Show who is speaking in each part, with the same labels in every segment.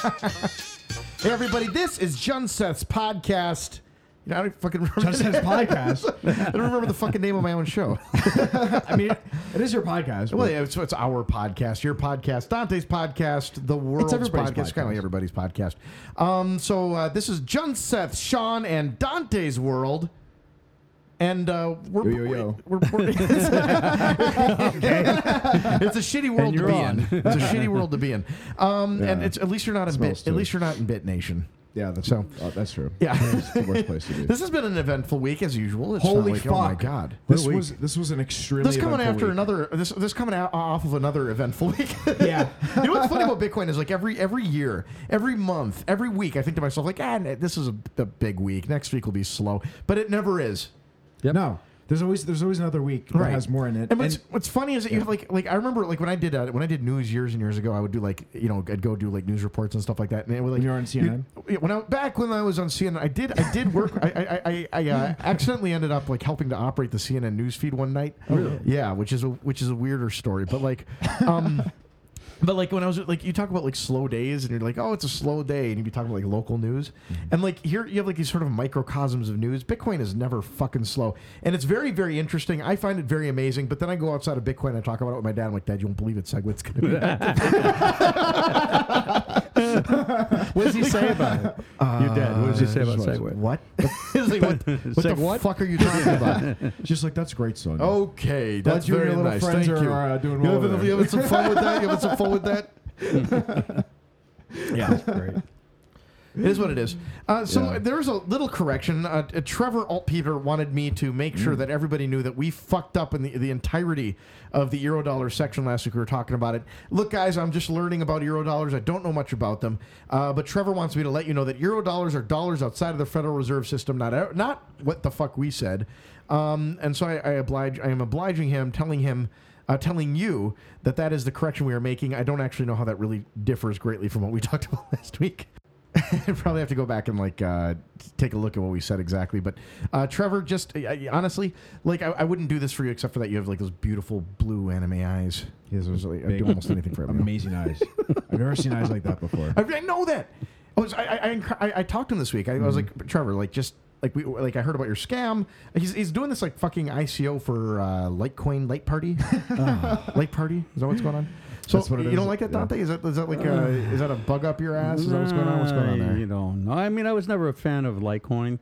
Speaker 1: Hey, everybody, this is John Seth's podcast. You know, I don't fucking remember.
Speaker 2: John Seth's podcast.
Speaker 1: I don't remember the fucking name of my own show.
Speaker 2: I mean, it is your podcast.
Speaker 1: Well,
Speaker 2: but
Speaker 1: yeah, it's, it's our podcast, your podcast, Dante's podcast, the world's
Speaker 2: everybody's
Speaker 1: podcast, kind of
Speaker 2: podcast.
Speaker 1: like everybody's podcast. Um, so uh, this is John Seth, Sean, and Dante's world. And uh, we're,
Speaker 2: Yo, yo, yo.
Speaker 1: we're, we're- it's, a shitty world to
Speaker 3: you're
Speaker 1: be in.
Speaker 3: on.
Speaker 1: It's a shitty world to be in. Um, And
Speaker 2: Yeah.
Speaker 1: it's at least you're not in
Speaker 2: Smells
Speaker 1: bit.
Speaker 2: to
Speaker 1: At
Speaker 2: it.
Speaker 1: least you're not in Bit Nation.
Speaker 2: yeah, that's
Speaker 1: So-
Speaker 2: oh, that's true.
Speaker 1: Yeah.
Speaker 2: It's the worst place to be.
Speaker 1: This has been an eventful week as usual. It's
Speaker 2: Holy
Speaker 1: not like, Oh my
Speaker 2: fuck.
Speaker 1: god.
Speaker 4: This
Speaker 2: What a
Speaker 4: was this was an extremely.
Speaker 1: This coming
Speaker 4: eventful
Speaker 1: after
Speaker 4: week.
Speaker 1: another this this coming out off of another eventful week.
Speaker 2: Yeah.
Speaker 1: you know what's funny about Bitcoin is like every every year, every month, every week, I think to myself like, ah, this is a, a big week. Next week will be slow, but it never is.
Speaker 2: No, there's always there's always another week that has more in it.
Speaker 1: And what's,
Speaker 2: And-
Speaker 1: what's funny is that you have like like I remember like when I did uh, when I did news years and years ago, I would do like you know I'd go do like news reports and stuff like that. And it was like
Speaker 2: When you were on CNN?
Speaker 1: you- when I back when I was on CNN, I did I did work. I I, I, I uh, accidentally ended up like helping to operate the CNN news feed one night.
Speaker 2: Oh, really?
Speaker 1: Yeah, which is a which is a weirder story, but like. um But like when I was like, you talk about like slow days, and you're like, oh, it's a slow day, and you'd be talking about like local news, and like here you have like these sort of microcosms of news. Bitcoin is never fucking slow, and it's very very interesting. I find it very amazing. But then I go outside of Bitcoin, I talk about it with my dad. I'm like, Dad, you won't believe it. Segwit's gonna be.
Speaker 3: What does he say about it? Your dad. What does he say about
Speaker 2: just
Speaker 3: Segway?
Speaker 1: What? It's like, what, what
Speaker 3: Seg
Speaker 1: the
Speaker 3: what?
Speaker 1: fuck are you talking about?
Speaker 2: Just like that's great, son.
Speaker 1: okay, Oh, that's
Speaker 2: you and
Speaker 1: very
Speaker 2: your little
Speaker 1: nice.
Speaker 2: friends
Speaker 1: Thank
Speaker 2: are-
Speaker 1: you.
Speaker 2: are, uh, doing
Speaker 1: you
Speaker 2: well
Speaker 1: having,
Speaker 2: over
Speaker 1: you having some fun with that? You having some fun with that?
Speaker 3: Yeah, great.
Speaker 1: It is what it is. Uh, so
Speaker 2: Yeah.
Speaker 1: there's a little correction. Uh, uh, Trevor Altpeter wanted me to make sure that everybody knew that we fucked up in the, the entirety of the Eurodollar section last week. We were talking about it. Look, guys, I'm just learning about Eurodollars. I don't know much about them. Uh, but Trevor wants me to let you know that Eurodollars are dollars outside of the Federal Reserve System, not out, not what the fuck we said. Um, and so I, I oblige. I am obliging him, telling him uh, telling you that that is the correction we are making. I don't actually know how that really differs greatly from what we talked about last week. I probably have to go back and like uh, t- take a look at what we said exactly. But uh, Trevor, just I, I- honestly, like I, I wouldn't do this for you except for that you have like those beautiful blue anime eyes. Yes, it was like, I'd do
Speaker 2: Big-
Speaker 1: almost anything for him.
Speaker 2: Amazing eyes. I've never seen eyes like that before.
Speaker 1: I, I know that. I, was, I, I, I, enc- I- I talked to him this week. I, I was like, Trevor, like just like we like I heard about your scam. He's, he's doing this like fucking ICO for uh, Litecoin Light Party. Light Party is that what's going on? So
Speaker 2: That's what it
Speaker 1: you
Speaker 2: is.
Speaker 1: don't like that,
Speaker 2: Yeah.
Speaker 1: Dante? Is that is that like uh, is that a bug up your ass? Is that what's going on? What's going on
Speaker 3: You
Speaker 1: there?
Speaker 3: don't know. I mean, I was never a fan of Litecoin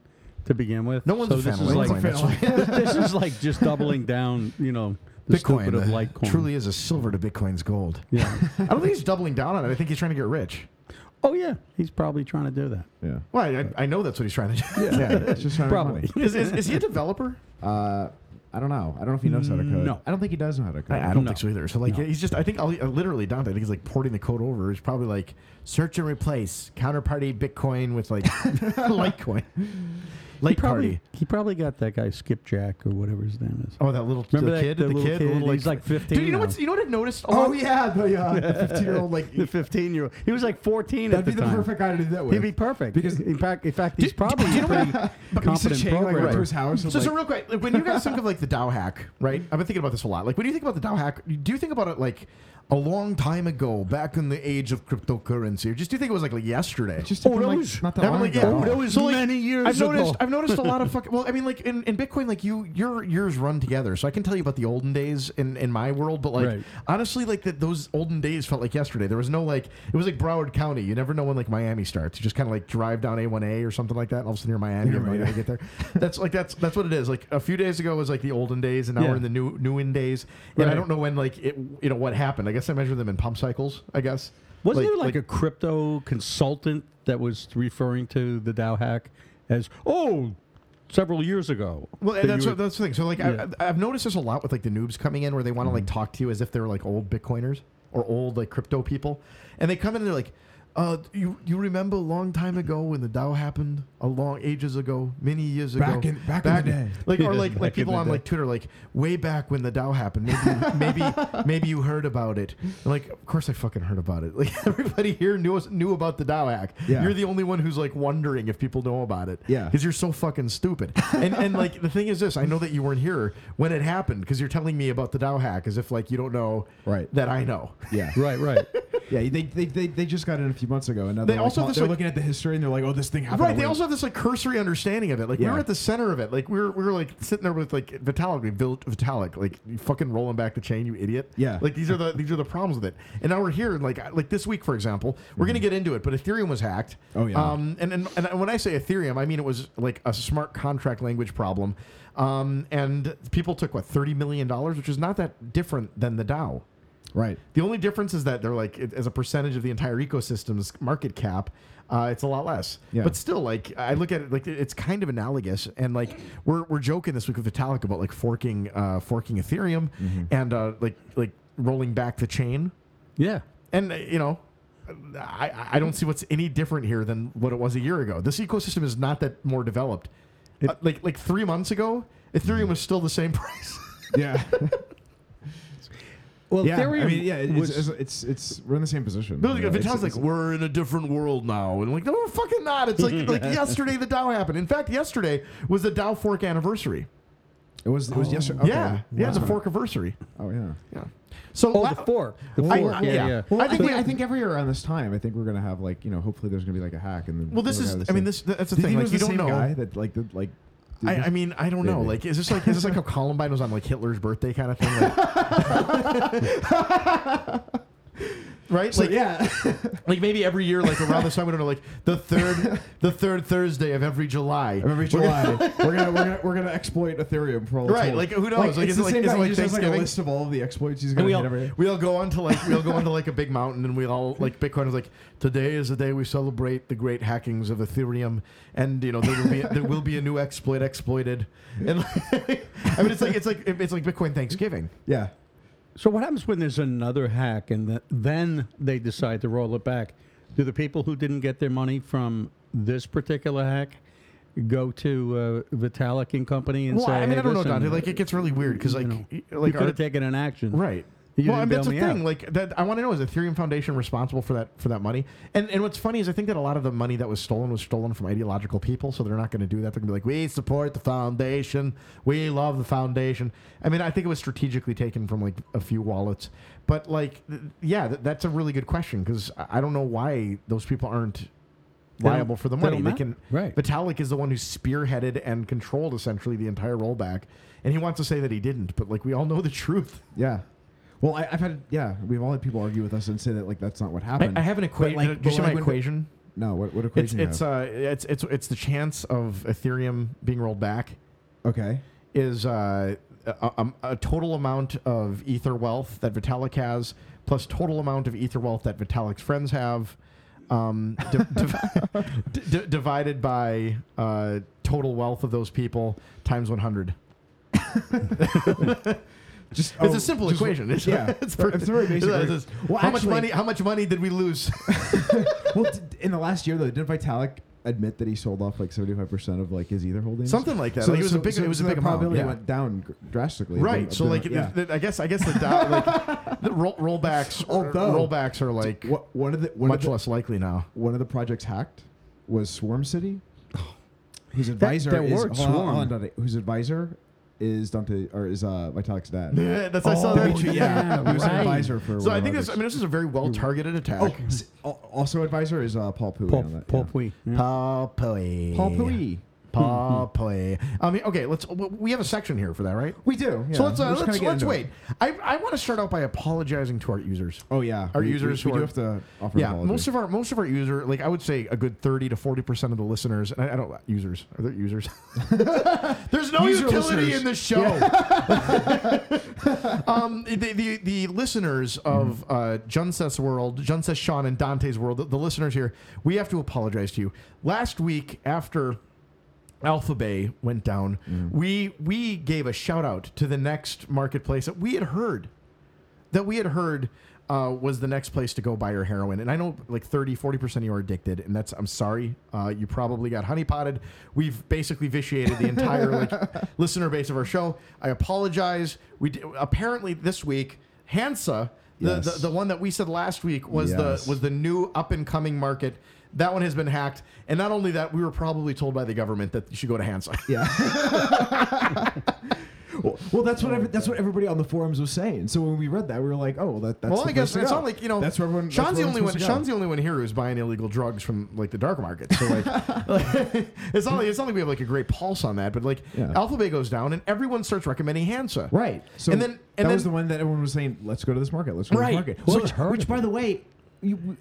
Speaker 3: to begin with.
Speaker 1: No one's
Speaker 3: so
Speaker 1: a fan
Speaker 3: this
Speaker 1: of
Speaker 3: is
Speaker 1: Litecoin.
Speaker 3: like
Speaker 1: that's why.
Speaker 3: this is like just doubling down. You know, the stupid of
Speaker 1: uh,
Speaker 3: Litecoin.
Speaker 1: truly is a silver to Bitcoin's gold.
Speaker 3: Yeah.
Speaker 1: I don't think he's doubling down on it. I think he's trying to get rich.
Speaker 3: Oh yeah, he's probably trying to do that.
Speaker 2: Yeah.
Speaker 1: Well, I, I know that's what he's trying to do.
Speaker 2: Yeah. it's just trying to make
Speaker 3: Probably.
Speaker 2: money.
Speaker 1: is, is, is he a developer?
Speaker 2: Uh, I don't know. I don't know if he knows how to code.
Speaker 3: No.
Speaker 2: I don't think he does know how to code.
Speaker 1: I, I don't
Speaker 3: No.
Speaker 1: think so either. So like
Speaker 3: No.
Speaker 1: he's just I think I'll, uh, literally Dante. I think he's like porting the code over. He's probably like search and replace counterparty Bitcoin with like Litecoin.
Speaker 3: He
Speaker 1: Lite
Speaker 3: probably
Speaker 1: party.
Speaker 3: he probably got that guy Skipjack or whatever his name is.
Speaker 1: Oh, that little
Speaker 3: Remember
Speaker 1: the
Speaker 3: that-
Speaker 1: kid,
Speaker 3: the
Speaker 1: the,
Speaker 3: little
Speaker 1: kid, the
Speaker 3: kid?
Speaker 1: little,
Speaker 3: He's, like, 15
Speaker 1: Dude, you know
Speaker 3: now.
Speaker 1: what's you know what I've noticed? A lot
Speaker 2: Oh
Speaker 1: of-
Speaker 2: yeah, the, uh, the
Speaker 1: fifteen year old Oh, like
Speaker 3: The fifteen-year-old. He was like fourteen
Speaker 2: that'd
Speaker 3: at the
Speaker 2: be the
Speaker 3: time.
Speaker 2: perfect guy to do that with.
Speaker 3: He'd be perfect
Speaker 2: Because-
Speaker 3: because in fact, in fact, he's
Speaker 1: Do- do-
Speaker 3: probably
Speaker 1: do you know
Speaker 3: a
Speaker 1: what-
Speaker 3: pretty competent
Speaker 2: Chang, like, went to
Speaker 3: programmer.
Speaker 2: his house. and,
Speaker 1: So, so
Speaker 2: like-
Speaker 1: real quick, like, when you guys think of like the Dow hack, right? I've been thinking about this a lot. Like, when you think about the Dow hack, do you think about it like a long time ago, back in the age of cryptocurrency, or just do you think it was like, like yesterday?
Speaker 2: Just
Speaker 3: Oh,
Speaker 2: happened, like,
Speaker 3: those-
Speaker 2: not that
Speaker 1: Yeah,
Speaker 2: long
Speaker 1: like,
Speaker 2: ago.
Speaker 1: yeah.
Speaker 2: at all.
Speaker 3: Oh, that was
Speaker 1: So,
Speaker 3: many years
Speaker 1: I've noticed.
Speaker 3: ago.
Speaker 1: I've noticed a lot of fucking. Well, I mean, like in, in Bitcoin, like you, your years run together. So I can tell you about the olden days in, in my world. But like
Speaker 3: Right.
Speaker 1: honestly, like that those olden days felt like yesterday. There was no like it was like Broward County. You never know when like Miami starts. You just kind of like drive down A one A or something like that. And all of a sudden you're in Miami. you have no idea how to get there. That's like that's that's what it is. Like a few days ago was like the olden days, and now
Speaker 3: Yeah.
Speaker 1: we're in the new new in days. And I
Speaker 3: Right.
Speaker 1: don't know when like it you know what happened. I guess I measure them in pump cycles. I guess.
Speaker 3: Wasn't there like, a crypto consultant that was referring to the Dow hack as oh several years ago?
Speaker 1: Well,
Speaker 3: that
Speaker 1: and that's
Speaker 3: you
Speaker 1: what, that's the thing. So, like,
Speaker 3: Yeah.
Speaker 1: I, I- I've noticed this a lot with like the noobs coming in, where they want to
Speaker 2: Mm-hmm.
Speaker 1: like talk to you as if they're like old Bitcoiners or old like crypto people, and they come in and they're like, "Uh, you you remember a long time ago when the Dow happened, a long ages ago, many years ago,
Speaker 2: Back in- back in the day."
Speaker 1: like or like
Speaker 3: Back
Speaker 1: like
Speaker 3: in
Speaker 1: people
Speaker 3: the
Speaker 1: on
Speaker 3: day.
Speaker 1: like Twitter, like way back when the Dow happened, maybe maybe maybe you heard about it. And, like, of course I fucking heard about it. Like everybody here knew us, knew about the Dow hack.
Speaker 2: Yeah.
Speaker 1: You're the only one who's like wondering if people know about it.
Speaker 2: Yeah.
Speaker 1: because you're so fucking stupid. And and like the thing is this, I know that you weren't here when it happened because you're telling me about the Dow hack as if like you don't know
Speaker 2: Right.
Speaker 1: that I know.
Speaker 2: Yeah.
Speaker 3: right, right.
Speaker 2: Yeah, they, they, they, they just got in a few few months ago. And now
Speaker 1: They
Speaker 2: they're,
Speaker 1: also have
Speaker 2: like,
Speaker 1: this,
Speaker 2: they're
Speaker 1: like-
Speaker 2: looking at the history and they're like, oh, this thing happened.
Speaker 1: Right,
Speaker 2: at
Speaker 1: they
Speaker 2: Wix.
Speaker 1: also have this like cursory understanding of it. Like we
Speaker 2: Yeah.
Speaker 1: were at the center of it. Like we were we were like sitting there with like Vitalik, like, Vil- Vitalik, like you fucking rolling back the chain, you idiot.
Speaker 2: Yeah.
Speaker 1: Like these are the these are the problems with it. And now we're here, and, like I- like this week, for example, we're gonna get into it. But Ethereum was hacked.
Speaker 2: Mm-hmm. Oh, yeah.
Speaker 1: Um, and, and and when I say Ethereum, I mean it was like a smart contract language problem. Um, and people took what thirty million dollars, which is not that different than the Dow.
Speaker 2: right.
Speaker 1: The only difference is that they're like it- as a percentage of the entire ecosystem's market cap, uh, it's a lot less.
Speaker 2: Yeah.
Speaker 1: But still, like I look at it, like it's kind of analogous. And like we're, we're joking this week with Vitalik about like forking uh, forking Ethereum and uh, like like rolling back the chain.
Speaker 3: Yeah.
Speaker 1: And uh, you know, I I- I don't see what's any different here than what it was a year ago. This ecosystem is not that more developed. Uh, like like three months ago, Ethereum was still the same price.
Speaker 2: Yeah.
Speaker 3: Well,
Speaker 2: yeah.
Speaker 3: Ethereum
Speaker 2: I mean, yeah. It's,
Speaker 3: was
Speaker 2: it's, it's, it's- we're in the same position.
Speaker 1: No, like,
Speaker 2: Yeah, it's-
Speaker 1: Vitalik's like,
Speaker 2: it's-
Speaker 1: we're in a different world now. And I'm like, no, we're fucking not. It's like, like yesterday the Dow happened. In fact, yesterday was the Dow fork anniversary.
Speaker 2: it was,
Speaker 3: Oh.
Speaker 2: it was yesterday. Okay.
Speaker 1: Yeah. Yeah, it's a
Speaker 2: Wow.
Speaker 1: fork anniversary.
Speaker 2: Oh, yeah.
Speaker 1: Yeah. So
Speaker 3: oh
Speaker 1: la-
Speaker 3: the fork. The
Speaker 1: I-
Speaker 3: fork.
Speaker 1: I-
Speaker 3: yeah, yeah.
Speaker 1: yeah.
Speaker 2: Well,
Speaker 1: I
Speaker 2: I
Speaker 1: think
Speaker 2: think,
Speaker 1: we-
Speaker 2: I think every year around this time, I think we're gonna have like you know, hopefully there's gonna be like a hack and then.
Speaker 1: well, this
Speaker 2: we'll
Speaker 1: is,
Speaker 2: have
Speaker 1: I mean, this that's the
Speaker 2: Do
Speaker 1: thing.
Speaker 2: you think it
Speaker 1: Like,
Speaker 2: was
Speaker 1: you
Speaker 2: the
Speaker 1: don't
Speaker 2: same guy
Speaker 1: know.
Speaker 2: that like the like. did
Speaker 1: I,
Speaker 2: this-
Speaker 1: I mean, I don't know.
Speaker 2: Maybe.
Speaker 1: Like, is this like is this like how Columbine was on like Hitler's birthday kind of thing? Like- right?
Speaker 2: So,
Speaker 1: like,
Speaker 2: yeah,
Speaker 1: like maybe every year, like around this time, we don't know. Like the third, the third Thursday of every July.
Speaker 2: every July we're gonna we're gonna we're gonna exploit Ethereum for all
Speaker 1: Right,
Speaker 2: time.
Speaker 1: like, who knows? Like, is it
Speaker 2: it's the
Speaker 1: like-
Speaker 2: same
Speaker 1: is it
Speaker 2: guy.
Speaker 1: like
Speaker 2: He just has, like a
Speaker 1: Thanksgiving?
Speaker 2: list of all the exploits he's
Speaker 1: And
Speaker 2: gonna
Speaker 1: we
Speaker 2: get
Speaker 1: all,
Speaker 2: every year.
Speaker 1: we all go on to like we all go on to like a big mountain and we all like Bitcoin is like today is the day we celebrate the great hackings of Ethereum and you know there will be there will be a new exploit exploited and like, I mean it's like it's like it's like Bitcoin Thanksgiving
Speaker 2: Yeah,
Speaker 3: So what happens when there's another hack and th- then they decide to roll it back? Do the people who didn't get their money from this particular hack go to uh, Vitalik and company and
Speaker 1: well
Speaker 3: say,
Speaker 1: I mean
Speaker 3: "Hey,
Speaker 1: I don't know
Speaker 3: listen,
Speaker 1: Dante like it gets really weird because like
Speaker 3: know,
Speaker 1: y-
Speaker 3: you
Speaker 1: like
Speaker 3: could
Speaker 1: our,
Speaker 3: have taken an action,
Speaker 1: right
Speaker 3: You
Speaker 1: well I
Speaker 3: didn't
Speaker 1: mean that's
Speaker 3: bail
Speaker 1: the
Speaker 3: me out.
Speaker 1: thing like that I want to know is Ethereum Foundation responsible for that for that money and and what's funny is I think that a lot of the money that was stolen was stolen from ideological people so they're not going to do that they're going to be like we support the foundation we love the foundation I mean I think it was strategically taken from like a few wallets but like th- yeah th- that's a really good question because I I don't know why those people aren't
Speaker 3: don't-
Speaker 1: liable for the
Speaker 3: they
Speaker 1: money
Speaker 3: don't
Speaker 1: they
Speaker 3: matter.
Speaker 1: can
Speaker 3: Right.
Speaker 1: Vitalik is the one who spearheaded and controlled essentially the entire rollback and he wants to say that he didn't but like we all know the truth.
Speaker 2: yeah. Well, I, I've had yeah, we've all had people argue with us and say that like that's not what
Speaker 1: I,
Speaker 2: happened.
Speaker 1: I have an
Speaker 2: But,
Speaker 1: equation.
Speaker 2: like,
Speaker 1: do
Speaker 2: but,
Speaker 1: you see
Speaker 2: like,
Speaker 1: my
Speaker 2: when-
Speaker 1: equation?
Speaker 2: No, what what
Speaker 1: It's
Speaker 2: equation?
Speaker 1: it's
Speaker 2: you
Speaker 1: uh it's it's it's the chance of Ethereum being rolled back
Speaker 2: have? okay.
Speaker 1: is uh a, a, a total amount of ether wealth that Vitalik has plus total amount of ether wealth that Vitalik's friends have. Um, di- div- d- d- divided by uh, total wealth of those people times 100. It's
Speaker 2: Just oh,
Speaker 1: a simple
Speaker 2: just-
Speaker 1: equation. It's,
Speaker 2: yeah,
Speaker 1: it's,
Speaker 2: it's very basic.
Speaker 1: it's just,
Speaker 2: Well,
Speaker 1: how
Speaker 2: actually-
Speaker 1: much money? How much money did we lose?
Speaker 2: well, d- in the last year though, didn't Vitalik admit that he sold off like seventy five percent of like his ether holdings?
Speaker 1: Something like that. like it was a big. it was a
Speaker 2: the
Speaker 1: big amount.
Speaker 2: probability
Speaker 1: yeah.
Speaker 2: went down gr- drastically.
Speaker 1: Right. So like,
Speaker 2: yeah.
Speaker 1: th- th- I guess I guess the Dow, like the roll, rollbacks,
Speaker 2: Although-
Speaker 1: rollbacks are like
Speaker 2: what, one of the one of
Speaker 1: much
Speaker 2: the,
Speaker 1: less likely now.
Speaker 2: one of the projects hacked was Swarm City, whose
Speaker 3: that
Speaker 2: advisor is
Speaker 3: word,
Speaker 2: hold on, hold on,
Speaker 3: Swarm.
Speaker 2: Dante, whose advisor is Dante or is uh, Vitalik's dad.
Speaker 1: Yeah, that's I saw
Speaker 3: Oh,
Speaker 1: that.
Speaker 3: yeah,
Speaker 1: tweet.
Speaker 2: he was
Speaker 3: right.
Speaker 2: an advisor for.
Speaker 1: So
Speaker 2: one
Speaker 1: I
Speaker 2: of
Speaker 1: think
Speaker 2: others.
Speaker 1: this. I mean, this is a very well targeted attack.
Speaker 2: Oh, s- al- also advisor is uh, Paul Pui.
Speaker 3: Paul,
Speaker 2: on that,
Speaker 3: Paul
Speaker 2: yeah.
Speaker 3: Pui. Yeah.
Speaker 1: Paul Pui.
Speaker 2: Paul Pui.
Speaker 1: Paul Pui. I mean, okay. Let's. w- We have a section here for that, right?
Speaker 2: We do. Yeah.
Speaker 1: So let's
Speaker 2: We're
Speaker 1: uh,
Speaker 2: just gonna
Speaker 1: let's
Speaker 2: get
Speaker 1: let's
Speaker 2: into
Speaker 1: wait.
Speaker 2: it.
Speaker 1: I I want to start out by apologizing to our users.
Speaker 2: Oh yeah,
Speaker 1: Our
Speaker 2: We- we-
Speaker 1: users
Speaker 2: We,
Speaker 1: who
Speaker 2: do
Speaker 1: are-
Speaker 2: have to offer.
Speaker 1: Yeah,
Speaker 2: apology.
Speaker 1: most of our most of our user, like I would say, a good thirty to forty percent of the listeners, and I, I don't users are there users. There's no
Speaker 2: User
Speaker 1: utility
Speaker 2: listeners.
Speaker 1: in the show. um, the, the the listeners of
Speaker 2: Mm-hmm.
Speaker 1: uh, Junset's world, Junset Sean and Dante's world, the, the listeners here, we have to apologize to you. Last week after. Alpha Bay went down. We we gave a shout out to the next marketplace that we had heard that we had heard uh, was the next place to go buy your heroin. And I know like 30, 40% of you are addicted. And that's, I'm sorry. Uh, you probably got honeypotted. We've basically vitiated the entire like listener base of our show. I apologize. We d- apparently this week, Hansa, the,
Speaker 2: Yes.
Speaker 1: the, the one that we said last week was
Speaker 2: Yes.
Speaker 1: the was the new up and coming market. That one has been hacked. And not only that, we were probably told by the government that you should go to Hansa.
Speaker 2: Yeah. Well, well, that's
Speaker 1: Oh,
Speaker 2: what every, that's what everybody on the forums was saying. So when we read that, we were like, oh, that, that's.
Speaker 1: well,
Speaker 2: the
Speaker 1: I guess
Speaker 2: place to
Speaker 1: it's
Speaker 2: go.
Speaker 1: not like you know.
Speaker 2: That's where everyone. that's
Speaker 1: Sean's
Speaker 2: where
Speaker 1: the only
Speaker 2: everyone's
Speaker 1: one.
Speaker 2: supposed to go.
Speaker 1: Sean's the only one here who's buying illegal drugs from like the dark market. So like, it's not like it's not like we have like a great pulse on that. But like,
Speaker 2: Yeah.
Speaker 1: Alpha Bay goes down, and everyone starts recommending Hansa.
Speaker 2: Right. So
Speaker 1: And then- and
Speaker 2: that was
Speaker 1: then-
Speaker 2: the one that everyone was saying, let's go to this market. Let's go
Speaker 1: Right.
Speaker 2: to this market.
Speaker 1: Who
Speaker 2: which,
Speaker 3: heard
Speaker 2: which
Speaker 3: of
Speaker 2: by the way, you,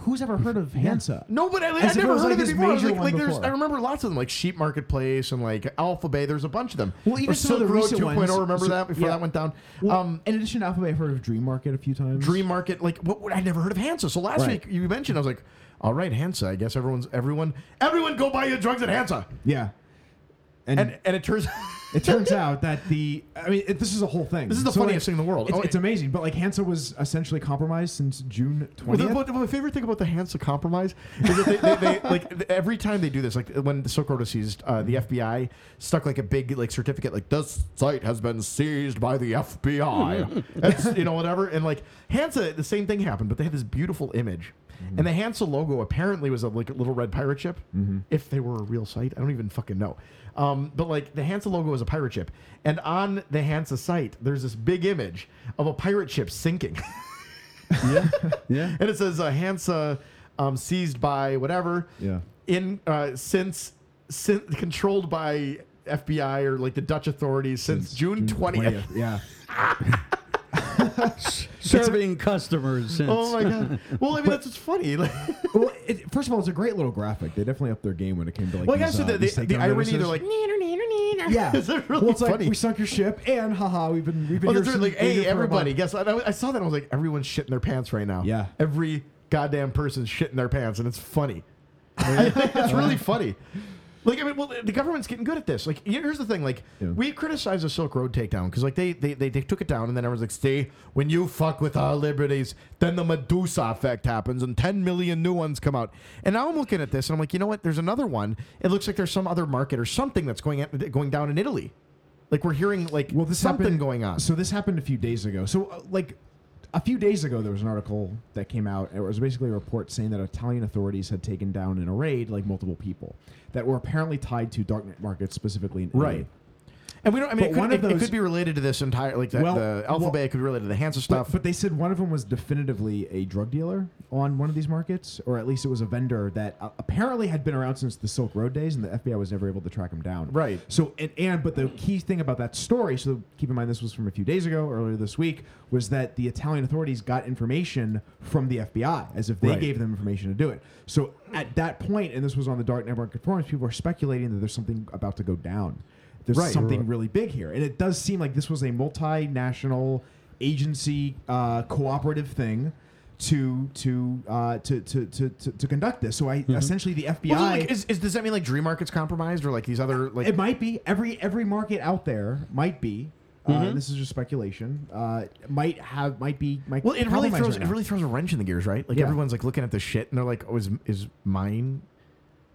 Speaker 2: who's ever heard of Hansa?
Speaker 1: No, but I, I
Speaker 2: As if it
Speaker 1: never
Speaker 2: was,
Speaker 1: heard
Speaker 2: like,
Speaker 1: of it
Speaker 2: this
Speaker 1: before. I was
Speaker 2: major
Speaker 1: like,
Speaker 2: one
Speaker 1: like there's,
Speaker 2: before.
Speaker 1: I remember lots of them, like Sheep Marketplace and like Alpha Bay. There's a bunch of them.
Speaker 2: Well, even
Speaker 1: Or
Speaker 2: some of the
Speaker 1: Silk Road
Speaker 2: recent
Speaker 1: 2.0.
Speaker 2: ones-
Speaker 1: Remember
Speaker 2: so-
Speaker 1: that before
Speaker 2: yeah.
Speaker 1: that went down.
Speaker 2: Well,
Speaker 1: um,
Speaker 2: in addition to Alpha, I've heard of Dream Market a few times.
Speaker 1: Dream Market, like what? what I never heard of Hansa. So last
Speaker 2: Right.
Speaker 1: week you mentioned, I was like, all right, Hansa. I guess everyone's everyone everyone go buy your drugs at Hansa.
Speaker 2: Yeah. And,
Speaker 1: And and it turns.
Speaker 2: it turns out that the I mean it, this is a whole thing.
Speaker 1: This is the
Speaker 2: So,
Speaker 1: funniest
Speaker 2: like,
Speaker 1: thing in the world.
Speaker 2: It's,
Speaker 1: Oh,
Speaker 2: it's amazing, but like Hansa was essentially compromised since June
Speaker 1: Well, the,
Speaker 2: twentieth.
Speaker 1: what- my favorite thing about the Hansa compromise is that they, they, they like th- every time they do this, like when the Silk Road was seized, uh, the FBI stuck like a big like certificate, like this site has been seized by the FBI. That's you know whatever, and like Hansa, the same thing happened, but they had this beautiful image, and the Hansa logo apparently was a like a little red pirate ship. If they were a real site, I don't even fucking know. Um, but like the Hansa logo is a pirate ship, and on the Hansa site, there's this big image of a pirate ship sinking.
Speaker 3: Yeah, yeah.
Speaker 1: and it says uh, Hansa um, seized by whatever.
Speaker 2: Yeah.
Speaker 1: In uh, since, since controlled by FBI or like the Dutch authorities since, June twentieth.
Speaker 2: Yeah.
Speaker 3: Serving customers since.
Speaker 1: Oh my god! Well, I mean that's what's funny. Like,
Speaker 2: well, it, first of all, it's a great little graphic. They definitely upped their game when it came to like.
Speaker 1: well, I guess
Speaker 2: these, uh,
Speaker 1: the,
Speaker 2: these
Speaker 1: the, the
Speaker 2: takedown
Speaker 1: irony they're
Speaker 2: notices.
Speaker 1: like, neener, neener, neener.
Speaker 2: Yeah,
Speaker 1: it's really
Speaker 2: well, it's
Speaker 1: funny.
Speaker 2: like we sunk your ship, and haha, we've been we've been
Speaker 1: Well,
Speaker 2: here
Speaker 1: that's right,
Speaker 2: since-
Speaker 1: like,
Speaker 2: we've been here
Speaker 1: hey,
Speaker 2: for a
Speaker 1: everybody!
Speaker 2: month.
Speaker 1: Guess what? I, I saw that. and I was like, everyone's shitting their pants right now.
Speaker 2: Yeah.
Speaker 1: Every goddamn person's shitting their pants, and it's funny. I think that's really funny. Like, I mean, well, the government's getting good at this. Like, here's the thing: like,
Speaker 2: Yeah.
Speaker 1: we criticize the Silk Road takedown because, like, they, they they they took it down, and then everyone's like, "See, when you fuck with our liberties, then the Medusa effect happens, and 10 million new ones come out." And now I'm looking at this, and I'm like, you know what? There's another one. It looks like there's some other market or something that's going at, going down in Italy. Like we're hearing like
Speaker 2: Well, this
Speaker 1: something
Speaker 2: happened,
Speaker 1: going on.
Speaker 2: So this happened a few days ago. So uh, like a few days ago, there was an article that came out. It was basically a report saying that Italian authorities had taken down in a raid like multiple people that were apparently tied to darknet markets specifically in Italy.
Speaker 1: Right. And we don't. I mean,
Speaker 2: But
Speaker 1: it could,
Speaker 2: one
Speaker 1: it,
Speaker 2: of
Speaker 1: it
Speaker 2: those-
Speaker 1: could be related to this entire like the,
Speaker 2: Well,
Speaker 1: the Alpha
Speaker 2: well-
Speaker 1: Bay. It could be related to the Hansa
Speaker 2: But,
Speaker 1: stuff.
Speaker 2: but they said one of them was definitively a drug dealer on one of these markets, or at least it was a vendor that uh, apparently had been around since the Silk Road days, and the FBI was never able to track him down.
Speaker 1: Right.
Speaker 2: So and and but the key thing about that story, so keep in mind this was from a few days ago, earlier this week, was that the Italian authorities got information from the FBI as if they
Speaker 1: Right.
Speaker 2: gave them information to do it. So at that point, and this was on the dark network forums, people are speculating that there's something about to go down. There's
Speaker 1: Right.
Speaker 2: something
Speaker 1: Right.
Speaker 2: really big here, and it does seem like this was a multinational agency uh, cooperative thing. To to, uh, to, to to to to conduct this, so I essentially the FBI
Speaker 1: Mm-hmm. Well, so, like, is, is, does that mean like Dream Market's compromised or like these other like?
Speaker 2: it might be every every market out there might be. Uh,
Speaker 1: Mm-hmm.
Speaker 2: this is just speculation. Uh, might have might be might.
Speaker 1: well, it really
Speaker 2: compromised
Speaker 1: throws
Speaker 2: right
Speaker 1: it
Speaker 2: now.
Speaker 1: really throws a wrench in the gears, right? Like
Speaker 2: Yeah.
Speaker 1: everyone's like looking at this shit and they're like, "Oh, is is mine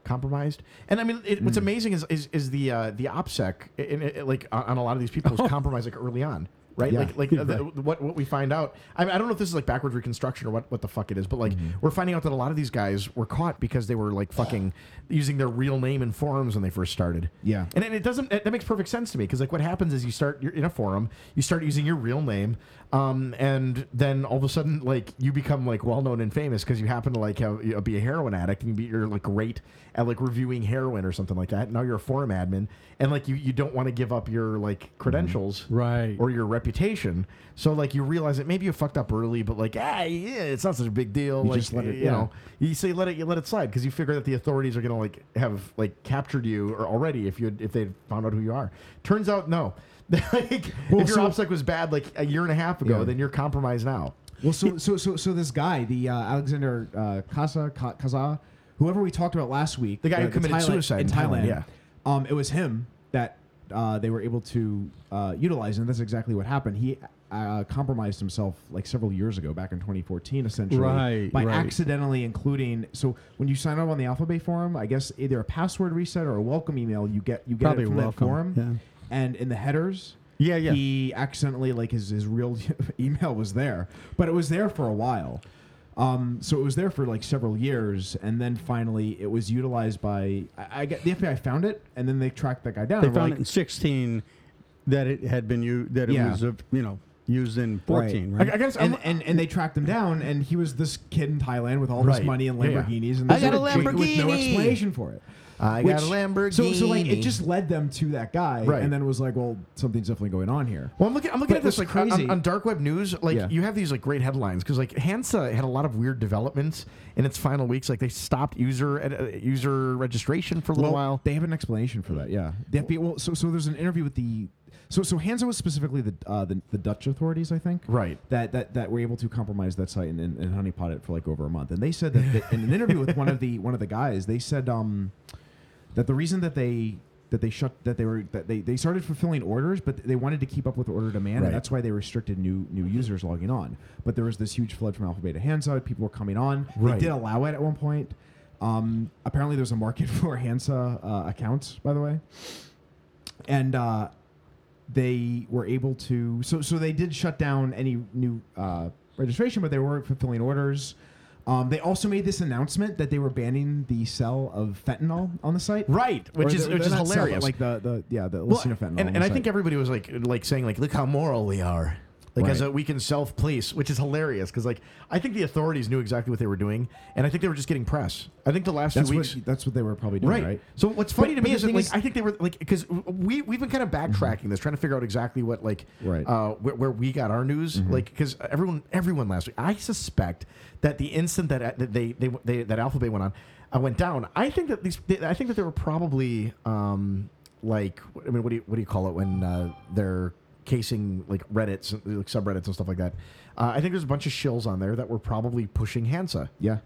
Speaker 1: compromised?" And I mean, it, what's amazing is is, is the uh, the OPSEC in, in, like on on a lot of these people was compromised like early on. Oh. Right,
Speaker 2: Yeah.
Speaker 1: like, like uh, the, what what we find out. I, mean, I don't know if this is like backwards reconstruction or what, what the fuck it is, but like we're finding out that a lot of these guys were caught because they were like fucking using their real name in forums when they first started.
Speaker 2: Yeah.
Speaker 1: And, and it doesn't, that that makes perfect sense to me because, like, what happens is you start, you're in a forum, you start using your real name, um, and then all of a sudden, like, you become, like, well known and famous because you happen to, like, have, you know, be a heroin addict and you be, you're, like, great at, like, reviewing heroin or something like that. Now you're a forum admin and, like, you, you don't want to give up your, like, credentials
Speaker 3: Right.
Speaker 1: or your reputation. So, like, you realize that maybe you fucked up early, but, like, ah, yeah, it's not such a big deal.
Speaker 2: You
Speaker 1: like,
Speaker 2: just let it-
Speaker 1: you
Speaker 2: yeah.
Speaker 1: know, you say let it you let it slide because you figure that the authorities are gonna like have like captured you or already if you had, if they found out who you are. Turns out no. like,
Speaker 2: Well,
Speaker 1: if your
Speaker 2: so-
Speaker 1: OPSEC was bad like a year and a half ago,
Speaker 2: Yeah.
Speaker 1: then you're compromised now.
Speaker 2: Well, so so so so this guy, the uh, Alexander uh, Kaza Ka- Kaza, whoever we talked about last week, uh,
Speaker 1: The guy who committed
Speaker 2: Thailand-
Speaker 1: suicide
Speaker 2: in
Speaker 1: in Thailand,
Speaker 2: Thailand.
Speaker 1: yeah.
Speaker 2: um, it was him that uh, they were able to uh, utilize, and that's exactly what happened. He uh, compromised himself like several years ago, back in 2014, essentially,
Speaker 3: Right,
Speaker 2: by
Speaker 3: right.
Speaker 2: accidentally including. So when you sign up on the Alpha Bay forum, I guess either a password reset or a welcome email, you get you get
Speaker 3: Probably
Speaker 2: it from
Speaker 3: welcome,
Speaker 2: that forum,
Speaker 3: yeah.
Speaker 2: and in the headers.
Speaker 3: Yeah, yeah.
Speaker 2: He accidentally like his his real email was there, but it was there for a while. Um, so it was there for like several years, and then finally it was utilized by I, I get the FBI found it, and then they tracked that guy down.
Speaker 3: They
Speaker 2: and
Speaker 3: found
Speaker 2: were like,
Speaker 3: it in 16. that it had been used, that it
Speaker 2: Yeah.
Speaker 3: was, uh, you know, used in 14, right?
Speaker 1: I, I guess I'm,
Speaker 2: And, and and they tracked him down, and he was this kid in Thailand with all
Speaker 1: Right.
Speaker 2: this money and
Speaker 1: Yeah, yeah.
Speaker 2: Lamborghinis, and
Speaker 1: I
Speaker 2: this
Speaker 1: got a
Speaker 2: with- with no
Speaker 1: Lamborghini.
Speaker 2: explanation for it.
Speaker 1: I
Speaker 2: Which-
Speaker 1: got a Lamborghini.
Speaker 2: So, so like it just led them to that guy,
Speaker 1: Right.
Speaker 2: and then was like, well, something's definitely going on here.
Speaker 1: Well, I'm looking. I'm looking
Speaker 2: But
Speaker 1: at this like
Speaker 2: what's
Speaker 1: on-
Speaker 2: crazy-
Speaker 1: on, on dark web news. Like
Speaker 2: Yeah.
Speaker 1: you have these like great headlines because like Hansa had a lot of weird developments in its final weeks. Like they stopped user uh, user registration for a little while.
Speaker 2: They have an explanation for that. Yeah, the FBI. Well, so so there's an interview with the so so Hansa was specifically the uh, the, the Dutch authorities, I think.
Speaker 1: Right.
Speaker 2: That that that were able to compromise that site and, and, and honeypot it for like over a month, and they said that that in an interview with one of the one of the guys, they said um that the reason that they that they shut that they were that they, they started fulfilling orders but they wanted to keep up with order demand
Speaker 1: Right. Mm-hmm.
Speaker 2: and that's why they restricted new new users logging on but there was this huge flood from alpha beta hansa people were coming on
Speaker 1: Right.
Speaker 2: they did allow it at one point um, apparently there's a market for hansa uh, accounts by the way and uh, they were able to so so they did shut down any new uh, registration but they weren't fulfilling orders um, they also made this announcement that they were banning the sell of fentanyl on the site
Speaker 1: Right, which
Speaker 2: Or
Speaker 1: is
Speaker 2: they're-
Speaker 1: which is
Speaker 2: they're not sell, but
Speaker 1: hilarious.
Speaker 2: like the, the yeah the
Speaker 1: Well,
Speaker 2: listing of fentanyl
Speaker 1: and,
Speaker 2: on
Speaker 1: and
Speaker 2: the
Speaker 1: I
Speaker 2: site.
Speaker 1: think everybody was like like saying like look how moral we are. Like as
Speaker 2: Right.
Speaker 1: a, we can self police, which is hilarious because like I think the authorities knew exactly what they were doing, and I think they were just getting press. I think the last
Speaker 2: that's
Speaker 1: few weeks,
Speaker 2: what that's what they were probably doing right,
Speaker 1: So what's funny to
Speaker 2: but
Speaker 1: me
Speaker 2: the
Speaker 1: is that
Speaker 2: thing
Speaker 1: like
Speaker 2: is-
Speaker 1: I think they were like because we we've been kind of backtracking this, trying to figure out exactly what like
Speaker 2: Right. Mm-hmm.
Speaker 1: uh, where, where we got our news, like because everyone everyone last week. I suspect that the instant that, uh, that they, they they that Alphabet went on, I went down. I think that these I think that they were probably um like I mean what do you what do you call it when uh, they're casing like Reddit's like subreddits and stuff like that. Uh, I think there's a bunch of shills on there that were probably pushing Hansa.
Speaker 2: yeah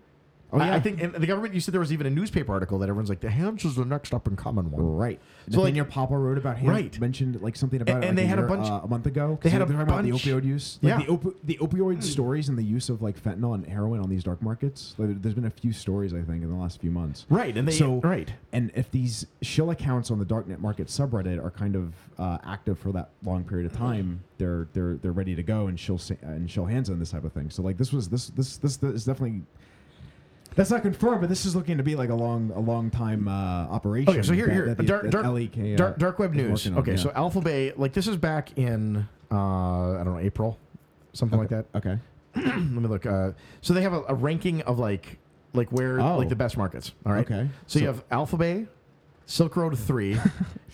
Speaker 2: oh
Speaker 1: I-
Speaker 2: yeah
Speaker 1: I think and the government. You said there was even a newspaper article that everyone's like, "The Hampshire's the next up and coming one."
Speaker 2: Right.
Speaker 1: So,
Speaker 2: So
Speaker 1: like-
Speaker 2: Nathaniel Papa wrote about him.
Speaker 1: Right.
Speaker 2: Mentioned like something
Speaker 1: A-
Speaker 2: about it.
Speaker 1: and
Speaker 2: like,
Speaker 1: they had a
Speaker 2: year,
Speaker 1: bunch-
Speaker 2: uh, a month ago. 'cause
Speaker 1: they had a
Speaker 2: were talking about
Speaker 1: bunch-
Speaker 2: the opioid use. Like,
Speaker 1: Yeah. Hmm.
Speaker 2: The, opi- the opioid stories and the use of like fentanyl and heroin on these dark markets. Like, there's been a few stories I think in the last few months.
Speaker 1: Right, and they
Speaker 2: So-
Speaker 1: right.
Speaker 2: And if these shill accounts on the darknet market subreddit are kind of uh, active for that long period
Speaker 1: Mm-hmm.
Speaker 2: of time, they're they're they're ready to go and shill sa- and shill hands on this type of thing. So like this was this this this, this is definitely. That's not confirmed, but this is looking to be like a long, a long time uh, operation.
Speaker 1: Okay, so here,
Speaker 2: that-
Speaker 1: here,
Speaker 2: that the-
Speaker 1: dark,
Speaker 2: that
Speaker 1: dark,
Speaker 2: LEK, uh,
Speaker 1: dark, dark web
Speaker 2: is
Speaker 1: news.
Speaker 2: working on,
Speaker 1: Okay,
Speaker 2: yeah.
Speaker 1: so Alphabay, like this is back in uh, I don't know April, something like that.
Speaker 2: okay,
Speaker 1: Let me look. Uh, so they have a, a ranking of like like where
Speaker 2: Oh.
Speaker 1: like the best markets. All right.
Speaker 2: Okay.
Speaker 1: So, you
Speaker 2: So-
Speaker 1: have Alphabay, Silk Road Three,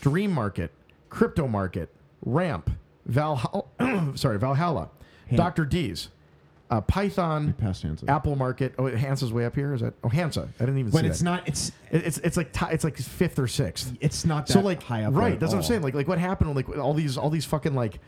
Speaker 1: Dream Market, Crypto Market, Ramp, Valhalla, sorry Valhalla,
Speaker 2: Ham-
Speaker 1: Doctor D's, uh, Python,
Speaker 2: past Hansa.
Speaker 1: Apple Market. Oh, Hansa's way up here. Is that? Oh, Hansa. I didn't even.
Speaker 2: but
Speaker 1: see
Speaker 2: it's
Speaker 1: that.
Speaker 2: not. It's
Speaker 1: It- It's it's like ti it's like fifth or sixth.
Speaker 2: it's not that
Speaker 1: So like
Speaker 2: high up.
Speaker 1: right?
Speaker 2: at
Speaker 1: That's what I'm
Speaker 2: all.
Speaker 1: saying. Like like what happened? Like all these all these fucking like.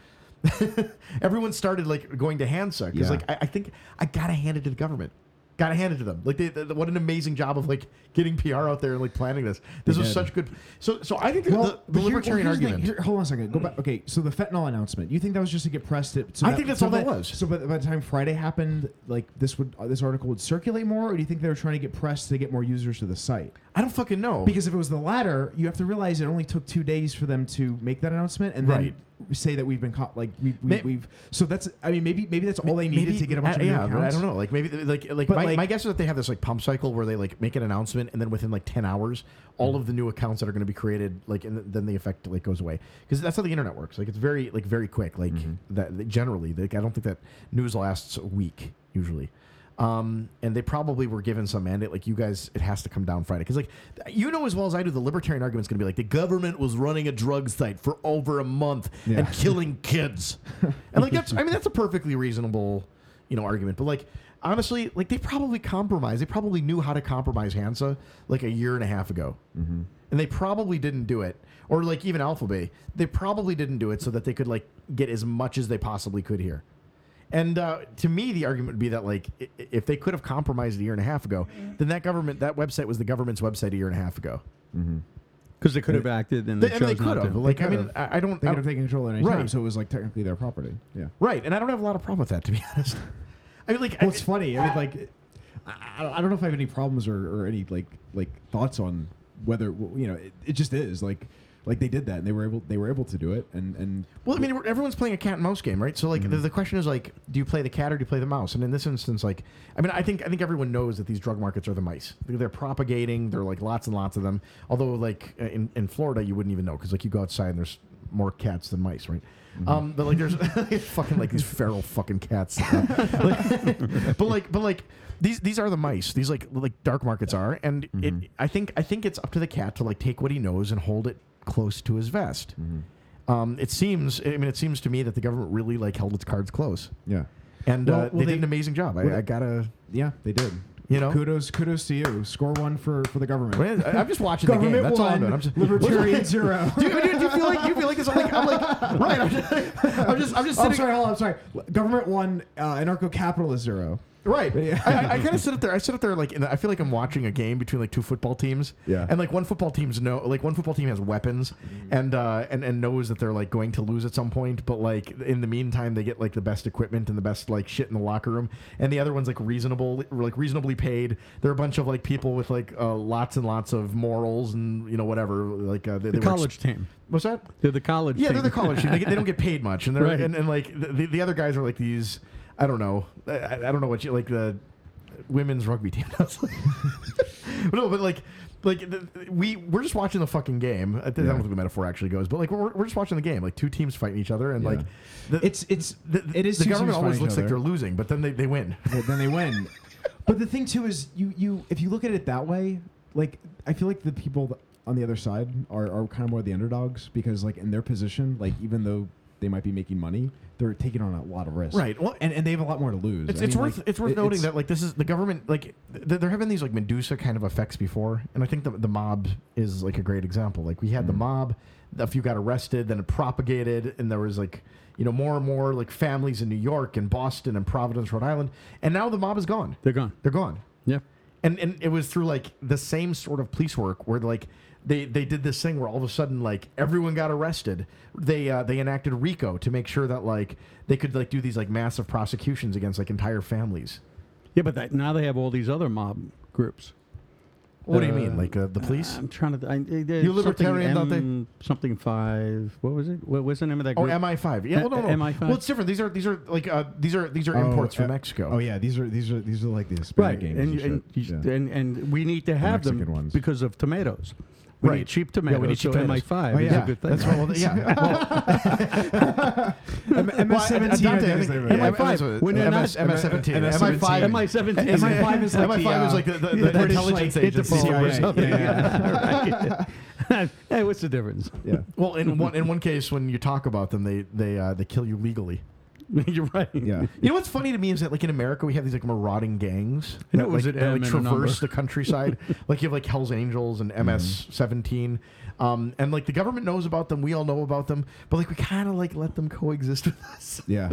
Speaker 1: everyone started like going to Hansa because
Speaker 2: Yeah.
Speaker 1: like I, I think I gotta hand it to the government. Gotta hand it to them. Like they, they- what an amazing job of like getting PR out there and like planning this. This was
Speaker 2: did.
Speaker 1: such good. So so I think the-
Speaker 2: Well,
Speaker 1: the,
Speaker 2: but
Speaker 1: the
Speaker 2: here- well,
Speaker 1: libertarian
Speaker 2: here's the thing.
Speaker 1: argument.
Speaker 2: Here- hold on a second. Go back. Okay, so the fentanyl announcement. You think that was just to get pressed? It, so
Speaker 1: I
Speaker 2: that-
Speaker 1: think that's
Speaker 2: so
Speaker 1: all that was.
Speaker 2: So by, the- by the time Friday happened, like this would uh, this article would circulate more, or do you think they were trying to get pressed to get more users to the site?
Speaker 1: I don't fucking know.
Speaker 2: Because if it was the latter, you have to realize it only took two days for them to make that announcement and
Speaker 1: Right.
Speaker 2: then say that we've been caught. Like we, we,
Speaker 1: May-
Speaker 2: we've. So that's. I mean, maybe maybe that's all they needed
Speaker 1: Maybe-
Speaker 2: to get a
Speaker 1: I,
Speaker 2: bunch of new
Speaker 1: yeah, but I
Speaker 2: accounts.
Speaker 1: don't know. Like maybe like like
Speaker 2: But,
Speaker 1: my,
Speaker 2: like-
Speaker 1: my guess is that they have this like pump cycle where they like make an announcement and then within like ten hours,
Speaker 2: Hmm.
Speaker 1: all of the new accounts that are going to be created like and th- then the effect like goes away because that's how the internet works. Like it's very like very quick. Like
Speaker 2: Mm-hmm.
Speaker 1: that, that generally, like I don't think that news lasts a week usually. Um, and they probably were given some mandate, like you guys, it has to come down Friday, because like you know as well as I do, the libertarian argument's going to be like the government was running a drug site for over a month
Speaker 2: Yeah.
Speaker 1: and killing kids, and like that's I mean that's a perfectly reasonable you know argument, but like honestly, like they probably compromised. They probably knew how to compromise Hansa like a year and a half ago, mm-hmm. and they probably didn't do it, or like even Alphabay, they probably didn't do it so that they could like get as much as they possibly could here. And uh, to me, the argument would be that like i- i- if they could have compromised a year and a half ago, then that government that website was the government's website a year and a half ago.
Speaker 3: Because they could have acted and they,
Speaker 1: They, I mean,
Speaker 3: chose
Speaker 1: they could
Speaker 3: not
Speaker 1: have.
Speaker 3: to.
Speaker 1: Like I
Speaker 2: could
Speaker 1: mean, I, I don't.
Speaker 2: They
Speaker 1: I
Speaker 2: could
Speaker 1: don't-
Speaker 2: have taken control at any
Speaker 1: Right.
Speaker 2: time, so it was like technically their property. Yeah.
Speaker 1: right, and I don't have a lot of problem with that to be honest. I mean, like I-
Speaker 2: Well, it's funny. I mean, like, I, I- I don't know if I have any problems or, or any like like thoughts on whether w- you know it, it just is like like they did that and they were able they were able to do it and and
Speaker 1: Well, I mean, we're- everyone's playing a cat and mouse game, right? So, like, the, the question is, like, do you play the cat or do you play the mouse? And in this instance, like, I mean, I think I think everyone knows that these drug markets are the mice. They're, they're propagating. There are like lots and lots of them. Although, like uh, in, in Florida, you wouldn't even know because like you go outside and there's more cats than mice, right? Um, but like there's fucking like these feral fucking cats. Like, but like but like these these are the mice. These like like dark markets are, and it I think I think it's up to the cat to like take what he knows and hold it close to his vest.
Speaker 2: Mm-hmm.
Speaker 1: Um, it seems I mean it seems to me that the government really like held its cards close,
Speaker 2: Yeah.
Speaker 1: and
Speaker 2: Well-
Speaker 1: uh,
Speaker 2: well,
Speaker 1: they,
Speaker 2: they-
Speaker 1: did an amazing job.
Speaker 2: well,
Speaker 1: I, I gotta
Speaker 2: Yeah, they did.
Speaker 1: you know.
Speaker 2: Kudos, kudos to you. Score one for, for the government.
Speaker 1: Well, I- I'm just watching the game.
Speaker 2: government
Speaker 1: That's all I'm
Speaker 2: one,
Speaker 1: doing. I'm just,
Speaker 2: libertarian zero.
Speaker 1: Do you, do you- do you feel like you feel like it's like I'm like right? I'm just I'm just, I'm just
Speaker 2: I'm
Speaker 1: sitting
Speaker 2: sorry, hold on, I'm sorry. Government one, uh, anarcho-capitalist zero.
Speaker 1: right. I, I, I kind of sit up there. I sit up there like and I feel like I'm watching a game between like two football teams.
Speaker 2: Yeah.
Speaker 1: And like one football team's no like one football team has weapons
Speaker 3: Mm-hmm.
Speaker 1: and uh and and knows that they're like going to lose at some point, but like in the meantime they get like the best equipment and the best like shit in the locker room, and the other one's like reasonable like reasonably paid. They're a bunch of like people with like uh, lots and lots of morals and you know whatever like uh, they,
Speaker 3: The
Speaker 1: they were ex-
Speaker 3: college team.
Speaker 1: What's that?
Speaker 3: They're the college
Speaker 1: Yeah,
Speaker 3: team.
Speaker 1: they're the college team. They, get, they don't get paid much, and they're
Speaker 3: Right.
Speaker 1: and, and like the- the, the other guys are like these. I don't know. I, I I don't know what you like the women's rugby team does. but no, but like like the, we we're just watching the fucking game. I don't think the metaphor actually goes, but like we're, we're just watching the game. Like two teams fighting each other, and
Speaker 2: Yeah.
Speaker 1: like the,
Speaker 2: It's it's
Speaker 1: the, the-
Speaker 2: it is
Speaker 1: the
Speaker 2: two
Speaker 1: government
Speaker 2: teams
Speaker 1: always
Speaker 2: fighting
Speaker 1: looks
Speaker 2: each
Speaker 1: like
Speaker 2: other.
Speaker 1: they're losing, but then they, they win.
Speaker 2: Well, then they win. but the thing too is you you if you look at it that way, like I feel like the people th- on the other side are, are kind of more the underdogs because like in their position, like even though they might be making money, they're taking on a lot of risk.
Speaker 1: Right, well-
Speaker 2: and, and they have a lot more to lose.
Speaker 1: It's,
Speaker 2: I
Speaker 1: it's
Speaker 2: mean,
Speaker 1: worth
Speaker 2: like,
Speaker 1: it's worth
Speaker 2: it-
Speaker 1: noting
Speaker 2: it's-
Speaker 1: that like this is the government like th- they're having these like Medusa kind of effects before, and I think the the mob is like a great example. Like we had
Speaker 2: Hmm.
Speaker 1: the mob, a few got arrested, then it propagated, and there was like you know more and more like families in New York and Boston and Providence, Rhode Island, and now the mob is gone.
Speaker 3: They're gone.
Speaker 1: They're gone
Speaker 3: Yeah.
Speaker 1: and and it was through like the same sort of police work where like they they did this thing where all of a sudden like everyone got arrested they uh, they enacted RICO to make sure that like they could like do these like massive prosecutions against like entire families
Speaker 3: Yeah, but that, now they have all these other mob groups.
Speaker 1: what do you
Speaker 3: Uh,
Speaker 1: mean like uh, the police
Speaker 3: I'm trying to. I,
Speaker 1: You libertarian, don't
Speaker 3: something
Speaker 1: they?
Speaker 3: M, Something five. What was it? What was the name of that
Speaker 1: Oh,
Speaker 3: group?
Speaker 1: MI5. Yeah, well, no, no.
Speaker 3: A- MI5.
Speaker 1: Well, it's different. These are these are like uh, these are these are
Speaker 2: Oh,
Speaker 1: imports
Speaker 2: uh,
Speaker 1: from Mexico.
Speaker 2: Oh yeah, these are these are these are like the Hispanic
Speaker 3: right.
Speaker 2: gangs
Speaker 3: and,
Speaker 2: and
Speaker 3: and,
Speaker 2: shit.
Speaker 3: you-
Speaker 2: Yeah.
Speaker 3: and and we need to have them
Speaker 2: Mexican ones.
Speaker 3: because of tomatoes. We
Speaker 1: Right.
Speaker 3: need cheap
Speaker 1: Yeah,
Speaker 3: tomatoes.
Speaker 1: we need cheap
Speaker 3: so
Speaker 1: tomatoes.
Speaker 3: MI5
Speaker 2: Oh,
Speaker 3: is
Speaker 2: yeah.
Speaker 3: a good thing.
Speaker 1: That's what. Well, yeah. Well,
Speaker 2: MS-17, I think is the name of it.
Speaker 3: MI5. When they're
Speaker 1: MS,
Speaker 3: not-
Speaker 1: MS-17. MI5.
Speaker 2: MS-17.
Speaker 3: MI17.
Speaker 2: MI5 is
Speaker 1: MI5
Speaker 2: like the,
Speaker 1: is
Speaker 2: uh,
Speaker 1: like the, the,
Speaker 2: the
Speaker 1: the
Speaker 2: British,
Speaker 1: intelligence
Speaker 2: like,
Speaker 1: agency.
Speaker 2: Interpol
Speaker 1: or
Speaker 2: or
Speaker 1: something.
Speaker 2: something.
Speaker 3: Yeah. Right. hey, what's the difference?
Speaker 2: Yeah.
Speaker 1: Well, in one in one case, when you talk about them, they they uh, they kill you legally.
Speaker 3: You're right.
Speaker 2: Yeah.
Speaker 1: You know what's funny to me is that like in America, we have these like marauding gangs
Speaker 3: I know
Speaker 1: that
Speaker 3: it was
Speaker 1: like,
Speaker 3: an
Speaker 1: that,
Speaker 3: M
Speaker 1: like
Speaker 3: and a number.
Speaker 1: traverse the countryside. like you have like Hell's Angels
Speaker 2: Mm-hmm.
Speaker 1: and MS Seventeen, um, and like the government knows about them. We all know about them, but like we kind of like let them coexist with us.
Speaker 2: Yeah.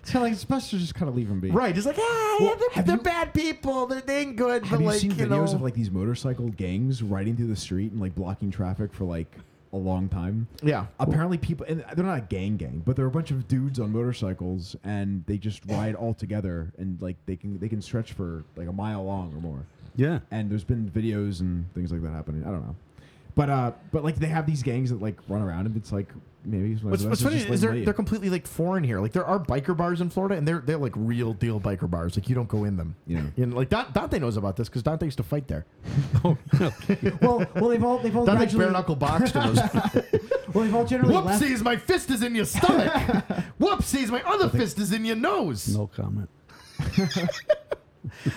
Speaker 2: it's kind of like it's best to just kind of leave them be.
Speaker 1: Right, it's like, ah, yeah,
Speaker 2: Well,
Speaker 1: they're,
Speaker 2: have
Speaker 1: they're
Speaker 2: you-
Speaker 1: bad people. They're, they ain't good.
Speaker 2: Have
Speaker 1: but
Speaker 2: you
Speaker 1: like,
Speaker 2: seen
Speaker 1: you
Speaker 2: videos
Speaker 1: know,
Speaker 2: of like these motorcycle gangs riding through the street and like blocking traffic for like a long time?
Speaker 1: yeah,
Speaker 2: Apparently, people and they're not a gang gang, but they're a bunch of dudes on motorcycles and they just ride all together and like they can they can stretch for like a mile long or more.
Speaker 3: Yeah.
Speaker 2: And there's been videos and things like that happening. I don't know. But uh, but like they have these gangs that like run around and it's like maybe it's one
Speaker 1: What's,
Speaker 2: of those
Speaker 1: what's
Speaker 2: that's
Speaker 1: funny
Speaker 2: just, like,
Speaker 1: is they're,
Speaker 2: lame.
Speaker 1: they're completely like foreign here. Like there are biker bars in Florida, and they're they're like real deal biker bars. Like you don't go in them.
Speaker 2: Yeah.
Speaker 1: And like Dan- Dante knows about this because Dante used to fight there.
Speaker 2: well, well, they've all they've all
Speaker 1: Dante
Speaker 2: gradually,
Speaker 1: bare knuckle boxed in those.
Speaker 2: well, they've all generally left.
Speaker 1: Whoopsies! My fist is in your stomach. Whoopsies! My other fist is in your nose.
Speaker 3: No comment.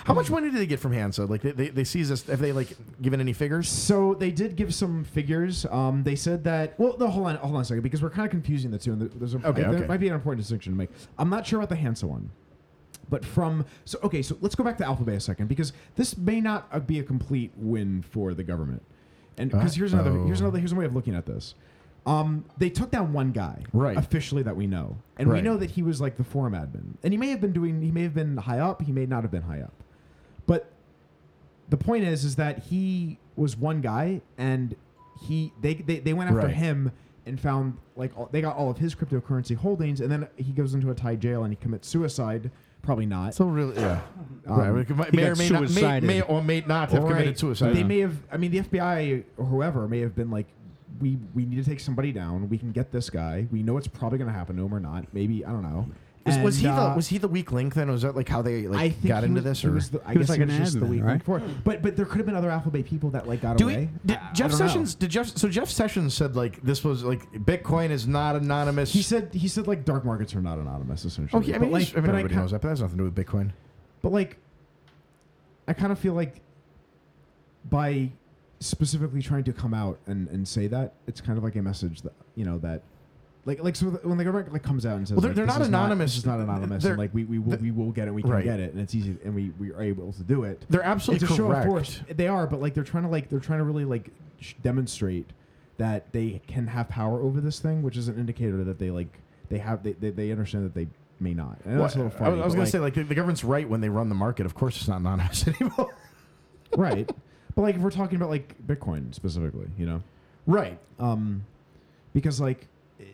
Speaker 1: How much money do they get from Hansa? Like they, they, they seize us. Have they like given any figures?
Speaker 2: So they did give some figures. Um, they said that. Well, no, hold on, hold on a second, because we're kind of confusing the two, and there- there's a,
Speaker 1: Okay,
Speaker 2: there
Speaker 1: okay.
Speaker 2: might be an important distinction to make. I'm not sure about the Hansa one, but from so okay, so let's go back to Alphabet a second, because this may not uh, be a complete win for the government, and because here's another
Speaker 1: Uh-oh.
Speaker 2: here's another here's a way of looking at this. Um, they took down one guy,
Speaker 1: Right.
Speaker 2: Officially, that we know, and we
Speaker 1: Right.
Speaker 2: know that he was like the forum admin, and he may have been doing, he may have been high up, he may not have been high up, but the point is is that he was one guy and he they they, they went after
Speaker 1: Right.
Speaker 2: him and found like all, they got all of his cryptocurrency holdings and then he goes into a Thai jail and he commits suicide probably not
Speaker 1: So really, yeah. right. May,
Speaker 3: he
Speaker 1: may or
Speaker 3: got
Speaker 1: may not may,
Speaker 3: suicided.
Speaker 1: may or may not have
Speaker 2: Right.
Speaker 1: committed suicide.
Speaker 2: they may have I mean the FBI or whoever may have been like we we need to take somebody down we can get this guy we know it's probably going to happen to him or not maybe I don't know
Speaker 1: Was, was he
Speaker 2: And,
Speaker 1: the
Speaker 2: uh,
Speaker 1: was he the weak link then? Was that like how they like
Speaker 2: I think
Speaker 1: got
Speaker 2: he
Speaker 1: into
Speaker 2: was-
Speaker 1: this?
Speaker 2: he
Speaker 1: Or
Speaker 2: was the- I
Speaker 3: He was
Speaker 2: guess
Speaker 3: like
Speaker 2: he was
Speaker 3: an
Speaker 2: just the
Speaker 3: admin,
Speaker 2: weak
Speaker 3: right?
Speaker 2: link for it. But but there could have been other Alpha Bay people that like got
Speaker 1: do we?
Speaker 2: away.
Speaker 1: Did
Speaker 2: I- I
Speaker 1: Jeff
Speaker 2: don't know.
Speaker 1: Sessions? Did Jeff? So Jeff Sessions said like this was like Bitcoin is not anonymous.
Speaker 2: He said he said like dark markets are not anonymous essentially.
Speaker 1: okay, Oh, I
Speaker 2: But,
Speaker 1: mean,
Speaker 2: like,
Speaker 1: he's- I mean
Speaker 2: but
Speaker 1: everybody
Speaker 2: ki-
Speaker 1: knows that, but that has nothing to do with Bitcoin.
Speaker 2: But like, I kind of feel like by specifically trying to come out and, and say that, it's kind of like a message that you know that. Like, like so the- when the government like comes out and says
Speaker 1: Well, they're-
Speaker 2: like,
Speaker 1: they're
Speaker 2: this
Speaker 1: not
Speaker 2: is
Speaker 1: anonymous.
Speaker 2: this is not anonymous,
Speaker 1: They're-
Speaker 2: and like we, we will
Speaker 1: th-
Speaker 2: we will get it, we can
Speaker 1: Right.
Speaker 2: get it, and it's easy, and we, we are able to do it.
Speaker 1: They're absolutely
Speaker 2: it's a show
Speaker 1: correct.
Speaker 2: of force. They are, but like they're trying to like they're trying to really like sh- demonstrate that they can have power over this thing, which is an indicator that they like they have they, they, they understand that they may not. And
Speaker 1: Well,
Speaker 2: that's a little
Speaker 1: I
Speaker 2: funny.
Speaker 1: was, I was
Speaker 2: but,
Speaker 1: gonna say like the, the government's right when they run the market. Of course, it's not anonymous anymore.
Speaker 2: right, but like if we're talking about like Bitcoin specifically, you know,
Speaker 1: right.
Speaker 2: um, because like it-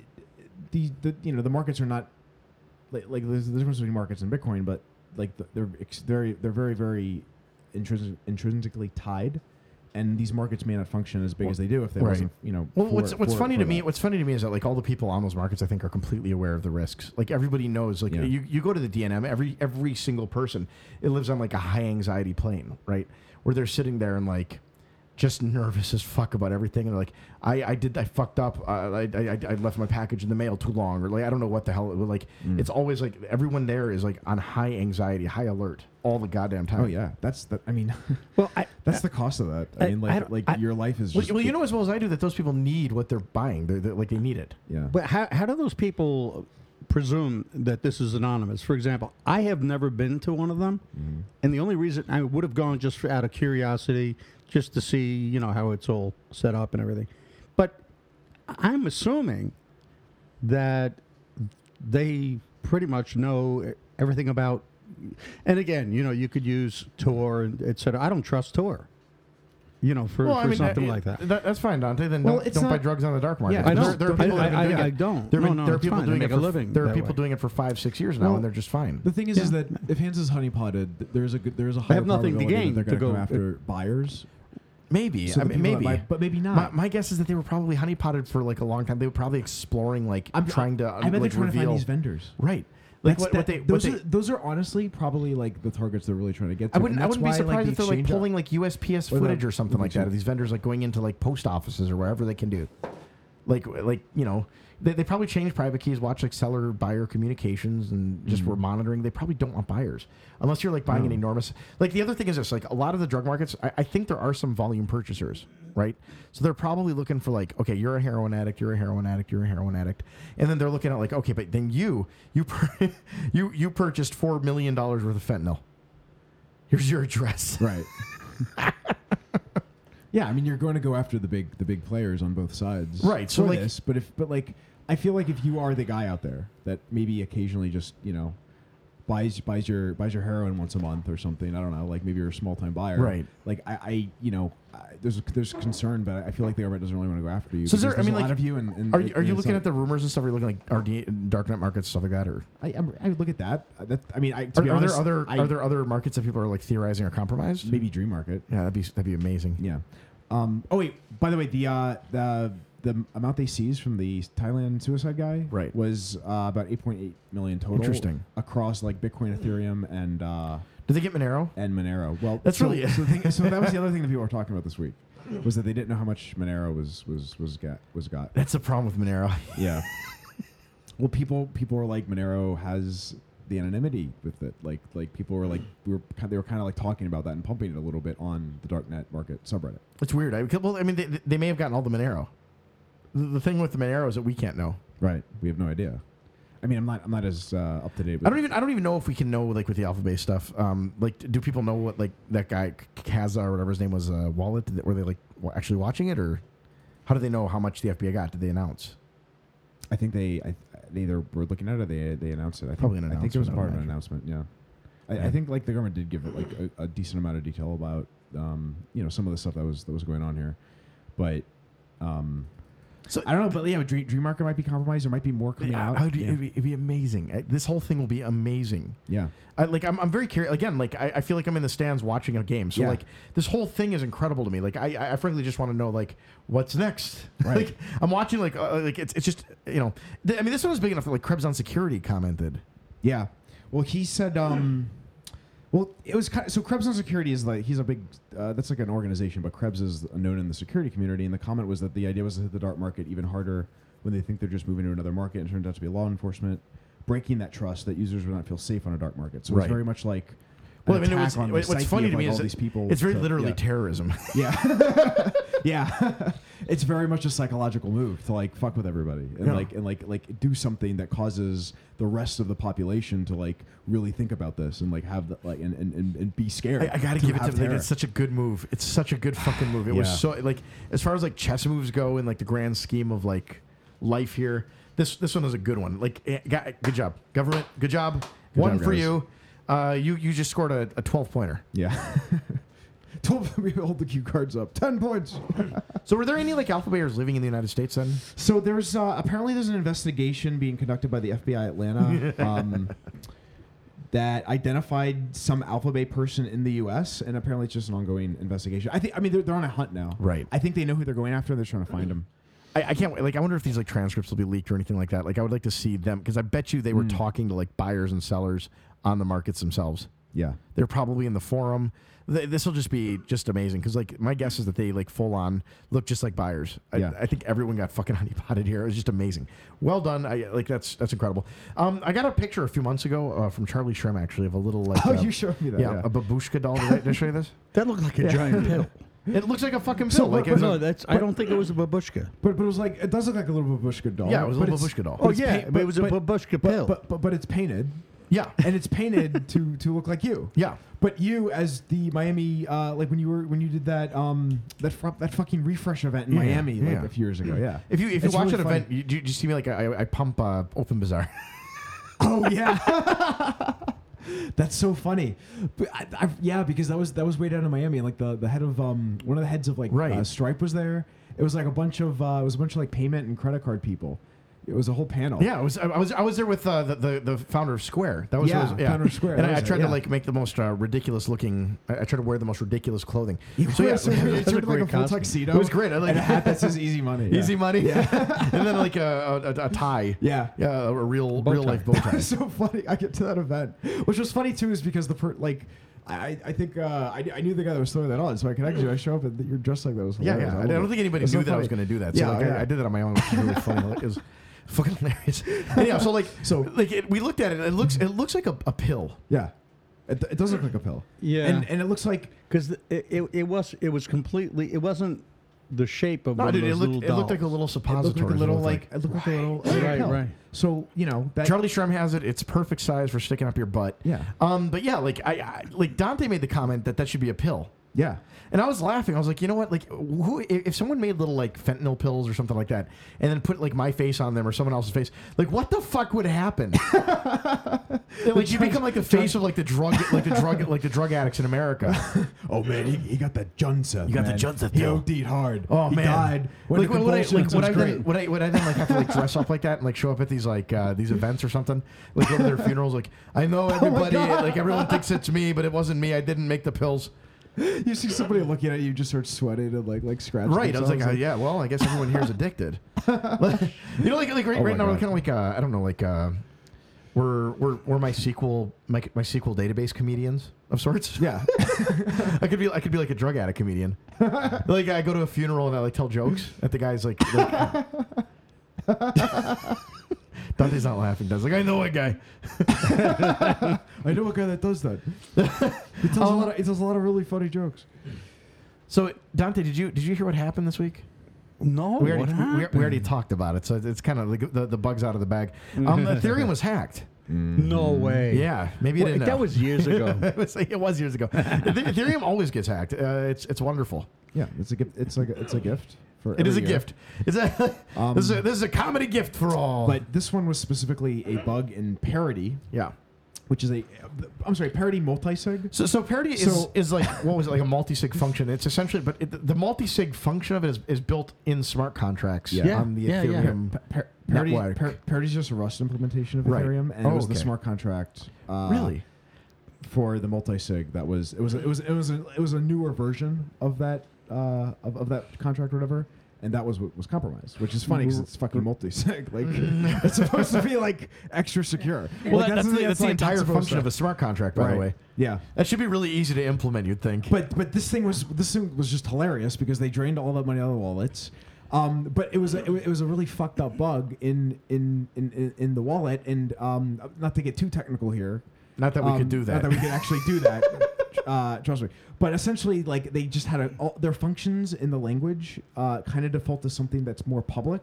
Speaker 2: the the you know the markets are not like, like there's the difference between markets and Bitcoin, but like the, they're ex- very they're very very intrinsic, intrinsically tied, and these markets may not function as big as they do if they
Speaker 1: Right.
Speaker 2: wasn't you know.
Speaker 1: Well,
Speaker 2: for-
Speaker 1: what's what's
Speaker 2: for-
Speaker 1: funny
Speaker 2: for
Speaker 1: to me,
Speaker 2: that.
Speaker 1: what's funny to me is that like all the people on those markets, I think, are completely aware of the risks. Like everybody knows. Like
Speaker 2: Yeah.
Speaker 1: you, you go to the DNM, every every single person, it lives on like a high anxiety plane, right? Where they're sitting there and like just nervous as fuck about everything, and they're like, I I did I fucked up, uh, I I I- I left my package in the mail too long, or like I don't know what the hell. Like
Speaker 2: Mm.
Speaker 1: it's always like everyone there is like on high anxiety, high alert all the goddamn time.
Speaker 2: oh yeah, that's that. I mean,
Speaker 3: Well, I,
Speaker 2: that's the cost of that. I,
Speaker 3: I-
Speaker 2: mean,
Speaker 3: I
Speaker 2: like
Speaker 3: don't-
Speaker 2: like
Speaker 3: I-
Speaker 2: your life is
Speaker 1: Well,
Speaker 2: just
Speaker 1: well, you know as well as I do that those people need what they're buying. They're, they're like they need it.
Speaker 2: yeah.
Speaker 3: But how, how do those people presume that this is anonymous? For example, I have never been to one of them, and the only reason I would have gone just for, out of curiosity, just to see you know how it's all set up and everything. But I'm assuming that they pretty much know everything about. And again, you know, you could use Tor, and et cetera. I don't trust Tor. You know, for, for something
Speaker 1: uh,
Speaker 3: like that.
Speaker 1: That's fine, Dante. Then
Speaker 2: Well,
Speaker 1: don't,
Speaker 2: it's
Speaker 1: don't buy
Speaker 2: not-
Speaker 1: drugs on the dark market.
Speaker 2: Yeah,
Speaker 1: There-
Speaker 2: I
Speaker 1: there,
Speaker 2: don't.
Speaker 1: are people
Speaker 3: I-
Speaker 1: that have been
Speaker 3: I-
Speaker 1: doing
Speaker 3: I
Speaker 1: it.
Speaker 3: don't.
Speaker 1: There, have
Speaker 3: No,
Speaker 1: been-
Speaker 3: no,
Speaker 1: there are
Speaker 3: it's
Speaker 1: people
Speaker 3: fine. They
Speaker 1: doing
Speaker 3: make
Speaker 1: it
Speaker 3: a
Speaker 1: for,
Speaker 3: living
Speaker 1: There are
Speaker 3: that
Speaker 1: people
Speaker 3: way.
Speaker 1: doing it for five, six years now,
Speaker 2: Well,
Speaker 1: and they're just fine.
Speaker 2: The thing is, is
Speaker 3: Yeah.
Speaker 2: that if Hans is honeypotted, th- there's a good, there's a higher
Speaker 3: have nothing to
Speaker 2: probability that
Speaker 3: gain
Speaker 2: they're
Speaker 3: to
Speaker 2: gonna
Speaker 3: go-
Speaker 2: come after buyers.
Speaker 1: Maybe,
Speaker 2: So
Speaker 1: I
Speaker 2: the
Speaker 1: mean,
Speaker 2: people that
Speaker 1: maybe,
Speaker 2: buy- but maybe
Speaker 1: My,
Speaker 2: not.
Speaker 1: my guess is that they were probably honeypotted for like a long time. They were probably exploring, like trying to, uh,
Speaker 2: I bet
Speaker 1: like,
Speaker 2: they're trying
Speaker 1: reveal.
Speaker 2: to find these vendors.
Speaker 1: Right, like
Speaker 2: That's-
Speaker 1: what,
Speaker 2: that-
Speaker 1: what they, what
Speaker 2: those,
Speaker 1: they.
Speaker 2: are, those are honestly probably like the targets they're really trying to get. To.
Speaker 1: I wouldn't.
Speaker 2: and
Speaker 1: I
Speaker 2: that's
Speaker 1: wouldn't be
Speaker 2: why,
Speaker 1: surprised
Speaker 2: the
Speaker 1: if they're like
Speaker 2: exchange-
Speaker 1: pulling like USPS
Speaker 2: Or the-
Speaker 1: footage or something
Speaker 2: the
Speaker 1: like that. Of
Speaker 2: exchange-
Speaker 1: these vendors like going into like post offices or wherever they can do, like like you know, they, they probably change private keys, watch like seller buyer communications, and just
Speaker 2: Mm-hmm.
Speaker 1: were monitoring. They probably don't want buyers unless you're like buying an enormous. Like the other thing is this: like a lot of the drug markets, I, I think there are some volume purchasers. Right, so they're probably looking for like, okay, you're a heroin addict, you're a heroin addict, you're a heroin addict, and then they're looking at like, okay, but then you, you, pur- you, you purchased four million dollars worth of fentanyl. Here's your address.
Speaker 2: Right. yeah, I mean, you're going to go after the big the big players on both sides.
Speaker 1: Right, so,
Speaker 2: for
Speaker 1: like-
Speaker 2: this, but if but like, I feel like if you are the guy out there that maybe occasionally just you know. Buys, buys your buys your heroin once a month or something. I don't know. Like maybe you're a small time buyer.
Speaker 1: Right.
Speaker 2: Like I, I you know, I, there's there's concern, but I feel like the government doesn't really want to go after you.
Speaker 1: So is there- I
Speaker 2: because
Speaker 1: mean,
Speaker 2: there's a lot
Speaker 1: like,
Speaker 2: of you and, and
Speaker 1: Are
Speaker 2: it-
Speaker 1: you, are you
Speaker 2: it's
Speaker 1: looking
Speaker 2: like-
Speaker 1: at the rumors and stuff? Are you looking like RD, darknet markets stuff like that, or
Speaker 2: I, I'm, I would look at that. Uh, that I mean, I, to
Speaker 1: are,
Speaker 2: be
Speaker 1: are
Speaker 2: honest,
Speaker 1: there other
Speaker 2: I,
Speaker 1: are there other markets that people are like theorizing are compromised?
Speaker 2: maybe Dream Market?
Speaker 1: Yeah, that'd be that'd be amazing.
Speaker 2: Yeah. Um, oh wait, by the way, the uh, the the amount they seized from the Thailand suicide guy
Speaker 1: Right.
Speaker 2: was uh, about 8.8 million total.
Speaker 1: Interesting.
Speaker 2: Across like Bitcoin, Ethereum, and uh,
Speaker 1: Did they get Monero?
Speaker 2: and Monero. Well,
Speaker 1: That's
Speaker 2: so,
Speaker 1: really it.
Speaker 2: so, the thing, so that was the other thing that people were talking about this week was that they didn't know how much Monero was was was got was got.
Speaker 1: That's the problem with Monero.
Speaker 2: Yeah. well, people people were like Monero has the anonymity with it. Like like people were like we were kind they were kind of like talking about that and pumping it a little bit on the darknet market subreddit.
Speaker 1: it's weird. I, well, I mean, they, they may have gotten all the Monero. The, the thing with the Monero is that we can't know.
Speaker 2: Right. We have no idea. I mean, I'm not I'm not as uh, up to date. With
Speaker 1: I don't even I don't even know if we can know like with the alpha base stuff. Um, like, do people know what like that guy Kaza or whatever his name was uh, wallet? Did they- were they like wa- actually watching it, or how do they know how much the FBI got? Did they announce? e-,
Speaker 2: I think they I, they either were looking at it or they they announced it. I think,
Speaker 1: Probably an
Speaker 2: I think there
Speaker 1: announcement,
Speaker 2: was
Speaker 1: I
Speaker 2: a part
Speaker 1: would
Speaker 2: of an
Speaker 1: imagine.
Speaker 2: announcement. Yeah. I,
Speaker 1: Yeah.
Speaker 2: I think like the government did give it like a, a decent amount of detail about um, you know some of the stuff that was that was going on here, but. Um,
Speaker 1: So-
Speaker 2: I don't know, but yeah, Dream, Dream Market might be compromised. There might be more coming
Speaker 1: Yeah,
Speaker 2: out.
Speaker 1: I would be-
Speaker 2: yeah.
Speaker 1: it'd, be, it'd be amazing. Uh, This whole thing will be amazing.
Speaker 2: Yeah.
Speaker 1: I, like I'm, I'm very curious. Again, like I, I feel like I'm in the stands watching a game. So
Speaker 2: Yeah.
Speaker 1: like this whole thing is incredible to me. Like I, I- I frankly just want to know like what's next.
Speaker 2: Right.
Speaker 1: like uh, I'm watching like uh, like it's, it's just you know th- I mean this one was big enough that like Krebs on Security commented
Speaker 2: Yeah. Well, he said. Um, well, it was kind of, so. Krebs on security is like he's a big. Uh, that's like an organization, but Krebs is known in the security community. And the comment was that the idea was to hit the dark market even harder when they think they're just moving to another market and it turns out to be law enforcement, breaking that trust that users would not feel safe on a dark market. So
Speaker 1: Right.
Speaker 2: it's very much like. an
Speaker 1: Well, I mean, it
Speaker 2: attack
Speaker 1: was,
Speaker 2: on the
Speaker 1: what's
Speaker 2: psyche
Speaker 1: funny
Speaker 2: of,
Speaker 1: to me is
Speaker 2: like, all
Speaker 1: that
Speaker 2: these people.
Speaker 1: It's very
Speaker 2: to-
Speaker 1: literally
Speaker 2: yeah.
Speaker 1: terrorism.
Speaker 2: Yeah. yeah. it's very much a psychological move to like fuck with everybody and
Speaker 1: Yeah.
Speaker 2: like and like like do something that causes the rest of the population to like really think about this and like have the, like and, and, and, and be scared.
Speaker 1: I, I gotta give it to
Speaker 2: have
Speaker 1: them. They
Speaker 2: terror.
Speaker 1: did such a good move. It's such a good fucking move. It
Speaker 2: Yeah.
Speaker 1: was so like as far as like chess moves go in like the grand scheme of like life here. This this one is a good one. Like eh, ga- good job, government. Good job.
Speaker 2: Good
Speaker 1: one
Speaker 2: job,
Speaker 1: for
Speaker 2: guys.
Speaker 1: you. Uh, you you just scored a, a twelve pointer.
Speaker 2: Yeah. Told them we hold the cue cards up. Ten points.
Speaker 1: So were there any like alpha bears living in the United States then?
Speaker 2: So there's uh, apparently there's an investigation being conducted by the FBI Atlanta um, that identified some Alpha Bay person in the U.S. and apparently it's just an ongoing investigation. I think I mean they're, they're on a hunt now.
Speaker 1: Right.
Speaker 2: I think they know who they're going after. and They're trying to find them.
Speaker 1: I, I can't wait. Like I wonder if these like transcripts will be leaked or anything like that. Like I would like to see them because I bet you they
Speaker 2: Hmm.
Speaker 1: were talking to like buyers and sellers on the markets themselves.
Speaker 2: Yeah.
Speaker 1: They're probably in the forum. This will just be just amazing because, like, my guess is that they like full on look just like buyers. I,
Speaker 2: Yeah.
Speaker 1: I think everyone got fucking honey potted here. It was just amazing. Well done. I like that's that's incredible. Um, I got a picture a few months ago uh, from Charlie Shrem actually of a little like
Speaker 2: Oh,
Speaker 1: uh,
Speaker 2: you showed me that.
Speaker 1: yeah,
Speaker 2: Yeah.
Speaker 1: a babushka doll. Did I, did I show you this?
Speaker 3: That looked like a giant pill.
Speaker 1: It looks like a fucking pill.
Speaker 2: So,
Speaker 1: like
Speaker 2: but-
Speaker 1: it's
Speaker 2: but
Speaker 1: a-
Speaker 3: No, that's. I don't think it was a babushka.
Speaker 2: But but it was like it does look like a little babushka doll.
Speaker 1: yeah, it was a
Speaker 2: but
Speaker 1: little
Speaker 2: it's-
Speaker 1: babushka doll.
Speaker 3: Oh
Speaker 2: it's
Speaker 3: yeah,
Speaker 2: pa-
Speaker 3: but,
Speaker 2: but-
Speaker 3: it was a
Speaker 2: but-
Speaker 3: babushka
Speaker 2: But,
Speaker 3: pill.
Speaker 2: but but but it's painted,
Speaker 1: yeah,
Speaker 2: and it's painted to to look like you.
Speaker 1: yeah.
Speaker 2: But you, as the Miami, uh, like when you were when you did that um that fr- that fucking refresh event in
Speaker 1: Yeah,
Speaker 2: Miami
Speaker 1: yeah. Mm.
Speaker 2: like a few years ago, yeah.
Speaker 1: If you if you
Speaker 2: It's
Speaker 1: watch
Speaker 2: really
Speaker 1: an
Speaker 2: funny.
Speaker 1: event, you, you, you see me like I, I pump uh, Open Bazaar.
Speaker 2: oh yeah, that's so funny. But I, I, yeah, because that was that was way down in Miami, and like the the head of um one of the heads of like
Speaker 1: Right.
Speaker 2: uh, Stripe was there. It was like a bunch of uh, it was a bunch of like payment and credit card people. It was a whole panel.
Speaker 1: Yeah, I was I I was I was there with uh, the, the the founder of Square. That was
Speaker 2: Yeah,
Speaker 1: who was, yeah.
Speaker 2: founder of Square,
Speaker 1: And
Speaker 2: that
Speaker 1: I, I
Speaker 2: was it,
Speaker 1: tried
Speaker 2: yeah.
Speaker 1: to like make the most uh, ridiculous looking. I, I tried to wear the most ridiculous clothing.
Speaker 2: You
Speaker 1: so
Speaker 2: were-
Speaker 1: yeah,
Speaker 2: so you
Speaker 3: that's a
Speaker 2: turned, like
Speaker 3: great
Speaker 2: a full
Speaker 3: costume.
Speaker 2: tuxedo.
Speaker 1: it was great. I like
Speaker 2: and a hat that says easy money.
Speaker 1: easy money. and then like a a, a, a tie.
Speaker 2: Yeah.
Speaker 1: yeah, a real
Speaker 3: Bow
Speaker 1: real
Speaker 3: tie.
Speaker 1: life bow
Speaker 2: That
Speaker 1: tie.
Speaker 2: was so funny. I get to that event, which was funny too, is because the per- like. I, I think uh, I, I knew the guy that was throwing that on, so I connected you. I show up and you're dressed like that. It was
Speaker 1: yeah,
Speaker 2: hilarious.
Speaker 1: yeah. I,
Speaker 2: love
Speaker 1: don't
Speaker 2: it.
Speaker 1: think anybody
Speaker 2: It's
Speaker 1: knew
Speaker 2: so
Speaker 1: that I was
Speaker 2: funny.
Speaker 1: going to do that. So
Speaker 2: Yeah,
Speaker 1: like,
Speaker 2: yeah.
Speaker 1: I, I did it on my own, which was really funny. Like, it was fucking hilarious. Anyhow, so like
Speaker 2: So-
Speaker 1: so like it, we looked at it. It looks it looks like a, a pill.
Speaker 2: Yeah, it, it does look like a pill.
Speaker 3: Yeah.
Speaker 2: and and it looks like
Speaker 3: Because it, it, it was it was completely it wasn't the shape of
Speaker 1: No,
Speaker 3: one
Speaker 1: dude,
Speaker 3: of
Speaker 1: it
Speaker 3: those
Speaker 1: looked
Speaker 3: little
Speaker 1: it looked like a
Speaker 3: dolls.
Speaker 1: little
Speaker 2: it
Speaker 1: suppository.
Speaker 2: looked like a
Speaker 1: is what it
Speaker 2: little
Speaker 1: looked
Speaker 2: like it looked like a little a little
Speaker 3: Right,
Speaker 2: pill.
Speaker 3: right.
Speaker 2: So you know that
Speaker 1: Charlie Shrem has it. It's perfect size for sticking up your butt.
Speaker 2: Yeah.
Speaker 1: Um. But yeah, like I, I like Dante made the comment that that should be a pill,
Speaker 2: Yeah,
Speaker 1: and I was laughing. I was like, you know what? Like, who? If if someone made little like fentanyl pills or something like that, and then put like my face on them or someone else's face, like what the fuck would happen? like you become like the face of like the drug, like the drug, like the drug addicts in America.
Speaker 2: Oh man, he, he got that Junsa.
Speaker 1: You got the
Speaker 2: man.
Speaker 1: Junsa
Speaker 2: He
Speaker 1: pill.
Speaker 2: OD'd hard.
Speaker 1: Oh
Speaker 2: he
Speaker 1: man!
Speaker 2: died. Went
Speaker 1: Like
Speaker 2: into
Speaker 1: what, what I like
Speaker 2: convulsions.
Speaker 1: what
Speaker 2: It
Speaker 1: I
Speaker 2: was
Speaker 1: then
Speaker 2: great.
Speaker 1: what I what I then like have to like dress up like that and like show up at these like uh, these events or something like over their funerals like I know everybody
Speaker 2: Oh God.
Speaker 1: like everyone thinks it's me but it wasn't me I didn't make the pills
Speaker 2: You see somebody looking at you, you just start sweating and like like scratching.
Speaker 1: right I was like,
Speaker 2: themselves,
Speaker 1: uh, yeah well I guess everyone here is addicted you know like like right,
Speaker 2: Oh,
Speaker 1: right
Speaker 2: my
Speaker 1: now we're
Speaker 2: God.
Speaker 1: kind of like uh, I don't know like uh, we're we're we're my sequel my my sequel database comedians of sorts
Speaker 2: yeah.
Speaker 1: I could be I could be like a drug addict comedian like I go to a funeral and I like tell jokes at the guy's like, like Dante's not laughing. Does like I know a guy.
Speaker 2: I know a guy that does that. he tells a
Speaker 1: Um,
Speaker 2: lot. Of, he tells a lot of really funny jokes.
Speaker 1: So Dante, did you did you hear what happened this week?
Speaker 3: no.
Speaker 1: we already we-
Speaker 3: what
Speaker 1: we, we already
Speaker 3: happened?
Speaker 1: talked about it, so it's- it's kind of like the, the bugs out of the bag. Um, Ethereum was hacked.
Speaker 3: no way.
Speaker 1: Yeah, maybe you
Speaker 3: Well,
Speaker 1: didn't.
Speaker 3: that
Speaker 1: know.
Speaker 3: was years ago.
Speaker 1: it, was, it was years ago. Ether- Ethereum always gets hacked. Uh, it's it's wonderful.
Speaker 2: Yeah, it's a gift. It's like a, it's a gift for.
Speaker 1: It is a
Speaker 2: every year.
Speaker 1: gift. It's a,
Speaker 2: Um,
Speaker 1: this, is a, this is a comedy gift for all.
Speaker 2: But this one was specifically a bug in parody,
Speaker 1: yeah.
Speaker 2: which is a. I'm sorry, parody multisig.
Speaker 1: So, so parity is,
Speaker 2: So-
Speaker 1: is like what was it like a multi-sig function? It's essentially, but it, the multi-sig function of it is, is built in smart contracts
Speaker 2: Yeah.
Speaker 1: on the
Speaker 3: Yeah, yeah.
Speaker 1: Ethereum. uh,
Speaker 2: Pa- par- parody,
Speaker 1: Network.
Speaker 2: par- parody is just a Rust implementation of
Speaker 1: Right.
Speaker 2: Ethereum, and
Speaker 1: Oh,
Speaker 2: it was the
Speaker 1: okay.
Speaker 2: smart contract. Uh,
Speaker 1: Really?
Speaker 2: for the multisig that was it was it was it was a, it was a newer version of that uh, of, of that contract or whatever and that was what was compromised, which is funny because it's fucking multi-sig. Like it's supposed to be like extra secure.
Speaker 4: Well,
Speaker 2: Like,
Speaker 4: that- that's the- that's the
Speaker 2: like,
Speaker 4: entire
Speaker 2: supposed
Speaker 1: function
Speaker 2: to-
Speaker 1: of a smart contract, by the
Speaker 2: Right.
Speaker 1: way.
Speaker 2: Yeah,
Speaker 1: That should be really easy to implement, you'd think.
Speaker 2: but but this thing was this thing was just hilarious because they drained all that money out of the wallets. Um, but it was a, it wa- it was a really fucked up bug in in in, in, in the wallet, and um, not to get too technical here.
Speaker 1: Not that we
Speaker 2: um,
Speaker 1: could do
Speaker 2: Not
Speaker 1: that.
Speaker 2: that we could actually do that. uh, trust me. But essentially, like they just had a, all their functions in the language uh, kind of default to something that's more public.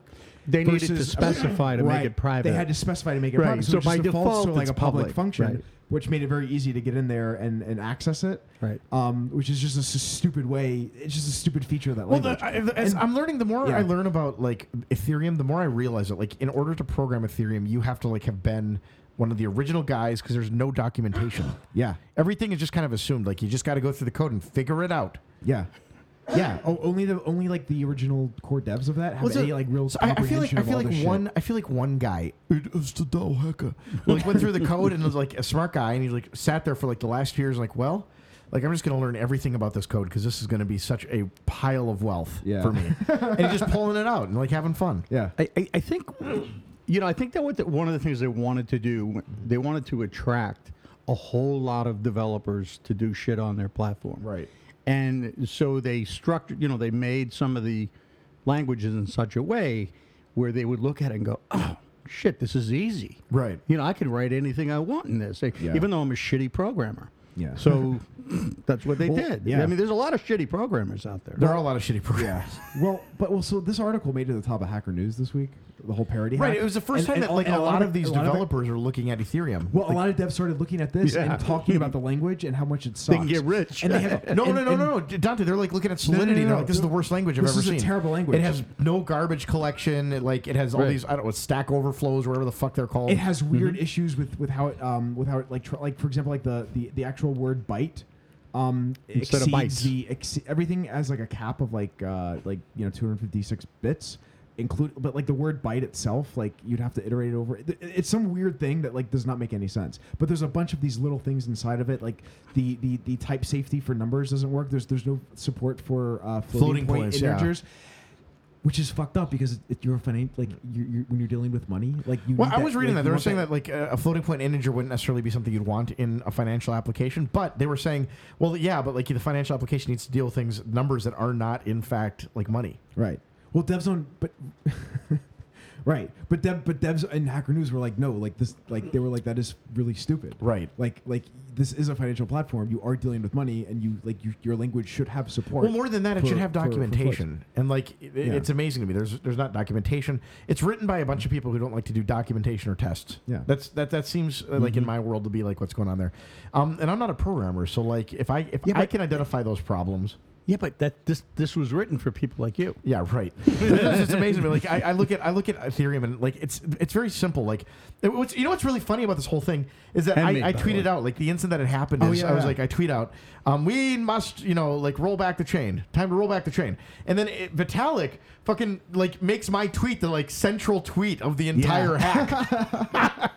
Speaker 3: They needed to
Speaker 2: versus-
Speaker 3: specify to make
Speaker 2: Right.
Speaker 3: it private.
Speaker 2: They had to specify to make it
Speaker 3: Right.
Speaker 2: private. So,
Speaker 3: So
Speaker 2: it just
Speaker 3: by
Speaker 2: defaults
Speaker 3: default,
Speaker 2: to like
Speaker 3: it's
Speaker 2: a public,
Speaker 3: public.
Speaker 2: function,
Speaker 3: Right.
Speaker 2: which made it very easy to get in there and, and access it.
Speaker 3: Right.
Speaker 2: Um, which is just a s- stupid way. It's just a stupid feature of that
Speaker 1: Well,
Speaker 2: language.
Speaker 1: the, I, as
Speaker 2: And-
Speaker 1: I'm learning, the more
Speaker 2: Yeah.
Speaker 1: I learn about like Ethereum, the more I realize that like in order to program Ethereum, you have to like have been one of the original guys because there's no documentation.
Speaker 2: yeah.
Speaker 1: Everything is just kind of assumed. Like you just got to go through the code and figure it out.
Speaker 2: Yeah. Yeah. Oh, only the only like the original core devs of that have
Speaker 1: Was
Speaker 2: any
Speaker 1: it-
Speaker 2: like real
Speaker 1: so I, I feel like
Speaker 2: comprehension
Speaker 1: I feel
Speaker 2: of all this
Speaker 1: like
Speaker 2: shit.
Speaker 1: one I feel like one guy it is the Dow hacker like went through the code and was like a smart guy and he like sat there for like the last few years like well like I'm just gonna learn everything about this code because this is gonna be such a pile of wealth
Speaker 2: Yeah.
Speaker 1: for me and he's just pulling it out and like having fun
Speaker 2: Yeah.
Speaker 3: I, I, I think, you know, I think that what the, one of the things they wanted to do, they wanted to attract a whole lot of developers to do shit on their platform.
Speaker 2: Right.
Speaker 3: And so they structured, you know, they made some of the languages in such a way where they would look at it and go, oh, shit, this is easy.
Speaker 1: right
Speaker 3: You know, I can write anything I want in this, like,
Speaker 2: Yeah.
Speaker 3: even though I'm a shitty programmer.
Speaker 2: Yeah.
Speaker 3: So that's what they
Speaker 2: Well,
Speaker 3: did.
Speaker 2: yeah.
Speaker 3: I mean, there's a lot of shitty programmers out there.
Speaker 1: there are a lot of shitty programs.
Speaker 2: Yeah. well, but well, so this article made it to the top of Hacker News this week. The whole parody.
Speaker 1: Right,
Speaker 2: hack.
Speaker 1: it was the first
Speaker 2: And-
Speaker 1: time
Speaker 2: and
Speaker 1: that
Speaker 2: all-
Speaker 1: like
Speaker 2: and
Speaker 1: a lot of these
Speaker 2: a lot of it-
Speaker 1: developers are looking at Ethereum.
Speaker 2: Well, a lot of devs started looking at this
Speaker 3: Yeah.
Speaker 2: and talking about the language and how much it sucks.
Speaker 3: They can get rich.
Speaker 2: And they have
Speaker 1: No,
Speaker 2: and-
Speaker 1: no, no,
Speaker 2: and-
Speaker 1: no, no, Dante. They're like looking at Solidity.
Speaker 2: no,
Speaker 1: They're
Speaker 2: no.
Speaker 1: like, this is the worst language I've
Speaker 2: This
Speaker 1: ever
Speaker 2: is a
Speaker 1: seen.
Speaker 2: terrible language.
Speaker 1: It has no garbage collection. It, like it has all
Speaker 3: Right.
Speaker 1: these. I don't know, Stack Overflows, whatever the fuck they're called.
Speaker 2: It has weird
Speaker 1: Mm-hmm.
Speaker 2: issues with with how it um with how it like tr- like for example like the the, the actual word byte. Um,
Speaker 3: Instead of
Speaker 2: exceeds
Speaker 3: bytes.
Speaker 2: the ex- everything has like a cap of like uh like you know 256 bits include but like the word byte itself like you'd have to iterate over it. Th- it's some weird thing that like does not make any sense but there's a bunch of these little things inside of it like the the, the type safety for numbers doesn't work there's there's no support for uh floating,
Speaker 1: Floating
Speaker 2: point
Speaker 1: points, yeah.
Speaker 2: integers which is fucked up because it, it, you're finan- like you're, you're, when you're dealing with money, like you.
Speaker 1: Well,
Speaker 2: need
Speaker 1: I was reading that
Speaker 2: like,
Speaker 1: they
Speaker 2: you
Speaker 1: were
Speaker 2: want
Speaker 1: saying that, like a a floating point integer wouldn't necessarily be something you'd want in a financial application, but they were saying, well, yeah, but like the financial application needs to deal with things numbers that are not in fact like money.
Speaker 2: right. Well, devs on, but right, but dev, but devs and Hacker News were like, no, like this, like they were like, that is really stupid.
Speaker 1: Right.
Speaker 2: Like, like this is a financial platform. You are dealing with money, and you like you, your language should have support.
Speaker 1: Well, more than that, it
Speaker 2: for-
Speaker 1: should have
Speaker 2: for- for floats.
Speaker 1: documentation, and like it,
Speaker 2: Yeah.
Speaker 1: it's amazing to me. There's there's not documentation. It's written by a bunch of people who don't like to do documentation or tests.
Speaker 2: Yeah. Mm-hmm.
Speaker 1: that's that that seems uh, like in my world to be like what's going on there. Um, and I'm not a programmer, so like if I if I can identify those problems,
Speaker 3: yeah, but that this this was written for people like you.
Speaker 1: yeah, right. it's just amazing. to me. Like I, I look at I look at Ethereum and like it's it's very simple. Like it, what's, you know what's really funny about this whole thing is that
Speaker 3: And
Speaker 1: I,
Speaker 3: me,
Speaker 1: I
Speaker 3: by the
Speaker 1: tweeted
Speaker 3: way.
Speaker 1: out like the instant that it happened
Speaker 2: Oh,
Speaker 1: is
Speaker 2: yeah,
Speaker 1: I was
Speaker 2: yeah.
Speaker 1: like I tweet out um, we must you know like roll back the chain. Time to roll back the chain. And then it, Vitalik fucking like makes my tweet the like central tweet of the entire hack.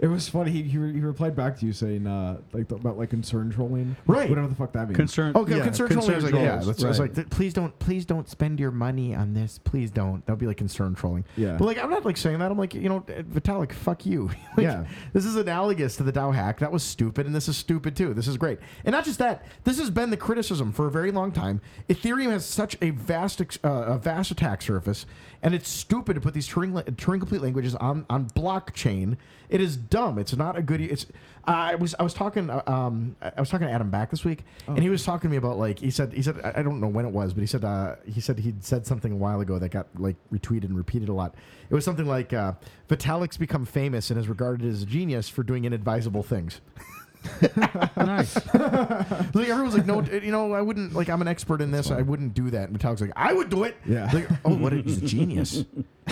Speaker 2: It was funny. He, he, re- he replied back to you saying uh, like th- about like concern trolling,
Speaker 1: Right.
Speaker 2: Whatever the fuck that means.
Speaker 3: Concern.
Speaker 1: Okay,
Speaker 3: yeah,
Speaker 1: Oh, concern trolling. is Like, yeah,
Speaker 3: trolls,
Speaker 1: that's, it's
Speaker 3: right.
Speaker 1: like th- please don't, please don't spend your money on this. Please don't. That'd be like concern trolling.
Speaker 2: Yeah.
Speaker 1: But like, I'm not like saying that. I'm like, you know, eh, Vitalik, fuck you. Like,
Speaker 2: Yeah.
Speaker 1: This is analogous to the Dow hack. That was stupid, and this is stupid too. This is great, and not just that. This has been the criticism for a very long time. Ethereum has such a vast, ex- uh, a vast attack surface, and it's stupid to put these Turing, la- Turing complete languages on on blockchain. It is dumb. It's not a good. It's. I was I was talking uh, um I was talking to Adam back this week, and he was talking to me about like he said he said I I don't know when it was, but he said uh, he said he'd said something a while ago that got like retweeted and repeated a lot. It was something like uh, Vitalik's become famous and is regarded as a genius for doing inadvisable things.
Speaker 3: nice.
Speaker 1: Like everyone's like, no, you know, I wouldn't like. I'm an expert in this. I wouldn't do that. And Vitalik's like, I would do it.
Speaker 2: Yeah.
Speaker 1: Like, oh, what? A, he's a genius.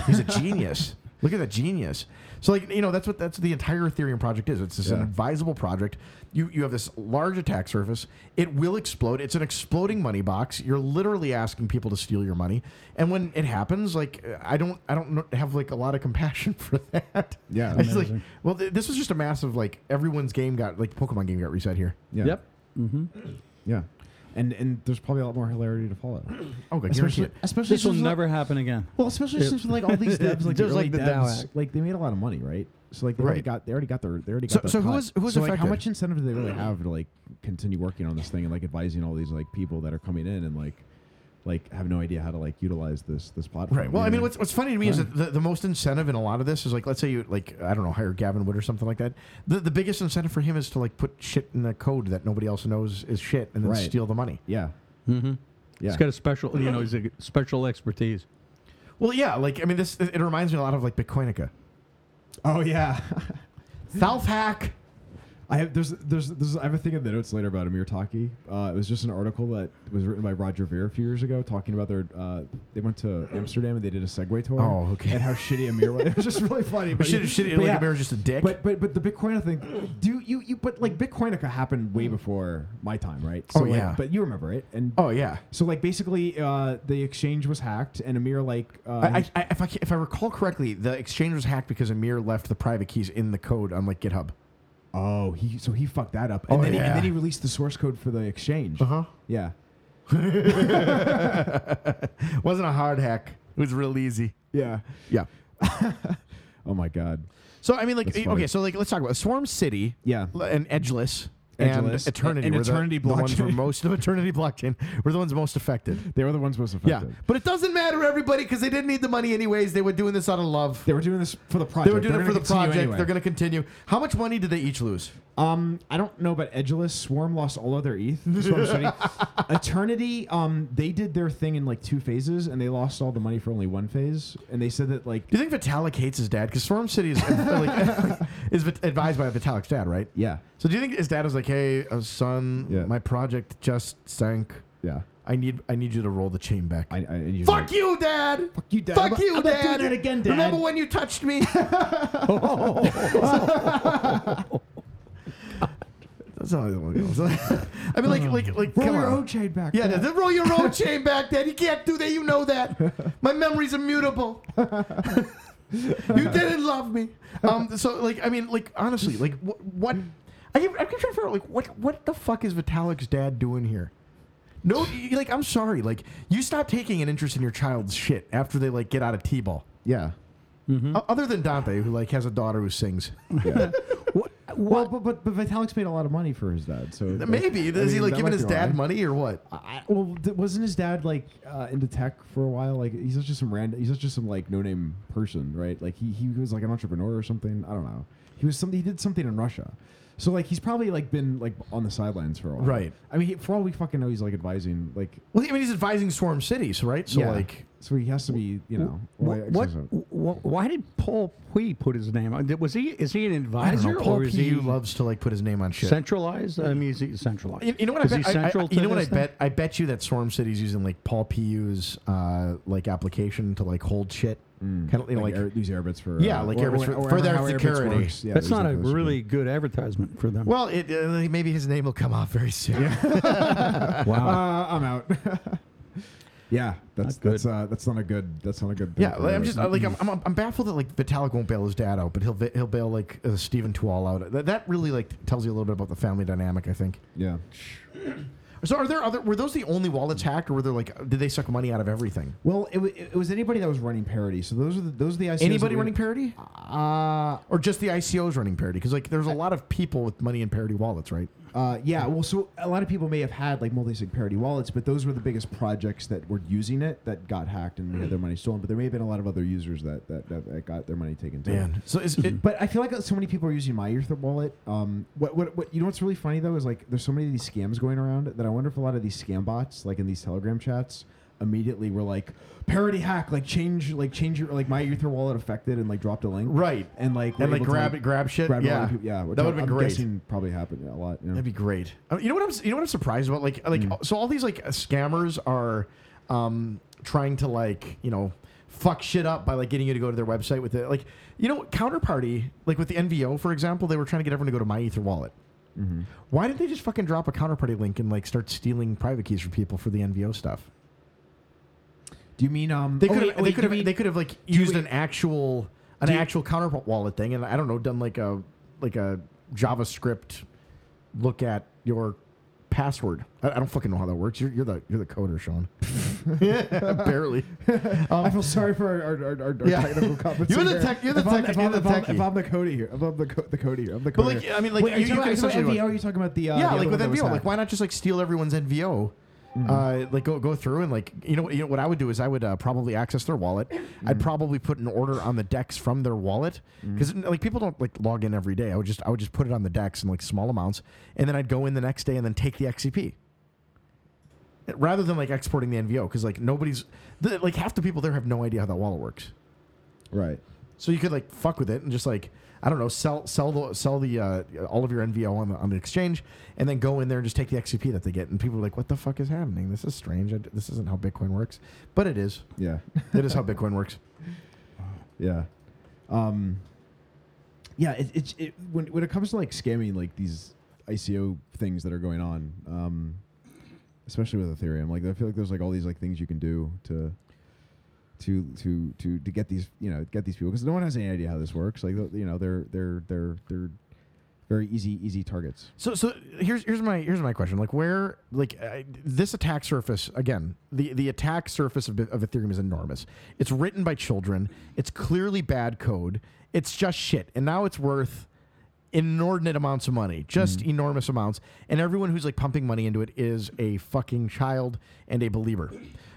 Speaker 1: He's a genius. Look at that genius. So like, you know, that's what that's what the entire Ethereum project is. It's just an
Speaker 2: Yeah.
Speaker 1: advisable project. You you have this large attack surface. It will explode. It's an exploding money box. You're literally asking people to steal your money. And when it happens, like, I don't I don't know- have like a lot of compassion for that.
Speaker 2: Yeah.
Speaker 1: I just like, well, th- this was just a
Speaker 3: Mm-hmm.
Speaker 1: massive like everyone's game got like Pokemon game got reset here.
Speaker 2: Yeah.
Speaker 3: Yep.
Speaker 2: Yeah. and and there's probably a lot more hilarity to follow.
Speaker 1: Oh, God, guarantee
Speaker 2: especially,
Speaker 1: it.
Speaker 2: especially
Speaker 3: This will
Speaker 2: since, like-
Speaker 3: never happen again.
Speaker 2: Well, especially
Speaker 3: It-
Speaker 2: since like all these devs, like
Speaker 3: Just
Speaker 2: the early
Speaker 3: like the Dow
Speaker 2: devs,
Speaker 3: Act.
Speaker 2: like they made a lot of money, right? So like they already
Speaker 1: Right.
Speaker 2: got they already got their they already got
Speaker 1: So-
Speaker 2: their
Speaker 1: so who
Speaker 2: cut.
Speaker 1: was- who was
Speaker 2: so, like, how
Speaker 1: affected?
Speaker 2: much incentive do they really have to like continue working on this thing and like advising all these like people that are coming in and like like have no idea how to like utilize this this platform?
Speaker 1: Right. Well,
Speaker 2: you
Speaker 1: I mean,
Speaker 2: know?
Speaker 1: what's, what's funny to me is that the, the most incentive in a lot of this is like, let's say you like, I don't know, hire Gavin Wood or something like that. The, the biggest incentive for him is to like put shit in the code that nobody else knows is shit and then
Speaker 2: Right.
Speaker 1: steal the money.
Speaker 2: yeah,
Speaker 3: Mm-hmm.
Speaker 2: yeah.
Speaker 3: He's got a special, you know, he's a special expertise.
Speaker 1: Well, yeah. Like, I mean, this, it reminds me a lot of like Bitcoinica.
Speaker 2: oh yeah.
Speaker 1: Self hack.
Speaker 2: I have there's there's there's I have a thing in the notes later about Amir Taki. Uh, it was just an article that was written by Roger Ver a few years ago talking about their uh, they went to Amsterdam and they did a Segway tour.
Speaker 1: Oh, okay.
Speaker 2: And how shitty Amir was. It was just really funny. But
Speaker 1: Shit,
Speaker 2: he-
Speaker 1: shit,
Speaker 2: but
Speaker 1: like
Speaker 2: yeah.
Speaker 1: a bear is just a dick.
Speaker 2: But but but the Bitcoin thing, do you you but like Bitcoinica happened way before my time, right?
Speaker 1: Oh,
Speaker 2: like,
Speaker 1: yeah.
Speaker 2: But you remember it, and
Speaker 1: oh, yeah.
Speaker 2: so like basically uh, the exchange was hacked, and Amir like uh,
Speaker 1: I, I, I- if, I, ca- if I recall correctly, the exchange was hacked because Amir left the private keys in the code on like GitHub.
Speaker 2: oh he so he fucked that up, and,
Speaker 1: Oh,
Speaker 2: then, he,
Speaker 1: yeah. Uh-huh.
Speaker 2: and then he released the source code for the exchange.
Speaker 1: huh.
Speaker 2: Yeah.
Speaker 1: Wasn't a hard hack. It was real easy.
Speaker 2: Yeah.
Speaker 1: Yeah.
Speaker 2: Oh my god.
Speaker 1: So I mean, like,
Speaker 2: That's
Speaker 1: eh,
Speaker 2: funny.
Speaker 1: okay, so like, let's talk about Swarm City,
Speaker 2: Yeah.
Speaker 1: l- and Edgeless,
Speaker 2: Edgeless.
Speaker 1: and Eternity,
Speaker 2: And
Speaker 1: were the-
Speaker 2: Eternity
Speaker 1: the ones were
Speaker 2: blockchain.
Speaker 1: most of Eternity blockchain were the ones most affected.
Speaker 2: They were the ones most
Speaker 1: Yeah,
Speaker 2: affected.
Speaker 1: but it doesn't matter, everybody, because they didn't need the money anyways. They were doing this out of love.
Speaker 2: They were doing this for the project.
Speaker 1: They were doing
Speaker 2: They're
Speaker 1: it for
Speaker 2: gonna
Speaker 1: the
Speaker 2: continue
Speaker 1: project.
Speaker 2: anyway.
Speaker 1: They're going to continue. How much money did they each lose?
Speaker 2: Um, I don't know about Edgeless. Swarm lost all of their ETH. That's what I'm saying. Eternity, um, they did their thing in like two phases, and they lost all the money for only one phase. And they said that like,
Speaker 1: Do you think Vitalik hates his dad? Because Swarm City is like, is vit- advised by Vitalik's dad, right?
Speaker 2: yeah,
Speaker 1: So do you think his dad was like, "Hey, uh, son,
Speaker 2: Yeah.
Speaker 1: my project just sank.
Speaker 2: yeah.
Speaker 1: I need I need you to roll the chain back."
Speaker 2: I, I, and you
Speaker 1: Fuck you, Dad! Fuck
Speaker 2: you, Dad. I'm
Speaker 1: Fuck
Speaker 2: not-
Speaker 1: you,
Speaker 2: I'm not
Speaker 1: Dad!
Speaker 2: doing that again, Dad.
Speaker 1: Remember when you touched me? That's not how it goes. I mean, like, like, like.
Speaker 2: Roll
Speaker 1: come
Speaker 2: your
Speaker 1: on.
Speaker 2: own chain back.
Speaker 1: Yeah,
Speaker 2: Dad.
Speaker 1: Dad. roll your own chain back, Dad. You can't do that. You know that. My memory's immutable. you didn't love me. Um. So, like, I mean, like, honestly, like, what? what I keep, I keep trying to figure out, like, what, what the fuck is Vitalik's dad doing here? No, you- like, I'm sorry. Like, you stop taking an interest in your child's shit after they like get out of t-ball.
Speaker 2: yeah.
Speaker 1: O- Other than Dante, who like has a daughter who sings.
Speaker 2: yeah.
Speaker 3: What,
Speaker 2: well, but, but but Vitalik's made a lot of money for his dad. So like,
Speaker 1: Maybe
Speaker 2: I
Speaker 1: is he
Speaker 2: mean,
Speaker 1: like
Speaker 2: that
Speaker 1: giving
Speaker 2: might
Speaker 1: his
Speaker 2: be
Speaker 1: dad
Speaker 2: why.
Speaker 1: money or what?
Speaker 2: I, well, th- wasn't his dad like uh, into tech for a while? Like he's just some random, he's just some like no name person, right? Like he, he was like an entrepreneur or something. I don't know. He was something. He did something in Russia, so like he's probably like been like on the sidelines for a while,
Speaker 1: Right.
Speaker 2: I mean, he, for all we fucking know, he's like advising like
Speaker 1: Well, I mean, he's advising Swarm Cities, right? So
Speaker 2: yeah.
Speaker 1: like,
Speaker 2: so he has to be you know
Speaker 3: Wha-
Speaker 2: why-
Speaker 3: what,
Speaker 2: so-
Speaker 3: wha- why did Paul Pui put his name on? Did, was he is he an
Speaker 1: I don't
Speaker 3: advisor
Speaker 1: know.
Speaker 3: or
Speaker 1: Paul
Speaker 3: is he
Speaker 1: PU loves to like put his name on shit.
Speaker 3: centralized? I mean, is he centralized?
Speaker 1: you, you know what? I
Speaker 3: Is he
Speaker 1: bet. I- I-
Speaker 3: central to
Speaker 1: you know what? I
Speaker 3: this thing?
Speaker 1: bet. I bet you that Swarm City's using like Paul PU's uh, like application to like hold shit.
Speaker 3: Mm.
Speaker 1: Kind of you know, like,
Speaker 2: like, air, these airbits for uh,
Speaker 1: Yeah, like airbits for- for
Speaker 2: however
Speaker 1: their
Speaker 2: how airbits
Speaker 1: security.
Speaker 2: works. Yeah, there's
Speaker 3: That's not a
Speaker 2: like those-
Speaker 3: really good advertisement for them.
Speaker 1: well, it, uh, maybe his name will come out very soon.
Speaker 2: Uh,
Speaker 3: wow.
Speaker 2: I'm out. yeah, that's
Speaker 3: good.
Speaker 2: that's uh, that's not a good that's not a good. thing
Speaker 1: Yeah,
Speaker 2: for
Speaker 1: like, I'm
Speaker 2: airbits.
Speaker 1: just uh, like I'm, I'm, I'm baffled that like Vitalik won't bail his dad out, but he'll ba- he'll bail like uh, Stephen Tual out. That, that really like tells you a little bit about the family dynamic, I think.
Speaker 2: yeah.
Speaker 1: So are there other? Were those the only wallets hacked, or were there like did they suck money out of everything?
Speaker 2: Well, it, w- it was anybody that was running parody. So those are the those are the ICOs. that
Speaker 1: Anybody
Speaker 2: were-
Speaker 1: running parity,
Speaker 2: Uh,
Speaker 1: or just the ICOs running parity? Because like there's a lot of people with money in parity wallets, right?
Speaker 2: uh, yeah. Well, so a lot of people may have had like multi-sig parody wallets, but those were the biggest projects that were using it that got hacked and had their money stolen. But there may have been a lot of other users that that, that, that got their money taken too.
Speaker 1: Man, so is it?
Speaker 2: But I feel like so many people are using my Ether wallet. Um, what, what, what, you know what's really funny though is like there's so many of these scams going around that I wonder if a lot of these scam bots, like in these Telegram chats, immediately were like parody hack, like change, like change your like my Ether wallet affected and like dropped a link,
Speaker 1: Right.
Speaker 2: And like
Speaker 1: And, like, grab it- grab shit?
Speaker 2: grab a lot
Speaker 1: Yeah.
Speaker 2: of people- yeah.
Speaker 1: That
Speaker 2: which I'm-
Speaker 1: would've been
Speaker 2: I'm
Speaker 1: great.
Speaker 2: Guessing probably happened a lot. You know?
Speaker 1: That'd be great. I mean, you know what I'm? s- You know what I'm surprised about? Like, like so all these like uh, scammers are um, trying to like you know fuck shit up by like getting you to go to their website with it. Like, you know, counterparty like with the NVO for example, they were trying to get everyone to go to my Ether wallet. Why didn't they just fucking drop a counterparty link and like start stealing private keys from people for the NVO stuff?
Speaker 2: Do you mean um?
Speaker 1: They
Speaker 2: oh,
Speaker 1: could
Speaker 2: wait,
Speaker 1: have. They
Speaker 2: wait,
Speaker 1: could
Speaker 2: you
Speaker 1: have.
Speaker 2: mean-
Speaker 1: They could have like used
Speaker 2: we-
Speaker 1: an actual an
Speaker 2: do you-
Speaker 1: actual counter wallet thing, and I don't know, done like a like a JavaScript look at your password. I, I don't fucking know how that works. You're, you're the you're the coder, Sean. Barely.
Speaker 2: I feel sorry for our, our, our, our, our
Speaker 1: oh, Yeah.
Speaker 2: technical competence.
Speaker 1: You're the
Speaker 2: here.
Speaker 1: tech- you're the
Speaker 2: If I'm-
Speaker 1: tech-
Speaker 2: if
Speaker 1: you're
Speaker 2: I'm-
Speaker 1: the
Speaker 2: if I'm-
Speaker 1: techie.
Speaker 2: If I'm the Cody here, I'm the, co- the Cody here. I'm the
Speaker 1: But
Speaker 2: coder.
Speaker 1: like, I mean, like
Speaker 2: Wait, are
Speaker 1: you,
Speaker 2: talking
Speaker 1: you could
Speaker 2: about-
Speaker 1: essentially
Speaker 2: NVO.
Speaker 1: like-
Speaker 2: Are you talking about the uh,
Speaker 1: yeah,
Speaker 2: the
Speaker 1: like
Speaker 2: other
Speaker 1: with
Speaker 2: one that was
Speaker 1: NVO,
Speaker 2: Mm-hmm.
Speaker 1: like
Speaker 2: hacked?
Speaker 1: why not just like steal everyone's NVO? Uh, like go go through and like you know you know what I would do is I would uh, probably access their wallet.
Speaker 2: Mm-hmm.
Speaker 1: I'd probably put an order on the Dex from their wallet because like people don't like log in every day. I would just I would just put it on the Dex in like small amounts, and then I'd go in the next day and then take the XCP rather than like exporting the NVO because like nobody's the, like half the people there have no idea how that wallet works.
Speaker 2: Right.
Speaker 1: So you could like fuck with it and just like I don't know sell sell the sell the uh, all of your NVO on the on the exchange and then go in there and just take the XCP that they get and people are like what the fuck is happening this is strange I d this isn't how Bitcoin works but it is
Speaker 2: Yeah.
Speaker 1: it is how Bitcoin works
Speaker 2: Yeah. Um, yeah. It, it's it, when when it comes to like scamming, like these ICO things that are going on, um, especially with Ethereum, like I feel like there's like all these like things you can do to. To, to to to get these you know get these people because no one has any idea how this works like you know they're they're they're they're very easy easy targets
Speaker 1: So so here's here's my here's my question. Like where like I, this attack surface again, the the attack surface of, of Ethereum is enormous. It's written by children. It's clearly bad code. It's just shit. And now it's worth inordinate amounts of money, just
Speaker 3: Mm-hmm.
Speaker 1: enormous amounts. And everyone who's like pumping money into it is a fucking child and a believer.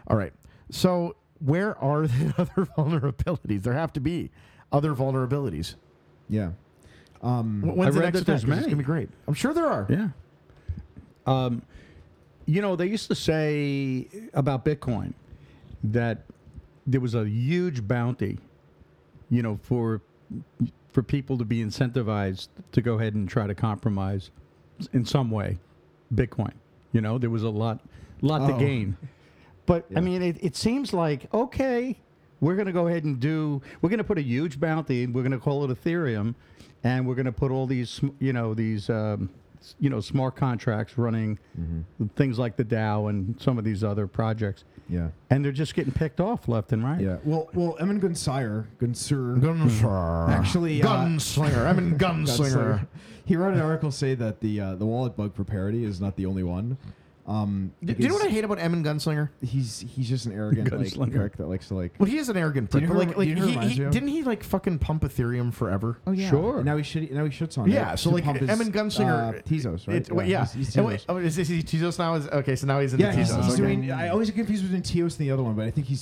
Speaker 1: All right. So where are the other vulnerabilities? There have to be other vulnerabilities.
Speaker 2: yeah um,
Speaker 1: When's the
Speaker 3: Mm. read
Speaker 1: next attack?
Speaker 3: that there's
Speaker 1: 'Cause It's
Speaker 3: many.
Speaker 1: gonna be great. I'm sure there are.
Speaker 3: Yeah. Um, you know, they used to say about Bitcoin that there was a huge bounty, you know, for for people to be incentivized to go ahead and try to compromise in some way Bitcoin. You know, there was a lot lot to
Speaker 2: Oh.
Speaker 3: gain. But
Speaker 2: Yeah.
Speaker 3: I mean, it, it seems like okay, we're going to go ahead and do. We're going to put a huge bounty. We're going to call it Ethereum, and we're going to put all these, sm- you know, these, um, s- you know, smart contracts running things like the DAO and some of these other projects,
Speaker 2: yeah
Speaker 3: and they're just getting picked off left and right.
Speaker 2: yeah well well Emin Gunsire Gunsir
Speaker 1: Gunslinger.
Speaker 2: Actually, uh,
Speaker 1: gunslinger. I mean, gunslinger.
Speaker 2: Gunslinger. He wrote an article say that the uh, the wallet bug for parody is not the only one. Um,
Speaker 1: Do you know
Speaker 2: because
Speaker 1: what I hate about Emin Gunslinger?
Speaker 2: He's he's just an arrogant like
Speaker 3: Gunslinger.
Speaker 2: prick that likes to like.
Speaker 1: Well, he is an arrogant
Speaker 2: Do
Speaker 1: prick. but
Speaker 2: you know
Speaker 1: Like,
Speaker 2: who- do
Speaker 1: like
Speaker 2: you know who
Speaker 1: he,
Speaker 2: reminds
Speaker 1: he
Speaker 2: you of?
Speaker 1: didn't he like fucking pump Ethereum forever.
Speaker 2: Oh yeah,
Speaker 3: Sure.
Speaker 2: And now he shit. Now he shits on.
Speaker 1: yeah,
Speaker 2: it
Speaker 1: so
Speaker 2: to
Speaker 1: like
Speaker 2: pump his,
Speaker 1: Emin Gunslinger,
Speaker 2: uh, Tezos, right?
Speaker 1: It's, wait, yeah.
Speaker 2: he's- he's
Speaker 1: And wait,
Speaker 2: Tezos.
Speaker 1: oh, is, is he Tezos now? Is, okay, so now he's in
Speaker 2: Yeah,
Speaker 1: the
Speaker 2: he's,
Speaker 1: Tezos.
Speaker 2: he's
Speaker 1: okay.
Speaker 2: doing. I always get confused between Teos and the other one, but I think he's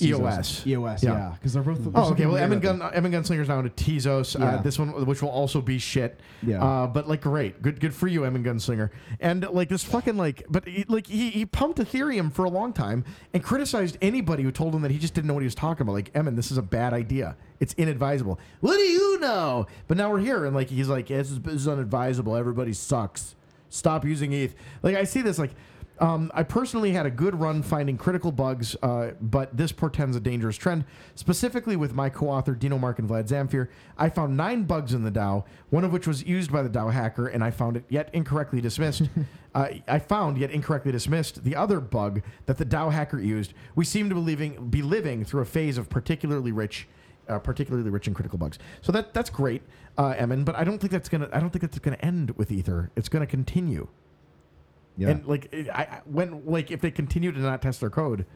Speaker 1: EOS.
Speaker 2: Tezos. EOS,
Speaker 1: Yeah.
Speaker 2: yeah, because they're both.
Speaker 1: Oh, okay. Well, Emin, Gun, Emin Gunslinger's now into Tezos. Uh,
Speaker 2: Yeah.
Speaker 1: this one, which will also be shit.
Speaker 2: Yeah.
Speaker 1: Uh, but like, great, good, good for you, Emin Gunslinger. And like this fucking like, but he, like he, he pumped Ethereum for a long time and criticized anybody who told him that he just didn't know what he was talking about. Like, Emin, this is a bad idea. It's inadvisable. What do you know? But now we're here, and like he's like, yeah, this, is, this is unadvisable. Everybody sucks. Stop using ETH. Like I see this like. Um, I personally had a good run finding critical bugs, uh, but this portends a dangerous trend. Specifically with my co-author Dino Mark and Vlad Zamfir, I found nine bugs in the DAO, one of which was used by the DAO hacker, and I found it yet incorrectly dismissed. uh, I found yet incorrectly dismissed the other bug that the DAO hacker used. We seem to be living, be living through a phase of particularly rich uh, particularly rich in critical bugs. So that that's great, uh, Emin. But I don't think that's gonna. I don't think that's gonna end with Ether. It's gonna continue.
Speaker 2: Yeah.
Speaker 1: And like, it- I I- when like if they continue to not test their code,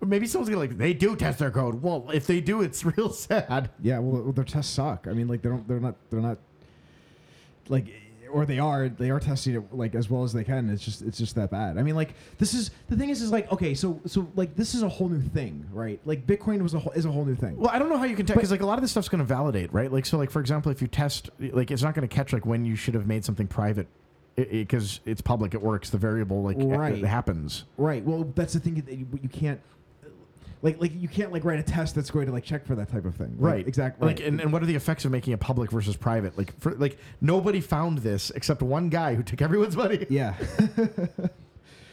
Speaker 1: or maybe someone's gonna like they do test their code. Well, if they do, it's real sad.
Speaker 2: Yeah, well, well, their tests suck. I mean, like they don't, they're not, they're not, like, or they are, they are testing it like as well as they can. It's just, it's just that bad. I mean, like this is the thing is, is like okay, so, so like this is a whole new thing, right? Like Bitcoin was a whole, is a whole new thing.
Speaker 1: Well, I don't know how you can test because like a lot of this stuff's gonna validate, right? Like so, like for example, if you test, like it's not gonna catch like when you should have made something private because it's public. It works. The variable like it-
Speaker 2: Right.
Speaker 1: it happens.
Speaker 2: Right. Well, that's the thing that you, you can't. Like, like you can't like write a test that's going to like check for that type of thing. Like,
Speaker 1: right
Speaker 2: exactly.
Speaker 1: like and, and what are the effects of making it public versus private like for, like nobody found this except one guy who took everyone's money
Speaker 2: Yeah.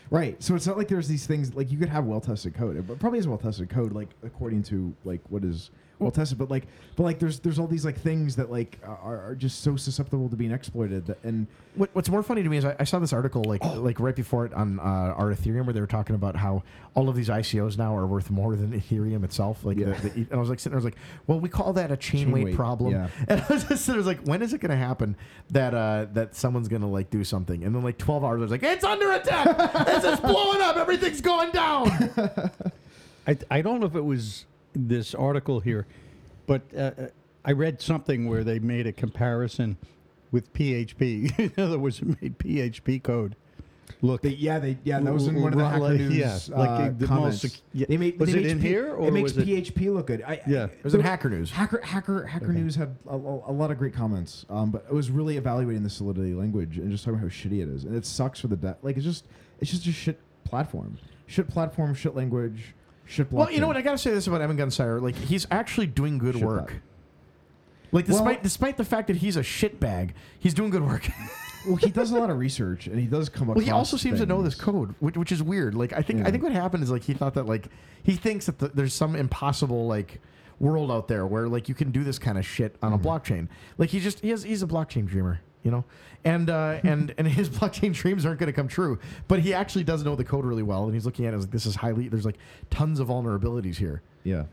Speaker 2: right. So it's not like there's these things like you could have well tested code, but probably is well tested code like according to like what is we'll test it. But like, but like, there's there's all these like things that like are, are just so susceptible to being exploited. That, and
Speaker 1: What, what's more funny to me is I, I saw this article like like right before it on uh, our Ethereum where they were talking about how all of these ICOs now are worth more than Ethereum itself. Like,
Speaker 2: Yeah.
Speaker 1: the, the, and I was like sitting, there, I was like, well, we call that a chain,
Speaker 2: Chain
Speaker 1: weight,
Speaker 2: weight,
Speaker 1: problem.
Speaker 2: yeah.
Speaker 1: And I was just sitting there, I was like, when is it going to happen that uh, that someone's going to like do something? And then like 12 hours, I was like, it's under attack. this is blowing up. Everything's going down.
Speaker 3: I, I don't know if it was this article here, but uh, uh, I read something where they made a comparison with PHP. In other words, it made PHP code look.
Speaker 2: they, yeah, they yeah that was in one of the
Speaker 3: Right,
Speaker 2: Hacker
Speaker 3: like,
Speaker 2: News
Speaker 3: yeah, like,
Speaker 2: uh,
Speaker 3: the most
Speaker 2: comments.
Speaker 3: sec- yeah.
Speaker 2: They make,
Speaker 3: Was
Speaker 2: they
Speaker 3: it
Speaker 2: makes
Speaker 3: in
Speaker 2: P-
Speaker 3: here, or
Speaker 2: it makes
Speaker 3: was it-
Speaker 2: PHP look good. I,
Speaker 3: Yeah.
Speaker 2: I,
Speaker 1: It was in Hacker News.
Speaker 2: Hacker Hacker Hacker News had a, a, a lot of great comments, um, but it was really evaluating the solidity of language and just talking about how shitty it is, and it sucks for the de- like it's just it's just a shit platform, shit platform, shit language, shit. Blockchain.
Speaker 1: Well, you know what? I got to say this about Evan Gunsire. Like, he's actually doing good
Speaker 2: Shitbag.
Speaker 1: work. Like,
Speaker 2: Well-
Speaker 1: despite despite the fact that he's a shitbag, he's doing good work.
Speaker 2: well, he does a lot of research, and he does come across.
Speaker 1: Well, he also seems to know this
Speaker 2: things.
Speaker 1: code, which, which is weird. Like, I think I
Speaker 2: Yeah.
Speaker 1: think what happened is like he thought that like he thinks that the, there's some impossible like world out there where like you can do this kind of shit on a
Speaker 2: Mm-hmm.
Speaker 1: blockchain. Like he just he has, he's a blockchain dreamer, you know, and uh, and and his blockchain dreams aren't going to come true. But he actually does know the code really well, and he's looking at it as like this is highly there's like tons of vulnerabilities here,
Speaker 2: Yeah.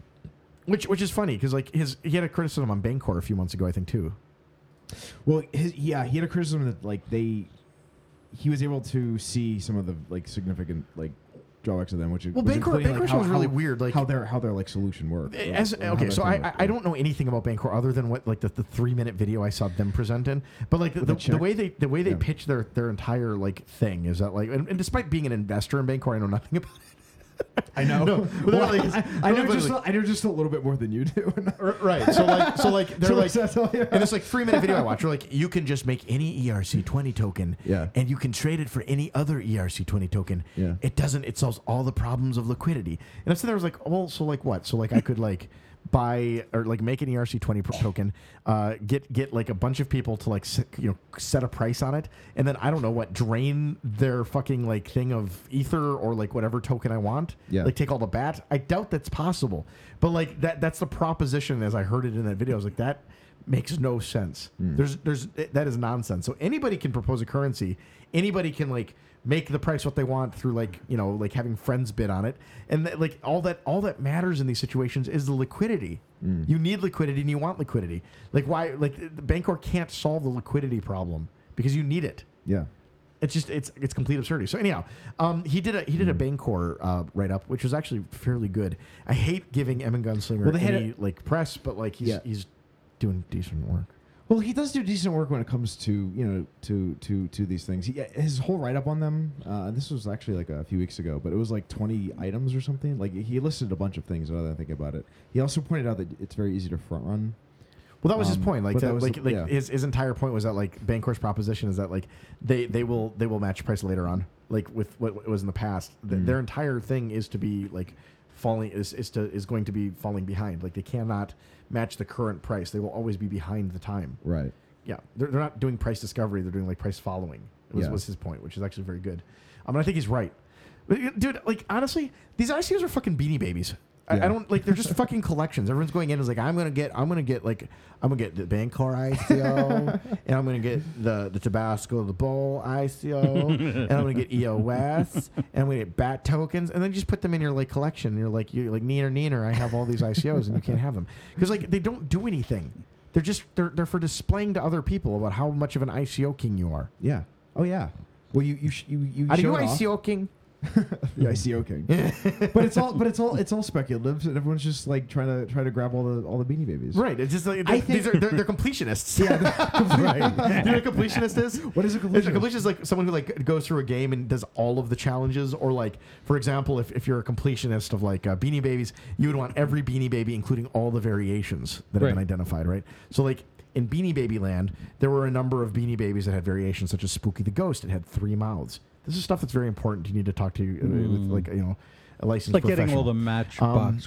Speaker 1: which which is funny because like his he had a criticism on Bancor a few months ago, I think too.
Speaker 2: Well, his, yeah, he had a criticism that like they, he was able to see some of the like significant like drawbacks of them, which
Speaker 1: Well,
Speaker 2: was
Speaker 1: Bancor-
Speaker 2: including,
Speaker 1: Bancor's was really weird, like-
Speaker 2: how their how their like solution worked. or,
Speaker 1: As,
Speaker 2: or how
Speaker 1: okay,
Speaker 2: their
Speaker 1: so
Speaker 2: thing
Speaker 1: I, I
Speaker 2: worked,
Speaker 1: I
Speaker 2: yeah.
Speaker 1: don't know anything about Bancor other than what like the, the three minute video I saw them present in. But like the,
Speaker 2: With
Speaker 1: the,
Speaker 2: a
Speaker 1: the
Speaker 2: check?
Speaker 1: way they the way they
Speaker 2: Yeah.
Speaker 1: pitch their their entire like thing is that like and, and despite being an investor in Bancor, I know nothing about it.
Speaker 2: I know.
Speaker 1: No, but
Speaker 2: Well,
Speaker 1: they're like-
Speaker 2: I, I know
Speaker 1: but
Speaker 2: just
Speaker 1: like-
Speaker 2: a- I know just a little bit more than you do.
Speaker 1: right. So like so like they're
Speaker 2: So
Speaker 1: like
Speaker 2: what's that tell you?
Speaker 1: and it's like three minute video I watch. They're like you can just make any ERC twenty token,
Speaker 2: Yeah.
Speaker 1: and you can trade it for any other ERC twenty token.
Speaker 2: Yeah.
Speaker 1: It doesn't. It solves all the problems of liquidity. And I'm sitting there I was like, well, so like what? So like I could like buy or like make an ERC twenty pro- token, uh, get get like a bunch of people to like s- you know set a price on it, and then I don't know what drain their fucking like thing of ether or like whatever token I want.
Speaker 2: Yeah.
Speaker 1: Like take all the bat. I doubt that's possible. But like that that's the proposition as I heard it in that video. I was like that makes no sense. There's there's eh, that is nonsense. So anybody can propose a currency. Anybody can like make the price what they want through like, you know, like having friends bid on it. And that, like all that all that matters in these situations is the liquidity. You need liquidity and you want liquidity. Like why like the Bancor can't solve the liquidity problem because you need it.
Speaker 2: yeah.
Speaker 1: It's just it's it's complete absurdity. So anyhow, um, he did a he did
Speaker 2: Hmm.
Speaker 1: a Bancor uh, write up, which was actually fairly good. I hate giving Emin Gunslinger
Speaker 2: Well, they had
Speaker 1: any like press, but like he's
Speaker 2: Yeah.
Speaker 1: he's doing decent work.
Speaker 2: Well, he does do decent work when it comes to you know to to to these things. He, his whole write up on them. Uh, this was actually like a few weeks ago, but it was like twenty items or something. Like he listed a bunch of things. Now that I think about it, he also pointed out that it's very easy to front run.
Speaker 1: Well, that was his
Speaker 2: Um,
Speaker 1: point. Like
Speaker 2: but
Speaker 1: that,
Speaker 2: that was
Speaker 1: like,
Speaker 2: the-
Speaker 1: like
Speaker 2: yeah.
Speaker 1: his, his entire point was that like Bancor's proposition is that like they they will they will match price later on. Like with what what was in the past, Th-
Speaker 2: Hmm.
Speaker 1: their entire thing is to be like falling is is to is going to be falling behind. Like they cannot match the current price. They will always be behind the time.
Speaker 2: Right.
Speaker 1: yeah, they're, they're not doing price discovery. They're doing like price following. Was,
Speaker 2: Yeah.
Speaker 1: was his point, which is actually very good. I mean, I think he's right, But, uh, dude. Like honestly, these ICOs are fucking beanie babies. I, I
Speaker 2: Yeah.
Speaker 1: don't like. They're just fucking collections. Everyone's going in and is like, I'm gonna get, I'm gonna get like, I'm gonna get the Bancor ICO, and I'm gonna get the the Tabasco the Bowl ICO, and I'm gonna get EOS, and I'm gonna get Bat tokens, and then you just put them in your like collection. You're like, you're like neener neener. I have all these ICOs, and you can't have them because like they don't do anything. They're just they're, they're for displaying to other people about how much of an ICO king you are.
Speaker 2: Yeah. Oh yeah. Well, you you sh- you you.
Speaker 1: Are
Speaker 2: show
Speaker 1: you
Speaker 2: it off.
Speaker 1: ICO king?
Speaker 2: Yeah, I see. Okay, but it's all but it's all it's all speculative, and everyone's just like trying to try to grab all the all the beanie babies.
Speaker 1: Right. It's just like
Speaker 2: I
Speaker 1: they- these are they're, they're completionists. Yeah. you know what a completionist is?
Speaker 2: What is a
Speaker 1: It's a
Speaker 2: completionist?
Speaker 1: completionist is like someone who like goes through a game and does all of the challenges, or like, for example, if, if you're a completionist of like uh, Beanie Babies, you would want every Beanie Baby, including all the variations that have been
Speaker 3: Right.
Speaker 1: identified, right? So like in Beanie Baby Land, there were a number of Beanie Babies that had variations, such as Spooky the Ghost. It had three mouths. This is stuff that's very important. You need to talk to uh, with like you know. licensed
Speaker 3: like getting
Speaker 1: professional.
Speaker 3: all the matchbox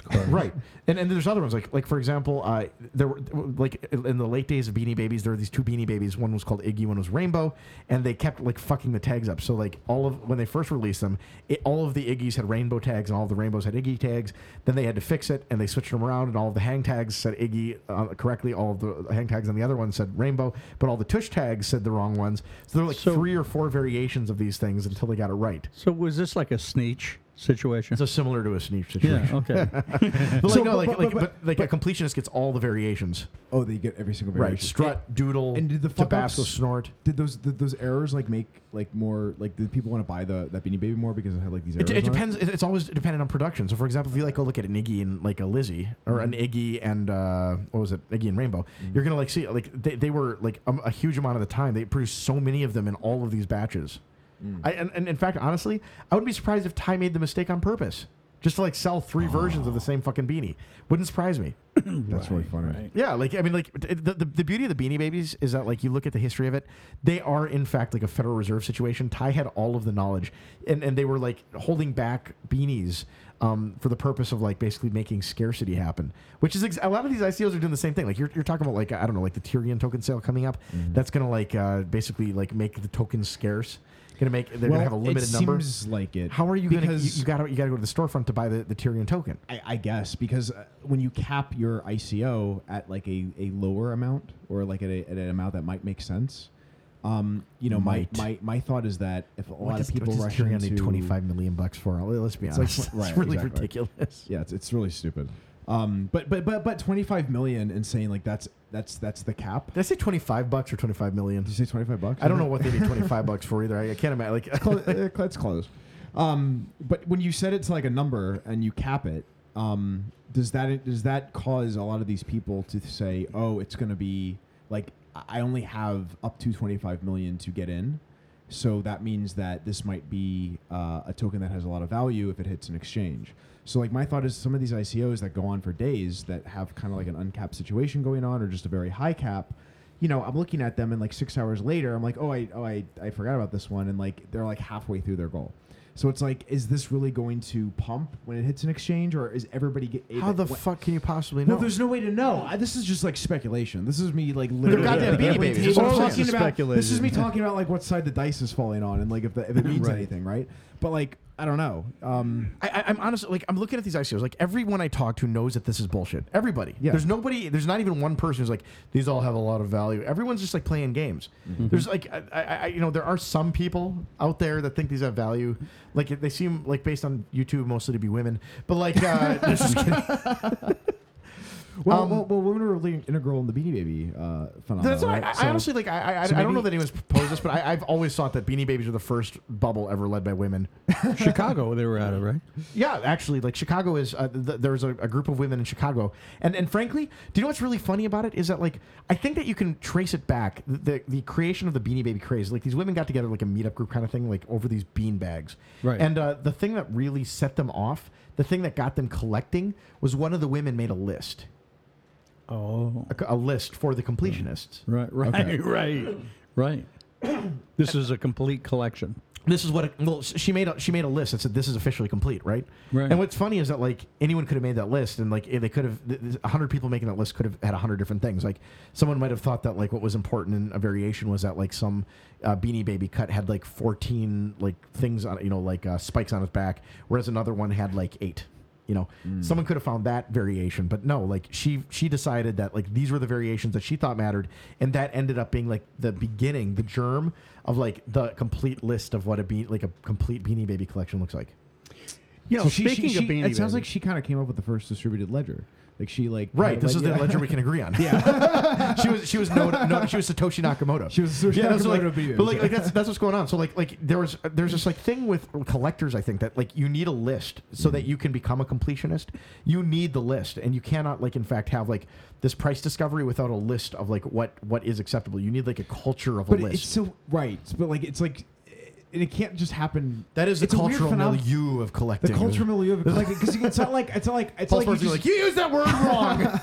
Speaker 3: cards.
Speaker 1: Um, Right, and and there's other ones like like for example, uh, there were like in the late days of Beanie Babies, there were these two Beanie Babies. One was called Iggy, one was Rainbow, and they kept like fucking the tags up. So like all of when they first released them, it, all of the Iggies had Rainbow tags, and all of the Rainbows had Iggy tags. Then they had to fix it, and they switched them around, and all of the hang tags said Iggy uh, correctly. All of the hang tags on the other one said Rainbow, but all the tush tags said the wrong ones. So there were like
Speaker 3: So-
Speaker 1: three or four variations of these things until they got it right.
Speaker 3: So was this like a sneech situation?
Speaker 1: So similar to a sneak situation.
Speaker 3: Yeah. Okay.
Speaker 1: But
Speaker 2: So,
Speaker 1: like, no,
Speaker 2: but-
Speaker 1: like,
Speaker 2: but-
Speaker 1: like,
Speaker 2: but-
Speaker 1: but, like a completionist gets all the variations.
Speaker 2: Oh, they get every single
Speaker 1: Right.
Speaker 2: variation.
Speaker 1: Strut, doodle,
Speaker 2: and did the
Speaker 1: Tabasco
Speaker 2: fuck-ups-
Speaker 1: snort.
Speaker 2: Did those did those errors like make like more like did people want to buy the that Beanie Baby more because it had like these errors?
Speaker 1: It, it
Speaker 2: on
Speaker 1: depends. It, it's always dependent on production. So, for example, if you like go look at an Iggy and like a Lizzie, or
Speaker 2: Mm-hmm.
Speaker 1: an Iggy and uh, what was it, Iggy and Rainbow, you're gonna like see like they, they were like um, a huge amount of the time. They produced so many of them in all of these batches.
Speaker 2: Mm.
Speaker 1: I, and, and in fact, honestly, I wouldn't be surprised if Ty made the mistake on purpose, just to like sell
Speaker 2: Oh.
Speaker 1: three versions of the same fucking beanie. Wouldn't surprise me.
Speaker 2: That's really funny.
Speaker 1: Yeah, like I mean, like it- the, the the beauty of the Beanie Babies is that like you look at the history of it, they are in fact like a Federal Reserve situation. Ty had all of the knowledge, and and they were like holding back beanies um, for the purpose of like basically making scarcity happen. Which is ex- a lot of these ICOs are doing the same thing. Like you're, you're talking about like I don't know like the Tyrion token sale coming up.
Speaker 2: Mm-hmm.
Speaker 1: That's gonna like uh, basically like make the tokens scarce. Gonna make they're
Speaker 2: well,
Speaker 1: gonna have a limited
Speaker 2: it
Speaker 1: number.
Speaker 2: Seems like it.
Speaker 1: How are you gonna you,
Speaker 2: because
Speaker 1: you gotta you gotta go to the storefront to buy the the Tyrion token?
Speaker 2: I, I guess because uh, when you cap your ICO at like a, a lower amount or like at, a, at an amount that might make sense, um, you know, my,
Speaker 1: Might.
Speaker 2: my my thought is that if a lot
Speaker 1: does-
Speaker 2: of people
Speaker 1: does
Speaker 2: rush
Speaker 1: Tyrion
Speaker 2: into
Speaker 1: need 25 million bucks for all. Let's be
Speaker 2: It's like-
Speaker 1: honest. It's,
Speaker 2: right,
Speaker 1: really
Speaker 2: exactly.
Speaker 1: ridiculous.
Speaker 2: yeah, it's, it's really stupid. Um, but but but but twenty five million and saying like that's that's that's the cap.
Speaker 1: Did I say 25 bucks or 25 million?
Speaker 2: Did you say twenty five bucks?
Speaker 1: I don't know what they need 25 bucks for either. I, I can't imagine. Like,
Speaker 2: Clo- uh, that's close. Um, but when you set it to like a number and you cap it, um, does that does that cause a lot of these people to say, "Oh, it's going to be like I only have up to 25 million to get in." So that means that this might be uh, a token that has a lot of value if it hits an exchange. So like my thought is some of these ICOs that go on for days that have kind of like an uncapped situation going on or just a very high cap, you know, I'm looking at them and like six hours later, I'm like, oh, I, oh, I, I forgot about this one, and like they're like halfway through their goal. So it's like, is this really going to pump when it hits an exchange, or is everybody get
Speaker 1: how the
Speaker 2: what-
Speaker 1: fuck can you possibly know?
Speaker 2: Well, there's no way to know. I, this is just like speculation. This is me like literally
Speaker 1: goddamn
Speaker 2: like,
Speaker 1: Beanie
Speaker 2: every
Speaker 1: Babies.
Speaker 2: table
Speaker 1: That's what I'm
Speaker 2: talking
Speaker 3: saying.
Speaker 2: about. This is me
Speaker 3: Speculation.
Speaker 2: talking about like what side the dice is falling on, and like if, the, if it means
Speaker 3: Right.
Speaker 2: anything, right? But like, I don't know. Um,
Speaker 1: I, I, I'm honestly like I'm looking at these ICOs. Like everyone I talk to knows that this is bullshit. Everybody.
Speaker 2: Yeah.
Speaker 1: There's nobody. There's not even one person who's like these all have a lot of value. Everyone's just like playing games. There's like I, I, I- you know there are some people out there that think these have value. Like they seem like based on YouTube mostly to be women. But like uh, just kidding.
Speaker 2: well,
Speaker 1: Um,
Speaker 2: well, well, women are really integral in the Beanie Baby uh, phenomenon.
Speaker 1: That's what I-
Speaker 2: right?
Speaker 1: I,
Speaker 2: So-
Speaker 1: I honestly like. I, I,
Speaker 2: so
Speaker 1: I don't know
Speaker 2: maybe-
Speaker 1: that anyone's proposed this, but I, I've always thought that Beanie Babies are the first bubble ever led by women.
Speaker 3: Chicago, they were out of right.
Speaker 1: Yeah, actually, like Chicago is uh, th- there's a, a group of women in Chicago, and and frankly, do you know what's really funny about it is that like I think that you can trace it back the the, the creation of the Beanie Baby craze. Like these women got together like a meetup group kind of thing, like over these bean bags.
Speaker 3: Right.
Speaker 1: And uh, the thing that really set them off, the thing that got them collecting, was one of the women made a list,
Speaker 3: Oh.
Speaker 1: a, c- a list for the completionists.
Speaker 3: Right. Right. Right. Right. This is a complete collection.
Speaker 1: this is what it, well sh- she made a, she made a list that said this is officially complete right
Speaker 3: Right.
Speaker 1: and what's funny is that like anyone could have made that list and like eh, they could have th- th- 100 people making that list could have had 100 different things like someone might have thought that like what was important in a variation was that like some uh, beanie baby cut had like 14 like things on it, you know like uh, spikes on his back whereas another one had like eight you know someone could have found that variation but no like she she decided that like these were the variations that she thought mattered and that ended up being like the beginning the germ of like the complete list of what a be like a complete beanie baby collection looks like
Speaker 3: Yeah.
Speaker 2: So she- she-
Speaker 3: speaking
Speaker 2: she-
Speaker 3: of being,
Speaker 2: it sounds like she kind of came up with the first distributed ledger. Like she like
Speaker 1: right
Speaker 2: kinda
Speaker 1: this
Speaker 2: like-
Speaker 1: is the
Speaker 2: yeah.
Speaker 1: ledger we can agree on yeah she was she was no, no she was satoshi nakamoto
Speaker 2: She was Satoshi
Speaker 1: yeah, that's
Speaker 2: Nakamoto
Speaker 1: like,
Speaker 2: of beanie
Speaker 1: but
Speaker 2: babies.
Speaker 1: like, like that's that's what's going on so like like there was there's this like thing with collectors i think that like you need a list so
Speaker 2: Mm-hmm.
Speaker 1: that you can become a completionist you need the list and you cannot like in fact have like this price discovery without a list of like what what is acceptable you need like a culture of a
Speaker 2: But
Speaker 1: list
Speaker 2: it's so right. But like it's like, and it can't just happen.
Speaker 1: that is the
Speaker 2: it's a weird
Speaker 1: cultural
Speaker 2: phenom-
Speaker 1: milieu of
Speaker 2: The
Speaker 1: collecting
Speaker 2: cultural milieu of because it's not like it's not like it's not
Speaker 1: Paul Sparks is
Speaker 2: like, you just-
Speaker 1: like you use that word wrong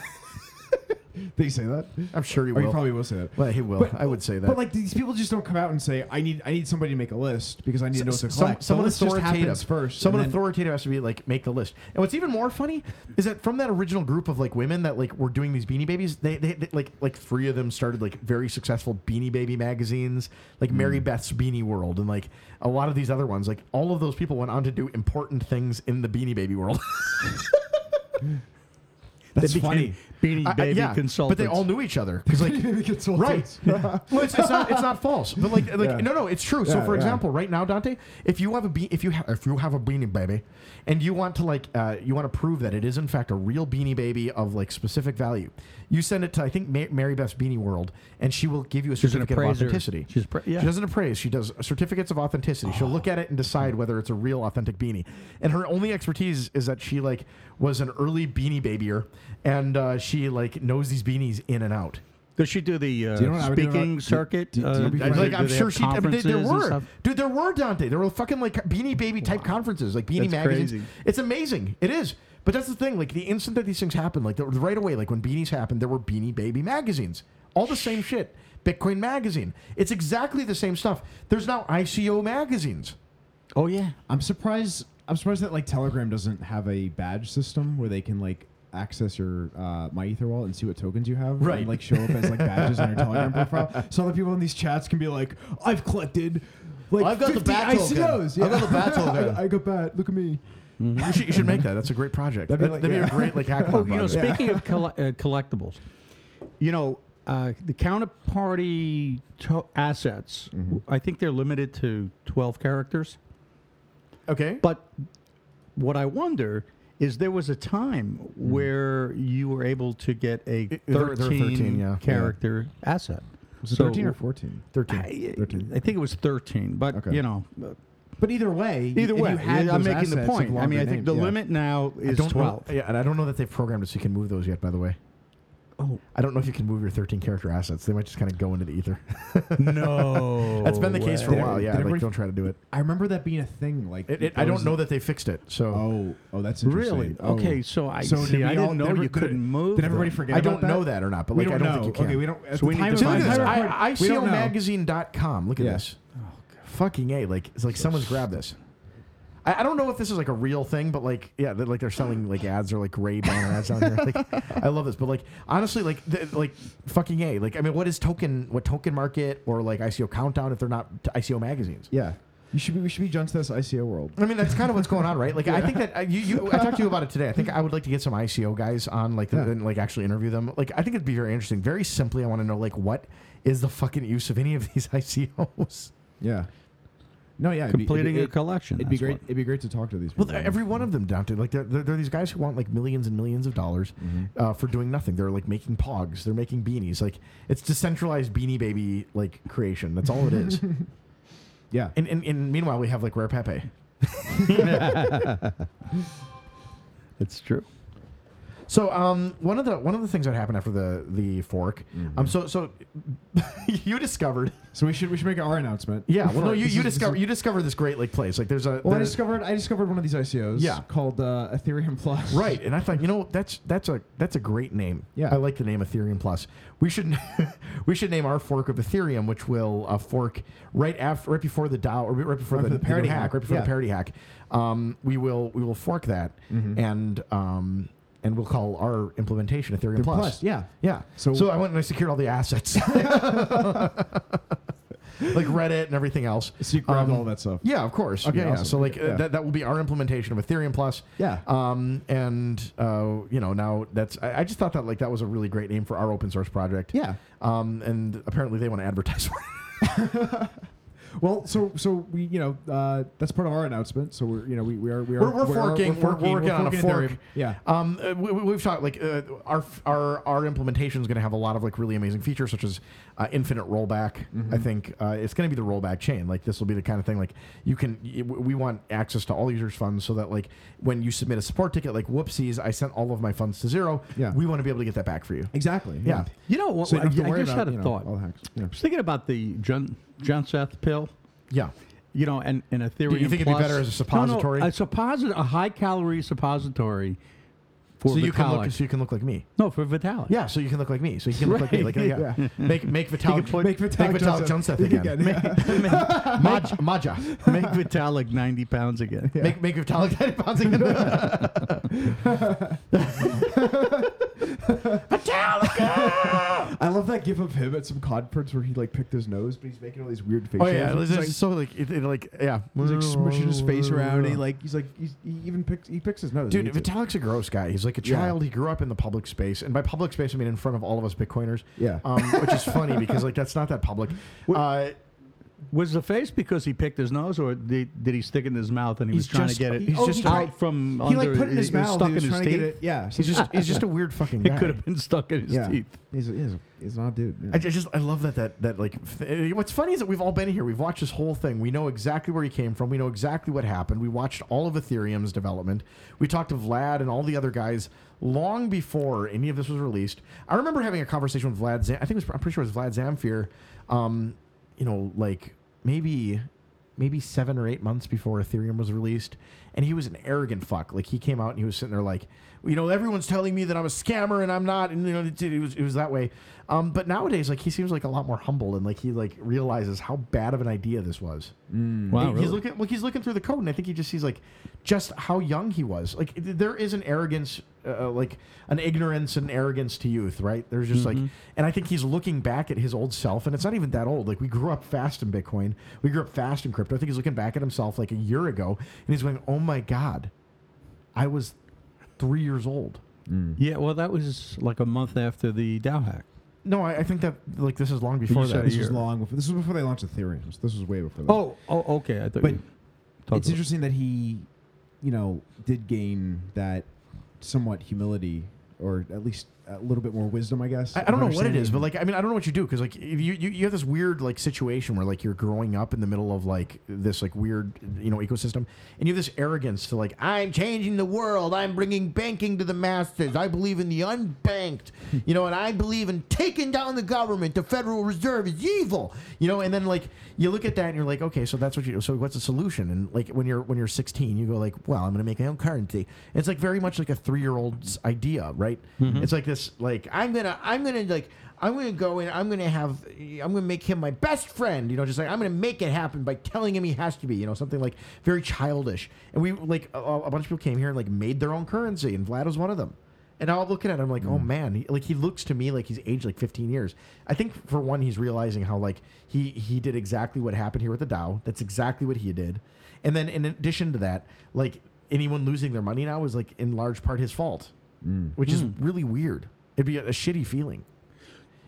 Speaker 2: they Did he say that?
Speaker 1: I'm sure he
Speaker 2: Or
Speaker 1: will.
Speaker 2: he probably will say that.
Speaker 1: Well, he will. I would say that.
Speaker 2: But like these people just don't come out and say, "I need, I need somebody to make a list because I need to know what to
Speaker 1: Some,
Speaker 2: collect."
Speaker 1: someone
Speaker 2: the list just
Speaker 1: authoritative
Speaker 2: happens first.
Speaker 1: Someone
Speaker 2: and then-
Speaker 1: authoritative has to be like make the list. And what's even more funny is that from that original group of like women that like were doing these Beanie Babies, they, they, they- like like three of them started like very successful Beanie Baby magazines, like Mary Beth's Beanie World, and like a lot of these other ones. Like all of those people went on to do important things in the Beanie Baby world.
Speaker 2: That's
Speaker 3: They became
Speaker 2: funny.
Speaker 3: Beanie
Speaker 1: I- I-
Speaker 3: Baby
Speaker 1: yeah,
Speaker 3: consultants.
Speaker 1: but they all knew each other because like Right. well, it's, it's not. It's not false. But like, like
Speaker 2: Yeah.
Speaker 1: no, no, it's true. so,
Speaker 2: Yeah,
Speaker 1: for
Speaker 2: yeah.
Speaker 1: example, right now, Dante, if you have a be- if you ha- if you have a beanie baby, and you want to like, uh, you want to prove that it is in fact a real beanie baby of like specific value, you send it to I think Ma- Mary Beth's Beanie World, and she will give you a
Speaker 3: She's an
Speaker 1: certificate of
Speaker 3: appraiser.
Speaker 1: authenticity.
Speaker 3: She's pra- yeah.
Speaker 1: She doesn't appraise. She does certificates of authenticity. She'll look at it and decide whether it's a real authentic beanie. And her only expertise is that she like was an early beanie babier, and uh, she like knows these beanies in and out.
Speaker 3: Does she do the uh,
Speaker 2: Do you know what I would do
Speaker 3: speaking
Speaker 2: about- do-
Speaker 3: circuit?
Speaker 2: do- do
Speaker 3: uh,
Speaker 2: you be
Speaker 3: do
Speaker 1: I-
Speaker 2: Right.
Speaker 3: they-
Speaker 1: like
Speaker 3: do
Speaker 1: I'm
Speaker 3: they
Speaker 1: sure
Speaker 3: have
Speaker 1: she. I mean, they- there
Speaker 3: conferences and
Speaker 1: were,
Speaker 3: stuff?
Speaker 1: dude. There were Dante. There were fucking like Beanie Baby type conferences, like Beanie
Speaker 3: That's
Speaker 1: magazines.
Speaker 3: crazy.
Speaker 1: It's amazing. It is. But that's the thing. Like the instant that these things happen, like the, right away, like when beanies happened, there were Beanie Baby magazines. All the same shit. Bitcoin magazine. It's exactly the same stuff. There's now ICO magazines.
Speaker 3: Oh yeah.
Speaker 2: I'm surprised. I'm surprised that like Telegram doesn't have a badge system where they can like access your uh, my Ether wallet and see what tokens you have,
Speaker 1: Right.
Speaker 2: And like show up as like badges on your Telegram profile. So all the people in these chats can be like, "I've collected." Like
Speaker 1: I've got the
Speaker 2: 50
Speaker 1: bat token.
Speaker 2: ICOs.
Speaker 1: I've got the bat token.
Speaker 2: I, I got bat. Look at me.
Speaker 3: Mm-hmm.
Speaker 1: You should, you should make that. That's a great project. That'd
Speaker 2: That'd be
Speaker 1: be,
Speaker 2: like-
Speaker 1: That'd be
Speaker 2: yeah.
Speaker 1: a great like hackathon.
Speaker 3: Oh, you know,
Speaker 1: project.
Speaker 3: speaking of colle- uh, collectibles, you know, uh, the counterparty to- assets,
Speaker 2: Mm-hmm.
Speaker 3: I think they're limited to 12 characters.
Speaker 1: okay.
Speaker 3: But what I wonder is there was a time
Speaker 2: Mm-hmm.
Speaker 3: where you were able to get a
Speaker 1: I-
Speaker 3: 13,
Speaker 1: there were- there were 13, yeah.
Speaker 3: character asset.
Speaker 2: Was it
Speaker 3: So-
Speaker 2: 13 or 14?
Speaker 3: I,
Speaker 2: 13.
Speaker 3: I think it was 13, but
Speaker 2: Okay.
Speaker 3: you know,
Speaker 2: But either way,
Speaker 3: either
Speaker 2: if you
Speaker 3: way,
Speaker 2: had
Speaker 3: I'm
Speaker 2: those
Speaker 3: making the
Speaker 2: assets of
Speaker 3: point. I
Speaker 2: longer
Speaker 3: mean, I think
Speaker 2: names,
Speaker 3: the
Speaker 2: yeah.
Speaker 3: limit now
Speaker 1: I
Speaker 3: is
Speaker 1: don't
Speaker 3: 12.
Speaker 1: Know, yeah, and I don't know that they've programmed it so you can move those yet. By the way,
Speaker 3: Oh,
Speaker 1: I don't know if you can move your 13 character assets. They might just kind of go into the ether.
Speaker 3: no.
Speaker 1: That's been the case for a
Speaker 2: Did
Speaker 1: while.
Speaker 2: every-
Speaker 1: Yeah,
Speaker 2: did
Speaker 1: like,
Speaker 2: everybody-
Speaker 1: don't try to do it.
Speaker 2: I remember that being a thing. Like
Speaker 1: It, it, I
Speaker 2: there
Speaker 1: don't
Speaker 2: was-
Speaker 1: know that they fixed it. So
Speaker 2: Oh, oh, that's interesting.
Speaker 3: Really?
Speaker 2: Oh.
Speaker 3: Okay, so I
Speaker 2: So did
Speaker 3: see.
Speaker 2: we
Speaker 3: I didn't
Speaker 2: all-
Speaker 3: know
Speaker 2: did every-
Speaker 3: you
Speaker 2: did-
Speaker 3: couldn't move.
Speaker 2: Did everybody
Speaker 3: them.
Speaker 2: forget
Speaker 1: I
Speaker 2: about
Speaker 1: don't know that or not, but like I don't think you can.
Speaker 2: Okay, we don't. At
Speaker 3: So we
Speaker 2: the
Speaker 3: need
Speaker 2: time
Speaker 3: to
Speaker 2: of
Speaker 1: See, look
Speaker 3: find
Speaker 1: at
Speaker 2: time
Speaker 1: this.
Speaker 3: out.
Speaker 2: I,
Speaker 1: I,
Speaker 2: we don't know.
Speaker 1: ICOmagazine.com. Look at
Speaker 2: Yeah.
Speaker 1: this. Fucking a. Like it's like someone's grabbed this. I, I don't know if this is like a real thing, but like yeah, they're, like they're selling like ads or like gray banner ads on here. Like, I love this, but like honestly, like th- like fucking a. Like I mean, what is token? What token market or like ICO countdown if they're not t- ICO magazines?
Speaker 2: Yeah, you should be. We should be John's this ICO world.
Speaker 1: I mean, that's kind of what's going on, right? Like, I think that uh, you, you, I talked to you about it today. I think I would like to get some ICO guys on, like,
Speaker 2: Yeah.
Speaker 1: and like actually interview them. Like, I think it'd be very interesting. Very simply, I want to know like what is the fucking use of any of these ICOs?
Speaker 2: Yeah. No, yeah. it'd be-
Speaker 3: completing
Speaker 2: it'd
Speaker 3: a
Speaker 2: be-
Speaker 3: collection.
Speaker 2: It'd be
Speaker 3: that's
Speaker 2: great.
Speaker 3: what-
Speaker 2: It'd be great to talk to these people.
Speaker 1: Well, every one of them, Dante. Like, they're, they're, they're these guys who want like millions and millions of dollars uh, for doing nothing. They're like making pogs. They're making beanies. Like, it's decentralized beanie baby like creation. That's all it is.
Speaker 2: Yeah.
Speaker 1: and, and and meanwhile, we have like Rare Pepe.
Speaker 3: It's true.
Speaker 1: So um, one of the one of the things that happened after the the fork, um, so so you discovered,
Speaker 2: So we should we should make our announcement.
Speaker 1: yeah, well, no,
Speaker 2: Before-
Speaker 1: you
Speaker 2: this
Speaker 1: you
Speaker 2: is- this
Speaker 1: discover
Speaker 2: is-
Speaker 1: you discover this great like place, like there's a
Speaker 2: Well, I
Speaker 1: there's-
Speaker 2: discovered I discovered one of these ICOs.
Speaker 1: Yeah.
Speaker 2: Called uh, Ethereum Plus.
Speaker 1: right, and I thought you know that's that's a that's a great name.
Speaker 2: Yeah.
Speaker 1: I like the name Ethereum Plus. We should we should name our fork of Ethereum, which will uh, fork right after right before the DAO or right before the,
Speaker 2: Right for the
Speaker 1: new
Speaker 2: parity
Speaker 1: hack,
Speaker 2: hack,
Speaker 1: right before
Speaker 2: yeah.
Speaker 1: the parity hack. Um, we will we will fork that
Speaker 2: Mm-hmm.
Speaker 1: and um and we'll call our implementation Ethereum
Speaker 2: Plus. Yeah.
Speaker 1: Yeah. So,
Speaker 2: So-
Speaker 1: so I went and I secured all the assets, like Reddit and everything else.
Speaker 2: So you grabbed
Speaker 1: Um,
Speaker 2: all that stuff.
Speaker 1: Yeah, of course.
Speaker 2: Okay,
Speaker 1: yeah, yeah.
Speaker 2: awesome.
Speaker 1: So like uh,
Speaker 2: Yeah.
Speaker 1: that, that will be our implementation of Ethereum Plus.
Speaker 2: Yeah.
Speaker 1: Um, and uh, you know now that's I, I just thought that like that was a really great name for our open source project.
Speaker 2: Yeah.
Speaker 1: Um, and apparently they want to advertise. for it.
Speaker 2: Well, so so we you know uh, that's part of our announcement. So we're you know we, we are we are
Speaker 1: We're- we're forking. We're- we're working on a
Speaker 2: forking
Speaker 1: fork.
Speaker 2: Yeah.
Speaker 1: um, uh, we, we- we've talked like uh, our f- our our implementation is going to have a lot of like really amazing features such as uh, infinite rollback. I think uh, it's going to be the rollback chain. Like this will be the kind of thing like you can. y- w- We want access to all users' funds so that like when you submit a support ticket, like whoopsies, I sent all of my funds to zero.
Speaker 2: Yeah.
Speaker 1: We want to be able to get that back for you.
Speaker 2: Exactly.
Speaker 1: Yeah.
Speaker 3: You know what?
Speaker 2: So you
Speaker 3: I,
Speaker 2: don't have to
Speaker 3: I
Speaker 2: worry
Speaker 3: just
Speaker 2: about,
Speaker 3: had a
Speaker 2: you know,
Speaker 3: thought.
Speaker 2: all the hacks. Yeah.
Speaker 3: I was thinking about the John John Seth pill.
Speaker 1: Yeah.
Speaker 3: You know, and and Ethereum.
Speaker 1: think it'd be
Speaker 3: Plus.
Speaker 1: better as a
Speaker 3: No, no,
Speaker 1: suppository?
Speaker 3: a supposit, a high calorie suppository for
Speaker 1: so you can
Speaker 3: Vitalik.
Speaker 1: look. So you can look like me.
Speaker 3: no, for Vitalik.
Speaker 1: Yeah, so you can look like me. So you can look like me. Like, yeah. Make make Vitalik
Speaker 3: put-
Speaker 1: make Vitalik, Vitalik Jonseth again. Maj, Maja.
Speaker 3: Make Vitalik 90 pounds again.
Speaker 1: Make make Vitalik Daddy Pounds again.
Speaker 2: I love that gif of him at some conference where he like picked his nose, but he's making all these weird facial.
Speaker 1: oh yeah, it's,
Speaker 2: He's like,
Speaker 1: just so like it, it, like yeah.
Speaker 2: he's like smushing his face around. And he like he's like he's, he even picks he picks his nose.
Speaker 1: Dude,
Speaker 2: He hates it.
Speaker 1: Vitalik's a gross guy. He's like a
Speaker 2: Yeah.
Speaker 1: child. He grew up in the public space, and by public space I mean in front of all of us Bitcoiners.
Speaker 2: Yeah.
Speaker 1: um, which is funny because like that's not that public. Uh,
Speaker 3: Was the face because he picked his nose, or did, did he stick it in his mouth and he
Speaker 1: He's
Speaker 3: was trying
Speaker 1: just-
Speaker 3: to get it?
Speaker 1: he's
Speaker 3: oh,
Speaker 1: just
Speaker 3: out
Speaker 1: trying-
Speaker 3: from
Speaker 2: he
Speaker 3: under.
Speaker 2: like put it in his
Speaker 3: it was
Speaker 2: mouth.
Speaker 3: Stuck
Speaker 2: he was
Speaker 3: in his
Speaker 2: trying to
Speaker 3: teeth.
Speaker 2: get it. Yeah,
Speaker 1: he's just he's just a weird fucking guy.
Speaker 3: It could have been stuck in his
Speaker 2: yeah.
Speaker 3: teeth.
Speaker 2: He's, he's, he's not a dude. yeah.
Speaker 1: I ju- just I love that that that like f- uh, what's funny is that we've all been here. We've watched this whole thing. We know exactly where he came from. We know exactly what happened. We watched all of Ethereum's development. We talked to Vlad and all the other guys long before any of this was released. I remember having a conversation with Vlad. Zam- I think it was I'm pretty sure it was Vlad Zamfir. Um, you know, like maybe maybe seven or eight months before Ethereum was released. And he was an arrogant fuck. Like he came out and he was sitting there like, you know, everyone's telling me that I'm a scammer and I'm not. And you know, it, it was it was that way. Um, but nowadays, like he seems like a lot more humble and like he like realizes how bad of an idea this was.
Speaker 2: Mm.
Speaker 3: Wow,
Speaker 1: He- He's looking. Well, he's looking through the code, and I think he just sees like just how young he was. Like th- there is an arrogance, uh, like an ignorance and arrogance to youth, right? There's just like, and I think he's looking back at his old self, and it's not even that old. Like we grew up fast in Bitcoin, we grew up fast in crypto. I think he's looking back at himself like a year ago, and he's going, "Oh my god, I was three years old."
Speaker 3: Yeah, well, that was like a month after the Dow hack.
Speaker 1: No, I, I think that like this is long before
Speaker 3: said
Speaker 1: that.
Speaker 2: this
Speaker 3: year.
Speaker 2: was long before. This was before they launched Ethereum. So this was way before. That.
Speaker 3: Oh, oh, okay. I thought.
Speaker 2: But
Speaker 3: you talked
Speaker 2: it's
Speaker 3: about-
Speaker 2: interesting that he, you know, did gain that somewhat humility, or at least a little bit more wisdom, I guess.
Speaker 1: I, I don't know what it
Speaker 2: understanding.
Speaker 1: is, but like, I mean, I don't know what you do because like, if you, you you have this weird like situation where like you're growing up in the middle of like this like weird you know ecosystem, and you have this arrogance to like I'm changing the world, I'm bringing banking to the masses, I believe in the unbanked, you know, and I believe in taking down the government. The Federal Reserve is evil, you know, and then like you look at that and you're like, okay, so that's what you do. So what's the solution? And like when you're when you're 16, you go like, well, I'm gonna make my own currency. And it's like very much like a three year old's idea, right? It's like this like I'm gonna I'm gonna like I'm gonna go and I'm gonna have I'm gonna make him my best friend, you know, just like I'm gonna make it happen by telling him he has to be, you know, something like very childish. And we like a, a bunch of people came here and like made their own currency, and Vlad was one of them. And now I'm looking at him like, oh man, he, like he looks to me like he's aged like 15 years. I think for one, he's realizing how like he he did exactly what happened here with the Dow. That's exactly what he did. And then in addition to that, like anyone losing their money now is like in large part his fault, which is really weird. It'd be a, a shitty feeling.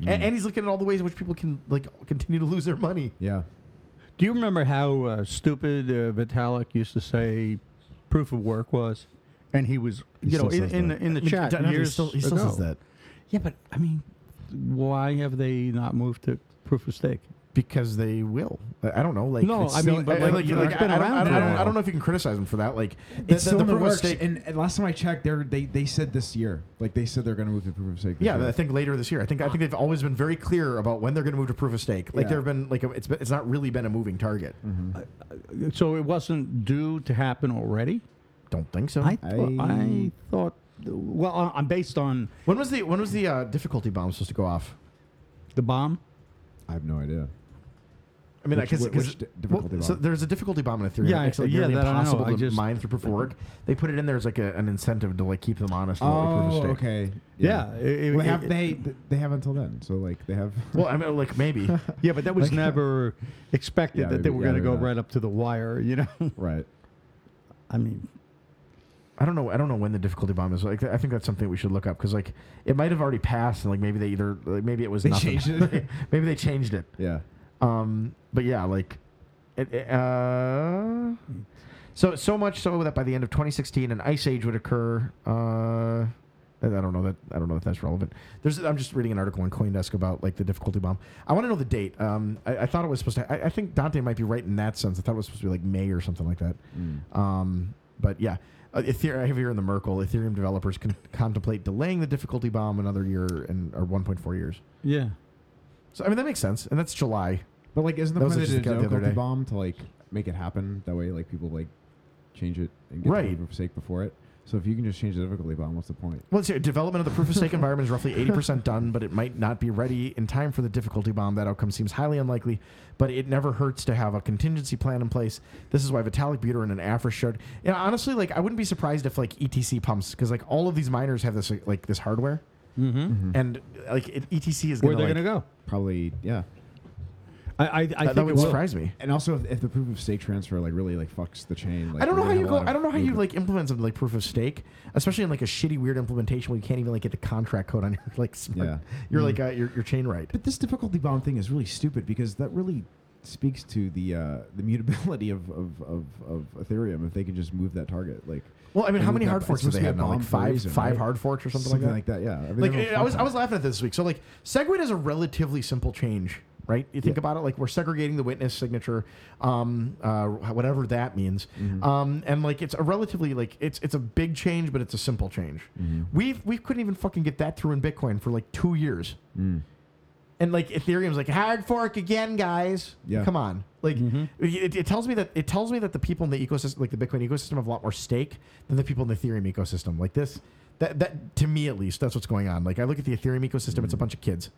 Speaker 1: A- And, he's looking at all the ways in which people can like continue to lose their money.
Speaker 2: Yeah.
Speaker 3: Do you remember how uh, stupid uh, Vitalik used to say proof of work was? And he was,
Speaker 2: He
Speaker 3: you know,
Speaker 2: still
Speaker 3: in,
Speaker 2: says
Speaker 3: in
Speaker 2: that.
Speaker 3: the in the
Speaker 1: I mean,
Speaker 3: chat
Speaker 1: Don- he
Speaker 3: years
Speaker 1: still, he still
Speaker 3: ago.
Speaker 1: says that
Speaker 3: Yeah, but I mean, why have they not moved to proof of stake?
Speaker 1: because they will. I I don't know. Like
Speaker 3: No,
Speaker 1: it's
Speaker 3: I
Speaker 1: still-
Speaker 3: mean, but,
Speaker 1: I- I-
Speaker 3: like,
Speaker 1: I-
Speaker 3: it's
Speaker 1: I don't-
Speaker 3: been around
Speaker 1: I don't-
Speaker 3: for a
Speaker 1: I don't- I
Speaker 3: while.
Speaker 1: don't know if you can criticize them for that. Like
Speaker 2: It's still in the
Speaker 1: proof of
Speaker 2: works.
Speaker 1: stake-
Speaker 2: And, and last time I checked, they're, they they said this year, like they said they're going to move to proof of stake. this
Speaker 1: Yeah,
Speaker 2: year.
Speaker 1: I think later this year. I think I think they've always been very clear about when they're going to move to proof of stake. Like
Speaker 2: Yeah.
Speaker 1: there have been like a, it's been, it's not really been a moving target.
Speaker 3: So it wasn't due to happen already.
Speaker 1: Don't think so.
Speaker 3: I thought, I,
Speaker 2: I-
Speaker 3: thought well, I- I'm based on
Speaker 1: when was the when was the uh, difficulty bomb supposed to go off?
Speaker 3: the bomb.
Speaker 2: I have no idea.
Speaker 1: I mean,
Speaker 2: Which-
Speaker 1: because
Speaker 2: whi- which di- difficulty
Speaker 1: so
Speaker 2: bomb?
Speaker 1: there's a difficulty bomb in Ethereum.
Speaker 3: Yeah,
Speaker 1: that makes it like,
Speaker 3: yeah,
Speaker 1: nearly
Speaker 3: that I know.
Speaker 1: impossible
Speaker 3: I
Speaker 1: to
Speaker 3: just-
Speaker 1: mine through proof of work. They put it in there as like a, an incentive to like keep them honest. and lower proof of
Speaker 2: Oh,
Speaker 1: stake.
Speaker 2: okay.
Speaker 3: Yeah, it-
Speaker 2: Well,
Speaker 3: it-
Speaker 2: they have
Speaker 3: it-
Speaker 2: they th- they have until then. So like they have.
Speaker 1: Well, I mean, like maybe.
Speaker 3: Yeah, but that was never expected
Speaker 2: Yeah,
Speaker 3: that
Speaker 2: maybe-
Speaker 3: they were
Speaker 2: yeah,
Speaker 3: going to
Speaker 2: maybe
Speaker 3: go
Speaker 2: not.
Speaker 3: right up to the wire. You know,
Speaker 2: right.
Speaker 3: I mean,
Speaker 1: I don't know. I don't know when the difficulty bomb is. Like, I think that's something we should look up because like it might have already passed, and like maybe they either like, maybe it was
Speaker 2: They
Speaker 1: nothing.
Speaker 2: changed it.
Speaker 1: maybe they changed it.
Speaker 2: Yeah.
Speaker 1: Um, but yeah, like, it, it, uh, so so much so that by the end of 2016, an ice age would occur. Uh, I I don't know that I don't know if that's relevant. There's I'm just reading an article on CoinDesk about like the difficulty bomb. I want to know the date. Um, I, I thought it was supposed to. I, I think Dante might be right in that sense. I thought it was supposed to be like May or something like that.
Speaker 2: Mm.
Speaker 1: Um, but yeah. Uh, Ether- I have here in the Merkle, Ethereum developers can contemplate delaying the difficulty bomb another year and or 1.4 years.
Speaker 3: yeah.
Speaker 1: So I mean that makes sense, and that's July.
Speaker 2: But like, isn't the
Speaker 1: Those
Speaker 2: point
Speaker 1: I
Speaker 2: of
Speaker 1: just
Speaker 2: the
Speaker 1: got the other
Speaker 2: difficulty
Speaker 1: day.
Speaker 2: bomb to like make it happen? That way, like people like change it and get
Speaker 1: Right.
Speaker 2: the proof of stake before it. So if you can just change the difficulty bomb, what's the point?
Speaker 1: Well, let's see. Development of the proof of stake environment is roughly 80% done, but it might not be ready in time for the difficulty bomb. That outcome seems highly unlikely, but it never hurts to have a contingency plan in place. This is why Vitalik Buterin and Afra showed. And honestly, like I wouldn't be surprised if like ETC pumps because like all of these miners have this like this hardware,
Speaker 3: Mm-hmm.
Speaker 1: and like it, ETC is
Speaker 3: Where
Speaker 1: going
Speaker 3: they're
Speaker 1: like,
Speaker 3: going to go?
Speaker 2: Probably yeah.
Speaker 3: I, I, I
Speaker 1: That, that
Speaker 3: think it
Speaker 1: would
Speaker 3: will.
Speaker 1: surprise me.
Speaker 2: And also, if, if the proof of stake transfer like really like fucks the chain, like,
Speaker 1: I don't know
Speaker 2: we're
Speaker 1: how
Speaker 2: gonna
Speaker 1: you
Speaker 2: have a
Speaker 1: go.
Speaker 2: lot of
Speaker 1: I don't know how you
Speaker 2: movement.
Speaker 1: like implement something like proof of stake, especially in like a shitty weird implementation where you can't even like get the contract code on your like smart,
Speaker 2: Yeah. Hmm.
Speaker 1: you're like uh, your your chain right.
Speaker 2: But this difficulty bomb thing is really stupid because that really speaks to the uh, the mutability of, of, of, of Ethereum if they can just move that target like
Speaker 1: Well, I mean, how
Speaker 2: They moved
Speaker 1: many
Speaker 2: that-
Speaker 1: hard
Speaker 2: it's
Speaker 1: forks do
Speaker 2: supposed
Speaker 1: they
Speaker 2: to be a
Speaker 1: have now? Like
Speaker 2: bomb for a
Speaker 1: five,
Speaker 2: reason,
Speaker 1: five
Speaker 2: right?
Speaker 1: hard forks or something, like that.
Speaker 2: yeah. I, mean,
Speaker 1: Like,
Speaker 2: they don't
Speaker 1: I was, I
Speaker 2: fuck
Speaker 1: was laughing at this week. So like, SegWit is a relatively simple change, right? You think
Speaker 2: Yeah.
Speaker 1: about it, like we're segregating the witness signature, um, uh, whatever that means,
Speaker 2: Mm-hmm.
Speaker 1: um, and like it's a relatively like it's it's a big change, but it's a simple change.
Speaker 2: Mm-hmm.
Speaker 1: We've we couldn't even fucking get that through in Bitcoin for like two years.
Speaker 2: Mm. hmm.
Speaker 1: And like Ethereum's like hard fork again, guys.
Speaker 2: Yeah.
Speaker 1: Come on. Like it, it tells me that it tells me that the people in the ecosystem, like the Bitcoin ecosystem, have a lot more stake than the people in the Ethereum ecosystem. Like this, that that to me at least, that's what's going on. Like I look at the Ethereum ecosystem, it's a bunch of kids.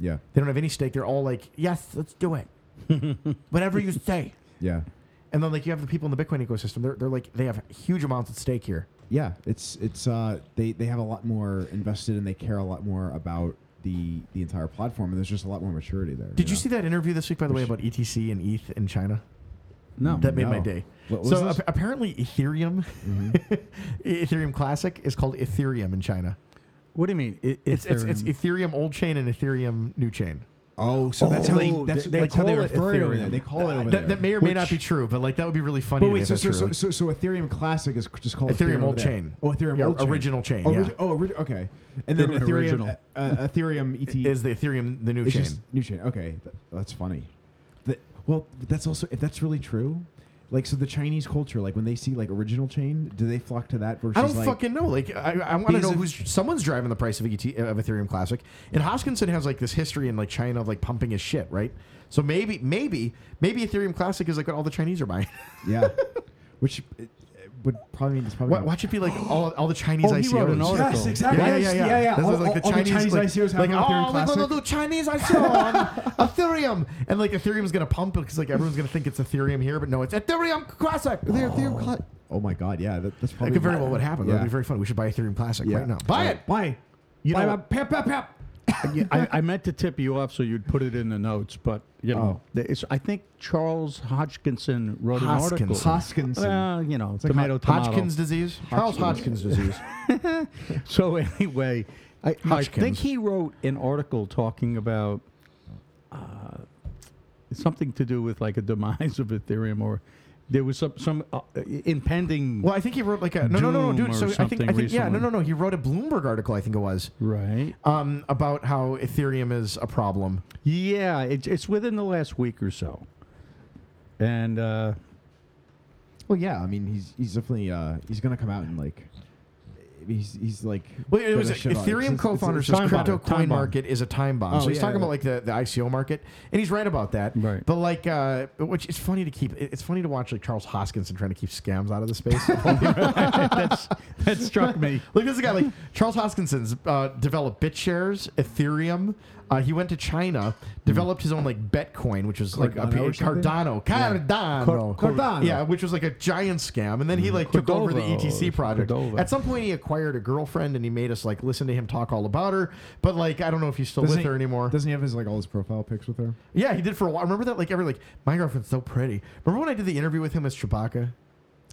Speaker 2: Yeah,
Speaker 1: They don't have any stake. They're all like, yes, let's do it, whatever you say.
Speaker 2: yeah,
Speaker 1: And then like you have the people in the Bitcoin ecosystem, they're they're like they have huge amounts at stake here.
Speaker 2: yeah. It's it's uh they they have a lot more invested and they care a lot more about the the entire platform and there's just a lot more maturity there.
Speaker 1: Did you see that interview this week, by the way, about ETC and ETH in China?
Speaker 3: No.
Speaker 1: That made my
Speaker 2: No.
Speaker 1: day.
Speaker 2: What was
Speaker 1: so
Speaker 2: this?
Speaker 1: ap- apparently, Ethereum, Mm-hmm. Ethereum Classic is called Ethereum in China.
Speaker 3: What do you mean? It,
Speaker 1: It's it's, it's Ethereum old chain and Ethereum new chain.
Speaker 2: Oh, so that's how they
Speaker 3: Oh,
Speaker 2: that's,
Speaker 3: they- they
Speaker 2: that's how they
Speaker 3: call it
Speaker 2: refer to it. over
Speaker 3: Ethereum.
Speaker 2: there. They call it over there.
Speaker 1: That, that may or may
Speaker 2: Which-
Speaker 1: not be true, but like that would be really funny.
Speaker 2: But
Speaker 1: to me
Speaker 2: wait,
Speaker 1: if
Speaker 2: so
Speaker 1: that's
Speaker 2: so,
Speaker 1: true.
Speaker 2: so so so Ethereum Classic is just called
Speaker 1: Ethereum
Speaker 2: over
Speaker 1: old
Speaker 2: there.
Speaker 1: chain.
Speaker 2: Oh, Ethereum
Speaker 1: Yeah,
Speaker 2: old chain.
Speaker 1: original chain,
Speaker 2: Oh,
Speaker 1: yeah.
Speaker 2: orig- oh, orig- okay. And then
Speaker 3: Or-
Speaker 2: Ethereum
Speaker 3: original.
Speaker 2: uh, uh, Ethereum ET
Speaker 1: is the Ethereum the new
Speaker 2: It's
Speaker 1: chain?
Speaker 2: just new chain. Okay, Th- that's funny. That, well, but that's also if that's really true. Like, so the Chinese culture, like when they see like original chain, do they flock to that versus
Speaker 1: I don't
Speaker 2: like?
Speaker 1: fucking know. Like, I, I want to
Speaker 2: Because
Speaker 1: know
Speaker 2: if-
Speaker 1: who's someone's driving the price of, ET, of Ethereum Classic. And Hoskinson has like this history in like China of like pumping his shit, right? So maybe, maybe, maybe Ethereum Classic is like what all the Chinese are buying.
Speaker 2: yeah, which it, it would probably mean it's probably.
Speaker 1: Wa- Watch it be like all, all the Chinese
Speaker 3: Oh,
Speaker 1: ICOs.
Speaker 3: he wrote an article.
Speaker 2: Yes, exactly.
Speaker 1: Yeah, yeah, yeah. This
Speaker 2: All,
Speaker 1: is like the
Speaker 2: all
Speaker 1: Chinese, like,
Speaker 2: ICOs have
Speaker 1: like,
Speaker 2: an Ethereum
Speaker 1: oh,
Speaker 2: Classic.
Speaker 1: we're gonna do Chinese ICO on Ethereum, and like Ethereum's gonna pump because like everyone's gonna think it's Ethereum here, but no, it's Ethereum Classic. Ethereum, Ethereum Classic.
Speaker 2: oh my god, yeah, that, that's
Speaker 1: That
Speaker 2: probably.
Speaker 1: could very well what happened. That'd
Speaker 2: Yeah.
Speaker 1: be very fun. We should buy Ethereum Classic
Speaker 2: Yeah.
Speaker 1: right now. Buy it.
Speaker 2: Buy.
Speaker 3: You
Speaker 2: buy
Speaker 3: know-
Speaker 2: my pap pap pap.
Speaker 3: Yeah, I, I meant to tip you off so you'd put it in the notes, but you know, th- Oh, it's, I think Charles Hodgkinson wrote an article.
Speaker 1: Hoskinson.
Speaker 2: Hoskinson.
Speaker 3: Well, you know,
Speaker 2: like
Speaker 3: tomato, tomato.
Speaker 1: Hodgkin's disease. Charles Hodgkin's disease.
Speaker 3: So anyway, I, I
Speaker 1: Hodgkin's.
Speaker 3: think he wrote an article talking about uh, something to do with like a demise of Ethereum, or there was some some uh, impending.
Speaker 1: Well, I think he wrote like a no, no, no, no,
Speaker 3: Doom
Speaker 1: dude.
Speaker 3: or
Speaker 1: So I think,
Speaker 3: something
Speaker 1: I think yeah, no,
Speaker 3: recently.
Speaker 1: no, no. He wrote a Bloomberg article. I think it was
Speaker 3: Right.
Speaker 1: um, about how Ethereum is a problem.
Speaker 3: Yeah, it, it's within the last week or so, and uh,
Speaker 2: Well, yeah, I mean, he's he's definitely uh, he's gonna come out and like, he's he's like.
Speaker 1: Well, it
Speaker 2: gonna
Speaker 1: was
Speaker 2: shit on It's-
Speaker 1: Ethereum
Speaker 2: it's-
Speaker 1: co-founder
Speaker 2: it's-
Speaker 1: says
Speaker 3: time
Speaker 1: crypto
Speaker 3: bomb.
Speaker 1: coin
Speaker 3: Time bomb.
Speaker 1: market is a time bomb.
Speaker 2: Oh,
Speaker 1: so he's
Speaker 2: yeah,
Speaker 1: talking
Speaker 2: yeah.
Speaker 1: about like the, the ICO market, and he's right about that.
Speaker 3: Right.
Speaker 1: But like, uh, which it's funny to keep. it- It's funny to watch like Charles Hoskinson trying to keep scams out of the space.
Speaker 3: that's that struck me.
Speaker 1: Look, this guy, like Charles Hoskinson's uh, developed BitShares, Ethereum. Uh, he went to China, developed his own like Betcoin, which was like a
Speaker 2: Cardano or something?
Speaker 1: Cardano, Cardano,
Speaker 2: Cor- Cardano. Mm-hmm.
Speaker 1: yeah, which was like a giant scam. And then he like took over the
Speaker 3: Cordova.
Speaker 1: ETC project.
Speaker 3: Cordova.
Speaker 1: At some point, he acquired a girlfriend, and he made us like listen to him talk all about her. But like, I don't know if he's still
Speaker 2: Doesn't
Speaker 1: with
Speaker 2: he-
Speaker 1: her anymore.
Speaker 2: Doesn't he have his like all his profile pics with her?
Speaker 1: yeah, he did for a while. Remember that? Like every like, my girlfriend's so pretty. Remember when I did the interview with him as Chewbacca?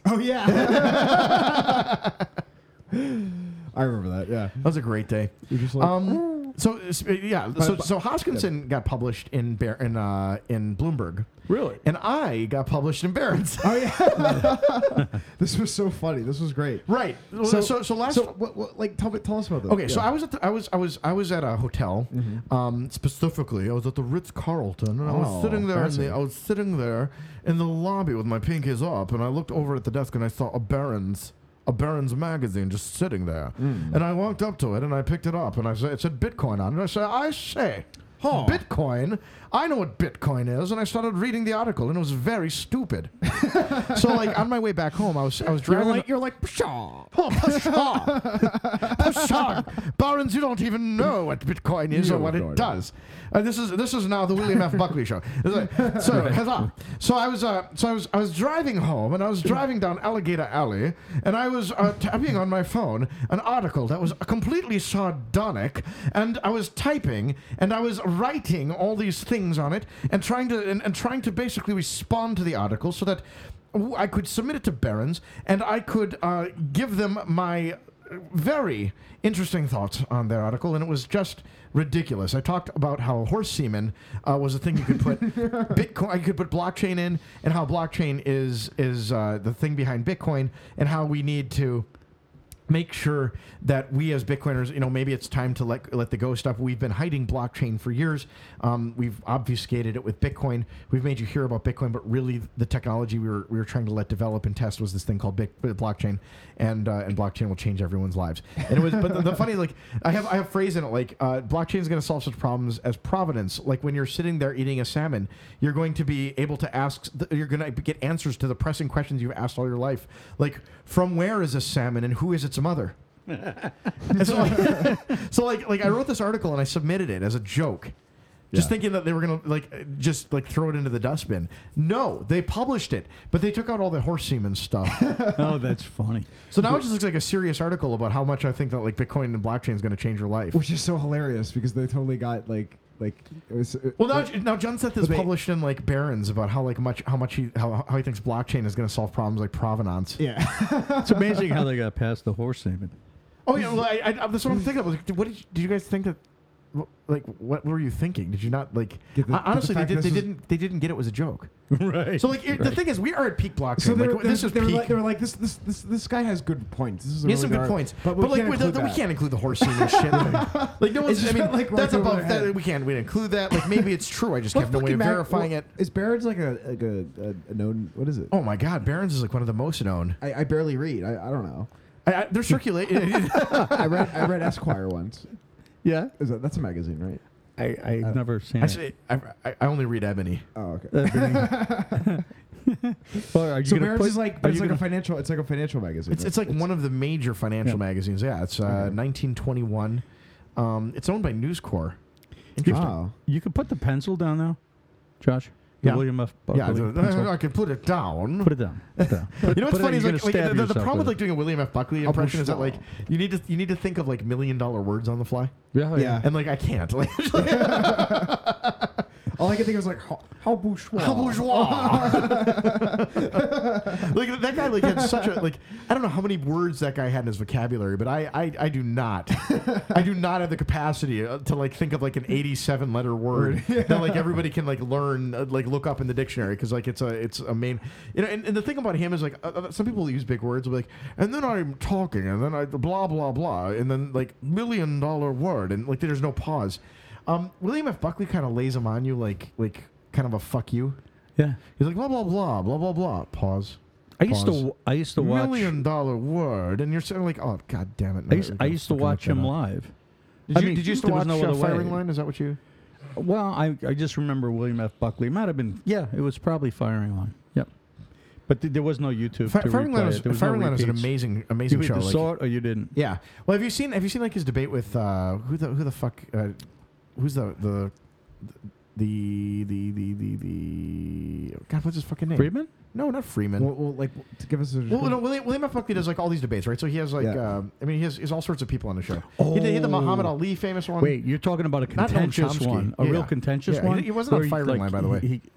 Speaker 2: Oh yeah. I remember that. Yeah.
Speaker 1: That was a great day.
Speaker 2: You're just like,
Speaker 1: Um, so uh, sp- yeah, so,
Speaker 2: but-
Speaker 1: so Hoskinson got published in Bear, in uh, in Bloomberg,
Speaker 3: Really?
Speaker 1: and I got published in Barron's.
Speaker 2: oh yeah. this was so funny. This was great.
Speaker 1: right. So so, so last.
Speaker 2: so what, what, like tell me tell us about this.
Speaker 1: Okay, so
Speaker 2: Yeah. Mm-hmm.
Speaker 1: I was at the, I was I was I was at a hotel, um, specifically I was at the Ritz Carlton, and I
Speaker 2: Oh,
Speaker 1: was sitting there in
Speaker 2: fancy.
Speaker 1: the I was sitting there in the lobby with my pinkies up, and I looked over at the desk and I saw a Barron's a Barron's magazine just
Speaker 2: Mm.
Speaker 1: sitting there, and I walked up to it and I picked it up and I said it said Bitcoin on it. and I said I say
Speaker 2: Huh.
Speaker 1: Bitcoin. I know what Bitcoin is, and I started reading the article, and it was very stupid. so, like on my way back home, I was I was
Speaker 2: You're
Speaker 1: driving.
Speaker 2: like, you're like, pshaw.
Speaker 1: Oh, pshaw. pshaw. Barons, you don't even know what Bitcoin is
Speaker 2: You
Speaker 1: or what
Speaker 2: don't know
Speaker 1: it does. Uh, this is this is now the William F. Buckley show. It's like- So, huzzah. so I was uh, so I was I was driving home and I was driving down Alligator Alley and I was uh, typing on my phone an article that was completely sardonic and I was typing and I was writing all these things on it and trying to and, and trying to basically respond to the article so that w- I could submit it to Barons and I could uh, give them my very interesting thoughts on their article, and it was just ridiculous. I talked about how horse semen uh, was a thing you could put Bitcoin, you could put blockchain in, and how blockchain is is uh, the thing behind Bitcoin, and how we need to make sure that we as bitcoiners you know maybe it's time to let let the go stuff we've been hiding blockchain for years um, we've obfuscated it with bitcoin we've made you hear about bitcoin but really the technology we were, we were trying to let develop and test was this thing called Bit- blockchain and uh, and blockchain will change everyone's lives and it was but the, the funny like i have i have phrase in it like uh, blockchain is going to solve such problems as providence like when you're sitting there eating a salmon you're going to be able to ask th- you're going to get answers to the pressing questions you've asked all your life like from where is this salmon and who is its mother And so, like, so like like i wrote this article and i submitted it as a joke just
Speaker 2: Yeah.
Speaker 1: thinking that they were gonna like uh, just like throw it into the dustbin. No, they published it, but they took out all the horse semen stuff.
Speaker 3: oh, that's funny.
Speaker 1: so now it just looks like a serious article about how much I think that like Bitcoin and blockchain is going to change your life.
Speaker 2: Which is so hilarious because they totally got like, like, it was. it-
Speaker 1: Well, now,
Speaker 2: like-
Speaker 1: now John Seth has
Speaker 2: Wait.
Speaker 1: published in like Barron's about how like much how much he how, how he thinks blockchain is going to solve problems like provenance.
Speaker 2: yeah.
Speaker 3: It's amazing how they got past the horse semen.
Speaker 1: Oh yeah, well, I, I, that's what I'm thinking. About. Like, what did you, did you guys think that? wh- Like, what were you thinking? Did you not like?
Speaker 2: Get
Speaker 1: hon-
Speaker 2: the- get the
Speaker 1: honestly, they,
Speaker 2: fact
Speaker 1: did,
Speaker 2: this
Speaker 1: they
Speaker 2: is-
Speaker 1: didn't. They didn't get it was a joke.
Speaker 3: right.
Speaker 1: So like, it- the thing is, we are at peak blockchain.
Speaker 2: So they
Speaker 1: like,
Speaker 2: were,
Speaker 1: this is
Speaker 2: they, were
Speaker 1: peak.
Speaker 2: like, they were like, this, this, this, this guy has good points. This is a
Speaker 1: He has
Speaker 2: really
Speaker 1: some good
Speaker 2: ar-
Speaker 1: points, but,
Speaker 2: but we
Speaker 1: like
Speaker 2: can't
Speaker 1: we, the,
Speaker 2: include
Speaker 1: the, we
Speaker 2: that.
Speaker 1: can't include the horse scene and shit. Like, like no one's. I
Speaker 2: just
Speaker 1: mean,
Speaker 2: went, like, right
Speaker 1: that's
Speaker 2: over our
Speaker 1: above. That,
Speaker 2: head.
Speaker 1: we can't. We didn't include that. Like maybe it's true. I just
Speaker 2: What
Speaker 1: have no way
Speaker 2: fucking
Speaker 1: of
Speaker 2: mag-
Speaker 1: verifying
Speaker 2: well,
Speaker 1: it.
Speaker 2: Is Barron's like a like a, a, a known what is it?
Speaker 1: Oh my God, Barron's is like one of the most known.
Speaker 2: I, I barely read. I, I don't know.
Speaker 1: I, I, they're circulating.
Speaker 2: I read I read Esquire once.
Speaker 3: yeah,
Speaker 2: Is that, that's a magazine, right?
Speaker 3: I, I've never seen it.
Speaker 1: Actually, I, I I only read Ebony.
Speaker 2: Oh, okay.
Speaker 1: Uh,
Speaker 3: Well, are you
Speaker 2: so
Speaker 3: gonna
Speaker 2: Barron's
Speaker 3: put-
Speaker 2: is like
Speaker 3: are
Speaker 2: it's
Speaker 3: you
Speaker 2: like a
Speaker 3: gonna-
Speaker 2: financial it's like a financial magazine.
Speaker 1: It's, it's like one of the major financial
Speaker 3: Yeah.
Speaker 1: magazines. Yeah, it's uh,
Speaker 2: Okay.
Speaker 1: 1921. Um, it's owned by News Corp. Interesting.
Speaker 2: wow.
Speaker 3: You could put the pencil down now, Josh. The
Speaker 1: Yeah.
Speaker 3: William F. Buckley
Speaker 1: yeah, the-
Speaker 3: pencil.
Speaker 1: I can put it down.
Speaker 3: Put it down. Put it down. Put-
Speaker 1: you know what's
Speaker 3: put it
Speaker 1: funny is like,
Speaker 3: down, you're
Speaker 1: like,
Speaker 3: gonna stab
Speaker 1: the, the
Speaker 3: yourself
Speaker 1: problem with
Speaker 3: it.
Speaker 1: like doing a William F. Buckley
Speaker 2: Upper
Speaker 1: impression is that
Speaker 2: stall.
Speaker 1: like you need to you need to think of like million dollar words on the fly,
Speaker 3: Yeah, oh, yeah.
Speaker 2: Yeah.
Speaker 1: and like I can't. Like,
Speaker 2: All I could think of was like how, how bourgeois.
Speaker 1: How bourgeois. like that guy like had such a like I don't know how many words that guy had in his vocabulary, but I I, I do not I do not have the capacity uh, to like think of like an 87 letter word that like everybody can like learn uh, like look up in the dictionary because like it's a it's a main you know and, and the thing about him is like uh, uh, some people use big words like and then I'm talking and then I blah blah blah and then like million dollar word and like there's no pause. Um, William F. Buckley kind of lays them on you like like kind of a fuck you.
Speaker 3: yeah.
Speaker 1: He's like blah blah blah blah blah blah. Pause.
Speaker 3: I used
Speaker 1: Pause.
Speaker 3: to. I used to watch.
Speaker 1: million dollar word, and you're saying like, oh god damn it!
Speaker 3: I
Speaker 1: man,
Speaker 3: used,
Speaker 1: we
Speaker 3: I
Speaker 1: gotta
Speaker 3: used to
Speaker 1: fucking
Speaker 3: watch
Speaker 1: look that
Speaker 3: him
Speaker 1: up.
Speaker 3: live.
Speaker 1: Did
Speaker 3: I
Speaker 1: you
Speaker 3: mean,
Speaker 1: did you used to
Speaker 3: there
Speaker 1: watch
Speaker 3: was no
Speaker 1: uh,
Speaker 3: other way.
Speaker 1: Firing Line? Is that what you?
Speaker 3: Well, I, I just remember William F. Buckley. It might have been. Yeah, it was probably Firing Line. Yep. But th- there was no YouTube.
Speaker 1: Fi-
Speaker 3: to
Speaker 1: Firing
Speaker 3: replay
Speaker 1: Line
Speaker 3: it.
Speaker 1: is
Speaker 3: There was no
Speaker 1: Firing Line is an
Speaker 3: repeats.
Speaker 1: amazing
Speaker 3: You
Speaker 1: amazing show.
Speaker 3: either
Speaker 1: like-
Speaker 3: saw it or you didn't.
Speaker 1: yeah. Well, have you seen have you seen like his debate with uh, who the who the fuck uh, who's the the the the the the the God what's his fucking name?
Speaker 3: Friedman.
Speaker 1: No, not Freeman.
Speaker 2: Well, well, like to give us a
Speaker 1: Well, no, William, William F. Buckley does like all these debates, right? So he has like,
Speaker 2: Yeah.
Speaker 1: um, I mean, he has, he has all sorts of people on the show. He, did, he had the
Speaker 3: Oh.
Speaker 1: Muhammad Ali famous one.
Speaker 3: Wait, you're talking about a
Speaker 1: Noam
Speaker 3: contentious
Speaker 1: Chomsky.
Speaker 3: one, a real
Speaker 1: Yeah.
Speaker 3: contentious
Speaker 1: Yeah, he-
Speaker 3: one.
Speaker 1: he wasn't
Speaker 3: where
Speaker 1: on firing line, by the way.
Speaker 3: He, he,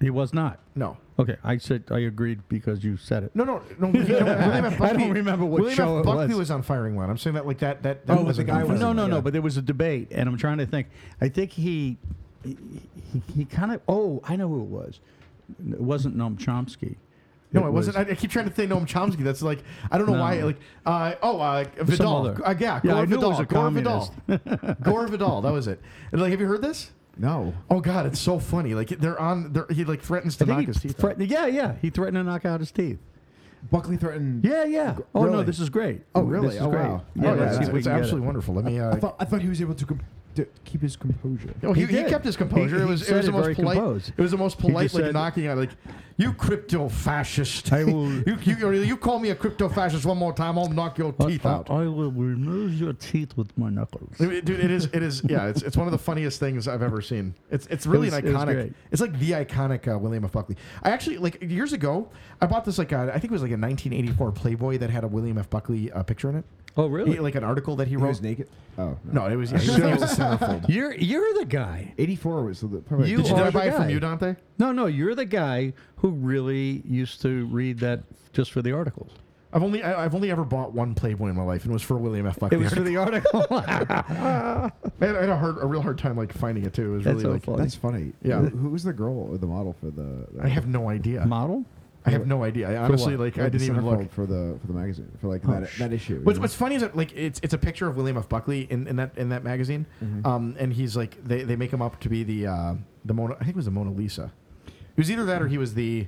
Speaker 3: he was not.
Speaker 1: no,
Speaker 3: Okay, I said I agreed because you said it.
Speaker 1: no, no, no. William F.
Speaker 3: I
Speaker 1: Buckley,
Speaker 3: don't remember what
Speaker 1: William
Speaker 3: show
Speaker 1: F.
Speaker 3: it
Speaker 1: Buckley
Speaker 3: was.
Speaker 1: on firing line. I'm saying that like that. That, that
Speaker 2: Oh, but
Speaker 1: wasn't
Speaker 2: the guy
Speaker 1: on Firing
Speaker 2: was-
Speaker 3: no, no,
Speaker 1: Line.
Speaker 3: no.
Speaker 1: Yeah.
Speaker 3: But there was a debate, and I'm trying to think. I think he he, he, he kind of. Oh, I know who it was. It wasn't Noam Chomsky.
Speaker 1: no, it wasn't. I, I keep trying to think Noam Chomsky. That's like I don't know
Speaker 3: No.
Speaker 1: why. Like, uh, oh, uh, Vidal.
Speaker 3: other.
Speaker 1: Uh, yeah,
Speaker 3: Yeah,
Speaker 1: Gore
Speaker 3: I knew it
Speaker 1: Vidal.
Speaker 3: was a
Speaker 1: Gore Vidal. Gore Vidal. That was it. And like, have you heard this?
Speaker 2: no.
Speaker 1: Oh God, it's so funny. Like they're on. They're, he like threatens to
Speaker 3: I think
Speaker 1: knock
Speaker 3: he
Speaker 1: his teeth. out.
Speaker 3: threatened- yeah, yeah. He threatened to knock out his teeth.
Speaker 2: Buckley threatened.
Speaker 3: Yeah, yeah. Oh no,
Speaker 2: Really?
Speaker 3: this is great.
Speaker 2: Oh, really?
Speaker 3: This is
Speaker 2: Oh,
Speaker 3: great.
Speaker 2: wow.
Speaker 3: Yeah,
Speaker 1: oh, yeah,
Speaker 2: yeah,
Speaker 3: let's see
Speaker 1: it's,
Speaker 3: if we
Speaker 1: it's
Speaker 3: can get it.
Speaker 1: absolutely wonderful. Let me. Uh,
Speaker 2: I thought I thought he was able to com- to keep his composure.
Speaker 1: Oh, he,
Speaker 3: He
Speaker 1: he
Speaker 3: did.
Speaker 1: kept his composure.
Speaker 3: He-
Speaker 1: it
Speaker 3: he
Speaker 1: was it
Speaker 3: said
Speaker 1: was the
Speaker 3: it
Speaker 1: most
Speaker 3: very
Speaker 1: polite.
Speaker 3: composed.
Speaker 1: It was the most
Speaker 3: just
Speaker 1: polite, like
Speaker 3: said-
Speaker 1: knocking out, like you crypto fascist.
Speaker 3: I will-
Speaker 1: you, you you call me a crypto fascist one more time, I'll knock your teeth out.
Speaker 3: I will remove your teeth with my knuckles.
Speaker 1: I mean, Dude, it is. It is. Yeah, it's, it's one of the funniest things I've ever seen. It's it's really
Speaker 3: was-
Speaker 1: an
Speaker 3: it was
Speaker 1: iconic.
Speaker 3: great.
Speaker 1: It's like the iconic uh, William F. Buckley. I actually like years ago. I bought this like uh, I think it was like a 1984 Playboy that had a William F. Buckley uh, picture in it.
Speaker 3: Oh, really?
Speaker 1: He- like an article that he
Speaker 2: He
Speaker 1: wrote.
Speaker 2: was naked. Oh
Speaker 1: no, it was. Yeah, he was-
Speaker 2: It was a centerfold.
Speaker 3: You're you're the guy.
Speaker 2: Eighty four was the probably.
Speaker 3: You
Speaker 1: did you did
Speaker 3: are
Speaker 1: I
Speaker 3: the
Speaker 1: buy it from
Speaker 3: guy.
Speaker 1: you, Dante?
Speaker 3: No, no, you're the guy who really used to read that just for the articles.
Speaker 1: I've only I, I've only ever bought one Playboy in my life, and it was for William F.
Speaker 3: It
Speaker 1: Buckley.
Speaker 3: was for the article.
Speaker 1: Man, I had a hard, a real hard time like finding it too. It was
Speaker 3: That's
Speaker 1: really
Speaker 3: so
Speaker 1: like
Speaker 3: funny.
Speaker 2: That's funny.
Speaker 1: Yeah.
Speaker 2: Who, who was the girl or the model for the? the
Speaker 1: I have no idea.
Speaker 3: model.
Speaker 1: I have no idea. I honestly
Speaker 3: what?
Speaker 1: like
Speaker 2: like
Speaker 1: I
Speaker 2: the
Speaker 1: didn't even
Speaker 2: centerfold
Speaker 1: look.
Speaker 2: for the for the magazine for like that that issue. you
Speaker 1: What's,
Speaker 2: know?
Speaker 1: what's funny is that like it's it's a picture of William F. Buckley in, in that in that magazine,
Speaker 3: Mm-hmm.
Speaker 1: um, and he's like they, they make him up to be the uh, the Mona. I think it was the Mona Lisa. It was either that or he was the.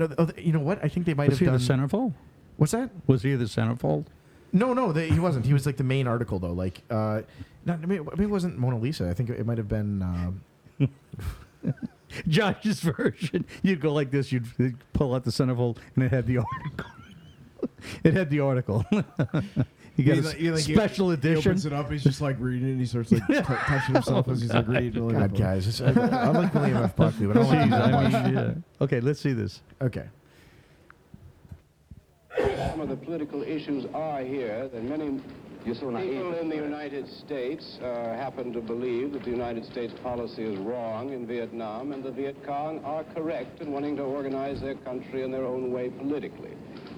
Speaker 1: No, th- oh, th- you know what? I think they might
Speaker 3: Was he
Speaker 1: have
Speaker 3: the
Speaker 1: done.
Speaker 3: centerfold?
Speaker 1: what's that?
Speaker 3: Was he the centerfold?
Speaker 1: No, no, they, he wasn't. He was like the main article though. Like, uh, not, I mean, it wasn't Mona Lisa. I think it, it might have been. Um,
Speaker 3: Josh's version. You'd go like this. You'd you'd pull out the centerfold, and it had the article. it had the article. you got a s- special edition.
Speaker 2: it up. He's just like reading it. And he starts like touching himself as he's like reading.
Speaker 1: God, guys, it's, I, I like William F. Buckley, but I don't like
Speaker 3: Jeez,
Speaker 1: him that
Speaker 3: I
Speaker 1: much.
Speaker 3: mean, yeah. Okay, let's see this.
Speaker 1: Okay.
Speaker 4: some of the political issues are here that many people in the United States uh, happen to believe that the United States policy is wrong in Vietnam and the Viet Cong are correct in wanting to organize their country in their own way politically.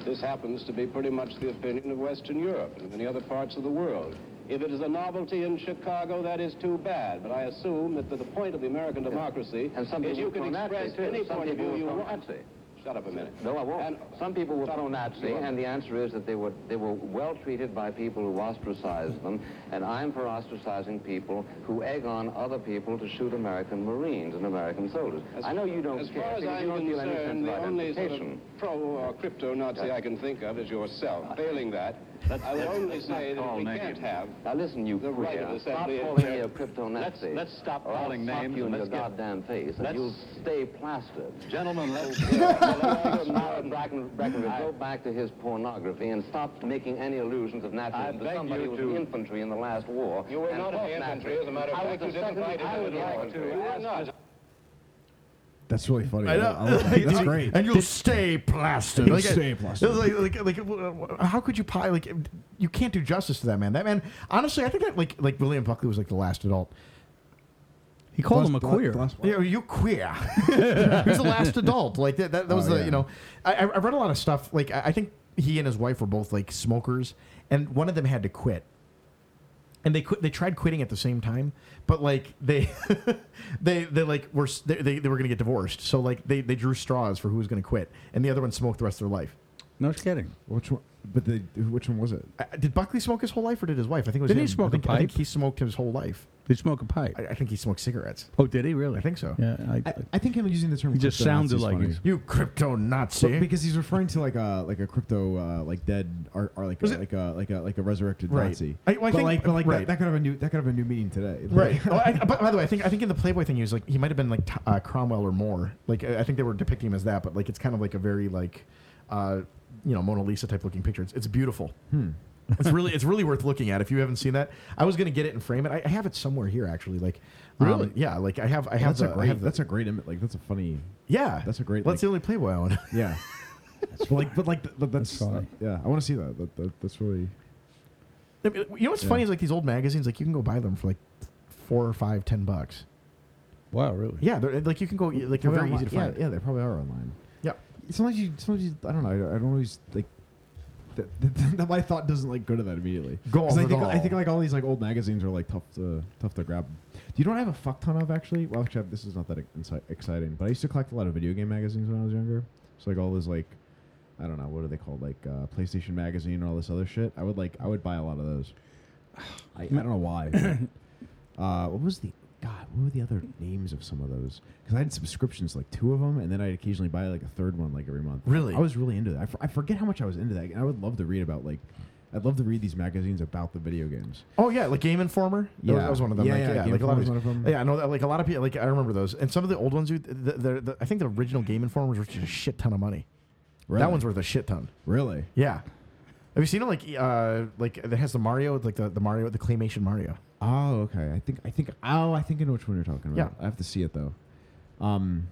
Speaker 4: This happens to be pretty much the opinion of Western Europe and many other parts of the world. If it is a novelty in Chicago, that is too bad. But I assume that the, the point of the American democracy
Speaker 5: And some
Speaker 4: is
Speaker 5: people
Speaker 4: you
Speaker 5: were
Speaker 4: can
Speaker 5: pro-Nazi,
Speaker 4: express
Speaker 5: too.
Speaker 4: any
Speaker 5: Some
Speaker 4: point of
Speaker 5: people
Speaker 4: view
Speaker 5: were
Speaker 4: you want.
Speaker 5: pro-Nazi.
Speaker 4: Shut up a minute.
Speaker 5: No, I won't.
Speaker 4: And-
Speaker 5: Some people were pro-Nazi,
Speaker 4: You are.
Speaker 5: and the answer is that they were they were well treated by people who ostracized them, and I'm for ostracizing people who egg on other people to shoot American Marines and American soldiers. I know you don't
Speaker 4: As
Speaker 5: care
Speaker 4: far as
Speaker 5: because
Speaker 4: I'm
Speaker 5: you don't feel any sense
Speaker 4: concerned, the
Speaker 5: of
Speaker 4: only sort of
Speaker 5: identification.
Speaker 4: pro or crypto Nazi I can think of is
Speaker 5: Uh,
Speaker 4: yourself. Failing that, I would only say that we can't have.
Speaker 5: Now listen, you
Speaker 4: The right of
Speaker 5: queer. Stop
Speaker 4: assembly is-
Speaker 5: calling me a crypto
Speaker 6: Let's-
Speaker 5: Nazi.
Speaker 6: let's stop
Speaker 5: or I'll
Speaker 6: calling
Speaker 5: sock
Speaker 6: names
Speaker 5: you in
Speaker 6: and let's
Speaker 5: your
Speaker 6: get-
Speaker 5: goddamn face, and
Speaker 6: let's-
Speaker 5: you'll stay plastered.
Speaker 6: Gentlemen, let's.
Speaker 5: Now, Bracken, Bracken, go back to his pornography and stop making any illusions of
Speaker 6: I
Speaker 5: Nazism. But
Speaker 6: beg
Speaker 5: somebody
Speaker 6: you
Speaker 5: was
Speaker 6: to-
Speaker 5: in the infantry in the last war.
Speaker 4: You were
Speaker 5: and
Speaker 4: not in
Speaker 5: fought
Speaker 4: the infantry,
Speaker 5: Nazis.
Speaker 4: as a matter of
Speaker 5: I
Speaker 4: fact.
Speaker 5: was
Speaker 4: You
Speaker 5: the
Speaker 4: didn't
Speaker 5: second-
Speaker 4: fight in
Speaker 5: I
Speaker 4: the
Speaker 5: was
Speaker 4: infantry.
Speaker 5: infantry.
Speaker 4: You were
Speaker 5: Ask
Speaker 4: not.
Speaker 5: Mr.
Speaker 2: That's really funny.
Speaker 1: I know.
Speaker 2: love that. That's great.
Speaker 1: And you'll stay plastered.
Speaker 2: You'll
Speaker 1: Like, I-
Speaker 2: stay plastered.
Speaker 1: Like, like, like, uh, how could you pie? Like, you can't do justice to that man. That man, honestly, I think that like, like William Buckley was like the last adult.
Speaker 3: He called
Speaker 2: Last-
Speaker 3: him a
Speaker 2: the-
Speaker 3: queer.
Speaker 2: the last one.
Speaker 1: Yeah, you queer. he was the last adult. Like that. That, that was
Speaker 2: Oh,
Speaker 1: the
Speaker 2: yeah.
Speaker 1: you know. I, I I read a lot of stuff. Like I, I think he and his wife were both like smokers, and one of them had to quit. And they quit. They tried quitting at the same time, but like they, they they like were s- they, they, they were gonna get divorced. So like they, they drew straws for who was gonna quit, and the other one smoked the rest of their life.
Speaker 3: No kidding.
Speaker 2: Which one? But the which one was it?
Speaker 1: I, I- did Buckley smoke his whole life, or did his wife? I think it was
Speaker 3: Didn't he
Speaker 1: him.
Speaker 3: smoke
Speaker 1: I
Speaker 3: a
Speaker 1: think, I think
Speaker 3: pipe?
Speaker 1: he smoked his whole life.
Speaker 3: Did he smoke a pipe?
Speaker 1: I, I think he smoked cigares.
Speaker 3: oh, did he really?
Speaker 1: I think so.
Speaker 3: Yeah. I,
Speaker 2: I, I think him using the term
Speaker 3: He just
Speaker 2: crypto-Nazi
Speaker 3: sounded
Speaker 2: is
Speaker 3: like
Speaker 2: funny.
Speaker 3: he's-
Speaker 1: You crypto Nazi.
Speaker 2: But because he's referring to like a like a crypto uh, like dead or, or like a,
Speaker 1: Was it-
Speaker 2: like a like a like a resurrected
Speaker 1: Right.
Speaker 2: Nazi.
Speaker 1: I- well, I
Speaker 2: but
Speaker 1: think-
Speaker 2: like but like
Speaker 1: right.
Speaker 2: that, that could have a new that could have a new meaning today.
Speaker 1: Right. oh, I, but by the way, I think I think in the Playboy thing, he was like he might have been like T- uh, Cromwell or Moore. Like I I think they were depicting him as that, but like it's kind of like a very like, uh, you know, Mona Lisa type looking picture. It's, it's beautiful. It's really it's really worth looking at if you haven't seen that. I was gonna get it and frame it. I, I have it somewhere here actually. Like, um,
Speaker 2: Really?
Speaker 1: yeah. Like I have I have
Speaker 2: That's a
Speaker 1: the, I
Speaker 2: great
Speaker 1: have the-
Speaker 2: that's a great image. Like that's a funny.
Speaker 1: yeah.
Speaker 2: that's a great,
Speaker 1: Well,
Speaker 2: like-
Speaker 1: that's the only Playboy I own.
Speaker 2: Yeah. but like but like th- but that's,
Speaker 3: That's funny.
Speaker 2: yeah. I want to see that. That, that. That's really.
Speaker 1: I mean, you know what's
Speaker 2: Yeah.
Speaker 1: funny is like these old magazines. Like you can go buy them for like four or five, ten bucks.
Speaker 3: wow, really?
Speaker 1: Yeah. They're like you can go like they're very
Speaker 2: Probably
Speaker 1: easy to
Speaker 2: onli-
Speaker 1: find.
Speaker 2: Yeah, yeah, they probably are online.
Speaker 1: yeah.
Speaker 2: Sometimes you sometimes you, I don't know. I don't, I don't always like. That, that, that my thought doesn't like go to that immediately. 'Cause I
Speaker 1: Golden
Speaker 2: think I
Speaker 1: Dawn.
Speaker 2: think like all these like old magazines are like tough to tough to grab. Do you know what I have a fuck ton of actually? Well, actually, I- this is not that exci- exciting. But I used to collect a lot of video game magazines when I was younger. So like all those like, I don't know what are they called like uh, PlayStation magazine and all this other shit. I would like I would buy a lot of those. I, I don't know why. but, uh, what was the God? What were the other names of some of those? Because I had subscriptions to, like two of them, and then I'd occasionally buy like a third one like every month.
Speaker 1: Really?
Speaker 2: I was really into that. I, f- I forget how much I was into that, and I would love to read about like I'd love to read these magazines about the video games.
Speaker 1: Oh yeah, like Game Informer. That was-
Speaker 2: Yeah.
Speaker 1: that was one of them.
Speaker 2: Yeah,
Speaker 1: like,
Speaker 2: yeah, Game
Speaker 1: like a lot of,
Speaker 2: Informer's
Speaker 1: these-
Speaker 2: one of them.
Speaker 1: Yeah, I know. That, like a lot of people. Like I remember those, and some of the old ones. dude, The, the, the, I think the original Game Informers were just a shit ton of money.
Speaker 2: Really?
Speaker 1: That one's worth a shit ton.
Speaker 2: really.
Speaker 1: Yeah. Have you seen it? Like uh, like that has the Mario, like the, the Mario, the claymation Mario.
Speaker 2: Oh, okay. I think I think oh, I think I know which one you're talking about.
Speaker 1: Yeah.
Speaker 2: I have to see it though. Um,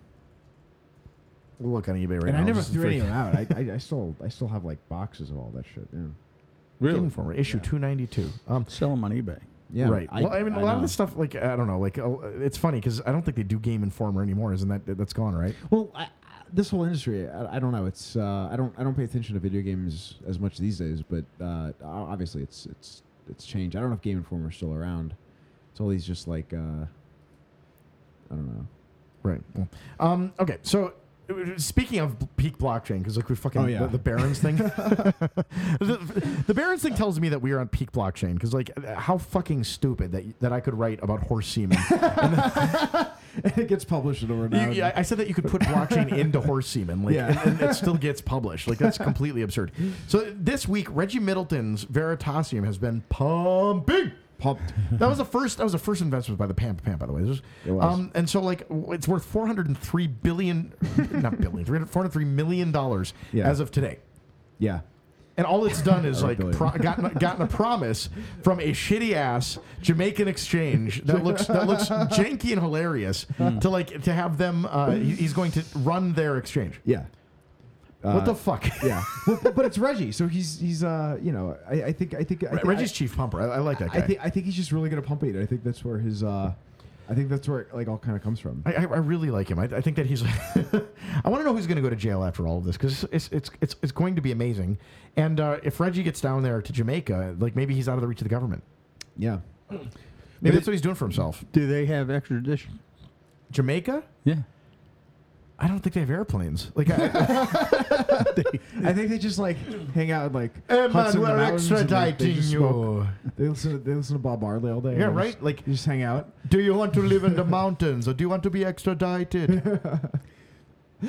Speaker 1: We'll look on eBay right
Speaker 2: and
Speaker 1: now.
Speaker 2: I never
Speaker 1: This is
Speaker 2: threw
Speaker 1: free.
Speaker 2: any of them out. I, I, I still I still have like boxes of all that shit. Yeah.
Speaker 1: Game Informer issue two ninety two. Um,
Speaker 3: Sell them on eBay.
Speaker 2: Yeah.
Speaker 1: right. well, I mean, a lot of
Speaker 2: know.
Speaker 1: this stuff, like I don't know, like uh, it's funny because I don't think they do Game Informer anymore. Isn't that that's gone, right?
Speaker 2: Well, I, I- this whole industry, I, I don't know. It's uh, I don't I don't pay attention to video games as much these days, but uh, o- obviously it's it's it's changed. I don't know if Game Informer's still around. It's all these just like uh, I don't know.
Speaker 1: Right. Well, Um, okay. So uh, speaking of b- peak blockchain, because like we fucking
Speaker 2: Oh, yeah.
Speaker 1: the, the Barons thing, the, the Barons thing tells me that we are on peak blockchain. Because like uh, how fucking stupid that that I could write about horse semen.
Speaker 2: it gets published over
Speaker 1: You- yeah, I said that you could put blockchain into horse semen, like,
Speaker 2: Yeah.
Speaker 1: and, and it still gets published. Like that's completely absurd. So this week, Reggie Middleton's Veritasium has been pumping.
Speaker 2: Pumped.
Speaker 1: That was the first. That was the first investment by the Pampa Pam, by the way. This was-
Speaker 2: It was.
Speaker 1: Um, and so, like, w- it's worth four hundred and three billion, not billion, three hundred four hundred three million dollars
Speaker 2: Yeah.
Speaker 1: as of today.
Speaker 2: yeah.
Speaker 1: And all it's done is
Speaker 2: Or
Speaker 1: like
Speaker 2: billion.
Speaker 1: pro- gotten, gotten a promise from a shitty ass Jamaican exchange that looks that looks janky and hilarious to like to have them. Uh, he- he's going to run their exchange.
Speaker 2: Yeah. Uh,
Speaker 1: what the fuck?
Speaker 2: Yeah. well, but, but it's Reggie, so he's he's uh you know I, I think I think I think
Speaker 1: Reggie's
Speaker 2: I,
Speaker 1: chief pumper. I, I like that guy.
Speaker 2: I think I think he's just really good at pump it. I think that's where his uh I think that's where it, like all kind of comes from.
Speaker 1: I, I I really like him. I, I think that he's. I want to know who's going to go to jail after all of this because it's it's, it's it's going to be amazing. And uh, if Reggie gets down there to Jamaica, like maybe he's out of the reach of the government.
Speaker 2: yeah.
Speaker 1: Maybe
Speaker 3: But
Speaker 1: that's what he's doing for himself.
Speaker 3: Do they have extradition?
Speaker 1: Jamaica?
Speaker 3: Yeah.
Speaker 1: I don't think they have airplanes. Like, I,
Speaker 2: I think they just like hang out like huts in the mountains and, like, they just smoke. They listen. To, they listen to Bob Marley all day.
Speaker 1: Yeah,
Speaker 2: They
Speaker 1: right?
Speaker 2: just-
Speaker 1: Like-
Speaker 2: they just hang out.
Speaker 1: Do you want to live in the mountains or do you want to be extradited?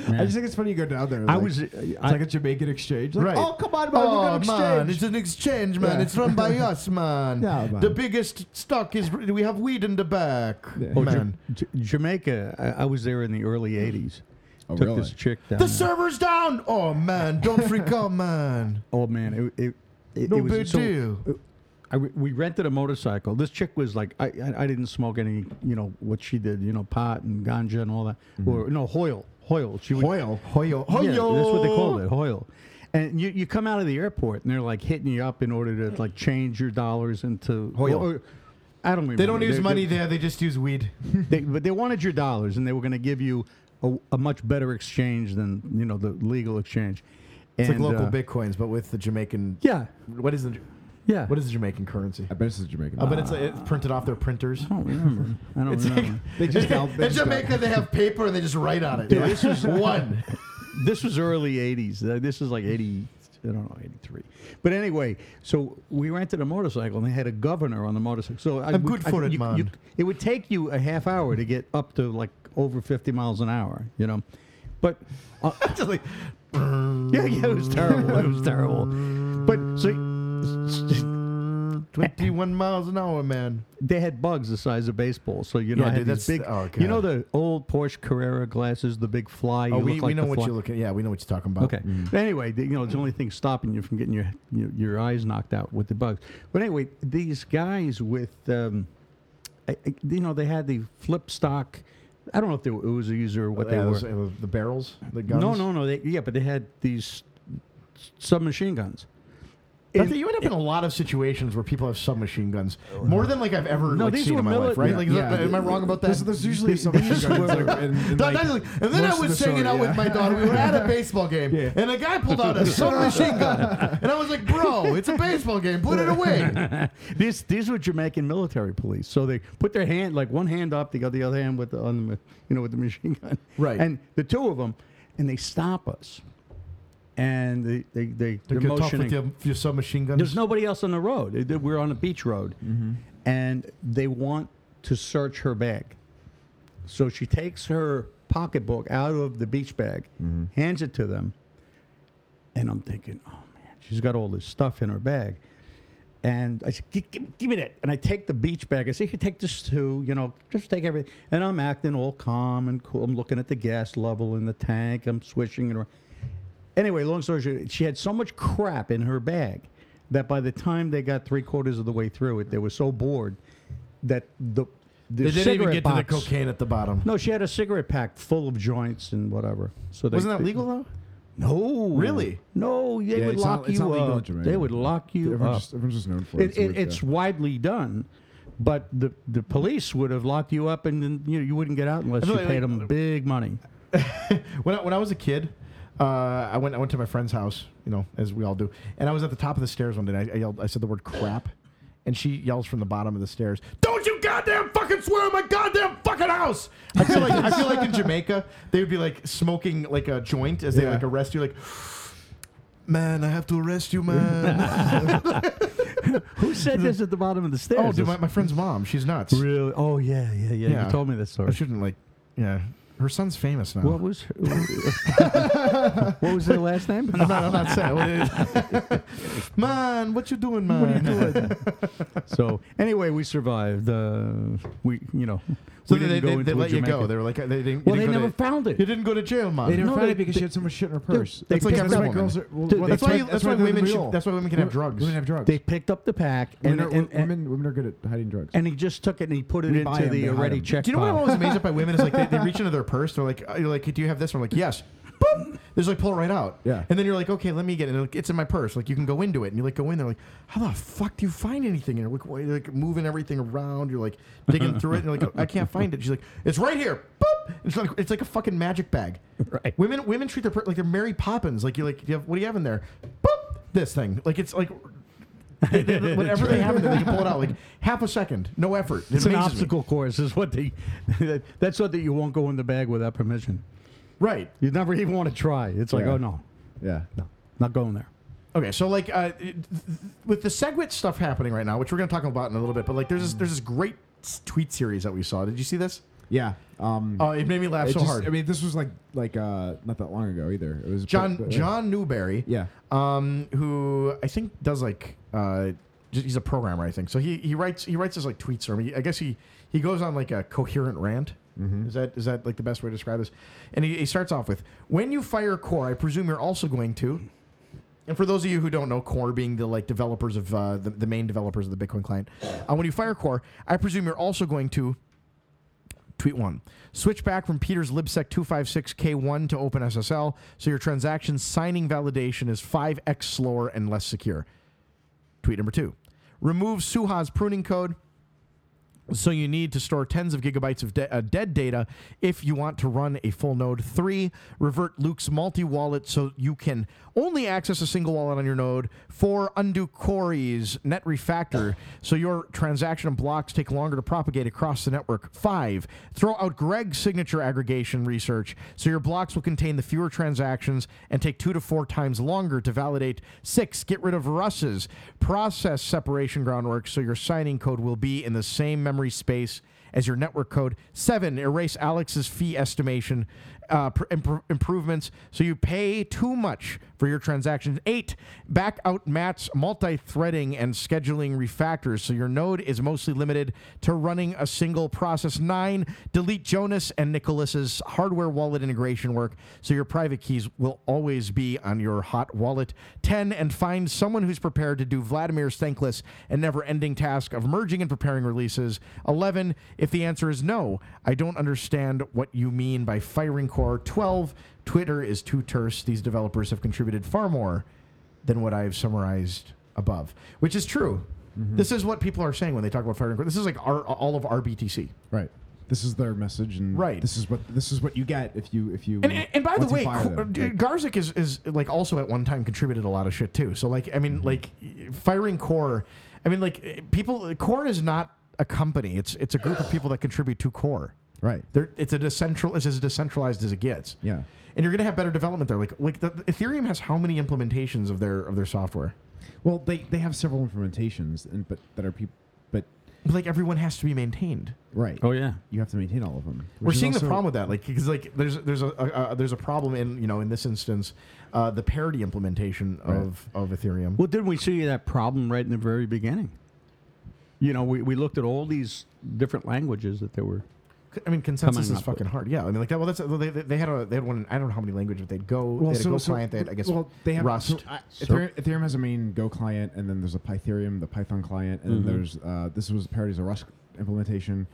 Speaker 2: I just think it's funny you go down there.
Speaker 3: I
Speaker 2: like,
Speaker 3: was- uh,
Speaker 2: It's
Speaker 3: I-
Speaker 2: like a Jamaican exchange. Like,
Speaker 1: Right.
Speaker 2: Oh come on, man, we're
Speaker 1: Oh,
Speaker 2: gonna
Speaker 1: man, it's
Speaker 2: exchange.
Speaker 1: an exchange, man.
Speaker 2: Yeah.
Speaker 1: It's run by us, man.
Speaker 2: Yeah,
Speaker 1: The
Speaker 2: man.
Speaker 1: biggest stock is we have weed in the back,
Speaker 2: Yeah.
Speaker 3: Oh, Ja-
Speaker 1: man.
Speaker 3: J- Jamaica. I, I was there in the early '80s.
Speaker 2: Oh,
Speaker 3: Took
Speaker 2: really?
Speaker 3: this chick down.
Speaker 1: The
Speaker 3: there.
Speaker 1: server's down. Oh man, don't freak out, man.
Speaker 3: oh man, it, it, it,
Speaker 1: No
Speaker 3: it was
Speaker 1: big
Speaker 3: so- uh,
Speaker 1: deal.
Speaker 3: I, we rented a motorcycle. This chick was like, I, I, I didn't smoke any, you know, what she did, you know, pot and ganja and all that. Or no, Hoyle, Hoyle. She would,
Speaker 2: Hoyle?
Speaker 3: Hoyle, Hoyle. Yeah, that's what they called it, Hoyle. And you, you come out of the airport and they're like hitting you up in order to like change your dollars into
Speaker 1: Hoyle.
Speaker 3: Or, I don't remember.
Speaker 1: They don't use
Speaker 3: They-
Speaker 1: money
Speaker 3: they-
Speaker 1: there. They just use weed.
Speaker 3: they, but they wanted your dollars, and they were going to give you a, a much better exchange than you know the legal exchange.
Speaker 1: It's
Speaker 3: And,
Speaker 1: like local
Speaker 3: uh,
Speaker 1: bitcoins, but with the Jamaican.
Speaker 3: Yeah,
Speaker 1: What is the
Speaker 3: yeah.
Speaker 1: what is the Jamaican currency?
Speaker 2: I bet it's a Jamaican.
Speaker 1: Oh, but it's, it's printed off their printers.
Speaker 3: I don't remember. I don't
Speaker 1: It's like-
Speaker 3: remember.
Speaker 2: they just down. They
Speaker 1: In
Speaker 2: just down-
Speaker 1: Jamaica, they have paper and they just write on it.
Speaker 3: Dude, this is-
Speaker 1: one.
Speaker 3: this was early 80s. Uh, This is like 80, I don't know, 83. But anyway, so we rented a motorcycle and they had a governor on the motorcycle. So I,
Speaker 1: I'm
Speaker 3: would-
Speaker 1: good
Speaker 3: I-
Speaker 1: for it,
Speaker 3: you-
Speaker 1: man.
Speaker 3: you- it would take you a half hour to get up to like over 50 miles an hour, you know. But uh,
Speaker 1: Just like,
Speaker 3: yeah, yeah, it was terrible. It was terrible. But so
Speaker 1: Twenty-one miles an hour, man.
Speaker 3: they had bugs the size of baseball. So you know,
Speaker 1: Yeah,
Speaker 3: I had
Speaker 1: dude,
Speaker 3: these
Speaker 1: that's- oh,
Speaker 3: big. you know
Speaker 1: God.
Speaker 3: the old Porsche Carrera glasses, the big fly.
Speaker 1: Oh,
Speaker 3: you
Speaker 1: we,
Speaker 3: look
Speaker 1: we
Speaker 3: like
Speaker 1: know
Speaker 3: the
Speaker 1: what
Speaker 3: fly.
Speaker 1: you're looking. Yeah, we know what you're talking about. Mm.
Speaker 3: Okay. But anyway, the, you know, it's the only thing stopping you from getting your, your your eyes knocked out with the bugs. But anyway, these guys with, um, I, I- you know, they had the flip stock. I don't know if they, were- it was a user or what
Speaker 1: Yeah,
Speaker 3: they
Speaker 1: those-
Speaker 3: were.
Speaker 1: uh, the barrels, the guns.
Speaker 3: No, no, no. They, yeah, but they had these submachine guns.
Speaker 1: But
Speaker 3: In-
Speaker 1: you end up in a lot of situations where people have submachine guns, more than like I've ever
Speaker 3: No,
Speaker 1: like,
Speaker 3: these
Speaker 1: seen
Speaker 3: were
Speaker 1: in my
Speaker 3: mili-
Speaker 1: life, right?
Speaker 3: yeah,
Speaker 1: like,
Speaker 2: yeah.
Speaker 1: am I wrong about that?
Speaker 2: There's, there's usually some machine guns. like, in- in,
Speaker 1: That-
Speaker 2: like,
Speaker 1: that's like- and then I
Speaker 2: most of
Speaker 1: was
Speaker 2: the
Speaker 1: hanging
Speaker 2: story,
Speaker 1: out
Speaker 2: yeah.
Speaker 1: with my daughter. We were at a baseball game,
Speaker 2: Yeah.
Speaker 1: and a guy pulled out a submachine gun, and I was like, "Bro, it's a baseball game. Put it away."
Speaker 3: These these were Jamaican military police. So they put their hand like one hand up, they got the other hand with the on the you know with the machine gun.
Speaker 1: Right.
Speaker 3: And the two of them, and they stop us, and they they they
Speaker 1: They're
Speaker 3: they're
Speaker 1: tough
Speaker 3: motioning.
Speaker 1: with your, your submachine guns.
Speaker 3: There's nobody else on the road. They- they- We're on a beach road,
Speaker 1: Mm-hmm.
Speaker 3: and they want to search her bag. So she takes her pocketbook out of the beach bag,
Speaker 1: Mm-hmm.
Speaker 3: hands it to them, and I'm thinking, oh man, she's got all this stuff in her bag. And I said, "Gi- gi- give me that. And I take the beach bag. I said, you take this too, you know, just take everything. And I'm acting all calm and cool. I'm looking at the gas level in the tank. I'm swishing it around. Anyway, long story short, she had so much crap in her bag that by the time they got three quarters of the way through it, they were so bored that the,
Speaker 1: They
Speaker 3: the
Speaker 1: didn't even
Speaker 3: cigarette
Speaker 1: get
Speaker 3: box,
Speaker 1: to the cocaine at the bottom.
Speaker 3: No, she had a cigarette pack full of joints and whatever. So they,
Speaker 1: Wasn't that
Speaker 3: they-
Speaker 1: legal though?
Speaker 3: No,
Speaker 1: Really?
Speaker 3: No, they
Speaker 2: Yeah,
Speaker 3: would
Speaker 2: it's not-
Speaker 3: lock
Speaker 2: it's
Speaker 3: you
Speaker 2: not legal in
Speaker 3: up.
Speaker 2: Jamaica.
Speaker 3: They would lock you
Speaker 2: Everyone's,
Speaker 3: up.
Speaker 2: just, everyone's just known for it.
Speaker 3: Oh. It, it, it's
Speaker 2: uh,
Speaker 3: widely done, but the, the police would have locked you up, and then you, know, you wouldn't get out unless you
Speaker 1: feel like-
Speaker 3: paid them big money.
Speaker 1: When I, when I was a kid, uh, I went I went to my friend's house, you know, as we all do, and I was at the top of the stairs one day. And I, I yelled, I said the word crap, and she yells from the bottom of the stairs, "Don't you goddamn fucking swear in my goddamn fucking house!" I feel like I feel like in Jamaica they would be like smoking like a joint as they
Speaker 2: Yeah.
Speaker 1: like arrest you, like. Man, I have to arrest you, man.
Speaker 3: Who said this at the bottom of the stairs?
Speaker 1: oh, dude, my, my friend's mom. She's nuts.
Speaker 3: really? Oh, yeah, yeah, yeah.
Speaker 1: Yeah.
Speaker 3: You told me that
Speaker 1: I
Speaker 3: story.
Speaker 1: shouldn't like. Yeah, her son's famous now.
Speaker 3: What was her- what was their last name?
Speaker 1: I'm not, I'm not saying. What it is. man, what you doing, man?
Speaker 3: so anyway, we survived. Uh, we, you know,
Speaker 1: So
Speaker 3: we
Speaker 1: they, they,
Speaker 3: didn't go
Speaker 1: they
Speaker 3: into
Speaker 1: let you
Speaker 3: Jamaica.
Speaker 1: go. They were like, uh, they didn't.
Speaker 3: well,
Speaker 1: you
Speaker 3: they
Speaker 1: didn't go
Speaker 3: never
Speaker 1: to-
Speaker 3: found it.
Speaker 1: You didn't go to jail, man.
Speaker 2: They never
Speaker 3: No,
Speaker 2: found
Speaker 3: they-
Speaker 2: it because
Speaker 3: they-
Speaker 2: she had so much shit in her purse.
Speaker 3: they
Speaker 2: That's
Speaker 1: picked
Speaker 2: like
Speaker 1: up
Speaker 2: that's why
Speaker 1: women.
Speaker 2: girls are. Well,
Speaker 3: Dude,
Speaker 2: well,
Speaker 1: that's, why. that's why
Speaker 2: women
Speaker 1: women.
Speaker 2: are
Speaker 1: Should,
Speaker 2: real.
Speaker 1: that's why women can have drugs.
Speaker 2: Women have drugs.
Speaker 3: They picked up the pack and
Speaker 2: women, are,
Speaker 3: and, and,
Speaker 2: women, women are good at hiding drugs.
Speaker 3: and he just took it and he put it
Speaker 2: We buy
Speaker 3: into
Speaker 2: 'em, they
Speaker 3: the
Speaker 2: hide
Speaker 3: already
Speaker 2: 'em.
Speaker 3: checked.
Speaker 1: do you know what I'm
Speaker 3: box.
Speaker 1: always amazed at by women is like they, they reach into their purse. They're like, uh, you're like, do you have this? And I'm like, yes. Boom. They just like pull it right out.
Speaker 2: Yeah.
Speaker 1: And then you're like, okay, let me get it. And they're like, it's in my purse. Like you can go into it. And you like go in. They're like, how the fuck do you find anything? And you're like, wait, like moving everything around. You're like digging through it. And you're like, "Oh, I can't find it. She's like, it's right here. Boop. It's like it's like a fucking magic bag.
Speaker 3: Right.
Speaker 1: Women women treat their pur- like they're Mary Poppins. Like you like, do you have, what do you have in there? Boop. This thing. Like it's like. they- they- Whatever they have, in there, they can pull it out like half a second, no effort. It
Speaker 3: It's an
Speaker 1: amazes me.
Speaker 3: obstacle course, is what they. that's what that you won't go in the bag without permission.
Speaker 1: right?
Speaker 3: You never even want to try. It's like,
Speaker 2: Yeah.
Speaker 3: oh no,
Speaker 2: yeah.
Speaker 3: no, not going there.
Speaker 1: Okay, so like uh, it- th- th- with the Segwit stuff happening right now, which we're going to talk about in a little bit, but like there's this, there's this great s- tweet series that we saw. Did you see this?
Speaker 2: Yeah. Um,
Speaker 1: Oh, it made me laugh
Speaker 2: it
Speaker 1: so
Speaker 2: just-
Speaker 1: hard.
Speaker 2: I mean, this was like like uh, not that long ago either. It was
Speaker 1: John
Speaker 2: but- uh,
Speaker 1: John Newberry,
Speaker 2: Yeah.
Speaker 1: um, who I think does like uh, j- he's a programmer, I think. So he, he writes he writes his like tweets or I guess he he goes on like a coherent rant. Is that is that like the best way to describe this? And he, he starts off with, "When you fire core, I presume you're also going to." And for those of you who don't know, Core being the like developers of uh, the, the main developers of the Bitcoin client, uh, when you fire Core, I presume you're also going to tweet one, switch back from Peter's libsec 256k1 to OpenSSL, so your transaction signing validation is 5x slower and less secure. Tweet number two, remove Suha's pruning code. So you need to store tens of gigabytes of de- uh, dead data if you want to run a full node. Three, revert Luke's multi-wallet so you can only access a single wallet on your node. Four, undo Corey's net refactor so your transaction and blocks take longer to propagate across the network. Five, throw out Greg's signature aggregation research so your blocks will contain the fewer transactions and take two to four times longer to validate. Six, get rid of Russ's process separation groundwork so your signing code will be in the same memory space as your network code. Seven, erase Alex's fee estimation uh, pr- impr- improvements so you pay too much for your transactions. Eight, back out Matt's multi threading and scheduling refactors so your node is mostly limited to running a single process. Nine, delete Jonas and Nicholas's hardware wallet integration work so your private keys will always be on your hot wallet. 10 and find someone who's prepared to do Vladimir's thankless and never ending task of merging and preparing releases. 11 if the answer is no, I don't understand what you mean by firing core. 12 Twitter is too terse. These developers have contributed far more than what I've summarized above, which is true. This is what people are saying when they talk about firing core. This is like our, all of RBTC.
Speaker 2: Right. This is their message, and
Speaker 1: Right.
Speaker 2: This is what this is what you get if you if you.
Speaker 1: And, and, and by the
Speaker 2: once you
Speaker 1: way,
Speaker 2: fire them.
Speaker 1: Qu-
Speaker 2: Like,
Speaker 1: Garzik is, is like also at one time contributed a lot of shit too. So like I mean
Speaker 2: Mm-hmm.
Speaker 1: like firing Core, I mean like people Core is not a company. It's it's a group of people that contribute to Core.
Speaker 2: right.
Speaker 1: They're, it's a decentral it's as decentralized as it gets.
Speaker 2: Yeah.
Speaker 1: And you're gonna have better development there. Like like the, the Ethereum has how many implementations of their of their software?
Speaker 2: Well, they they have several implementations, and but that are people, but
Speaker 1: like everyone has to be maintained.
Speaker 2: Right.
Speaker 3: Oh yeah.
Speaker 2: You have to maintain all of them.
Speaker 1: We're seeing the problem with that, like because like there's there's a, a, a there's a problem in you know in this instance, uh, the parity implementation of of Ethereum.
Speaker 3: Well, didn't we see that problem right in the very beginning? You know, we, we looked at all these different languages that there were.
Speaker 1: I mean, consensus
Speaker 3: coming
Speaker 1: is
Speaker 3: up with.
Speaker 1: fucking hard. Yeah, I mean, like that. Well, that's they, they they had a they had one. in- I don't know how many languages but they'd go. they had a Go client. They had I guess Rust.
Speaker 2: so, uh, Ethereum, Ethereum has a main Go client, and then there's a Pytherium, the Python client,
Speaker 1: Mm-hmm.
Speaker 2: and then there's uh, this was parodies of Rust implementation,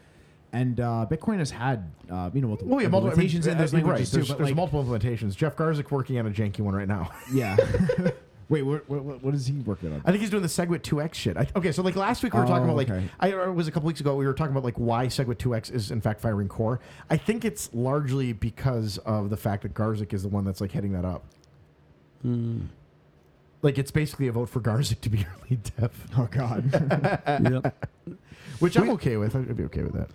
Speaker 2: and uh, Bitcoin has had uh, you know multiple
Speaker 1: well, yeah, multiple I mean,
Speaker 2: implementations and
Speaker 1: uh,
Speaker 2: there's
Speaker 1: right,
Speaker 2: languages
Speaker 1: There's,
Speaker 2: too, but
Speaker 1: there's
Speaker 2: like,
Speaker 1: multiple implementations. Jeff Garzik working on a janky one right now.
Speaker 2: yeah. Wait, what, what, what is he working on?
Speaker 1: I think he's doing the SegWit 2x shit. I, okay, so like last week we were talking
Speaker 2: Oh,
Speaker 1: about like
Speaker 2: okay.
Speaker 1: I or it was a couple weeks ago we were talking about like why SegWit 2x is in fact firing core. I think it's largely because of the fact that Garzik is the one that's like heading that up.
Speaker 2: Hmm.
Speaker 1: Like it's basically a vote for Garzik to be your lead dev,
Speaker 2: Oh God!
Speaker 3: yep.
Speaker 1: which I'm okay with. I'd be okay with that.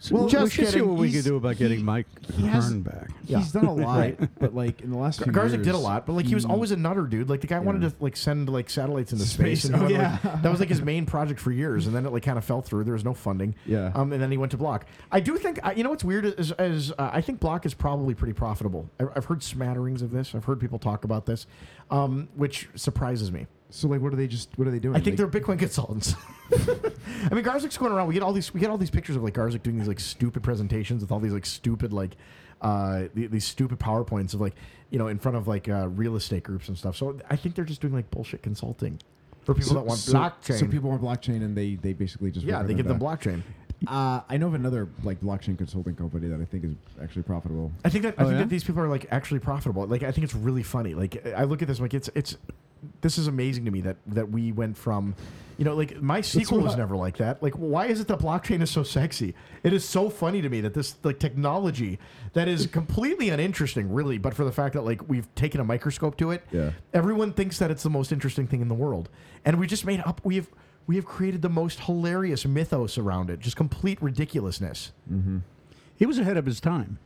Speaker 3: So
Speaker 1: Well,
Speaker 3: we
Speaker 1: just
Speaker 3: should see
Speaker 1: kidding.
Speaker 3: what we could
Speaker 1: He's-
Speaker 3: do about getting Mike
Speaker 2: he has-
Speaker 3: Hearn back.
Speaker 1: Yeah.
Speaker 2: He's done a lot, but like in the last few
Speaker 1: Garzik
Speaker 2: years,
Speaker 1: did a lot, but like he was always a nutter dude. Like the guy wanted to like send like satellites into space.
Speaker 2: Space,
Speaker 1: and
Speaker 2: oh,
Speaker 1: he wanted, like-
Speaker 2: yeah.
Speaker 1: that was like his main project for years, and then it like kind of fell through. There was no funding.
Speaker 2: Yeah.
Speaker 1: Um, and then he went to Block. I do think I- you know what's weird is, is uh, I think Block is probably pretty profitable. I, I've heard smatterings of this. I've heard people talk about this, um, which surprises me.
Speaker 2: So like, what are they just? What are they doing?
Speaker 1: I think
Speaker 2: Like,
Speaker 1: they're Bitcoin consultants. I mean, Garzik's going around. We get all these. We get all these pictures of like Garzik doing these like stupid presentations with all these like stupid like uh, the- these stupid powerpoints of like you know in front of like uh, real estate groups and stuff. So I think they're just doing like bullshit consulting for people that want blockchain.
Speaker 2: So people want blockchain, and they they basically just
Speaker 1: yeah,
Speaker 2: work
Speaker 1: they
Speaker 2: on
Speaker 1: give
Speaker 2: their
Speaker 1: them
Speaker 2: back.
Speaker 1: blockchain.
Speaker 2: Uh, I know of another like blockchain consulting company that I think is actually profitable.
Speaker 1: I think that I
Speaker 3: Oh,
Speaker 1: think
Speaker 3: yeah?
Speaker 1: that these people are like actually profitable. Like I think it's really funny. Like I look at this I'm like it's it's this is amazing to me that that we went from you know like my sequel
Speaker 2: what
Speaker 1: was
Speaker 2: I-
Speaker 1: never like that. Like why is it that blockchain is so sexy? It is so funny to me that this like technology that is completely uninteresting really, but for the fact that like we've taken a microscope to it,
Speaker 2: Yeah.
Speaker 1: everyone thinks that it's the most interesting thing in the world. And we just made up we have we have created the most hilarious mythos around it, just complete ridiculousness.
Speaker 3: He was ahead of his time.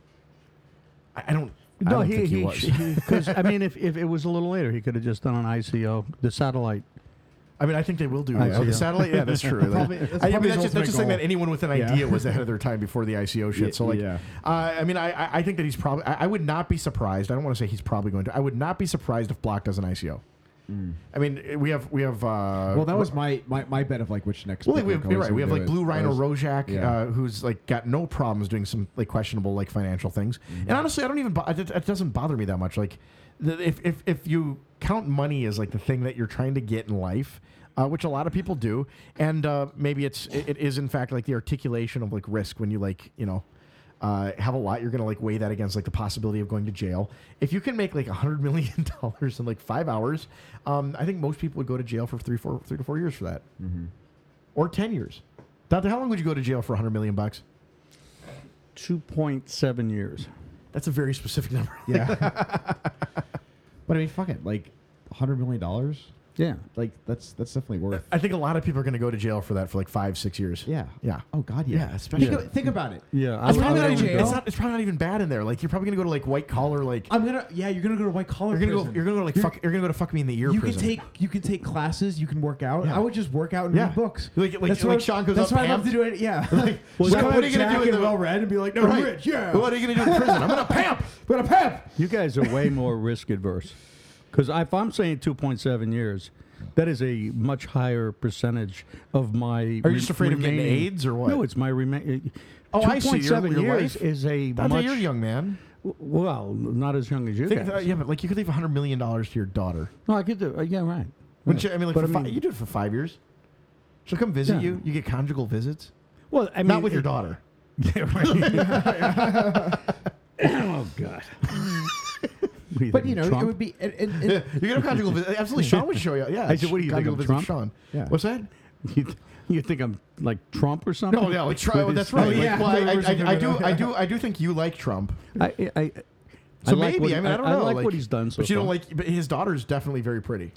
Speaker 1: I, I don't I don't think he was.
Speaker 3: Because I mean, if, if it was a little later, he could have just done an ICO, the satellite.
Speaker 1: I mean, I think they will do
Speaker 3: I
Speaker 1: ICO.
Speaker 3: see.
Speaker 1: The satellite, yeah, that's true.
Speaker 2: Oh, Probably-
Speaker 1: That-
Speaker 2: that's
Speaker 1: I- I mean,
Speaker 2: probably
Speaker 1: that's
Speaker 2: his
Speaker 1: just, that's just saying
Speaker 2: ultimate
Speaker 1: that
Speaker 2: goal.
Speaker 1: anyone with an
Speaker 2: Yeah.
Speaker 1: idea was ahead of their time before the ICO shit. So, like,
Speaker 2: Yeah.
Speaker 1: uh, I mean, I- I, I think that he's probably. I, I would not be surprised. I don't want to say he's probably going to. I would not be surprised if Block does an ICO. I mean, we have we have. Uh,
Speaker 2: Mm. Well, that was my, my, my bet of like which next.
Speaker 1: well, like, we
Speaker 2: Bitcoin
Speaker 1: have, you're
Speaker 2: coin's
Speaker 1: right. We have
Speaker 2: gonna
Speaker 1: like
Speaker 2: do it.
Speaker 1: Blue Rhino
Speaker 2: That was-
Speaker 1: Rojak,
Speaker 2: yeah.
Speaker 1: uh, who's like got no problems doing some like questionable like financial things. And honestly, I don't even. bo- It, it doesn't bother me that much. Like, the, if if if you count money as like the thing that you're trying to get in life. Uh, which a lot of people do, and uh, maybe it's it, it is in fact like the articulation of like risk when you like you know uh, have a lot. You're gonna like weigh that against like the possibility of going to jail. If you can make like a hundred million dollars in like five hours, um, I think most people would go to jail for three four three to four years for that or 10 years. Doctor, how long would you go to jail for 100 million bucks?
Speaker 3: Two point seven years.
Speaker 1: That's a very specific number.
Speaker 2: Yeah. but I mean, fuck it. Like, hundred million dollars.
Speaker 3: Yeah.
Speaker 2: Like that's that's definitely worth.
Speaker 1: I think a lot of people are going to go to jail for that for like five, six years.
Speaker 2: Yeah.
Speaker 1: Yeah.
Speaker 2: Oh God. Yeah.
Speaker 1: Yeah, especially-
Speaker 2: Think, of- think about it.
Speaker 3: Yeah. I
Speaker 1: It's
Speaker 3: would-
Speaker 1: probably,
Speaker 3: I
Speaker 1: not
Speaker 3: would
Speaker 1: even,
Speaker 3: go.
Speaker 1: it's, not, it's probably not even bad in there. Like you're probably gonna go to like white collar. Like
Speaker 2: I'm gonna. Yeah, you're gonna go to white collar.
Speaker 1: you're gonna go.
Speaker 2: prison.
Speaker 1: You're gonna go to like fuck. You're gonna go to fuck me in the ear.
Speaker 2: You
Speaker 1: prison.
Speaker 2: can take you can take classes. You can work out.
Speaker 1: Yeah.
Speaker 2: I would just work out and
Speaker 1: Yeah.
Speaker 2: read books.
Speaker 1: Like- like-
Speaker 2: what
Speaker 1: like
Speaker 2: I-
Speaker 1: Sean goes
Speaker 2: That's
Speaker 1: up
Speaker 2: why I love
Speaker 1: amped.
Speaker 2: to do it. Yeah. like,
Speaker 1: Well,
Speaker 2: just
Speaker 1: yeah,
Speaker 2: come
Speaker 1: what
Speaker 2: out
Speaker 1: are you gonna
Speaker 2: jacked
Speaker 1: do in
Speaker 2: and
Speaker 1: the-
Speaker 2: well read and be like, no, I'm
Speaker 1: Right.
Speaker 2: rich. Yeah.
Speaker 1: What are you gonna do in prison? I'm gonna pimp.
Speaker 2: But a pep.
Speaker 3: You guys are way more risk adverse. Because if I'm saying 2.7 years, that is a much higher percentage of my. Are you
Speaker 1: just afraid of getting AIDS or what?
Speaker 3: No, it's my uh, remain.
Speaker 1: Oh, I see. Your-
Speaker 3: 2.7
Speaker 1: your
Speaker 3: years
Speaker 1: life-
Speaker 3: is a
Speaker 1: Dante,
Speaker 3: much.
Speaker 1: you're a young man.
Speaker 3: w- Well, not as young as you
Speaker 1: Think
Speaker 3: guys.
Speaker 1: that- yeah, but like you could leave 100 million dollars to your daughter.
Speaker 3: No, I could do. Uh, yeah, right.
Speaker 1: Wouldn't you? I mean, like
Speaker 3: But
Speaker 1: for
Speaker 3: I
Speaker 1: fi-
Speaker 3: mean-
Speaker 1: you do it for five years. She'll come visit
Speaker 3: Yeah.
Speaker 1: you. You get conjugal visits.
Speaker 3: Well, I mean,
Speaker 1: Not with your
Speaker 3: it-
Speaker 1: daughter.
Speaker 3: Yeah, right. oh God.
Speaker 2: But you know, it would be. And, and, and
Speaker 1: You're gonna have conjugal visit. Absolutely, Sean would show you. Yeah.
Speaker 3: I said, what do you think,
Speaker 1: Conjugal
Speaker 3: I'm
Speaker 1: visit
Speaker 3: Trump?
Speaker 1: Sean.
Speaker 2: Yeah.
Speaker 1: What's that?
Speaker 3: You, th- you think I'm like Trump or something?
Speaker 1: No, no, like Trump.
Speaker 3: With
Speaker 1: that's
Speaker 3: his-
Speaker 1: right. Like,
Speaker 2: yeah.
Speaker 1: well, I,
Speaker 2: Or something
Speaker 1: I, I, I
Speaker 2: like
Speaker 1: do,
Speaker 2: that.
Speaker 1: I do, I do think you like Trump.
Speaker 3: I, I, I, I
Speaker 1: So
Speaker 3: like
Speaker 1: maybe
Speaker 3: what-
Speaker 1: I mean I don't know.
Speaker 3: like, what he's done so
Speaker 1: but you don't
Speaker 3: far.
Speaker 1: like. But his daughter's definitely very pretty.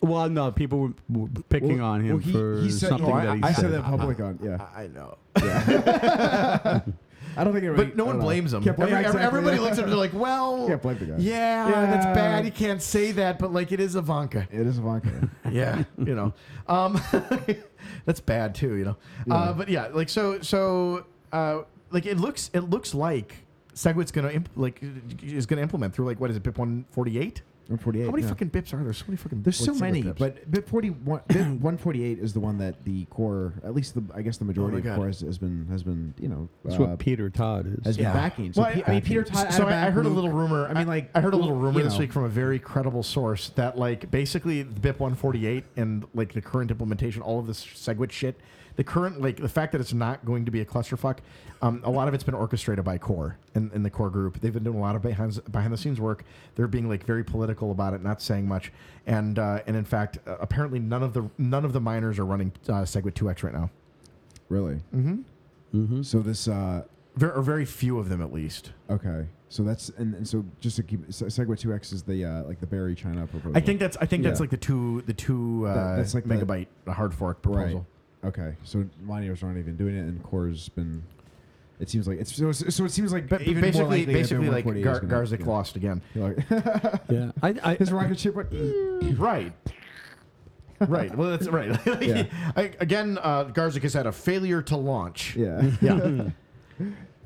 Speaker 3: Well, no, people were, were picking
Speaker 2: Well,
Speaker 3: on him
Speaker 2: well, he-
Speaker 3: for
Speaker 2: he said-
Speaker 3: something
Speaker 2: oh,
Speaker 3: that he
Speaker 2: I
Speaker 3: said.
Speaker 2: said that in public on. Yeah.
Speaker 1: I know.
Speaker 2: I don't think it.
Speaker 1: But no one blames him.
Speaker 2: Can't blame-
Speaker 1: Every-
Speaker 2: exactly.
Speaker 1: Everybody looks at him and they're like, well,
Speaker 2: Can't blame the guy.
Speaker 1: Yeah,
Speaker 2: Yeah.
Speaker 1: that's bad. You can't say that, but like it is Ivanka.
Speaker 2: It is Ivanka.
Speaker 1: yeah, you know, um, that's bad too, you know. Uh, but yeah, like so, so uh, like it looks, it looks like SegWit's gonna imp- like is gonna implement through like what is it, BIP one forty eight?
Speaker 2: One forty eight.
Speaker 1: How many fucking BIPs are there? So many fucking.
Speaker 2: Oh, There's
Speaker 1: like,
Speaker 2: so
Speaker 1: SegWit
Speaker 2: many,
Speaker 1: BIPs.
Speaker 2: but but 41, bit 148 is the one that the core, at least the I guess the majority
Speaker 1: Oh my
Speaker 2: of
Speaker 1: God.
Speaker 2: core has, has been has been you know
Speaker 3: That's
Speaker 2: uh,
Speaker 3: what Peter Todd
Speaker 2: has
Speaker 3: is.
Speaker 2: been
Speaker 1: Yeah.
Speaker 2: backing. So
Speaker 1: Well,
Speaker 2: Pe-
Speaker 1: I-
Speaker 2: I mean Peter Todd.
Speaker 1: So
Speaker 2: had
Speaker 1: I, I
Speaker 2: backed
Speaker 1: heard a
Speaker 2: Luke.
Speaker 1: little rumor.
Speaker 2: I mean, like
Speaker 1: I heard a little rumor
Speaker 2: you
Speaker 1: this
Speaker 2: know.
Speaker 1: week from a very credible source that, like, basically the BIP 148 and like the current implementation, all of this SegWit shit, the current like the fact that it's not going to be a clusterfuck, um, a lot of it's been orchestrated by Core and, and the Core group. They've been doing a lot of behind behind the scenes work. They're being like very political about it, not saying much, and uh, and in fact, uh, apparently none of the none of the miners are running uh, SegWit 2x right now.
Speaker 2: Really. Mm-hmm. Mm-hmm. So this. Uh,
Speaker 1: Ver- or very few of them, at least.
Speaker 2: okay. So that's and, and so just to keep so Segway two X is the uh, like the Barry China proposal.
Speaker 1: I think that's I think that's
Speaker 2: Yeah.
Speaker 1: like the two the two uh,
Speaker 2: That- that's like the-
Speaker 1: megabyte hard fork proposal.
Speaker 2: Right. Okay. So miners aren't even doing it, and core's been. It seems like it's so. it's- So it seems like
Speaker 1: But
Speaker 2: even more
Speaker 1: basically,
Speaker 2: likely that
Speaker 1: basically
Speaker 2: the
Speaker 1: like
Speaker 2: 148
Speaker 1: Gar-
Speaker 2: is gonna-
Speaker 1: Garzik lost again.
Speaker 2: yeah. Like-
Speaker 3: Yeah, I, I,
Speaker 2: His rocket ship went.
Speaker 1: right. right. Well, that's right.
Speaker 2: Yeah.
Speaker 1: I, again, uh, Garzik has had a failure to launch.
Speaker 2: Yeah.
Speaker 1: Yeah.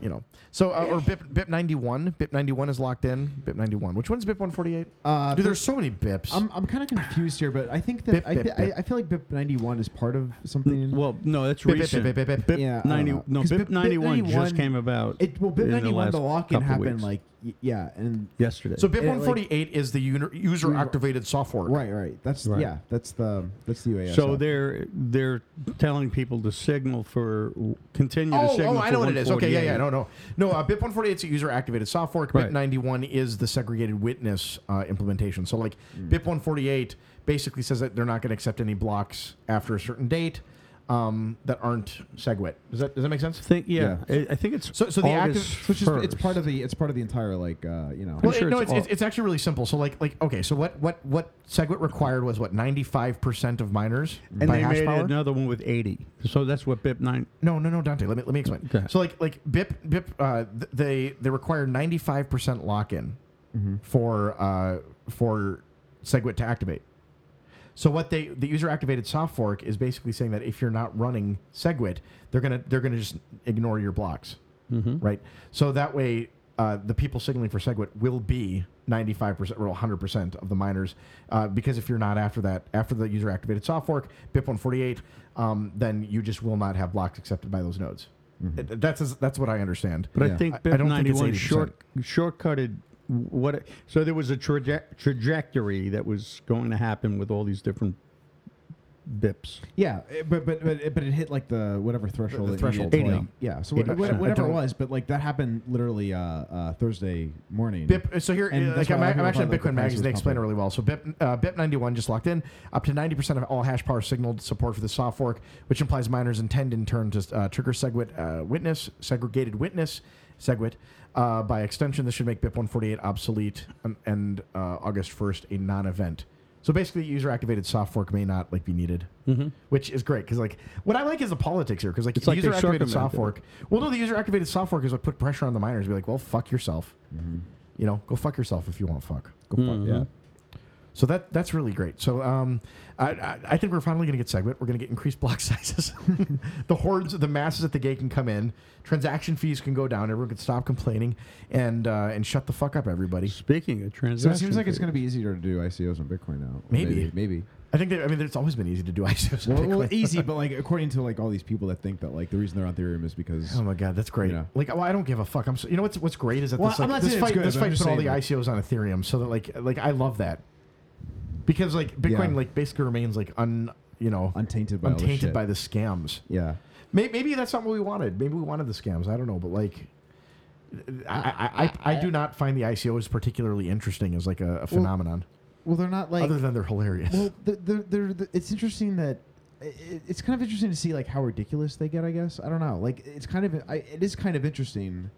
Speaker 1: you know. So uh, or BIP BIP ninety one. BIP ninety one is locked in. BIP ninety one. Which one's BIP one forty eight?
Speaker 2: Uh,
Speaker 1: Dude, there's so many BIPs.
Speaker 2: I'm, I'm kind of confused here, but I think that
Speaker 1: Bip,
Speaker 2: I,
Speaker 1: bip,
Speaker 2: thi-
Speaker 1: bip.
Speaker 2: I, I feel like BIP 91 is part of something.
Speaker 3: well, no, that's
Speaker 1: Bip, bip,
Speaker 3: recent.
Speaker 1: bip, bip, bip, bip.
Speaker 3: BIP
Speaker 2: Yeah, I don't
Speaker 3: 90,
Speaker 2: know.
Speaker 3: no,
Speaker 2: 'Cause BIP-
Speaker 3: BIP
Speaker 2: BIP
Speaker 3: 91 just
Speaker 2: 91
Speaker 3: came about.
Speaker 2: it well BIP
Speaker 3: in
Speaker 2: 91
Speaker 3: last
Speaker 2: the, lock-in
Speaker 3: couple
Speaker 2: happened
Speaker 3: weeks.
Speaker 2: like y- yeah, and
Speaker 3: yesterday.
Speaker 1: so BIP
Speaker 2: it, like-
Speaker 1: one forty eight is the user activated software.
Speaker 2: right, right. That's
Speaker 3: Right.
Speaker 2: yeah, that's the that's the UAS.
Speaker 3: So they're they're telling people to signal for continue to
Speaker 1: Oh,
Speaker 3: signal.
Speaker 1: oh, I know
Speaker 3: for
Speaker 1: what it is. Okay, yeah, yeah,
Speaker 3: 148.
Speaker 1: no, no, no. Uh, BIP 148 is a user-activated software.
Speaker 3: Right.
Speaker 1: BIP 91 is the segregated witness uh, implementation. So, like
Speaker 3: Hmm.
Speaker 1: BIP 148 basically says that they're not going to accept any blocks after a certain date um, that aren't SegWit. Does that does that make sense?
Speaker 3: Think, yeah, I, I think it's
Speaker 1: So- so the active-
Speaker 3: August
Speaker 2: So it's just it's part
Speaker 3: first.
Speaker 2: of the it's part of the entire like uh, you know.
Speaker 1: Well,
Speaker 3: sure
Speaker 1: it- no,
Speaker 3: it's
Speaker 1: it's,
Speaker 3: all-
Speaker 1: it's, it's actually really simple. So, like, like okay, so what what what SegWit required was what 95% of miners
Speaker 3: and
Speaker 1: by
Speaker 3: they
Speaker 1: hash
Speaker 3: made
Speaker 1: power?
Speaker 3: another one with eighty. So that's what BIP nine.
Speaker 1: No, no, no, Dante. Let me let me explain.
Speaker 3: Okay.
Speaker 1: So like like BIP BIP uh, th- they they require ninety five percent lock in for uh, for SegWit to activate. So what they the user activated soft fork is basically saying that if you're not running SegWit, they're gonna they're gonna just ignore your blocks, right? So that way. Uh, the people signaling for SegWit will be 95% or 100% of the miners, uh, because if you're not after that, after the user activated soft fork, BIP 148, um, then you just will not have blocks accepted by those nodes. It- that's that's what I understand.
Speaker 3: But I
Speaker 2: Yeah.
Speaker 3: think
Speaker 1: I- I
Speaker 3: BIP
Speaker 1: don't think
Speaker 3: ninety
Speaker 1: it's
Speaker 3: one
Speaker 1: 80%.
Speaker 3: short shortcutted what. It, so there was a traje- trajectory that was going to happen with all these different BIPs.
Speaker 2: Yeah, eh, but but but it, but it hit like the whatever threshold.
Speaker 1: the
Speaker 2: that you needed
Speaker 1: threshold,
Speaker 2: to,
Speaker 3: yeah.
Speaker 2: like- yeah. So what,
Speaker 1: 80%.
Speaker 2: what,
Speaker 1: I
Speaker 2: whatever it
Speaker 1: don't-
Speaker 2: was, but like that happened literally uh, uh, Thursday morning.
Speaker 1: BIP, so here,
Speaker 2: And
Speaker 1: uh,
Speaker 2: that's
Speaker 1: like, I'm,
Speaker 2: why a lot of
Speaker 1: I'm
Speaker 2: people
Speaker 1: actually
Speaker 2: thought
Speaker 1: on
Speaker 2: that the
Speaker 1: Bitcoin
Speaker 2: price
Speaker 1: Magazine.
Speaker 2: was
Speaker 1: They explain it
Speaker 2: pumping.
Speaker 1: really well. So BIP, uh, BIP91 just locked in. Up to 90% of all hash power signaled support for the soft fork, which implies miners intend in turn to uh, trigger SegWit uh, witness, segregated witness, SegWit. Uh, by extension, this should make BIP148 obsolete and, and uh, August 1st a non-event. So basically, user-activated soft fork may not like be needed, which is great because like what I like is the politics here because like
Speaker 3: Mm-hmm. It's like they
Speaker 1: user-activated soft
Speaker 3: circumvented it.
Speaker 1: fork. Well, no, the user-activated soft fork is what put pressure on the miners. Be like, well, fuck yourself
Speaker 2: Mm-hmm.
Speaker 1: you know, go fuck yourself if you want fuck. Go fuck.
Speaker 2: Yeah.
Speaker 1: So that that's really great. So um, I, I, I think we're finally going to get segment. We're going to get increased block sizes. the hordes, the masses at the gate can come in. Transaction fees can go down. Everyone can stop complaining and uh, and shut the fuck up, everybody.
Speaker 3: Speaking of transactions,
Speaker 2: So it seems like it's going to be easier to do ICOs on Bitcoin now. Or
Speaker 1: Maybe.
Speaker 2: maybe.
Speaker 1: I think that, I mean it's always been easy to do ICOs. on
Speaker 2: Well, well,
Speaker 1: Bitcoin.
Speaker 2: easy, but like according to like all these people that think that like the reason they're on Ethereum is because
Speaker 1: Oh my god, that's great!
Speaker 2: Yeah.
Speaker 1: Like, well, I don't give a fuck. I'm so, you know what's what's great is that
Speaker 2: Well,
Speaker 1: this,
Speaker 2: I'm
Speaker 1: like,
Speaker 2: not
Speaker 1: this
Speaker 2: saying it's
Speaker 1: fight
Speaker 2: good,
Speaker 1: this
Speaker 2: but I'm
Speaker 1: fight
Speaker 2: just
Speaker 1: put all the
Speaker 2: saying-
Speaker 1: ICOs on Ethereum, so that like like I love that because like Bitcoin
Speaker 2: Yeah.
Speaker 1: like basically remains like un you know
Speaker 2: untainted by all this
Speaker 1: untainted
Speaker 2: shit.
Speaker 1: by the scams.
Speaker 2: yeah.
Speaker 1: Maybe, maybe that's not what we wanted. Maybe we wanted the scams. I don't know, but like, I I, I, I do not find the ICOs particularly interesting as like a, a phenomenon,
Speaker 2: Well, they're not like
Speaker 1: other than they're hilarious.
Speaker 2: well, they're, they're, they're, th- it's interesting that i- i- it's kind of interesting to see like how ridiculous they get. I guess I don't know. Like it's kind of I, it is kind of interesting.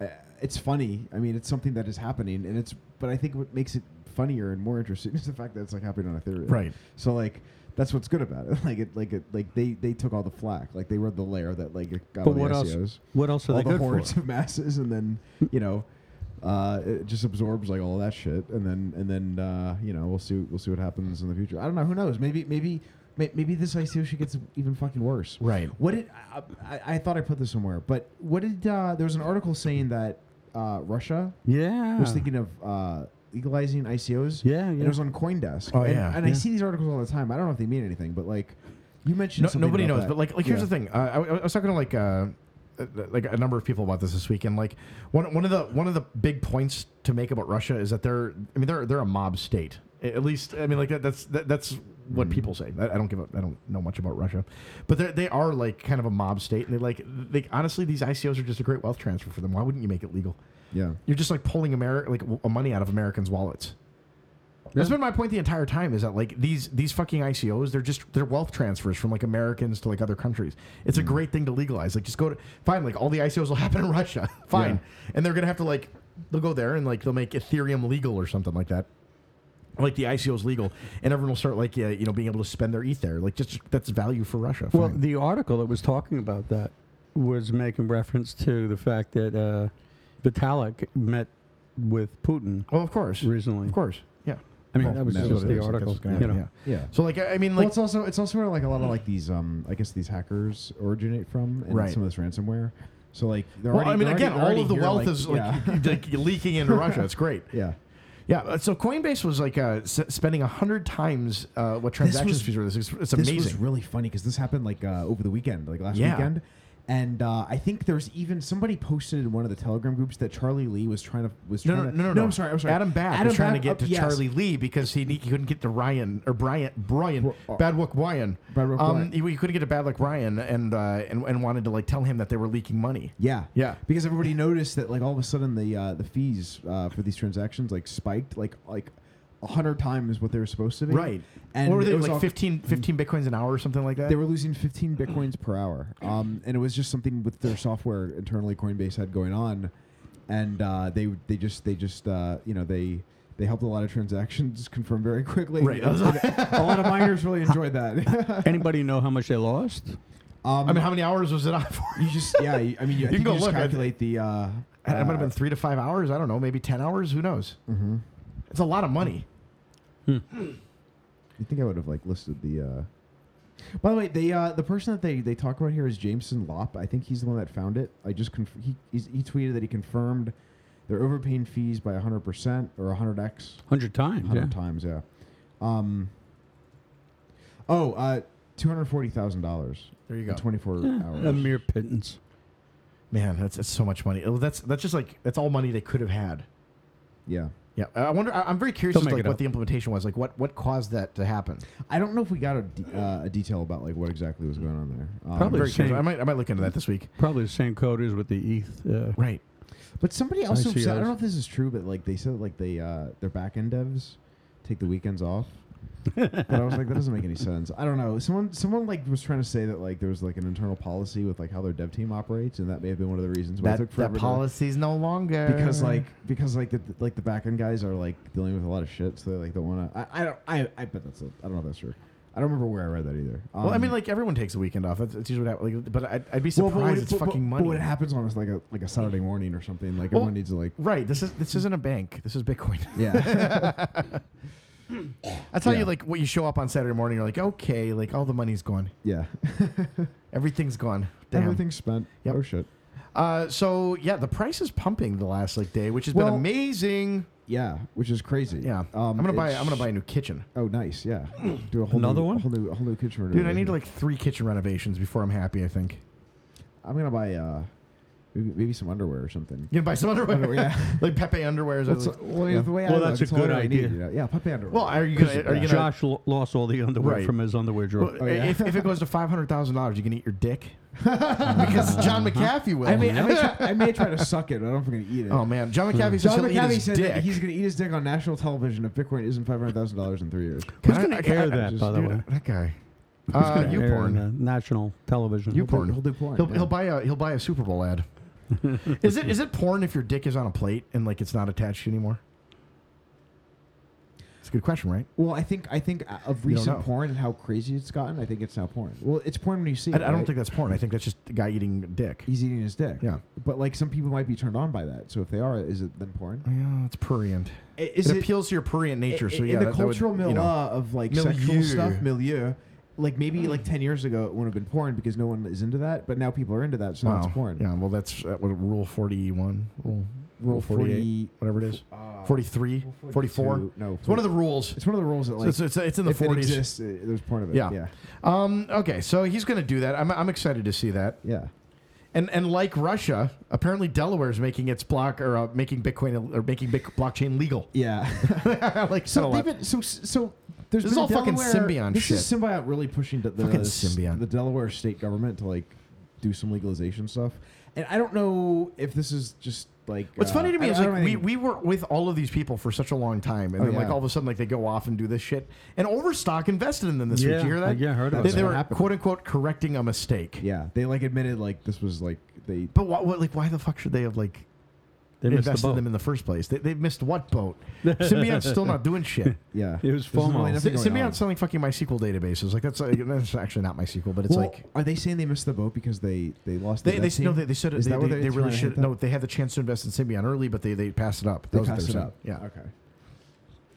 Speaker 2: Uh, it's funny. I mean, it's something that is happening, and it's but I think what makes it funnier and more interesting is the fact that it's like happening on Ethereum.
Speaker 1: Right.
Speaker 2: So like that's what's good about it. Like it, like it, like they they took all the flack. Like they were the layer that like it got
Speaker 3: But
Speaker 2: all
Speaker 3: what
Speaker 2: the
Speaker 3: else-
Speaker 2: SEOs.
Speaker 3: what else are
Speaker 2: all
Speaker 3: they
Speaker 2: the
Speaker 3: good for?
Speaker 2: hordes of masses, and then you know, uh, it just absorbs like all that shit, and then and then uh, you know we'll see we'll see what happens in the future. I don't know. Who knows? Maybe maybe. may- Maybe this ICO shit gets even fucking worse.
Speaker 1: Right.
Speaker 2: What did I, I, I thought I put this somewhere? But what did uh, there was an article saying that uh, Russia
Speaker 3: Yeah.
Speaker 2: was thinking of uh, legalizing ICOs.
Speaker 3: Yeah,
Speaker 2: and
Speaker 3: yeah.
Speaker 2: it was on CoinDesk.
Speaker 1: Oh,
Speaker 2: and,
Speaker 1: yeah.
Speaker 2: And I
Speaker 1: Yeah.
Speaker 2: see these articles all the time. I don't know if they mean anything, but like you mentioned,
Speaker 1: No,
Speaker 2: something
Speaker 1: nobody
Speaker 2: about
Speaker 1: knows.
Speaker 2: that.
Speaker 1: But like, like here's
Speaker 2: Yeah.
Speaker 1: the thing. Uh, I, I was talking to like uh, uh, like a number of people about this this week, and like one one of the one of the big points to make about Russia is that they're I mean they're they're a mob state. A- At least I mean like that, that's that, that's what
Speaker 2: Mm-hmm.
Speaker 1: people say. I, I don't give a, I don't know much about Russia, but they they are like kind of a mob state, and they like they honestly these ICOs are just a great wealth transfer for them. Why wouldn't you make it legal?
Speaker 2: Yeah.
Speaker 1: You're just like pulling Ameri- like w- money out of Americans' wallets. That's been my point the entire time is that like these these fucking ICOs, they're just they're wealth transfers from like Americans to like other countries. It's
Speaker 3: Mm.
Speaker 1: a great thing to legalize. Like just go to fine, like all the ICOs will happen in Russia. fine. And they're gonna have to like they'll go there and like they'll make Ethereum legal or something like that. Like the ICOs legal, and everyone will start like uh, you know being able to spend their ETH there. Like just that's value for Russia.
Speaker 3: Well,
Speaker 1: Fine.
Speaker 3: the article that was talking about that was making reference to the fact that uh, Vitalik met with Putin
Speaker 1: well, of course,
Speaker 3: recently.
Speaker 1: Oh, of course, yeah.
Speaker 3: I mean,
Speaker 2: Well,
Speaker 3: that was
Speaker 2: that's
Speaker 3: just
Speaker 2: what it
Speaker 1: Like,
Speaker 2: is.
Speaker 3: the
Speaker 1: that's
Speaker 3: article.
Speaker 1: what's gonna
Speaker 3: you know.
Speaker 1: happen,
Speaker 2: Yeah.
Speaker 1: So like I I mean
Speaker 2: well,
Speaker 1: like
Speaker 2: it's also it's also where like a lot of like these um I guess these hackers originate from and
Speaker 1: Right.
Speaker 2: some of this ransomware. So like they're
Speaker 1: well,
Speaker 2: already,
Speaker 1: I mean
Speaker 2: they're
Speaker 1: again,
Speaker 2: already-
Speaker 1: all of the
Speaker 2: they're
Speaker 1: wealth
Speaker 2: already
Speaker 1: is
Speaker 2: here,
Speaker 1: like, like leaking into Russia. It's great.
Speaker 2: yeah. yeah.
Speaker 1: Yeah, uh, so Coinbase was like uh, s- spending a hundred times uh, what transaction
Speaker 2: was-
Speaker 1: fees were. This it's, it's
Speaker 2: this
Speaker 1: amazing.
Speaker 2: was really funny because this happened like uh, over the weekend, like last
Speaker 1: Yeah.
Speaker 2: weekend. And uh, I think there's even somebody posted in one of the Telegram groups that Charlie Lee was trying to was
Speaker 1: no,
Speaker 2: trying
Speaker 1: no,
Speaker 2: to,
Speaker 1: no, no,
Speaker 2: I'm sorry, I'm sorry.
Speaker 1: Adam Babb was trying to get to
Speaker 2: oh, yes.
Speaker 1: Charlie Lee because he, he couldn't get to Ryan or Brian Brian
Speaker 2: Bro- uh,
Speaker 1: Badwook Ryan.
Speaker 2: Badwook
Speaker 1: Um,
Speaker 2: Ryan.
Speaker 1: he, he couldn't get to Badwook Ryan and uh, and and wanted to like tell him that they were leaking money.
Speaker 2: Yeah,
Speaker 1: Yeah.
Speaker 2: Because everybody noticed that, like, all of a sudden the uh, the fees uh, for these transactions like spiked, like like a hundred times what they were supposed to be.
Speaker 1: Right.
Speaker 2: And
Speaker 1: what were
Speaker 2: it
Speaker 1: they
Speaker 2: was
Speaker 1: like
Speaker 2: all-
Speaker 1: 15, 15 bitcoins an hour or something like that?
Speaker 2: They were losing 15 bitcoins per hour, um, and it was just something with their software internally Coinbase had going on, and uh, they they just they just uh, you know they they helped a lot of transactions confirm very quickly.
Speaker 1: Right.
Speaker 2: a lot of miners really enjoyed that.
Speaker 3: Anybody know how much they lost?
Speaker 2: um,
Speaker 1: I mean, how many hours was it on for?
Speaker 2: you just yeah, you, I mean, you, I
Speaker 1: can
Speaker 2: think
Speaker 1: go
Speaker 2: you just
Speaker 1: look. I-
Speaker 2: calculate the. Uh,
Speaker 1: It might
Speaker 2: uh,
Speaker 1: have been three to five hours. I don't know. Maybe ten hours. Who knows? Mm-hmm. It's a lot of money.
Speaker 2: You think I would have like listed the. Uh... By the way, they uh, the person that they, they talk about here is Jameson Lop. I think he's the one that found it. I just conf- he he's, he tweeted that he confirmed they're overpaying fees by 100% or 100x
Speaker 3: 100 times.
Speaker 2: 100
Speaker 3: yeah.
Speaker 2: times, yeah. Um Oh, uh $240,000.
Speaker 1: There you
Speaker 2: in
Speaker 1: go.
Speaker 2: 24 hours.
Speaker 3: A mere pittance.
Speaker 1: Man, that's, that's so much money. Oh, That's that's just like that's all money they could have had.
Speaker 2: yeah.
Speaker 1: Yeah, I I wonder. I- I'm very curious
Speaker 3: Don't
Speaker 1: as to
Speaker 3: make
Speaker 1: like
Speaker 3: it
Speaker 1: what
Speaker 3: up.
Speaker 1: the implementation was. Like, what what caused that to happen?
Speaker 2: I don't know if we got a, de- uh, a detail about like what exactly was going on there. Um,
Speaker 1: I'm
Speaker 3: Probably
Speaker 1: very
Speaker 3: the
Speaker 1: curious.
Speaker 3: same-
Speaker 1: I might I might look into that this week.
Speaker 3: Probably the same code as with the ETH. Uh,
Speaker 1: Right.
Speaker 2: But somebody also
Speaker 3: see
Speaker 2: said, I
Speaker 3: those.
Speaker 2: don't know if this is true, but like they said like they uh their back end devs take the weekends off. but I was like, that doesn't make any sense. I don't know. Someone someone like was trying to say that like there was like an internal policy with like how their dev team operates, and that may have been one of the reasons why it took forever. to-
Speaker 1: policy's no longer
Speaker 2: because like because like the like the back end guys are like dealing with a lot of shit, so they like don't want to. I, I don't. I I bet that's. I I don't know if that's true. I don't remember where I read that either.
Speaker 1: Well, I
Speaker 2: Um,
Speaker 1: mean, like everyone takes a weekend off. That's, that's usually what happens. Like, but I'd, I'd be
Speaker 2: well,
Speaker 1: surprised.
Speaker 2: but when-
Speaker 1: it's
Speaker 2: but- but-
Speaker 1: fucking
Speaker 2: but
Speaker 1: money.
Speaker 2: when it happens on us like a like a Saturday morning or something, like
Speaker 1: Well-
Speaker 2: everyone needs to like.
Speaker 1: Right. This is this isn't a bank. This is Bitcoin.
Speaker 2: Yeah.
Speaker 1: I tell
Speaker 2: Yeah.
Speaker 1: you, like, what you show up on Saturday morning, you're like, okay, like all the money's gone.
Speaker 2: yeah.
Speaker 1: Everything's gone. Damn.
Speaker 2: Everything's spent.
Speaker 1: Yep.
Speaker 2: Oh shit.
Speaker 1: Uh, so yeah, the price is pumping the last like day, which has been
Speaker 2: Well-
Speaker 1: amazing.
Speaker 2: Yeah, which is crazy.
Speaker 1: Yeah. I'm
Speaker 2: Um,
Speaker 1: gonna buy.
Speaker 2: it's-
Speaker 1: I'm gonna buy a new kitchen.
Speaker 2: Oh, nice. Yeah. Do a whole
Speaker 3: Another
Speaker 2: new,
Speaker 3: one?
Speaker 2: A whole new, a whole new kitchen.
Speaker 1: Dude, I
Speaker 2: renovation.
Speaker 1: need like three kitchen renovations before I'm happy. I think.
Speaker 2: I'm gonna buy uh, maybe, maybe some underwear or something.
Speaker 1: You can buy some underwear.
Speaker 2: Underwear, yeah.
Speaker 1: like Pepe underwear is
Speaker 2: That's
Speaker 1: like,
Speaker 2: the- well, yeah, the way I
Speaker 3: Well,
Speaker 2: look,
Speaker 3: that's a
Speaker 2: it's all
Speaker 3: good
Speaker 2: I
Speaker 3: idea.
Speaker 2: Need, you know? Yeah, puppy underwear.
Speaker 1: Well, are you gonna? Are you gonna?
Speaker 3: Josh lo- lost all the underwear
Speaker 1: Right.
Speaker 3: from his underwear drawer.
Speaker 1: well,
Speaker 2: Oh, yeah.
Speaker 1: if, if it goes to five hundred thousand dollars, you can eat your dick because John McAfee will.
Speaker 2: I may, I, may try, I may try to suck it. but I don't know if I'm gonna eat it.
Speaker 1: oh man, John McAfee says
Speaker 2: John
Speaker 1: he'll eat
Speaker 2: McAfee
Speaker 1: his
Speaker 2: said
Speaker 1: dick.
Speaker 2: that he's gonna eat his dick on national television if Bitcoin isn't five hundred thousand dollars in three years.
Speaker 3: Who's
Speaker 1: I-
Speaker 3: going
Speaker 1: I-
Speaker 3: to air
Speaker 1: I-
Speaker 3: that,
Speaker 1: just-
Speaker 3: by the
Speaker 1: dude,
Speaker 3: way?
Speaker 1: That guy.
Speaker 3: It's
Speaker 1: Uh,
Speaker 3: gonna
Speaker 1: you
Speaker 3: air on, uh,
Speaker 1: porn.
Speaker 3: national television.
Speaker 1: You porn.
Speaker 2: He'll do porn,
Speaker 1: He'll,
Speaker 2: yeah.
Speaker 1: he'll buy a he'll buy a Super Bowl ad. is it is it porn if your dick is on a plate and like it's not attached anymore? It's a good question, right?
Speaker 2: Well, I think I think uh, of
Speaker 1: You don't
Speaker 2: recent
Speaker 1: know.
Speaker 2: porn and how crazy it's gotten. I think it's now porn. Well, it's porn when you see.
Speaker 1: I,
Speaker 2: it,
Speaker 1: I don't
Speaker 2: right?
Speaker 1: think that's porn. I think that's just a guy eating a dick.
Speaker 2: he's eating his dick.
Speaker 1: Yeah.
Speaker 2: but like some people might be turned on by that. So if they are, is it then porn?
Speaker 1: Yeah, it's prurient.
Speaker 2: I- is
Speaker 1: it,
Speaker 2: it-
Speaker 1: appeals to your prurient nature.
Speaker 2: I-
Speaker 1: so
Speaker 2: i-
Speaker 1: yeah,
Speaker 2: in the
Speaker 1: that- that would,
Speaker 2: cultural milieu
Speaker 1: you know,
Speaker 2: of like
Speaker 1: Milieu.
Speaker 2: sexual stuff, milieu, like maybe like ten years ago it wouldn't have been porn because no one is into that, but now people are into that, so now
Speaker 1: wow.
Speaker 2: it's porn.
Speaker 1: Yeah, well, that's uh, what rule forty-one, rule,
Speaker 2: Rule
Speaker 1: 48,
Speaker 2: 40
Speaker 1: whatever it is,
Speaker 2: uh,
Speaker 1: 43,
Speaker 2: Rule
Speaker 1: 44.
Speaker 2: 42, no,
Speaker 1: it's one of the rules.
Speaker 2: It's one of the rules that like
Speaker 1: it's, it's, it's in the
Speaker 2: if it
Speaker 1: forties.
Speaker 2: exists, uh, there's porn of it.
Speaker 1: Yeah.
Speaker 2: yeah,
Speaker 1: Um, okay, so he's going to do that. I'm, I'm excited to see that.
Speaker 2: yeah.
Speaker 1: And and like Russia, apparently Delaware is making its block or uh, making Bitcoin or making Bic- blockchain legal.
Speaker 2: yeah.
Speaker 1: like
Speaker 2: So
Speaker 1: so,
Speaker 2: they've been, so so there's
Speaker 1: This is
Speaker 2: been a
Speaker 1: all fucking
Speaker 2: Delaware-
Speaker 1: Symbiont
Speaker 2: This
Speaker 1: shit.
Speaker 2: is Symbiont really pushing the the,
Speaker 1: Fucking
Speaker 2: s-
Speaker 1: Symbiont.
Speaker 2: the Delaware state government to like do some legalization stuff. And I don't know if this is just like
Speaker 1: What's
Speaker 2: uh,
Speaker 1: funny to me
Speaker 2: I-
Speaker 1: is
Speaker 2: I don't
Speaker 1: like we,
Speaker 2: think-
Speaker 1: we were with all of these people for such a long time, and
Speaker 2: Oh,
Speaker 1: then like
Speaker 2: yeah.
Speaker 1: all of a sudden like they go off and do this shit. And Overstock invested in them this
Speaker 3: Yeah,
Speaker 1: week. You hear that?
Speaker 3: yeah, I heard
Speaker 1: They,
Speaker 3: about
Speaker 1: they
Speaker 2: that.
Speaker 1: were
Speaker 2: Happened.
Speaker 1: quote unquote correcting a mistake.
Speaker 2: yeah they like admitted like this was like they
Speaker 1: But what, what like why the fuck should they have like
Speaker 3: They missed the
Speaker 1: invested in
Speaker 3: boat.
Speaker 1: them in the first place? They they missed what boat? Symbiont's still not doing shit.
Speaker 2: yeah
Speaker 3: It was
Speaker 2: There's really
Speaker 3: FOMO.
Speaker 2: nothing
Speaker 1: Sy-
Speaker 2: going on.
Speaker 1: Symbiont's selling fucking MySQL databases. Like that's uh, that's actually not MySQL, but it's
Speaker 2: Well,
Speaker 1: like
Speaker 2: are they saying they missed the boat because they they lost
Speaker 1: They,
Speaker 2: the
Speaker 1: they
Speaker 2: dev
Speaker 1: no
Speaker 2: team?
Speaker 1: they, they should
Speaker 2: Is
Speaker 1: they,
Speaker 2: that what
Speaker 1: they,
Speaker 2: they're
Speaker 1: they really
Speaker 2: trying to
Speaker 1: should
Speaker 2: hit
Speaker 1: no
Speaker 2: that?
Speaker 1: they had the chance to invest in Symbiont early but they they passed it up. That
Speaker 2: they
Speaker 1: was what
Speaker 2: passed
Speaker 1: they
Speaker 2: it
Speaker 1: were
Speaker 2: up
Speaker 1: saying. Yeah.
Speaker 2: okay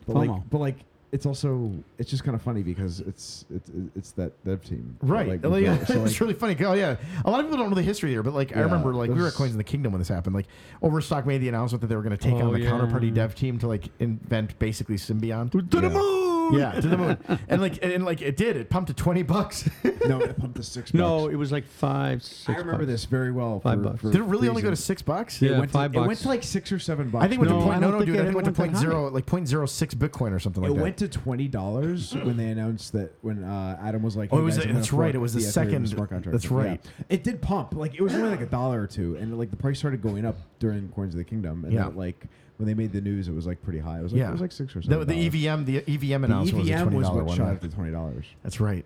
Speaker 2: but like
Speaker 3: FOMO.
Speaker 2: but like it's also it's just kind of funny because it's it's it's that dev team But,
Speaker 1: Right.
Speaker 2: like,
Speaker 1: Like,
Speaker 2: so,
Speaker 1: it's
Speaker 2: like,
Speaker 1: really funny. Oh yeah. A lot of people don't know the history there, but like I
Speaker 2: Yeah,
Speaker 1: remember like we were at
Speaker 2: there's-
Speaker 1: Coins in the Kingdom when this happened. Like Overstock made the announcement that they were going to take
Speaker 3: Oh,
Speaker 1: on the
Speaker 3: yeah.
Speaker 1: counterparty dev team to like invent basically Symbiont.
Speaker 3: To the moon!
Speaker 1: yeah, to the moon. And like and like it did. It pumped to 20 bucks. did
Speaker 2: no, it pumped to six.
Speaker 3: No,
Speaker 2: bucks.
Speaker 3: it was like five, six.
Speaker 2: I remember
Speaker 3: bucks.
Speaker 2: this very well.
Speaker 3: Five
Speaker 2: for-
Speaker 3: bucks.
Speaker 2: for
Speaker 1: it really only go to
Speaker 2: reasons.
Speaker 1: 6 bucks?
Speaker 3: Yeah.
Speaker 2: It went, to,
Speaker 3: five
Speaker 2: it went
Speaker 3: bucks.
Speaker 2: to like six or seven bucks.
Speaker 1: I think it went
Speaker 3: No,
Speaker 1: to
Speaker 3: I
Speaker 1: point, no,
Speaker 3: don't
Speaker 1: no, dude.
Speaker 3: think
Speaker 1: I
Speaker 3: it
Speaker 1: think it went to
Speaker 3: went
Speaker 1: point
Speaker 3: that
Speaker 1: zero, like point zero six Bitcoin or something like
Speaker 2: it
Speaker 1: that.
Speaker 2: went to twenty dollars when they announced that when uh, Adam was like,
Speaker 1: Oh,
Speaker 2: hey
Speaker 1: it was
Speaker 2: guys,
Speaker 1: the-
Speaker 2: I'm gonna
Speaker 1: that's right,
Speaker 2: fork
Speaker 1: it was the
Speaker 2: Ethereum
Speaker 1: second-
Speaker 2: E smart contract.
Speaker 1: that's
Speaker 2: Yeah.
Speaker 1: right.
Speaker 2: It did pump. Like it was only like a dollar or two, and like the price started going up during Coins of the Kingdom, and
Speaker 1: Yeah.
Speaker 2: then, like when they made the news, it was like pretty high. It was like
Speaker 1: yeah,
Speaker 2: it was like six or
Speaker 1: The-
Speaker 2: seven.
Speaker 1: The, EVM, the EVM
Speaker 2: The
Speaker 1: announcement
Speaker 2: EVM
Speaker 1: was
Speaker 2: was
Speaker 1: a twenty
Speaker 2: what
Speaker 1: dollar
Speaker 2: shot
Speaker 1: one.
Speaker 2: up to twenty dollars.
Speaker 1: That's right.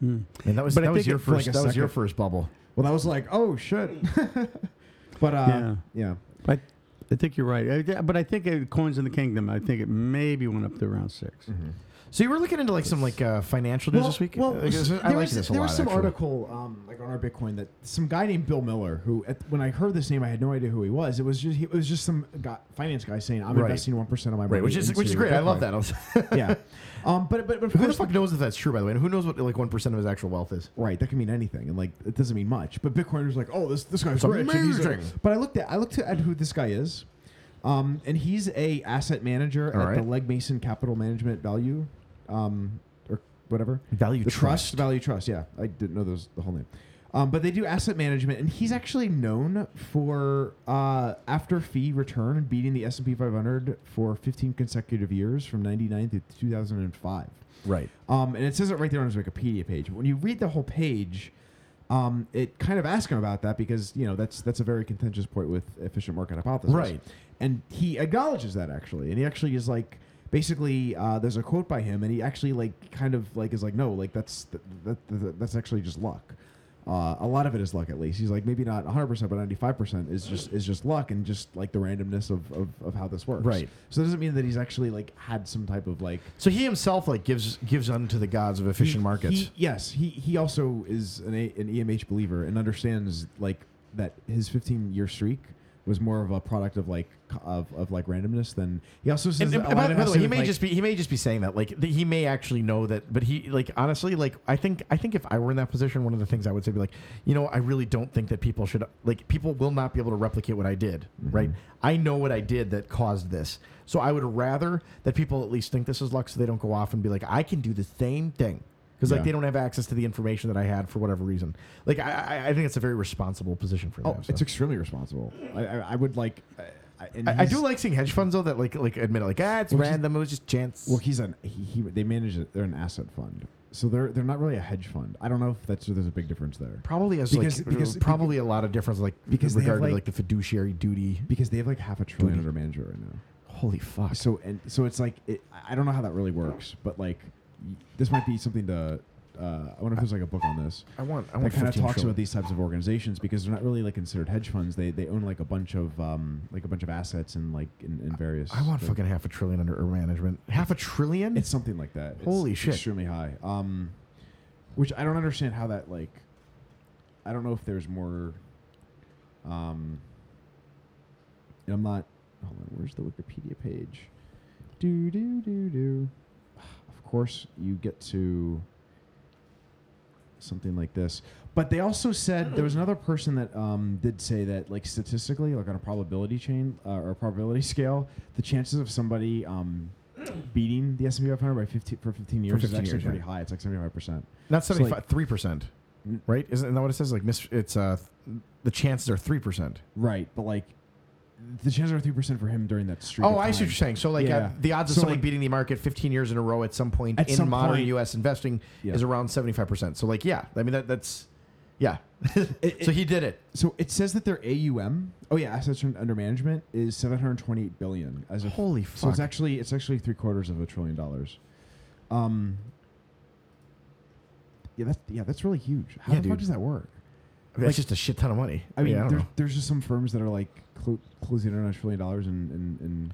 Speaker 2: Hmm.
Speaker 1: And that was
Speaker 3: But I
Speaker 1: that was
Speaker 3: think
Speaker 1: your
Speaker 3: it- for, like,
Speaker 1: first
Speaker 2: a
Speaker 1: that was your
Speaker 2: second-
Speaker 1: first bubble.
Speaker 2: Well, that was like, oh shit. but uh,
Speaker 3: Yeah.
Speaker 2: yeah.
Speaker 3: I, I think you're right. I, yeah, but I think uh, coins in the kingdom. I think it maybe went up to around 6
Speaker 1: Mm-hmm. So you were looking into like some like uh, financial news this week.
Speaker 2: Well,
Speaker 1: Like, this is-
Speaker 2: there
Speaker 1: I like
Speaker 2: was,
Speaker 1: this a
Speaker 2: there
Speaker 1: lot.
Speaker 2: was some
Speaker 1: actually.
Speaker 2: article um, like on our Bitcoin that some guy named Bill Miller, who at, when I heard this name, I had no idea who he was. It was just he, it was just some guy, finance guy saying, "I'm
Speaker 1: Right.
Speaker 2: investing one percent of my money,"
Speaker 1: right? Which is which is
Speaker 2: into
Speaker 1: great. I love
Speaker 2: Bitcoin."
Speaker 1: that.
Speaker 2: yeah, um, but but but of
Speaker 1: who the
Speaker 2: course,
Speaker 1: fuck knows if that's true? By the way, and who knows what like one percent of his actual wealth is?
Speaker 2: Right, that can mean anything, and like it doesn't mean much. But Bitcoiners are like, oh, this this guy's
Speaker 1: It's
Speaker 2: rich. and he's a-"
Speaker 1: amazing.
Speaker 2: But I looked at I looked at who this guy is, um, and he's a asset manager
Speaker 1: All
Speaker 2: at the
Speaker 1: right.
Speaker 2: Leg Mason Capital Management Value, um, or whatever
Speaker 1: Value
Speaker 2: the
Speaker 1: Trust.
Speaker 2: Value Trust. Yeah, I didn't know those the whole name, um, but they do asset management, and he's actually known for uh, after fee return beating the S and P 500 for 15 consecutive years from 99 to 2005.
Speaker 1: Right.
Speaker 2: Um, and it says it right there on his Wikipedia page. But when you read the whole page, um, it kind of asks him about that because you know that's that's a very contentious point with efficient market hypothesis.
Speaker 1: Right.
Speaker 2: And he acknowledges that actually, and he actually is like basically uh, there's a quote by him, and he actually like kind of like is like no, like that's th- that, that, that's actually just luck. Uh, a lot of it is luck, at least. He's like maybe not 100, percent but 95 percent is just is just luck and just like the randomness of, of, of how this works.
Speaker 1: Right.
Speaker 2: So it doesn't mean that he's actually like had some type of like
Speaker 1: So he himself like gives gives unto the gods of efficient
Speaker 2: he-
Speaker 1: markets.
Speaker 2: he- yes, he he also is an, a, an EMH believer and understands like that his 15 year streak was more of a product of like co- of, of like randomness than he also says.
Speaker 1: and, and
Speaker 2: that a
Speaker 1: by,
Speaker 2: lot of
Speaker 1: by the
Speaker 2: us
Speaker 1: way, he
Speaker 2: have,
Speaker 1: may
Speaker 2: like-
Speaker 1: just be he may just be saying that like th- he may actually know that, but he like honestly like I think I think if I were in that position, one of the things I would say be like, you know, I really don't think that people should like people will not be able to replicate what I did,
Speaker 2: Mm-hmm.
Speaker 1: right? I know what I did that caused this, so I would rather that people at least think this is luck, so they don't go off and be like, I can do the same thing. Because like
Speaker 2: Yeah.
Speaker 1: they don't have access to the information that I had for whatever reason, like I, I- I think it's a very responsible position for them.
Speaker 2: Oh,
Speaker 1: so.
Speaker 2: it's extremely responsible. I, I, I would like. uh, I, I, and
Speaker 1: I, I do
Speaker 2: he's-
Speaker 1: like seeing hedge funds though that like like admit it like ah it's
Speaker 2: Well, he's-
Speaker 1: random it was just chance.
Speaker 2: Well, he's an he, he they manage it. They're an asset fund, so they're they're not really a hedge fund. I don't know if that's there's a big difference there
Speaker 1: Probably as
Speaker 2: Because-
Speaker 1: like
Speaker 2: because-
Speaker 1: probably a lot of difference like
Speaker 2: because they have,
Speaker 1: regard to like,
Speaker 2: like-
Speaker 1: the fiduciary duty.
Speaker 2: because they have like half a trillion
Speaker 1: Duty.
Speaker 2: under management right now.
Speaker 1: Holy fuck!
Speaker 2: So and so it's like it, I- I don't know how that really works, but like y- this might be something to Uh, I wonder if there's like a book on this.
Speaker 1: I want- I
Speaker 2: that
Speaker 1: want
Speaker 2: kind of
Speaker 1: 15
Speaker 2: talks
Speaker 1: trillion.
Speaker 2: about these types of organizations because they're not really like considered hedge funds. They they own like a bunch of um like a bunch of assets and like in, in various.
Speaker 1: I want fucking half a trillion under urban management. Half a trillion?
Speaker 2: It's something like that. It's
Speaker 1: Holy shit.
Speaker 2: Extremely high. Um, which I don't understand how that like. I don't know if there's more. Um. and I'm not. Hold on. Where's the Wikipedia page? Do do do do. Of course, you get to something like this. But they also said there was another person that um, did say that, like statistically, like on a probability chain uh, or probability scale, the chances of somebody um, beating the S and P 500 by 15 for 15 years is
Speaker 1: 15
Speaker 2: actually
Speaker 1: years,
Speaker 2: pretty
Speaker 1: right.
Speaker 2: high. It's like 75 percent.
Speaker 1: Not
Speaker 2: So, like-
Speaker 1: seventy five, three percent, right? Isn't that what it says? Like, mis- it's uh, th- the chances are three percent.
Speaker 2: Right, but like the chances are three percent for him during that streak.
Speaker 1: Oh,
Speaker 2: of
Speaker 1: I see what
Speaker 2: time.
Speaker 1: you're saying. So, like, uh,
Speaker 2: Yeah.
Speaker 1: the odds of
Speaker 2: So,
Speaker 1: someone
Speaker 2: like-
Speaker 1: beating the market 15 years in a row at some point
Speaker 2: At
Speaker 1: in
Speaker 2: some
Speaker 1: modern
Speaker 2: point-
Speaker 1: U.S. investing
Speaker 2: Yeah.
Speaker 1: is around 75 percent. So, like, yeah, I mean that that's yeah. so he did it.
Speaker 2: So it says that their AUM, oh yeah, assets under management is 728 billion as of
Speaker 1: Holy
Speaker 2: So
Speaker 1: fuck.
Speaker 2: it's actually it's actually three quarters of a trillion dollars. Um. Yeah, that's yeah, that's really huge. How
Speaker 1: Yeah,
Speaker 2: the
Speaker 1: dude.
Speaker 2: fuck does that work?
Speaker 1: I mean, that's just a shit ton of money.
Speaker 2: I mean,
Speaker 1: Yeah, don't
Speaker 2: there's,
Speaker 1: know.
Speaker 2: there's just some firms that are like clo- closing in on a trillion dollars in, in, in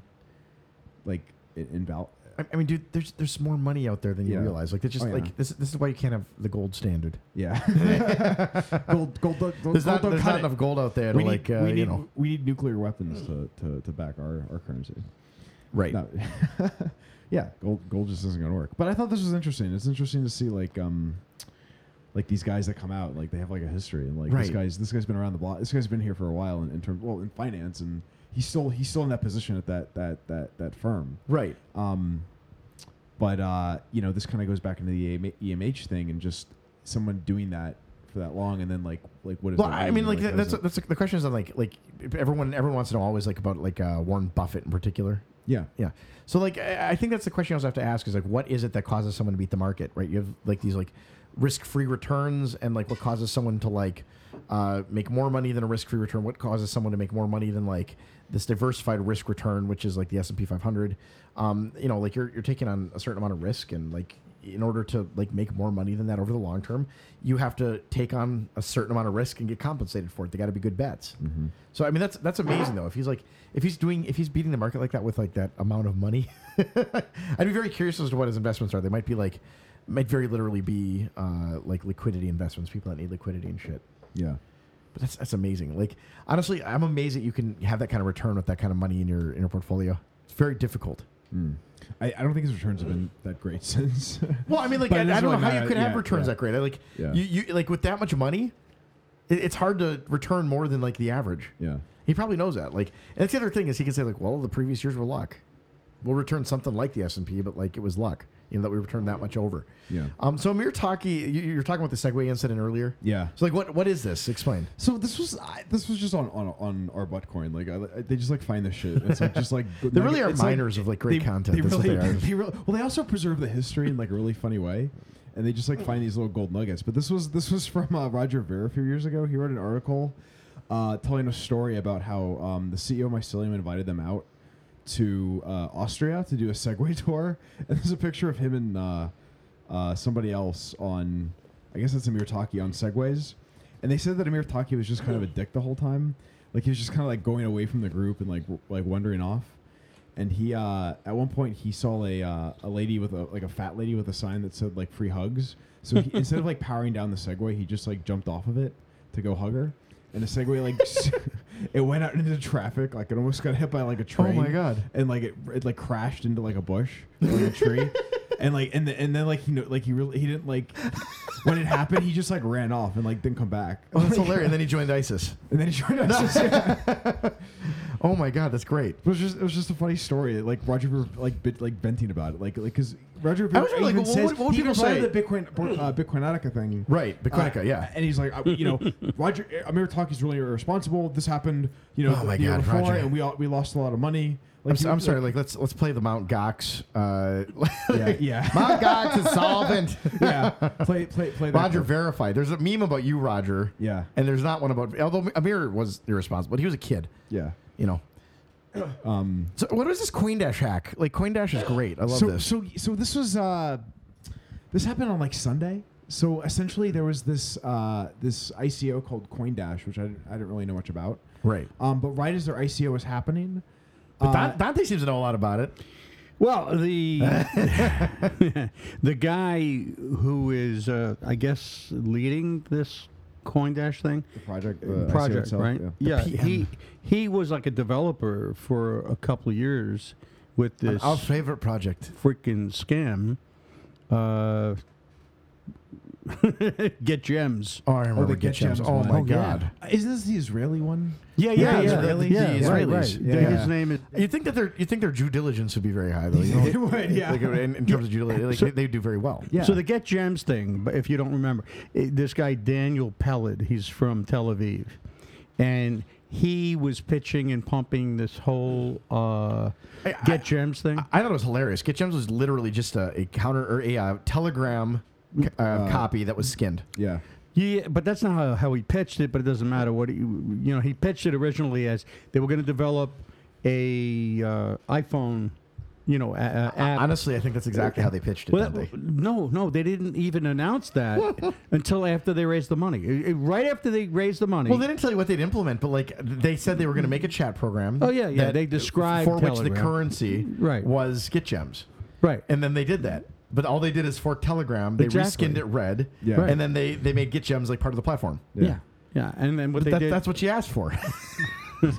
Speaker 2: like in, in val-
Speaker 1: I- I mean, dude, there's there's more money out there than you
Speaker 2: Yeah.
Speaker 1: realize. Like, it's just
Speaker 2: Oh, yeah.
Speaker 1: like this. This is why you can't have the gold standard.
Speaker 2: yeah. gold, gold, gold, gold,
Speaker 1: There's not,
Speaker 2: don't
Speaker 1: there's
Speaker 2: cut
Speaker 1: not
Speaker 2: it.
Speaker 1: enough gold out there to
Speaker 2: We need,
Speaker 1: like uh,
Speaker 2: we need,
Speaker 1: you know
Speaker 2: we need nuclear weapons to, to, to back our, our currency.
Speaker 1: right.
Speaker 2: No. yeah, gold gold just isn't gonna work. But I thought this was interesting. It's interesting to see like um like these guys that come out, like they have like a history and like this
Speaker 1: Right.
Speaker 2: guy's this guy's been around the block this guy's been here for a while in, in terms well in finance and he's still he's still in that position at that that that that firm.
Speaker 1: Right.
Speaker 2: Um, but uh, you know, this kind of goes back into the E EM- EMH thing and just someone doing that for that long, and then like, like what is?
Speaker 1: Well,
Speaker 2: their
Speaker 1: I
Speaker 2: value?
Speaker 1: mean, like that-
Speaker 2: how does
Speaker 1: that's
Speaker 2: it-
Speaker 1: that's the question is on like like if everyone everyone wants to know always like about like uh, Warren Buffett in particular.
Speaker 2: yeah,
Speaker 1: Yeah. So like I I think that's the question I also have to ask is like what is it that causes someone to beat the market, right? You have like these like risk-free returns and like what causes someone to like uh, make more money than a risk-free return. What causes someone to make more money than like this diversified risk return, which is like the S and P 500? Um, you know, like you're you're taking on a certain amount of risk, and like in order to like make more money than that over the long term, you have to take on a certain amount of risk and get compensated for it. They got to be good bets. So I mean, that's that's amazing though. If he's like, if he's doing, if he's beating the market like that with like that amount of money, I'd be very curious as to what his investments are. They might be like, might very literally be uh, like liquidity investments, people that need liquidity and shit.
Speaker 2: yeah.
Speaker 1: But that's that's amazing. Like honestly, I'm amazed that you can have that kind of return with that kind of money in your in your portfolio. It's very difficult.
Speaker 2: I, I don't think his returns have been that great since.
Speaker 1: Well, I mean, like
Speaker 2: But
Speaker 1: I,
Speaker 2: it
Speaker 1: I
Speaker 2: doesn't
Speaker 1: don't know
Speaker 2: really
Speaker 1: how you
Speaker 2: matter.
Speaker 1: could have
Speaker 2: Yeah,
Speaker 1: returns
Speaker 2: yeah.
Speaker 1: that great. I like
Speaker 2: Yeah.
Speaker 1: you, you like with that much money, it, it's hard to return more than like the average.
Speaker 2: yeah,
Speaker 1: He probably knows that. Like, and that's the other thing is he can say like, well, the previous years were luck. We'll return something like the S and P, but like it was luck. You know that we returned that much over.
Speaker 2: Yeah.
Speaker 1: Um. So Amir Taki, you, you were talking about the Segway incident earlier.
Speaker 2: yeah.
Speaker 1: So like, what what is this? Explain.
Speaker 2: So this was I, this was just on on, on our butt coin. Like I, I- they just like find this shit. It's like just like
Speaker 1: They really are miners of like great content.
Speaker 2: They
Speaker 1: That's what
Speaker 2: really,
Speaker 1: they are.
Speaker 2: they really- well, they also preserve the history in like a really funny way, and they just like find these little gold nuggets. But this was this was from uh, Roger Ver a few years ago. He wrote an article uh, telling a story about how um, the CEO of Mycelium invited them out to uh, Austria to do a Segway tour, and there's a picture of him and uh, uh, somebody else on, I guess that's Amir Taki on Segways, and they said that Amir Taki was just kind of a dick the whole time. Like he was just kind of like going away from the group and like w- like wandering off and he uh, at one point he saw a uh, a lady with a like a fat lady with a sign that said like free hugs. So he, instead of like powering down the Segway, he just like jumped off of it to go hug her, and the Segway like s- it went out into traffic like it almost got hit by like a train.
Speaker 1: Oh my God.
Speaker 2: And like it, it like crashed into like a bush, or, like a tree. And like and, the, and then like he know, like he really he didn't like when it happened he just like ran off and like didn't come back
Speaker 1: Oh, that's hilarious. And then he joined ISIS.
Speaker 2: and then he joined us.
Speaker 1: Oh my God, that's great.
Speaker 2: It was just it was just a funny story. Like Roger Ver- like bit, like venting about it, like like because Roger
Speaker 1: I was
Speaker 2: Ver-
Speaker 1: wondering, like,
Speaker 2: even
Speaker 1: what
Speaker 2: says
Speaker 1: would- what would
Speaker 2: he
Speaker 1: people
Speaker 2: even brought
Speaker 1: say?
Speaker 2: up the Bitcoin Bor- uh, Bitcoinatica thing,
Speaker 1: Right, Bitcoinica,
Speaker 2: Uh,
Speaker 1: yeah.
Speaker 2: And he's like, I, you know, Roger uh, Amir Taki's really irresponsible. This happened, you know,
Speaker 1: Oh
Speaker 2: the
Speaker 1: my
Speaker 2: year
Speaker 1: God,
Speaker 2: before,
Speaker 1: Roger.
Speaker 2: and we all, we lost a lot of money. Like,
Speaker 1: I'm, so,
Speaker 2: he-
Speaker 1: I'm sorry. Like let's let's play the Mount Gox. Uh,
Speaker 2: yeah, yeah,
Speaker 1: Mount Gox is solvent.
Speaker 2: yeah. Play play play. that
Speaker 1: Roger
Speaker 2: clip.
Speaker 1: verified. There's a meme about you, Roger.
Speaker 2: Yeah.
Speaker 1: And there's not one about although Amir was irresponsible. He was a kid.
Speaker 2: yeah.
Speaker 1: you know. Um, so what is this Coindash hack? Like Coindash is great. I love
Speaker 2: so
Speaker 1: this.
Speaker 2: so so this was uh, this happened on like Sunday. So essentially, there was this uh, this ICO called CoinDash, which I didn't, I didn't really know much about.
Speaker 1: Right.
Speaker 2: Um, but right as their ICO was happening,
Speaker 1: But
Speaker 2: uh,
Speaker 1: Don- Dante seems to know a lot about it.
Speaker 3: Well, the the guy who is, uh, I guess, leading this CoinDash thing,
Speaker 2: the project, uh, the ICO
Speaker 3: project,
Speaker 2: itself,
Speaker 3: right?
Speaker 2: yeah.
Speaker 3: Yeah,
Speaker 1: PM.
Speaker 3: he he was like a developer for a couple of years with
Speaker 1: And
Speaker 3: this
Speaker 1: Our favorite project.
Speaker 3: freaking scam. Uh, get gems.
Speaker 1: Oh, I remember
Speaker 2: the
Speaker 1: Get
Speaker 2: Get Gems
Speaker 1: Oh
Speaker 2: one.
Speaker 1: my
Speaker 2: Oh, yeah.
Speaker 1: god.
Speaker 2: Isn't this the Israeli one?
Speaker 1: Yeah,
Speaker 2: yeah,
Speaker 1: the-
Speaker 2: yeah,
Speaker 1: the-
Speaker 2: really?
Speaker 1: the
Speaker 2: Yeah,
Speaker 1: Israelis.
Speaker 2: right, right.
Speaker 1: Yeah.
Speaker 2: Yeah.
Speaker 3: His name is
Speaker 1: You think that their you think their due diligence would be very high though. You
Speaker 2: It would, yeah.
Speaker 1: Like, in, in terms of due diligence, like, they, they do very well.
Speaker 2: Yeah.
Speaker 3: So the Get Gems thing, but if you don't remember, i this guy Daniel Pellet, he's from Tel Aviv, and he was pitching and pumping this whole uh,
Speaker 1: I-
Speaker 3: Get
Speaker 1: I-
Speaker 3: Gems thing.
Speaker 1: I thought it was hilarious. Get Gems was literally just a, a counter or a uh, telegram c-
Speaker 3: Mm,
Speaker 1: uh, copy that was skinned.
Speaker 2: Yeah.
Speaker 3: yeah, but that's not how, how he pitched it. But it doesn't matter what he, you know. He pitched it originally as they were going to develop a uh, iPhone, you know, a, a app.
Speaker 1: Honestly, I think that's exactly how they pitched it.
Speaker 3: uh, Well,
Speaker 1: didn't
Speaker 3: that- no, no, they didn't even announce that until after they raised the money. It- it- right after they raised the money,
Speaker 1: Well, they didn't tell you what they'd implement, but like they said they were going to make a chat program.
Speaker 3: Oh, yeah, yeah,
Speaker 1: that-
Speaker 3: they described
Speaker 1: for which the
Speaker 3: Telegram.
Speaker 1: currency
Speaker 3: Right.
Speaker 1: was Get Gems,
Speaker 3: right,
Speaker 1: and then they did that. But all they did is for Telegram, they
Speaker 3: Exactly.
Speaker 1: reskinned it red,
Speaker 2: Yeah. Right.
Speaker 1: and then they they made Get Gems like part of the platform.
Speaker 3: Yeah. yeah. and then what
Speaker 1: But
Speaker 3: they
Speaker 1: that,
Speaker 3: did.
Speaker 1: that's what you asked for.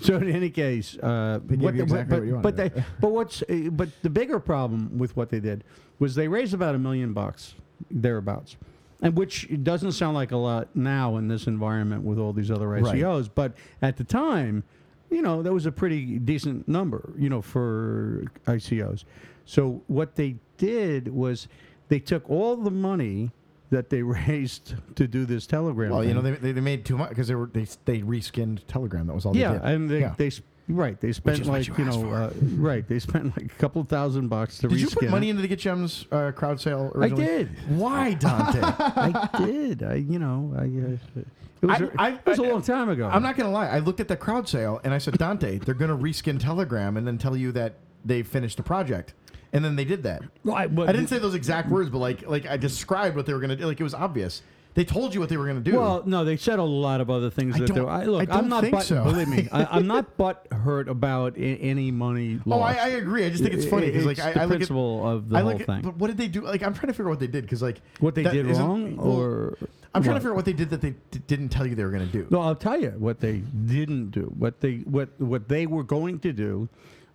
Speaker 3: so in any case, uh,
Speaker 2: gave you
Speaker 3: the-
Speaker 2: exactly
Speaker 3: but,
Speaker 2: what you
Speaker 3: but
Speaker 2: wanted.
Speaker 3: they, but what's uh, but the bigger problem with what they did was they raised about a million bucks thereabouts, and which doesn't sound like a lot now in this environment with all these other ICOs. But at the time, you know, that was a pretty decent number, you know, for ICOs. So what they did was they took all the money that they raised to do this Telegram.
Speaker 1: well, you
Speaker 3: thing.
Speaker 1: know they, they, they made too much because they were they, they reskinned Telegram. That was all.
Speaker 3: Yeah,
Speaker 1: they did.
Speaker 3: and they,
Speaker 1: Yeah.
Speaker 3: they sp- right they spent
Speaker 1: is what
Speaker 3: like
Speaker 1: you
Speaker 3: you
Speaker 1: asked
Speaker 3: know
Speaker 1: for.
Speaker 3: uh, right they spent like a couple thousand bucks to
Speaker 1: Did
Speaker 3: reskin.
Speaker 1: you put
Speaker 3: it.
Speaker 1: money into the Get Gems uh, crowd sale?
Speaker 3: I
Speaker 1: Originally?
Speaker 3: did.
Speaker 1: Why, Dante?
Speaker 3: I did. I you know I. Uh, it was,
Speaker 1: I-
Speaker 3: a-
Speaker 1: I-
Speaker 3: it was a
Speaker 1: I-
Speaker 3: long time ago.
Speaker 1: I'm not gonna lie. I looked at the crowd sale and I said, Dante, they're gonna reskin Telegram and then tell you that they finished the project, and then they did that.
Speaker 3: Right,
Speaker 1: I
Speaker 3: but
Speaker 1: didn't say those exact words, but like like I described what they were gonna do. Like it was obvious. They told you what they were gonna do.
Speaker 3: Well, no, they said a lot of other things
Speaker 1: I
Speaker 3: that they
Speaker 1: don't-
Speaker 3: were. I, look,
Speaker 1: I
Speaker 3: am
Speaker 1: don't
Speaker 3: not.
Speaker 1: think
Speaker 3: but,
Speaker 1: so.
Speaker 3: Believe me, I, I'm not but hurt about I- any money
Speaker 1: oh, I,
Speaker 3: lost.
Speaker 1: I agree. I just think it's funny because like
Speaker 3: It's
Speaker 1: I,
Speaker 3: the
Speaker 1: I look at
Speaker 3: principle of the
Speaker 1: I
Speaker 3: whole
Speaker 1: look at-
Speaker 3: thing.
Speaker 1: But what did they do? Like I'm trying to figure out what they did because like
Speaker 3: what they
Speaker 1: that
Speaker 3: did
Speaker 1: isn't-
Speaker 3: wrong,
Speaker 1: well,
Speaker 3: or
Speaker 1: I'm trying to
Speaker 3: what?
Speaker 1: figure out what they did that they d- didn't tell you they were gonna do.
Speaker 3: No, I'll tell you what they didn't do. What they what what they were going to do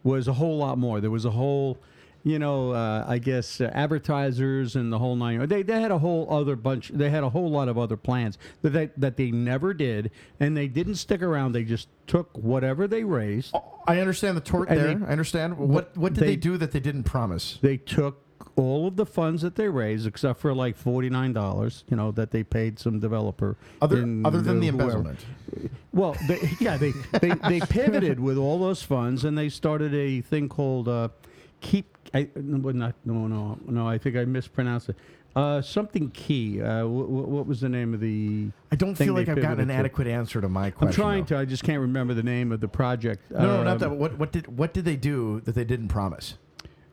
Speaker 3: was a whole lot more. There was a whole, you know, uh, I guess uh, advertisers and the whole nine. They they had a whole other bunch. They had a whole lot of other plans that they, that they never did, and they didn't stick around. They just took whatever they raised.
Speaker 1: I understand the tort
Speaker 3: And
Speaker 1: there.
Speaker 3: they-
Speaker 1: I understand. What what did
Speaker 3: they-
Speaker 1: they do that they didn't promise?
Speaker 3: They took all of the funds that they raised, except for like forty nine dollars, you know, that they paid some developer.
Speaker 1: Other
Speaker 3: in,
Speaker 1: other than
Speaker 3: uh,
Speaker 1: the
Speaker 3: whoever.
Speaker 1: embezzlement.
Speaker 3: Well, they, yeah, they, they, they pivoted with all those funds and they started a thing called uh, Keep. I no, but not no no no. I think I mispronounced it. Uh, something key. Uh, wh- wh- what was the name of the?
Speaker 1: I don't
Speaker 3: thing
Speaker 1: feel like
Speaker 3: they
Speaker 1: I've gotten
Speaker 3: pivoted
Speaker 1: an
Speaker 3: to?
Speaker 1: adequate answer to my
Speaker 3: I'm
Speaker 1: question.
Speaker 3: trying
Speaker 1: though.
Speaker 3: to. I just can't remember the name of the project.
Speaker 1: No, no, not that.
Speaker 3: Um,
Speaker 1: but What what did what did they do that they didn't promise?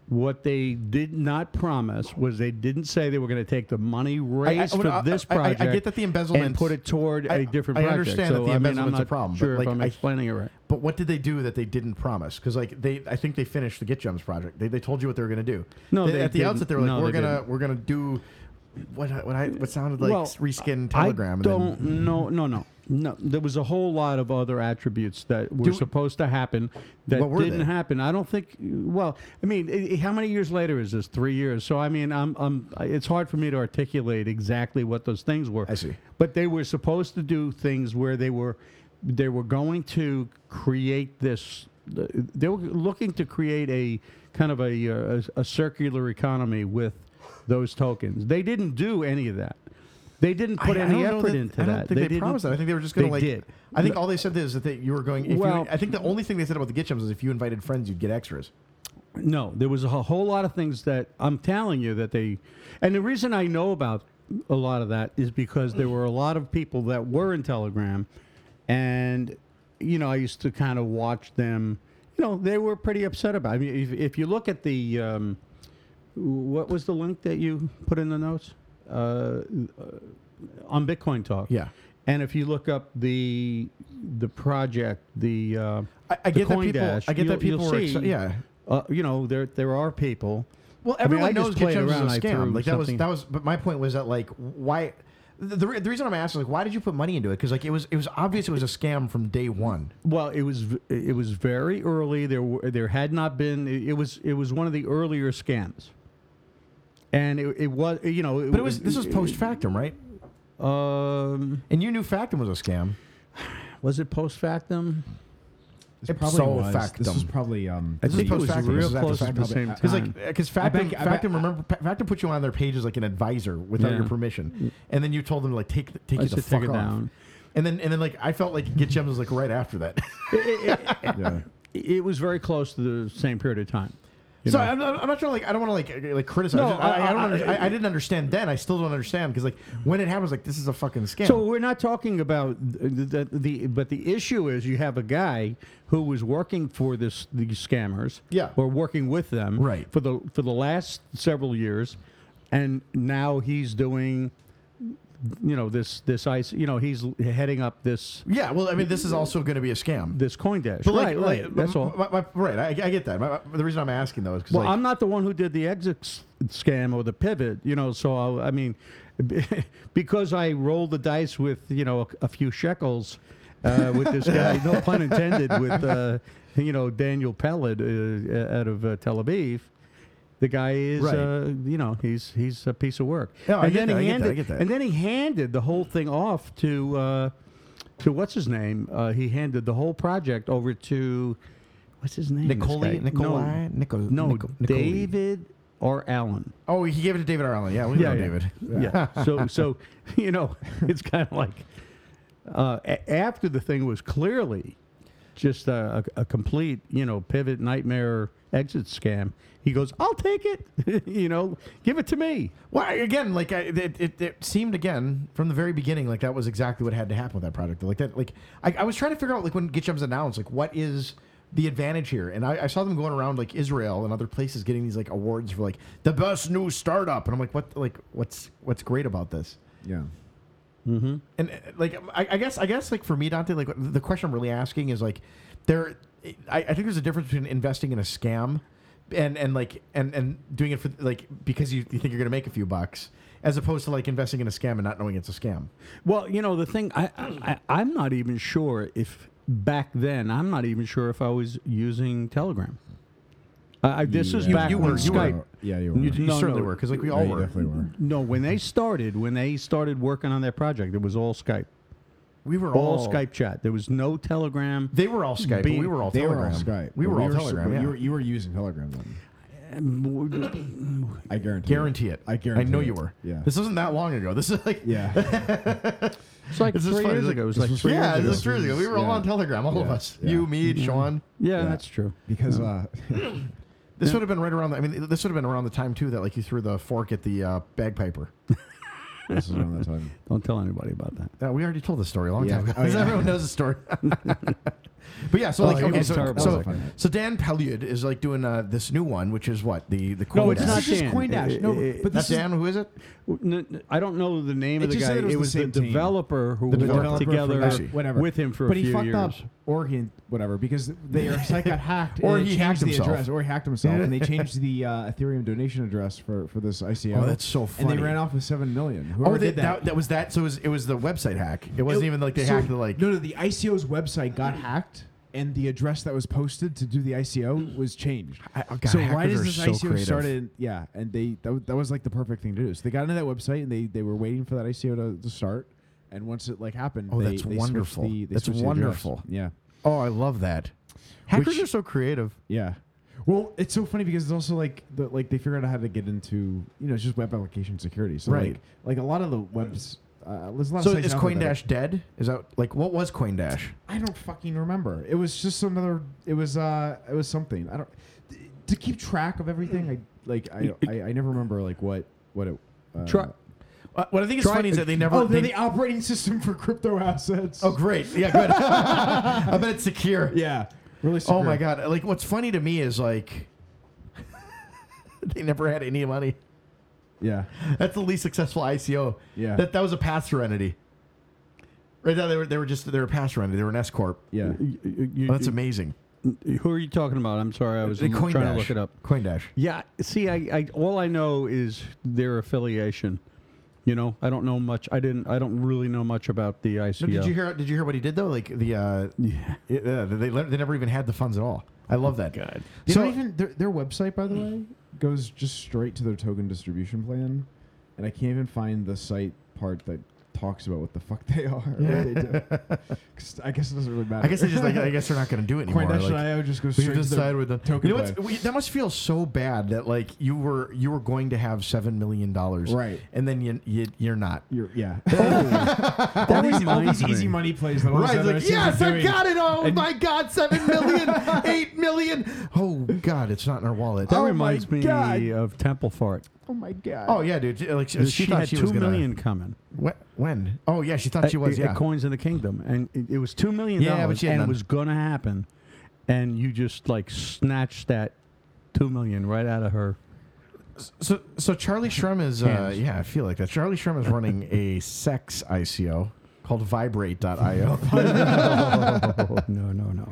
Speaker 3: What they did not promise was they didn't say they were going to take the money raised
Speaker 1: I-
Speaker 3: for
Speaker 1: I-
Speaker 3: this
Speaker 1: I- I- I
Speaker 3: project.
Speaker 1: get that the
Speaker 3: and
Speaker 1: embezzlement-
Speaker 3: put it toward a
Speaker 1: I-
Speaker 3: different
Speaker 1: I
Speaker 3: project.
Speaker 1: understand that
Speaker 3: So,
Speaker 1: the
Speaker 3: I mean, I'm
Speaker 1: embezzlement's a
Speaker 3: not
Speaker 1: problem, but,
Speaker 3: Sure,
Speaker 1: like,
Speaker 3: if I'm
Speaker 1: I-
Speaker 3: explaining it right.
Speaker 1: But what did they do that they didn't promise? Because like they, I think they finished the Get Gems project. They, they told you what they were going to do.
Speaker 3: No, they
Speaker 1: at the
Speaker 3: didn't.
Speaker 1: outset they were like,
Speaker 3: No,
Speaker 1: we're
Speaker 3: they
Speaker 1: gonna
Speaker 3: didn't.
Speaker 1: we're gonna do what I- what I what sounded like
Speaker 3: Well,
Speaker 1: reskin Telegram.
Speaker 3: I
Speaker 1: And
Speaker 3: don't
Speaker 1: then,
Speaker 3: know. No, no, no. There was a whole lot of other attributes that were
Speaker 1: Do-
Speaker 3: supposed to happen that
Speaker 1: What were
Speaker 3: didn't
Speaker 1: they?
Speaker 3: happen. I don't think. Well, I mean, i i- how many years later is this? Three years. So I mean, I'm, I'm. It's hard for me to articulate exactly what those things were.
Speaker 1: I see.
Speaker 3: But they were supposed to do things where they were, they were going to create this. They were looking to create a kind of a uh, a, a circular economy with those tokens. They didn't do any of that. They didn't put
Speaker 1: I- I don't
Speaker 3: any
Speaker 1: know
Speaker 3: effort
Speaker 1: that-
Speaker 3: into
Speaker 1: I
Speaker 3: that.
Speaker 1: don't think they,
Speaker 3: didn't-
Speaker 1: promised that. I think they were just going
Speaker 3: they
Speaker 1: to like.
Speaker 3: did.
Speaker 1: I think all they said is that they, you were going. If
Speaker 3: Well-
Speaker 1: you, I think the only thing they said about the Get Gems is if you invited friends, you'd get extras.
Speaker 3: No, there was a wh- whole lot of things that I'm telling you that they, and the reason I know about a lot of that is because there were a lot of people that were in Telegram, and you know I used to kind of watch them. You know they were pretty upset about. It. I mean, if, if you look at the, um, what was the link that you put in the notes? uh, on Bitcoin Talk.
Speaker 1: Yeah.
Speaker 3: And if you look up the the project, the uh,
Speaker 1: I- I
Speaker 3: the
Speaker 1: get that people-
Speaker 3: CoinDash,
Speaker 1: I get that
Speaker 3: you'll-
Speaker 1: people
Speaker 3: you'll
Speaker 1: were
Speaker 3: see,
Speaker 1: exci- yeah.
Speaker 3: uh, you know there there are people.
Speaker 1: Well,
Speaker 3: I mean,
Speaker 1: everyone
Speaker 3: I just
Speaker 1: knows
Speaker 3: played
Speaker 1: GitChems
Speaker 3: around,
Speaker 1: is
Speaker 3: I
Speaker 1: a scam.
Speaker 3: threw
Speaker 1: Like that was
Speaker 3: something-
Speaker 1: that was. But my point was that like why. The, the, re- the reason I'm asking like why did you put money into it? Because like it was it was obvious it was a scam from day one.
Speaker 3: Well, it was v- it was very early. There were, there had not been. It, it was it was one of the earlier scams, and it, it was you know.
Speaker 1: But it was this was post factum, right?
Speaker 3: Um,
Speaker 1: And you knew factum was a scam.
Speaker 3: was it post factum?
Speaker 2: This
Speaker 1: Ipso
Speaker 2: probably was. This was
Speaker 1: factum.
Speaker 2: probably um.
Speaker 1: This
Speaker 3: think
Speaker 1: is
Speaker 3: it was
Speaker 1: post factum. This
Speaker 3: real
Speaker 1: is after
Speaker 3: close at the
Speaker 1: factum.
Speaker 3: same
Speaker 1: Because
Speaker 2: time.
Speaker 1: like, because
Speaker 2: I
Speaker 1: Factum,
Speaker 2: bet- I bet-
Speaker 1: Factum, remember, Pa- Factum put you on their page as like an advisor without
Speaker 3: Yeah.
Speaker 1: your permission, and then you told them like take take
Speaker 3: I
Speaker 1: you the
Speaker 3: should
Speaker 1: fuck
Speaker 3: take it
Speaker 1: off.
Speaker 3: down.
Speaker 1: And then and then like I felt like Get Gems was like right after that.
Speaker 2: yeah.
Speaker 3: It it was very close to the same period of time. you
Speaker 1: so
Speaker 3: know.
Speaker 1: I'm not, I'm not trying to like I don't want to like uh, like criticize.
Speaker 3: No,
Speaker 1: Just- I, I,
Speaker 3: I-
Speaker 1: don't.
Speaker 3: I-
Speaker 1: under- I, I didn't understand then. I still don't understand because like when it happens, like this is a fucking scam.
Speaker 3: So we're not talking about the, the, the but the issue is you have a guy who was working for this these scammers,
Speaker 1: Yeah.
Speaker 3: or working with them,
Speaker 1: Right.
Speaker 3: for the for the last several years, and now he's doing, you know, this this ice, you know, he's heading up this
Speaker 1: yeah, well, I mean, this is also going to be a scam.
Speaker 3: this coin dash,
Speaker 1: But like,
Speaker 3: right,
Speaker 1: like,
Speaker 3: right, that's
Speaker 1: m-
Speaker 3: all.
Speaker 1: My, my, right, I, I get that. My, my- the reason I'm asking though is because
Speaker 3: Well,
Speaker 1: like,
Speaker 3: I'm not the one who did the exit s- scam or the pivot, you know. So I, I mean, because I rolled the dice with you know a, few shekels uh, with this guy, no pun intended, with uh, you know Daniel Pellet uh, out of uh, Tel Aviv. The guy is,
Speaker 1: Right.
Speaker 3: uh, you know, he's he's a piece of work.
Speaker 1: No, I
Speaker 3: and
Speaker 1: get
Speaker 3: then
Speaker 1: that, I
Speaker 3: he
Speaker 1: get that, I
Speaker 3: handed,
Speaker 1: get that.
Speaker 3: and then he handed the whole thing off to uh, to what's his name? Uh, he handed the whole project over to what's his name? this
Speaker 1: Nicoli-
Speaker 3: guy? No,
Speaker 1: Nicolai? Nico-
Speaker 3: no,
Speaker 1: Nico- Nicoli.
Speaker 3: David or Allen.
Speaker 1: oh, he gave it to David Ireland. Yeah, we know David.
Speaker 3: Yeah. so so you know, it's kind of like uh, a- after the thing was clearly just a, a, a complete you know pivot nightmare exit scam. He goes, "I'll take it. you know, give it to me."
Speaker 1: Well, I- again, like I, it, it, it seemed again from the very beginning, like that was exactly what had to happen with that project. Like that, like I, I was trying to figure out, like when Gitchum's announced, like what is the advantage here? And I, I saw them going around like Israel and other places getting these like awards for like the best new startup, and I'm like, what, like what's what's great about this?
Speaker 2: Yeah.
Speaker 1: and uh, like I, I guess I guess like for me Dante like the question I'm really asking is like there I, I think there's a difference between investing in a scam and and like and and doing it for like because you, you think you're gonna make a few bucks as opposed to like investing in a scam and not knowing it's a scam
Speaker 3: Well, you know, the thing I, I I- I'm not even sure if back then I'm not even sure if I was using Telegram. I, I- this is
Speaker 2: Yeah.
Speaker 3: back
Speaker 1: You
Speaker 3: when
Speaker 1: were- you were.
Speaker 3: Skype.
Speaker 2: Yeah, you were.
Speaker 3: You-
Speaker 1: you
Speaker 3: No,
Speaker 1: certainly
Speaker 3: no.
Speaker 1: were because like we
Speaker 2: Yeah,
Speaker 1: all
Speaker 2: you
Speaker 1: were
Speaker 2: definitely were.
Speaker 3: No, when they started, when they started working on that project, it was all Skype,
Speaker 1: we were all,
Speaker 3: all
Speaker 2: Oh.
Speaker 3: Skype chat. There was no Telegram.
Speaker 1: they were all Skype
Speaker 3: Be-
Speaker 1: but we were all
Speaker 2: They were
Speaker 1: Telegram
Speaker 2: all Skype.
Speaker 1: we were
Speaker 2: But
Speaker 1: all
Speaker 2: so-
Speaker 1: Telegram
Speaker 2: but
Speaker 1: yeah.
Speaker 2: You were, e you were using Telegram then. I guarantee. it.
Speaker 1: guarantee it
Speaker 2: I guarantee.
Speaker 1: I know
Speaker 2: it.
Speaker 1: you were
Speaker 2: Yeah.
Speaker 1: this wasn't that long ago this is like
Speaker 2: yeah.
Speaker 3: It's like
Speaker 1: This is
Speaker 3: three
Speaker 1: funny,
Speaker 3: years
Speaker 1: like-
Speaker 3: ago. It was
Speaker 2: this
Speaker 3: like
Speaker 2: was
Speaker 3: three
Speaker 1: yeah
Speaker 3: years
Speaker 1: this
Speaker 3: ago.
Speaker 1: was three years ago we were all
Speaker 2: Yeah.
Speaker 1: on Telegram all of
Speaker 2: Yeah.
Speaker 1: us
Speaker 2: Yeah.
Speaker 1: you me Sean
Speaker 3: Yeah,
Speaker 2: Yeah.
Speaker 3: that's true.
Speaker 2: because uh,
Speaker 1: This would have been right around. The, I mean, this would have been around the time too that like you threw the fork at the uh, bagpiper.
Speaker 2: this is around that time.
Speaker 3: Don't tell anybody about that.
Speaker 1: Uh, we already told this story a long
Speaker 2: Yeah.
Speaker 1: time ago.
Speaker 2: Oh, yeah.
Speaker 1: Everyone knows the story. but yeah, so
Speaker 3: Oh,
Speaker 1: like
Speaker 3: it
Speaker 1: okay,
Speaker 3: was
Speaker 1: so
Speaker 3: terrible.
Speaker 1: so,
Speaker 2: That was fun.
Speaker 1: so Dan Pelliud is like doing uh, this new one, which is what the the
Speaker 3: No,
Speaker 1: Coin
Speaker 3: it's
Speaker 1: Dash.
Speaker 3: not
Speaker 2: This is
Speaker 3: Dan.
Speaker 2: just CoinDash. No,
Speaker 3: It- it-
Speaker 2: but
Speaker 1: That's
Speaker 2: this is
Speaker 1: Dan. Who is it?
Speaker 3: N- n- I don't know the name
Speaker 2: It
Speaker 3: of the
Speaker 2: just
Speaker 3: guy.
Speaker 2: said it was the
Speaker 3: the
Speaker 2: same team.
Speaker 3: developer who
Speaker 2: the
Speaker 3: worked
Speaker 2: developer for
Speaker 3: together
Speaker 2: that, whatever.
Speaker 3: with him for
Speaker 2: but
Speaker 3: a
Speaker 2: he
Speaker 3: few
Speaker 2: fucked
Speaker 3: years.
Speaker 2: up or he whatever because their site got hacked
Speaker 1: Or
Speaker 2: and they
Speaker 1: he
Speaker 2: changed
Speaker 1: hacked
Speaker 2: the
Speaker 1: himself.
Speaker 2: address or he hacked himself and they changed the uh, Ethereum donation address for, for this ICO.
Speaker 1: Oh, that's so
Speaker 2: And
Speaker 1: funny.
Speaker 2: they ran off with seven million. Whoever
Speaker 1: oh, they,
Speaker 2: did that,
Speaker 1: that was that. So it was, it was the website hack. It wasn't
Speaker 2: It-
Speaker 1: even like they
Speaker 2: so-
Speaker 1: hacked the like. Mm.
Speaker 2: No, no, the ICO's website got hacked, and the address that was posted to do the ICO was changed.
Speaker 1: Mm. I- oh, God,
Speaker 2: so why
Speaker 1: hackers
Speaker 2: does
Speaker 1: are
Speaker 2: this
Speaker 1: so
Speaker 2: ICO
Speaker 1: creative.
Speaker 2: started? Yeah, and they that, w- that was like the perfect thing to do. So they got into that website and they they were waiting for that ICO to, to start. And once it like happened,
Speaker 1: Oh,
Speaker 2: they,
Speaker 1: that's
Speaker 2: they switched
Speaker 1: wonderful.
Speaker 2: The, they
Speaker 1: That's
Speaker 2: switched the address.
Speaker 1: wonderful.
Speaker 2: Yeah,
Speaker 1: Oh, I love that. Hackers
Speaker 2: Which-
Speaker 1: are so creative.
Speaker 2: yeah. Well, it's so funny because it's also like the, like they figured out how to get into you know it's just web application security. So
Speaker 1: Right.
Speaker 2: like like a lot of the webs. Uh, there's a lot
Speaker 1: So
Speaker 2: of sites
Speaker 1: is
Speaker 2: out there that-
Speaker 1: CoinDash dead? Is that like what was CoinDash?
Speaker 2: I don't fucking remember. It was just another. It was uh. It was something. I don't. th- To keep track of everything, I like I I, I never remember like what what it. Uh,
Speaker 3: Try-
Speaker 1: Uh, what I think is funny is that they never.
Speaker 2: Oh, they're
Speaker 1: they-
Speaker 2: the operating system for crypto assets.
Speaker 1: oh, great. Yeah, good. I bet it's secure.
Speaker 2: yeah. Really.
Speaker 1: Oh
Speaker 2: secure.
Speaker 1: my god! Like, what's funny to me is like they never had any money.
Speaker 2: Yeah.
Speaker 1: That's the least successful ICO.
Speaker 2: Yeah.
Speaker 1: That that was a pass through entity. Right now they were they were just they were a pass through entity. They were an S corp.
Speaker 2: Yeah.
Speaker 3: You- you- you-
Speaker 1: Oh, that's amazing.
Speaker 3: Who are you talking about? I'm sorry, I was
Speaker 1: They-
Speaker 3: trying to
Speaker 1: Coindash.
Speaker 3: look it up.
Speaker 1: Coindash.
Speaker 3: Yeah, see, I, I all I know is their affiliation. You know, I don't know much. I didn't. I don't really know much about the ICO.
Speaker 1: No, Did you hear? Did you hear what he did though? Like the uh,
Speaker 3: Yeah.
Speaker 1: it, uh, they le- they never even had the funds at all. I love that. God.
Speaker 2: They
Speaker 1: So
Speaker 2: don't even their, their website, by the way, goes just straight to their token distribution plan, and I can't even find the site part that talks about what the fuck they are. or what they do. 'Cause I guess it doesn't really matter.
Speaker 1: I guess they just like, I guess they're not going to do it anymore.
Speaker 2: Coindash
Speaker 1: like-
Speaker 2: and IO just go
Speaker 1: We
Speaker 2: straight to their
Speaker 1: decide with the
Speaker 2: token
Speaker 1: You know
Speaker 2: plan.
Speaker 1: what's, we, that must feel so bad that like you were you were going to have seven million dollars,
Speaker 2: Right.
Speaker 1: And then you, you you're not.
Speaker 2: You're, yeah. all these, all
Speaker 3: reminds
Speaker 2: these easy
Speaker 3: me.
Speaker 2: money plays that all
Speaker 1: Right,
Speaker 2: these
Speaker 1: it's
Speaker 2: other
Speaker 1: like,
Speaker 2: ICOs are
Speaker 1: yes, I
Speaker 2: doing.
Speaker 1: got it. Oh my God, seven million, eight million. Oh God, it's not in our wallet.
Speaker 3: That
Speaker 2: Oh my
Speaker 3: reminds me
Speaker 2: God.
Speaker 3: of Temple Fart.
Speaker 2: Oh my god.
Speaker 1: Oh yeah, dude. Like she,
Speaker 3: she,
Speaker 1: thought
Speaker 3: had
Speaker 1: she
Speaker 3: two
Speaker 1: was gonna-
Speaker 3: million Uh, coming.
Speaker 1: Wh- When? Oh yeah, she thought she
Speaker 3: at-
Speaker 1: was.
Speaker 3: at
Speaker 1: Yeah.
Speaker 3: Coins in the Kingdom, and it, it was two million
Speaker 1: Yeah, but
Speaker 3: dollars,
Speaker 1: she had
Speaker 3: and it
Speaker 1: none.
Speaker 3: was gonna happen, and you just like snatched that two million right out of her.
Speaker 1: So so Charlie Shrem is. Uh,
Speaker 3: Hands.
Speaker 1: yeah, I feel like that. Charlie Shrem is running a sex ICO called Vibrate.io.
Speaker 3: no, no, no.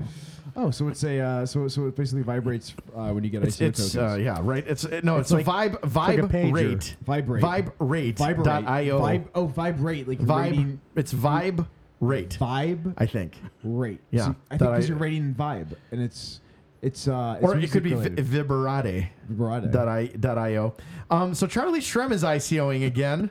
Speaker 2: Oh, so it's a uh, so so it basically vibrates uh, when you get
Speaker 1: It's,
Speaker 2: ICO
Speaker 1: it's
Speaker 2: tokens.
Speaker 1: uh, yeah, right. It's uh, no, it's, a vibe
Speaker 3: like a
Speaker 1: vibe
Speaker 3: pager.
Speaker 1: rate
Speaker 2: Vibrate.
Speaker 1: vibrate
Speaker 2: Vibrate.
Speaker 1: dot io
Speaker 2: Vib- oh, vibrate like
Speaker 1: Vibe-
Speaker 2: rating-
Speaker 1: It's vibe rate.
Speaker 2: vibe.
Speaker 1: I think,
Speaker 2: rate.
Speaker 1: Yeah,
Speaker 2: So I
Speaker 1: that
Speaker 2: think because
Speaker 1: I-
Speaker 2: you're rating vibe, and it's it's uh, it's
Speaker 1: or it could be vi-
Speaker 2: music-related.
Speaker 1: vibrate
Speaker 2: Vibrato.
Speaker 1: dot i dot io. Um, so Charlie Shrem is ICOing again.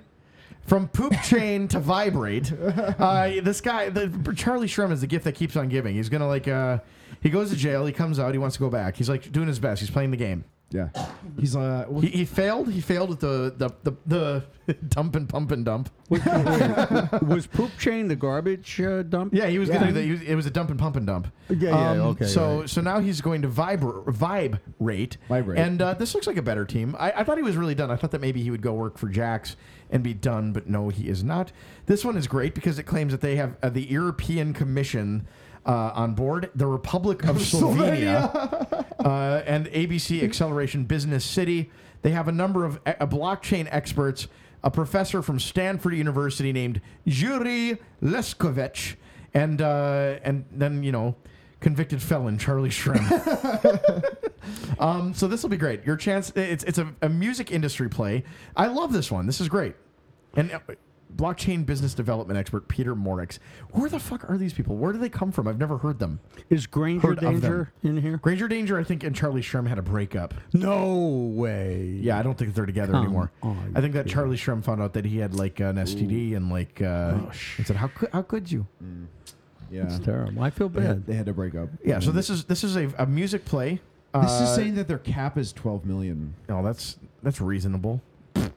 Speaker 1: From poop chain to vibrate, uh, this guy, the, Charlie Shrem, is the gift that keeps on giving. He's gonna like, uh, he goes to jail, he comes out, he wants to go back. He's like doing his best. He's playing the game.
Speaker 2: yeah. He's uh, well,
Speaker 1: He, he failed. He failed at the the the, the dump and pump and dump.
Speaker 3: was Poop Chain the garbage uh, dump?
Speaker 1: Yeah, he was
Speaker 2: Yeah.
Speaker 1: gonna do that. He was, it was a dump and pump and dump. Um,
Speaker 3: Yeah, yeah, okay,
Speaker 1: So
Speaker 3: right.
Speaker 1: so now he's going to vibr- vibe rate.
Speaker 2: Vibrate.
Speaker 1: And uh, this looks like a better team. I, I thought he was really done. I thought that maybe he would go work for Jax and be done, but no, he is not. This one is great because it claims that they have uh, the European Commission. Uh, on board, the Republic of Slovenia, uh, and ABC Acceleration Business City. They have a number of e- uh, blockchain experts, a professor from Stanford University named Yuri Leskovich, and uh, and then you know, convicted felon Charlie Shrem. um, so this will be great. Your chance. It's it's a, a music industry play. I love this one. This is great. And. uh, Blockchain business development expert Peter Morix. Where the fuck are these people? Where do they come from? I've never heard them.
Speaker 3: Is Granger
Speaker 1: Heard of them.
Speaker 3: Danger in here?
Speaker 1: Granger Danger, I think, and Charlie Shrem had a breakup.
Speaker 3: No way.
Speaker 1: Yeah, I don't think they're together
Speaker 3: Come
Speaker 1: anymore.
Speaker 3: on,
Speaker 1: I think that Charlie Shrem found out that he had like an STD and like
Speaker 2: Oh,
Speaker 1: uh, and said, "How could how could you?"
Speaker 2: Mm-hmm. yeah.
Speaker 3: It's terrible. I feel
Speaker 2: They had,
Speaker 3: bad.
Speaker 2: they had to break up.
Speaker 1: Yeah. So this is this is a, a music play.
Speaker 2: This
Speaker 1: Uh,
Speaker 2: is saying that their cap is 12 million,
Speaker 1: no, that's that's reasonable.
Speaker 2: but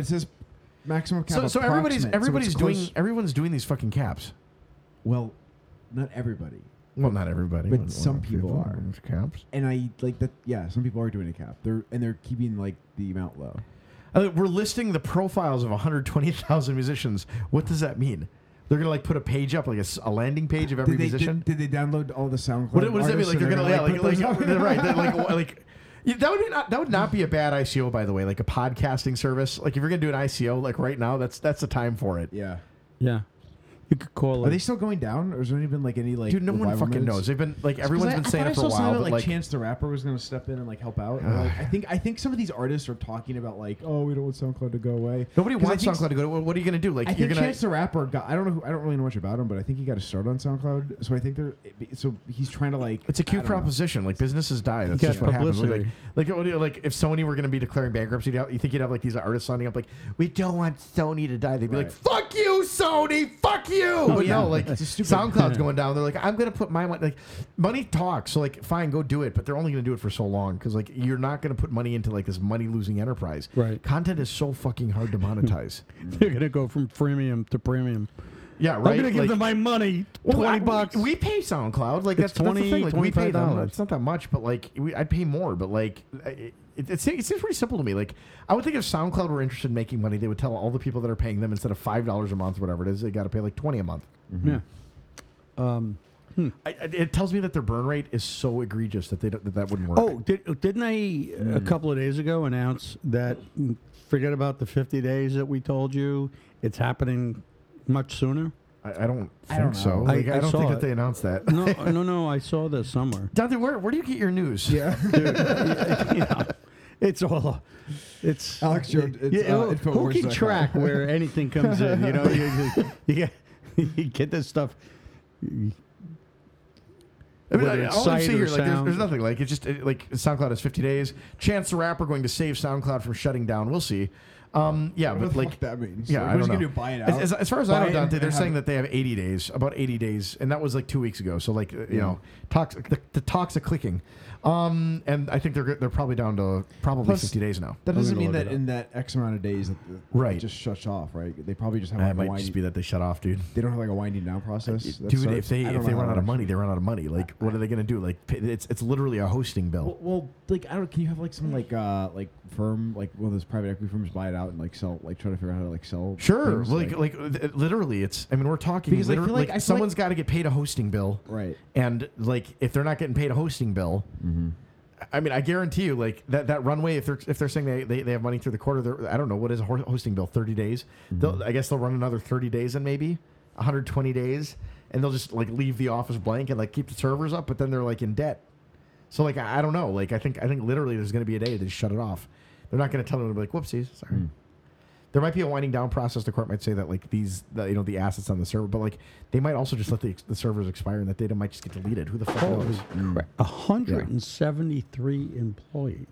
Speaker 2: it says maximum cap.
Speaker 1: So, so everybody's
Speaker 2: approximate, so
Speaker 1: everybody's
Speaker 2: it's
Speaker 1: doing
Speaker 2: close-
Speaker 1: everyone's doing these fucking caps.
Speaker 2: well, not everybody,
Speaker 1: Well, not everybody,
Speaker 2: But some people are.
Speaker 1: caps.
Speaker 2: and I like that. Yeah, some people are doing a cap. They're and they're keeping like the amount low.
Speaker 1: Uh, we're listing the profiles of 120,000 musicians. What does that mean? They're gonna like put a page up, like a, s- a landing page of every
Speaker 2: did they,
Speaker 1: musician.
Speaker 2: Did, did they download all the SoundCloud?
Speaker 1: What, what does that mean? Like they're gonna, yeah,
Speaker 2: lay
Speaker 1: like, like, right? they're Like, like yeah, that would be not that would not be a bad ICO, by the way. Like a podcasting service. Like if you're gonna do an ICO, like right now, that's that's the time for it.
Speaker 2: yeah.
Speaker 3: yeah. You could call
Speaker 2: Are
Speaker 3: it.
Speaker 2: they still going down, or is there even been like any like?
Speaker 1: Dude, no one
Speaker 2: revival
Speaker 1: fucking
Speaker 2: minutes?
Speaker 1: knows. They've been like
Speaker 2: 'Cause
Speaker 1: everyone's
Speaker 2: I-
Speaker 1: been
Speaker 2: I
Speaker 1: saying
Speaker 2: thought
Speaker 1: it
Speaker 2: I
Speaker 1: for a
Speaker 2: saw something
Speaker 1: while,
Speaker 2: about,
Speaker 1: but
Speaker 2: like,
Speaker 1: like,
Speaker 2: Chance the Rapper was going to step in and like help out. Or, like, I think I think some of these artists are talking about like, oh, we don't want SoundCloud to go away.
Speaker 1: nobody
Speaker 2: 'Cause I
Speaker 1: wants
Speaker 2: think-
Speaker 1: SoundCloud to go. To, what are you gonna do? Like
Speaker 2: I
Speaker 1: you're
Speaker 2: think
Speaker 1: gonna
Speaker 2: Chance the Rapper got. I don't know. Who, I don't really know much about him, but I think he got a start on SoundCloud. So I think they're. So he's trying to like.
Speaker 1: It's a
Speaker 2: I
Speaker 1: cute
Speaker 2: don't know.
Speaker 1: proposition. Like businesses die. That's
Speaker 3: Yeah,
Speaker 1: just what happens. Like,
Speaker 3: publicity.
Speaker 1: like, like, what do you- like, if Sony were going to be declaring bankruptcy, do you you think you'd have like these artists signing up like, "We don't want Sony to die." They'd be like, "Fuck you, Sony! Fuck you!"
Speaker 3: Oh,
Speaker 1: but
Speaker 2: yeah.
Speaker 1: no, like
Speaker 2: It's a stupid-
Speaker 1: SoundCloud's going down. They're like, "I'm going to put my money." Like, money talks. So like, fine, go do it. But they're only going to do it for so long because like you're not going to put money into like this money losing enterprise.
Speaker 3: Right.
Speaker 1: Content is so fucking hard to monetize.
Speaker 3: They're gonna go from freemium to premium.
Speaker 1: yeah. Right.
Speaker 3: I'm gonna give
Speaker 1: Like-
Speaker 3: them my money.
Speaker 1: Well,
Speaker 3: Twenty
Speaker 1: I-
Speaker 3: bucks.
Speaker 1: We, we pay SoundCloud. Like that's, 20, that's
Speaker 3: 20,
Speaker 1: the thing. Like we pay them.
Speaker 3: $25.
Speaker 1: It's not that much, but like we, I'd pay more. But like it, it, it seems it seems pretty simple to me. Like I would think if SoundCloud were interested in making money, they would tell all the people that
Speaker 3: Mm-hmm.
Speaker 1: are paying them instead of five dollars a month, whatever it is, they got to pay like twenty a month.
Speaker 3: yeah. Um,
Speaker 1: I, I- it tells me that their burn rate is so egregious that they don't, that, that wouldn't work.
Speaker 3: Oh, did, didn't I uh, a couple of days ago announce that mm, forget about the 50 days that we told you? It's happening much sooner.
Speaker 1: I, I don't think
Speaker 2: I don't
Speaker 1: so.
Speaker 2: know.
Speaker 1: Like,
Speaker 3: I-
Speaker 1: I,
Speaker 3: I
Speaker 1: don't
Speaker 3: saw
Speaker 1: think
Speaker 3: it.
Speaker 1: that they announced that.
Speaker 3: No, no, no. I saw this somewhere.
Speaker 1: Dante, where, where do you get your news?
Speaker 2: Yeah.
Speaker 3: Yeah. It's all. It's
Speaker 2: Alex, you're- it's,
Speaker 3: Yeah,
Speaker 2: uh,
Speaker 3: who- who
Speaker 2: Infowars
Speaker 3: can
Speaker 2: dot com.
Speaker 3: track where anything comes in? You know, you, you, you get you get this stuff.
Speaker 1: I mean,
Speaker 3: Whether
Speaker 1: I-
Speaker 3: it's
Speaker 1: all I
Speaker 3: sight
Speaker 1: see
Speaker 3: or
Speaker 1: here, like, there's,
Speaker 3: sound.
Speaker 1: there's nothing. Like, it's just it, like SoundCloud has 50 days. Chance the Rapper going to save SoundCloud from shutting down. We'll see. Um, yeah,
Speaker 2: What
Speaker 1: but
Speaker 2: the
Speaker 1: like
Speaker 2: fuck that means?
Speaker 1: Yeah,
Speaker 2: Like,
Speaker 1: I
Speaker 2: what
Speaker 1: don't
Speaker 2: is he
Speaker 1: know.
Speaker 2: gonna do, buy it
Speaker 1: As-
Speaker 2: out?
Speaker 1: As, as far as
Speaker 2: Buy
Speaker 1: I know,
Speaker 2: it
Speaker 1: Dante,
Speaker 2: and
Speaker 1: they're
Speaker 2: have
Speaker 1: saying
Speaker 2: it-
Speaker 1: that they have 80 days, about 80 days, and that was like two weeks ago. So like, uh, you know, talks the, the talks are clicking, um, and I think they're go- they're probably down to probably
Speaker 2: Plus,
Speaker 1: 50 days now.
Speaker 2: That
Speaker 1: I'm
Speaker 2: doesn't
Speaker 1: gonna
Speaker 2: mean
Speaker 1: look
Speaker 2: that
Speaker 1: it
Speaker 2: in that X amount of days that the,
Speaker 1: Right.
Speaker 2: it just shuts off, right? They probably just have
Speaker 1: up.
Speaker 2: like
Speaker 1: It
Speaker 2: a
Speaker 1: might
Speaker 2: winding,
Speaker 1: just be that they shut off, dude.
Speaker 2: they don't have like a winding down process. that
Speaker 1: Dude,
Speaker 2: starts-
Speaker 1: if they
Speaker 2: I don't
Speaker 1: if
Speaker 2: know
Speaker 1: they
Speaker 2: how
Speaker 1: run
Speaker 2: that
Speaker 1: out of
Speaker 2: works.
Speaker 1: money, they run out of money. Like, what are they gonna do? Like, pay- it's it's literally a hosting bill.
Speaker 2: Well, well, like I don't. Can you have like some like uh like firm like one of those private equity firms buy it out and like sell like try to figure out how to like sell.
Speaker 1: Sure,
Speaker 2: things,
Speaker 1: like like, uh, literally, it's. I mean, we're talking
Speaker 2: Because I
Speaker 1: liter-
Speaker 2: feel like- I feel like-
Speaker 1: someone's got to get paid a hosting bill,
Speaker 2: right. Mm-hmm.
Speaker 1: and like if they're not getting paid a hosting bill, I mean, I guarantee you, like that, that runway. If they're if they're saying they, they, they have money through the quarter, they're, I don't know what is a ho- hosting bill. Thirty days.
Speaker 2: Mm-hmm.
Speaker 1: They'll, I guess they'll run another thirty days and maybe one hundred twenty days, and they'll just like leave the office blank and like keep the servers up, but then they're like in debt. So like I, I don't know. Like I think I think literally there's going to be a day they shut it off. They're not going to tell them to be like whoopsies, sorry.
Speaker 2: Hmm.
Speaker 1: There might be a winding down process. The court might say that like these, the, you know, the assets on the server, but like they might also just let the, the servers expire and that data might just get deleted. Who the fuck knows?
Speaker 2: mm.
Speaker 3: hundred and seventy-three employees.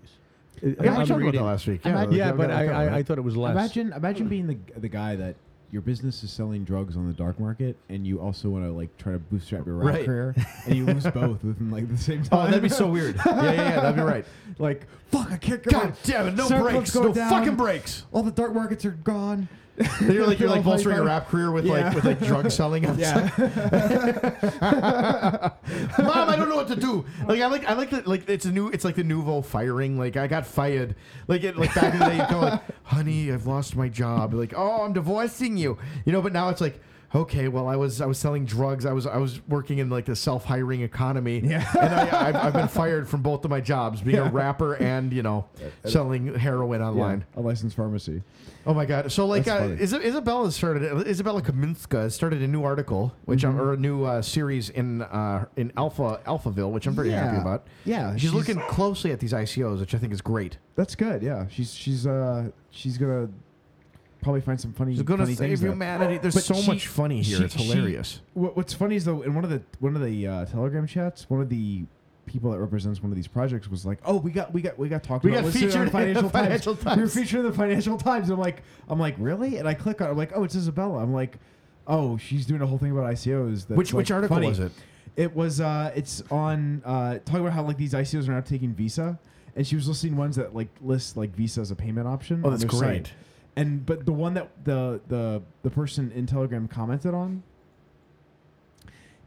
Speaker 1: Yeah, we talked about that last week. Yeah,
Speaker 2: Imagine-
Speaker 1: like,
Speaker 3: Yeah,
Speaker 1: we
Speaker 3: but
Speaker 1: got that
Speaker 3: I,
Speaker 1: covered,
Speaker 3: I, I
Speaker 1: right?
Speaker 3: thought it was less.
Speaker 2: Imagine imagine being the g- the guy that your business is selling drugs on the dark market and you also want to like try to bootstrap your rap
Speaker 1: Right.
Speaker 2: career and you lose both within like the same time.
Speaker 1: Oh, that'd be so weird. yeah, yeah, yeah, that'd be right.
Speaker 2: like fuck, I can't go.
Speaker 1: God damn it! No
Speaker 2: Server clubs
Speaker 1: breaks,
Speaker 2: go
Speaker 1: no
Speaker 2: down.
Speaker 1: fucking breaks.
Speaker 2: All the dark markets are gone.
Speaker 1: Then you're like you're like
Speaker 2: All my
Speaker 1: bolstering your
Speaker 2: dark-
Speaker 1: rap career with
Speaker 2: Yeah.
Speaker 1: like with like drug selling.
Speaker 2: Yeah.
Speaker 1: Mom, I don't know what to do. Like I like I like that like it's a new it's like the nouveau firing. Like I got fired. Like it like back in the day you go like, honey, I've lost my job. Like, oh I'm divorcing you. You know, but now it's like Okay, well, I was I was selling drugs. I was I was working in like the self hiring economy,
Speaker 2: Yeah.
Speaker 1: and I, I've, I've been fired from both of my jobs, being a rapper and you know selling heroin online.
Speaker 2: Yeah, a licensed pharmacy.
Speaker 1: Oh my god! So like,
Speaker 2: That's
Speaker 1: uh,
Speaker 2: funny.
Speaker 1: Isa- Isabella started. Isabella Kaminska started a new article, which I'm,
Speaker 2: Mm-hmm.
Speaker 1: or a new uh, series in uh, in Alpha Alphaville, which I'm pretty happy
Speaker 2: Yeah.
Speaker 1: about.
Speaker 2: Yeah,
Speaker 1: she's,
Speaker 2: she's-
Speaker 1: looking closely at these ICOs, which I think is great.
Speaker 2: That's good. Yeah, she's she's uh she's gonna probably find some funny.
Speaker 1: She's gonna
Speaker 2: funny
Speaker 1: save
Speaker 2: things that-
Speaker 1: humanity. There's so
Speaker 2: she-
Speaker 1: much funny here.
Speaker 2: she-
Speaker 1: it's
Speaker 2: she-
Speaker 1: hilarious.
Speaker 2: What, what's funny is though, in one of the one of the uh, Telegram chats, one of the people that represents one of these projects was like, "Oh, we got we got we got talked
Speaker 1: We got
Speaker 2: about. listed on
Speaker 1: featured in the Financial Times.
Speaker 2: We were featured in the Financial Times." I'm like, I'm like, really? And I click on, it. I'm like, oh, it's Isabella. I'm like, oh, she's doing a whole thing about ICOs. That's
Speaker 1: Which- which
Speaker 2: like,
Speaker 1: article
Speaker 2: funny.
Speaker 1: was it?
Speaker 2: It was uh, it's on uh, talking about how like these ICOs are now taking Visa, and she was listing ones that like list like Visa as a payment option.
Speaker 1: Oh,
Speaker 2: on
Speaker 1: that's
Speaker 2: their
Speaker 1: great.
Speaker 2: site. And but the one that the the the person in Telegram commented on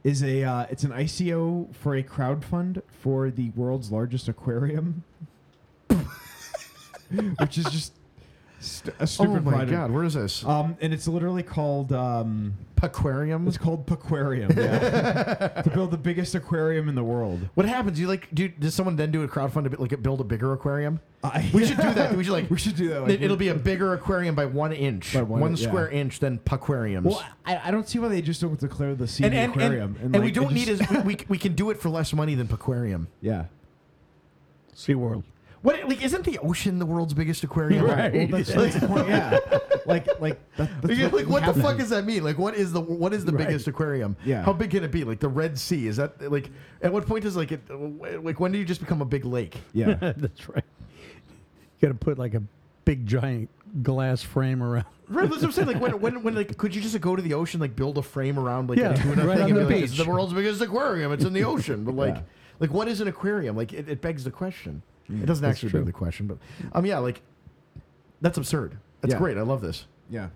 Speaker 2: is a uh, it's an ICO for a crowdfund for the world's largest aquarium, which is just st- a
Speaker 1: Oh
Speaker 2: stupid
Speaker 1: my
Speaker 2: project.
Speaker 1: god! Where is this?
Speaker 2: Um, and it's literally called um,
Speaker 1: Aquarium.
Speaker 2: it's called Paquarium. yeah. to build the biggest aquarium in the world.
Speaker 1: What happens? You like? Do does someone then do a crowdfund to be- like build a bigger aquarium?
Speaker 2: I-
Speaker 1: we should do that. We should like
Speaker 2: We should do that, like,
Speaker 1: it, will be a bigger aquarium by one inch,
Speaker 2: By
Speaker 1: one,
Speaker 2: one in- yeah.
Speaker 1: square inch than aquariums.
Speaker 2: Well, I, I don't see why they just don't declare the sea
Speaker 1: and,
Speaker 2: the
Speaker 1: and, and,
Speaker 2: aquarium.
Speaker 1: and we
Speaker 2: like, it
Speaker 1: don't need
Speaker 2: just-
Speaker 1: as we, we, we can do it for less money than Pequarium.
Speaker 2: yeah.
Speaker 3: SeaWorld.
Speaker 1: What like isn't the ocean the world's biggest aquarium?
Speaker 3: Right.
Speaker 2: Well, that's, that's the point. Yeah. Like like that, that's
Speaker 1: Like, like,
Speaker 2: we
Speaker 1: what the
Speaker 2: have
Speaker 1: fuck
Speaker 2: to-
Speaker 1: does that mean? Like, what is the what is the
Speaker 2: Right.
Speaker 1: biggest aquarium?
Speaker 2: Yeah.
Speaker 1: How big can it be? Like the Red Sea? Is that like at what point is like it like when do you just become a big lake?
Speaker 2: Yeah.
Speaker 3: That's right. You got to put like a big giant glass frame around.
Speaker 1: Right, that's what I'm saying. Like when when when like could you just go to the ocean like build a frame around like
Speaker 3: Yeah,
Speaker 1: a tuna
Speaker 3: right
Speaker 1: thing
Speaker 3: on
Speaker 1: and
Speaker 3: the
Speaker 1: be like, it's
Speaker 3: beach.
Speaker 1: the world's biggest aquarium. It's in the ocean, but like
Speaker 2: Yeah.
Speaker 1: like what is an aquarium? Like it, it begs the question. it doesn't
Speaker 3: that's
Speaker 1: actually
Speaker 3: true.
Speaker 1: beg the question, but um yeah, like that's absurd. That's
Speaker 2: Yeah.
Speaker 1: great. I love this.
Speaker 2: Yeah.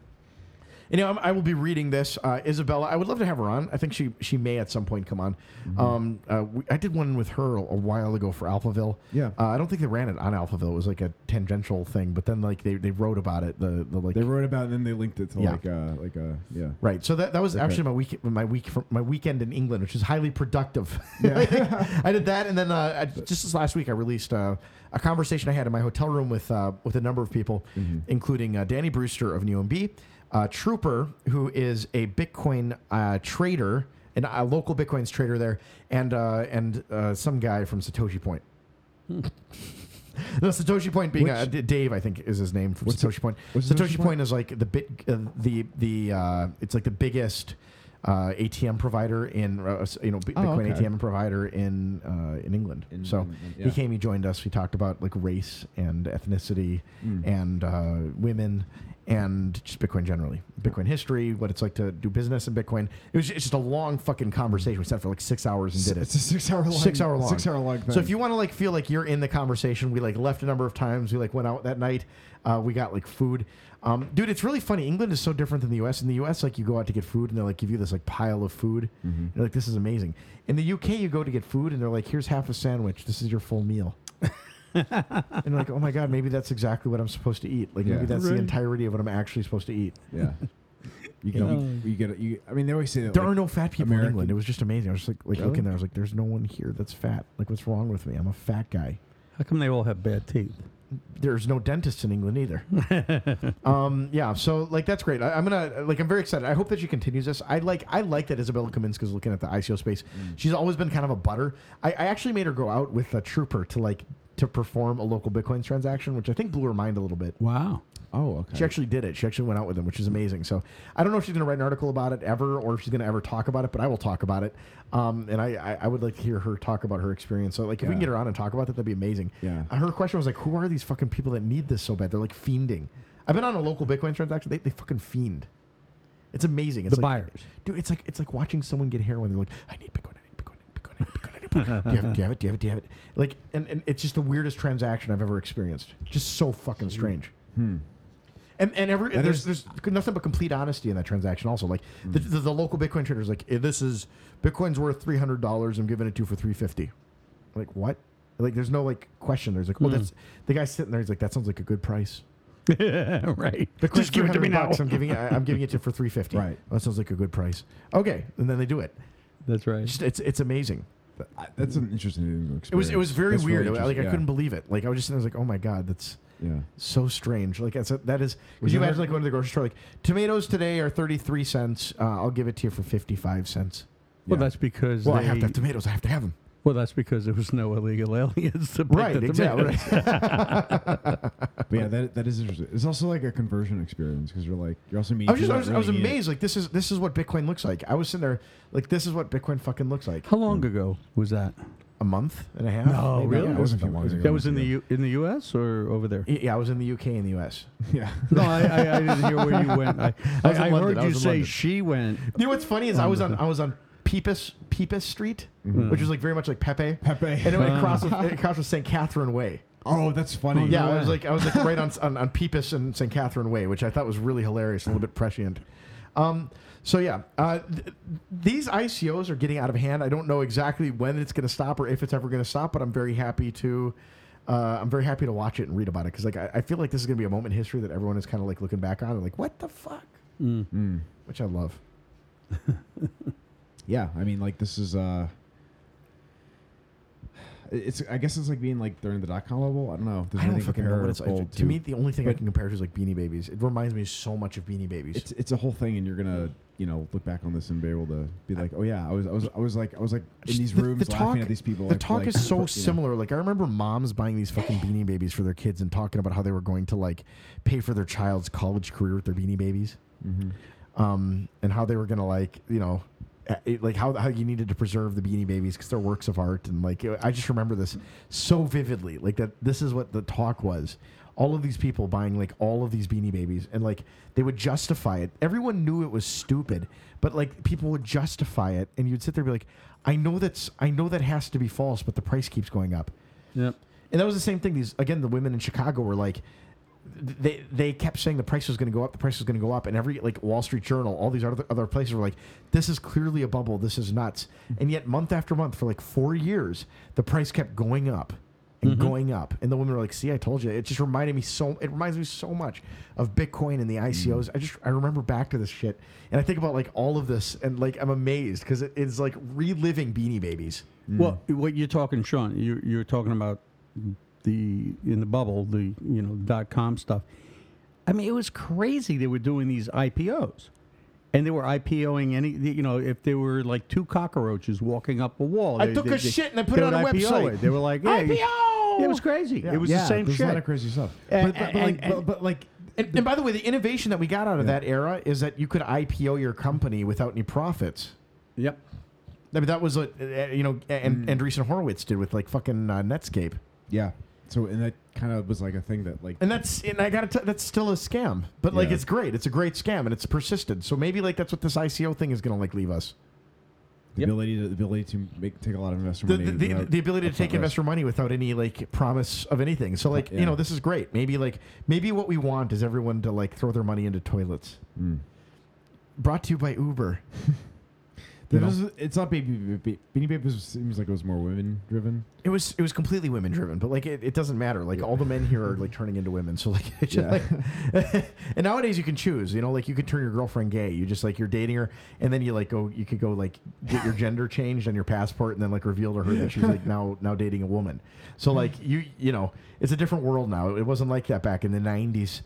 Speaker 1: And you know, I'm, I will be reading this. Uh, Isabella, I would love to have her on. I think she she may at some point come on.
Speaker 3: Mm-hmm.
Speaker 1: Um, uh, we, I did one with her a while ago for Alphaville.
Speaker 2: Yeah.
Speaker 1: Uh, I don't think they ran it on Alphaville. It was like a tangential thing, but then like they, they wrote about it. The, the like
Speaker 2: They wrote about it and then they linked it to
Speaker 1: Yeah.
Speaker 2: like uh like uh yeah.
Speaker 1: Right. So that, that was actually my week my week fr- my weekend in England, which is highly productive. I did that, and then uh, I, just this last week, I released uh, a conversation I had in my hotel room with uh, with a number of people, including uh, Danny Brewster of New MB, uh, Trooper, who is a Bitcoin uh, trader and a local Bitcoin's trader there, and uh, and uh, some guy from Satoshi Point. No, Satoshi Point being uh,
Speaker 2: Which-
Speaker 1: D- Dave, I think is his name from
Speaker 2: What's
Speaker 1: Satoshi
Speaker 2: it-
Speaker 1: Point.
Speaker 2: what's
Speaker 1: Satoshi
Speaker 2: Satoshi
Speaker 1: Point?
Speaker 2: Point?
Speaker 1: is like the bit, uh, the the uh, it's like the biggest uh, ATM provider in uh, s- you know B-
Speaker 2: Oh,
Speaker 1: Bitcoin
Speaker 2: okay.
Speaker 1: ATM provider in uh, in England.
Speaker 2: In-
Speaker 1: so
Speaker 2: in- in-
Speaker 1: he
Speaker 2: yeah.
Speaker 1: came, he joined us. We talked about like race and ethnicity
Speaker 2: Mm.
Speaker 1: and uh, women and just Bitcoin generally, Bitcoin history, what it's like to do business in Bitcoin. It was it's just a long fucking conversation. We sat for like six hours and
Speaker 2: S-
Speaker 1: did it
Speaker 2: It's a six hour long
Speaker 1: six hour long.
Speaker 2: Six hour long thing.
Speaker 1: So if you want to like feel like you're in the conversation, we like left a number of times. We like went out that night. Uh, we got like food. Um, dude, it's really funny. England is so different than the U.S. In the U.S., like you go out to get food and they like give you this like pile of food.
Speaker 2: Mm-hmm.
Speaker 1: You're like, this is amazing. In the U.K., you go to get food and they're like, here's half a sandwich. This is your full meal. and you're like, oh my god, maybe that's exactly what I'm supposed to eat. Like
Speaker 2: Yeah.
Speaker 1: maybe that's the
Speaker 3: Right.
Speaker 1: entirety of what I'm actually supposed to eat.
Speaker 2: Yeah. You get you, you get you I mean they always say that
Speaker 1: There
Speaker 2: like,
Speaker 1: are no fat people in
Speaker 2: American-
Speaker 1: England. It was just amazing. I was just like, like
Speaker 2: Really?
Speaker 1: looking there. I was like, there's no one here that's fat. Like, what's wrong with me? I'm a fat guy.
Speaker 3: How come they all have bad teeth?
Speaker 1: there's no dentist in England either. um, yeah, so like that's great. I, I'm gonna like I'm very excited. I hope that she continues this. I like I like that Isabella Kaminska's looking at the ICO space. She's always been kind of a butter. I, I actually made her go out with a trooper to like to perform a local Bitcoin transaction, which I think blew her mind a little bit.
Speaker 3: Wow.
Speaker 2: Oh, okay.
Speaker 1: She actually did it. She actually went out with him, which is amazing. So I don't know if she's going to write an article about it ever, or if she's going to ever talk about it. But I will talk about it, um, and I, I, I would like to hear her talk about her experience. So like, if we can
Speaker 2: Yeah.
Speaker 1: get her on and talk about that, that'd be amazing.
Speaker 2: Yeah.
Speaker 1: Uh, Her question was like, who are these fucking people that need this so bad? They're like fiending. I've been on a local Bitcoin transaction. They, they fucking fiend. It's amazing. It's
Speaker 3: The
Speaker 1: like-
Speaker 3: buyers.
Speaker 1: dude. It's like it's like watching someone get heroin. They're like, I need Bitcoin. I need Bitcoin. I need Bitcoin. I need Bitcoin. I need Bitcoin. do, you have, it? do you have it? Do you have it? Do you have it? Like, and, and it's just the weirdest transaction I've ever experienced. Just so fucking strange. And and every
Speaker 2: Hmm. That
Speaker 1: there's
Speaker 2: is- Hmm.
Speaker 1: there's nothing but complete honesty in that transaction. Also, like the, the, the local Bitcoin trader's like, "Eh, this is Bitcoin's worth three hundred dollars. I'm giving it to you for three fifty. Like what? Like there's no like question. There's
Speaker 3: Hmm.
Speaker 1: like, well, that's the guy sitting there. He's like, that sounds like a good price.
Speaker 3: right. Just give it to
Speaker 1: 300
Speaker 3: me now.
Speaker 1: bucks, I'm giving it. I- I'm giving it to you for three fifty.
Speaker 2: Right.
Speaker 1: That sounds like a good price. Okay, and then they do it.
Speaker 3: That's right.
Speaker 1: Just it's it's amazing.
Speaker 2: I- that's an interesting experience.
Speaker 1: It was it was very
Speaker 2: That's really
Speaker 1: weird. I- like
Speaker 2: interesting,
Speaker 1: I
Speaker 2: yeah.
Speaker 1: couldn't believe it. Like I was just I was like, oh my god, that's
Speaker 2: Yeah.
Speaker 1: so strange. Like that's that is. Could
Speaker 2: Was
Speaker 1: you
Speaker 2: there-
Speaker 1: imagine like going to the grocery store? Like tomatoes today are thirty three cents. Uh, I'll give it to you for fifty five cents.
Speaker 3: Well,
Speaker 2: Yeah.
Speaker 3: that's because
Speaker 1: Well, I
Speaker 3: they-
Speaker 1: have to have tomatoes. I have to have them.
Speaker 3: well, that's because there was no illegal aliens to pick
Speaker 1: Right.
Speaker 3: the
Speaker 1: Exactly.
Speaker 3: tomatoes.
Speaker 2: But yeah, that, that is interesting. It's also like a conversion experience because you're like you're also meeting.
Speaker 1: I was just I
Speaker 2: people
Speaker 1: was,
Speaker 2: that
Speaker 1: I was
Speaker 2: really need it.
Speaker 1: amazed. Like this is this is what Bitcoin looks like. I was sitting there like this is what Bitcoin fucking looks like.
Speaker 3: How long ago was that?
Speaker 1: A month and a half.
Speaker 3: No,
Speaker 1: maybe?
Speaker 3: really?
Speaker 1: Yeah,
Speaker 2: It
Speaker 1: I was,
Speaker 2: was a few months ago.
Speaker 3: That was in the U, in the U.S. or over there?
Speaker 1: yeah, I was in the UK and the US.
Speaker 2: Yeah.
Speaker 3: No, I, I, I didn't hear where you went. I, I,
Speaker 1: was in
Speaker 3: I
Speaker 1: London.
Speaker 3: heard
Speaker 1: I
Speaker 3: you
Speaker 1: was in
Speaker 3: say
Speaker 1: London.
Speaker 3: she went.
Speaker 1: You know what's funny is I was on I was on Peepus Peepus Street, which was like very much like Pepe.
Speaker 2: Mm-hmm. Pepe.
Speaker 1: And it, went across with, it crossed with St. Catherine Way.
Speaker 2: Oh, that's funny.
Speaker 1: Yeah,
Speaker 3: no
Speaker 1: I was
Speaker 3: way.
Speaker 1: like, I was like right on on, on Peepus and St. Catherine Way, which I thought was really hilarious, a little bit prescient. Um, so yeah, uh, th- these ICOs are getting out of hand. I don't know exactly when it's going to stop or if it's ever going to stop, but I'm very happy to. Uh, I'm very happy to watch it and read about it because, like, I, I feel like this is going to be a moment in history that everyone is kind of like looking back on and like, what the fuck, which I love.
Speaker 2: Yeah, I mean, like this is uh, it's I guess it's like being like during the dot com level. I don't know. If there's
Speaker 1: I don't
Speaker 2: anything
Speaker 1: fucking know what it's
Speaker 2: comparable
Speaker 1: like. To me, the only thing I
Speaker 2: but-
Speaker 1: can compare it to is like Beanie Babies. It reminds me so much of Beanie Babies.
Speaker 2: it's it's a whole thing, and you're gonna you know look back on this and be able to be like, oh yeah, I was I was I was like I was like in
Speaker 1: Just
Speaker 2: these
Speaker 1: the-
Speaker 2: rooms
Speaker 1: the
Speaker 2: laughing
Speaker 1: talk-
Speaker 2: at these people.
Speaker 1: The
Speaker 2: like-
Speaker 1: talk
Speaker 2: like,
Speaker 1: is
Speaker 2: you
Speaker 1: so
Speaker 2: know.
Speaker 1: similar. Like I remember moms buying these fucking beanie babies for their kids and talking about how they were going to like pay for their child's college career with their beanie babies,
Speaker 2: Mm-hmm.
Speaker 1: um, and how they were gonna like you know. eh, It, like how, how you needed to preserve the beanie babies because they're works of art and like I just remember this so vividly like that this is what the talk was all of these people buying like all of these beanie babies and like they would justify it everyone knew it was stupid but like people would justify it and you'd sit there and be like i know that's i know that has to be false but the price keeps going up
Speaker 3: Yep.
Speaker 1: and that was the same thing these again the women in chicago were like they they kept saying the price was going to go up, the price was going to go up, and every like Wall Street Journal, all these other other places were like, this is clearly a bubble, this is nuts, and yet month after month for like four years, the price kept going up and going up, and the women were like, see, I told you, it just reminded me so, it reminds me so much of Bitcoin and the ICOs. I just I remember back to this shit, and I think about like all of this, and like I'm amazed because it is like reliving Beanie Babies.
Speaker 3: Well, what you're talking, Sean, you, you're talking about the in the bubble, the you know dot com stuff. I mean, it was crazy. They were doing these IPOs, and they were IPOing any. You know, if they were like two cockroaches walking up a wall,
Speaker 1: I
Speaker 3: they-
Speaker 1: took
Speaker 3: they-
Speaker 1: a
Speaker 3: they-
Speaker 1: shit and I put
Speaker 3: they
Speaker 1: it on
Speaker 3: would
Speaker 1: a
Speaker 3: IPO
Speaker 1: website.
Speaker 3: it. They were like, yeah,
Speaker 1: IPO!
Speaker 3: It was crazy. It was
Speaker 2: yeah,
Speaker 3: the same
Speaker 2: there's
Speaker 3: shit.
Speaker 2: A lot of crazy stuff.
Speaker 3: And-
Speaker 2: but, but, but, like,
Speaker 3: and-
Speaker 2: but, but like,
Speaker 1: And, and by the way, the innovation that we got out of that era is that you could IPO your company without any profits.
Speaker 3: Yep.
Speaker 1: I mean, that was what uh, you know, and
Speaker 3: Hmm.
Speaker 1: Andreessen Horowitz did with like fucking uh, Netscape,
Speaker 2: yeah. So and that kind of was like a thing that like
Speaker 1: and that's and I gotta t- that's still a scam, but like
Speaker 2: Yeah.
Speaker 1: it's great, it's a great scam, and it's persisted. So maybe like that's what this ICO thing is gonna like leave us
Speaker 2: the
Speaker 3: Yep.
Speaker 2: ability to the ability to make take a lot of investor
Speaker 1: the
Speaker 2: money.
Speaker 1: the, the,
Speaker 2: without
Speaker 1: the ability to take
Speaker 2: upfront risk.
Speaker 1: investor money without any like promise of anything. So like
Speaker 2: Yeah.
Speaker 1: you know, this is great. Maybe like maybe what we want is everyone to like throw their money into toilets.
Speaker 2: Mm.
Speaker 1: Brought to you by Uber.
Speaker 2: That
Speaker 1: you know?
Speaker 2: doesn't- it's not baby, baby, Beanie Babies seems like it was more women driven.
Speaker 1: It was it was completely women driven, but like it, it doesn't matter. Like all the men here are like turning into women, so like, it's just, like- and nowadays you can choose. You know, like you could turn your girlfriend gay. You just like you're dating her, and then you like go you could go like get your gender changed on your passport, and then like reveal to her that she's like now now dating a woman. So like you you know it's a different world now. It wasn't like that back in the '90s.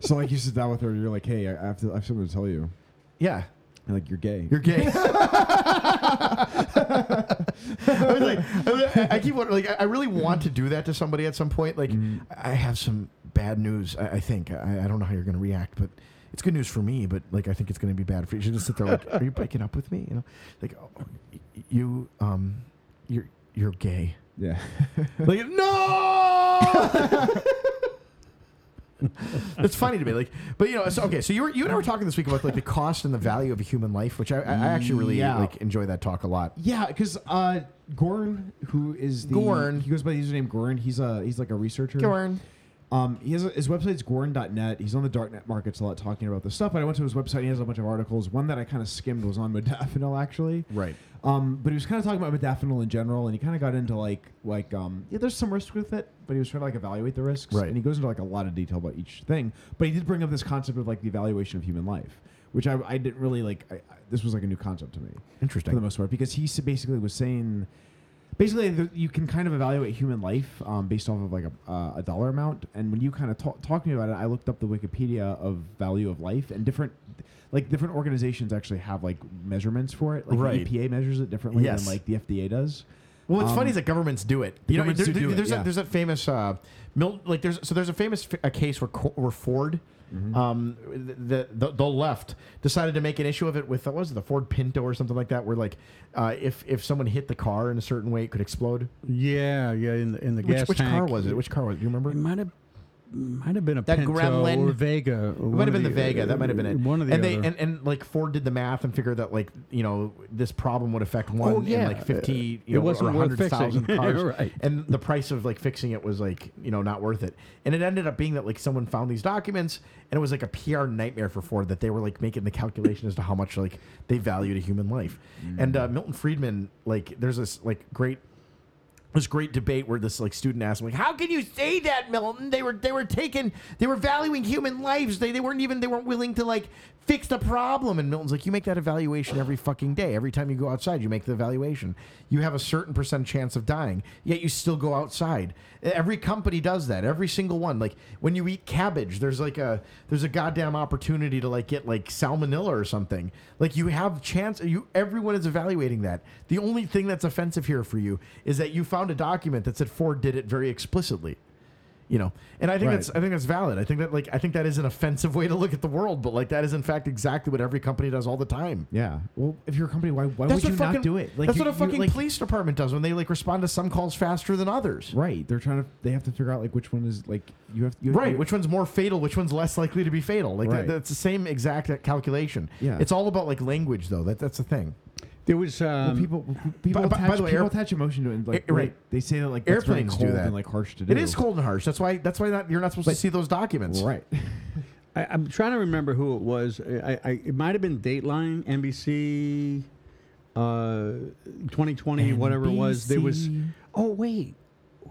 Speaker 2: So like you sit down with her, you're like, hey, I I have to, I have something to tell you.
Speaker 1: yeah,
Speaker 2: And like you're gay.
Speaker 1: You're gay. I was like, I was- I, I keep wondering, like, I- I really want to do that to somebody at some point. Like, I have some bad news. I, I think I, I don't know how you're going to react, but it's good news for me. But like, I think it's going to be bad for you. You should just sit there like, are you breaking up with me? You know, like, oh, y- y- you, um, you're you're gay.
Speaker 2: Yeah.
Speaker 1: Like, no. That's funny to me. Like, but you know, so, okay. So you were you and I were talking this week about like the cost and the value of a human life, which I, I I actually really
Speaker 2: Yeah.
Speaker 1: like enjoy that talk a lot.
Speaker 2: Yeah, because uh, Gorn, who is the
Speaker 1: Gorn.
Speaker 2: he goes by the username Gorn. He's a he's like a researcher. Um, he has a, his website's Gorn.net. He's on the darknet markets a lot, talking about this stuff. But I went to his website. He has a bunch of articles. One that I kind of skimmed was on modafinil, actually.
Speaker 1: Right.
Speaker 2: Um, but he was kind of talking about modafinil in general, and he kind of got into like like um, yeah, there's some risk with it, but he was trying to like evaluate the risks.
Speaker 1: Right.
Speaker 2: And he goes into like a lot of detail about each thing. But he did bring up this concept of like the evaluation of human life, which I, I didn't really like. I, I, this was like a new concept to me
Speaker 1: Interesting.
Speaker 2: for the most part because he s- basically was saying basically th- you can kind of evaluate human life um, based off of like a, uh, a dollar amount and when you kind of talk, talk to me about it i looked up the wikipedia of value of life and different like different organizations actually have like measurements for it like
Speaker 1: Right.
Speaker 2: the epa measures it differently
Speaker 1: Yes.
Speaker 2: than like the fda does
Speaker 1: Well, what's
Speaker 2: Um,
Speaker 1: funny is that governments do it. You know,
Speaker 2: governments
Speaker 1: there-
Speaker 2: do do
Speaker 1: there-
Speaker 2: it,
Speaker 1: there's
Speaker 2: yeah.
Speaker 1: a, there's that famous uh, Mil- like there's so there's a famous f- a case where Co- where Ford, um, the, the the left decided to make an issue of it with what was it the Ford Pinto or something like that, where like uh, if if someone hit the car in a certain way, it could explode.
Speaker 3: Yeah, yeah. In the in the
Speaker 1: Which,
Speaker 3: gas
Speaker 1: which car
Speaker 3: tank.
Speaker 1: was it? Which car was it? Do you remember?
Speaker 3: It might have might have been a
Speaker 1: That
Speaker 3: Pinto
Speaker 1: Gremlin?
Speaker 3: or Vega.
Speaker 1: It might have been the, Vega. that might have been it.
Speaker 3: One of the
Speaker 1: and
Speaker 3: other.
Speaker 1: they and, and like Ford did the math and figured that like you know this problem would affect one
Speaker 3: Oh, yeah.
Speaker 1: in like fifty
Speaker 3: It
Speaker 1: you know
Speaker 3: wasn't
Speaker 1: or
Speaker 3: worth
Speaker 1: hundred thousand
Speaker 3: fixing.
Speaker 1: cars.
Speaker 3: Right.
Speaker 1: And the price of like fixing it was like you know not worth it. And it ended up being that like someone found these documents and it was like a PR nightmare for Ford that they were like making the calculation as to how much like they valued a human life.
Speaker 3: Mm.
Speaker 1: And uh, Milton Friedman like there's this like great this great debate where this like student asked him like how can you say that milton they were they were taking they were valuing human lives they, they weren't even they weren't willing to like fix the problem and milton's like you make that evaluation every fucking day every time you go outside you make the evaluation you have a certain percent chance of dying yet you still go outside every company does that every single one like when you eat cabbage there's like a there's a goddamn opportunity to like get like salmonella or something like you have chance you everyone is evaluating that the only thing that's offensive here for you is that you found a document that said Ford did it very explicitly. You know, and I think
Speaker 2: Right.
Speaker 1: that's I think that's valid. I think that like I think that is an offensive way to look at the world, but like that is in fact exactly what every company does all the time.
Speaker 2: yeah well if you're a company why, why
Speaker 1: That's
Speaker 2: would you
Speaker 1: what fucking
Speaker 2: not do it
Speaker 1: that's
Speaker 2: you-
Speaker 1: what a
Speaker 2: you-
Speaker 1: fucking
Speaker 2: like-
Speaker 1: police department does when they like respond to some calls faster than others.
Speaker 2: right they're trying to they have to figure out like which one is like you have you,
Speaker 1: Right.
Speaker 2: you-
Speaker 1: Which one's more fatal? Which one's less likely to be fatal? Like
Speaker 2: Right.
Speaker 1: that, that's the same exact uh, calculation.
Speaker 2: Yeah.
Speaker 1: It's all about like language though. That that's the thing.
Speaker 3: There was um,
Speaker 2: people people,
Speaker 1: by- by
Speaker 2: attach,
Speaker 1: the way,
Speaker 2: people
Speaker 1: air-
Speaker 2: attach emotion to it. Like,
Speaker 1: Eh, right.
Speaker 2: They say that like that's very
Speaker 1: Airplanes do
Speaker 2: cold
Speaker 1: that.
Speaker 2: and like harsh to do.
Speaker 1: It is cold and harsh. That's why. That's why not, you're not supposed to see those documents.
Speaker 2: Right.
Speaker 3: I, I'm trying to remember who it was. I, I it might have been Dateline, NBC, uh, 2020, whatever it was. There was.
Speaker 2: NBC.
Speaker 3: Oh wait,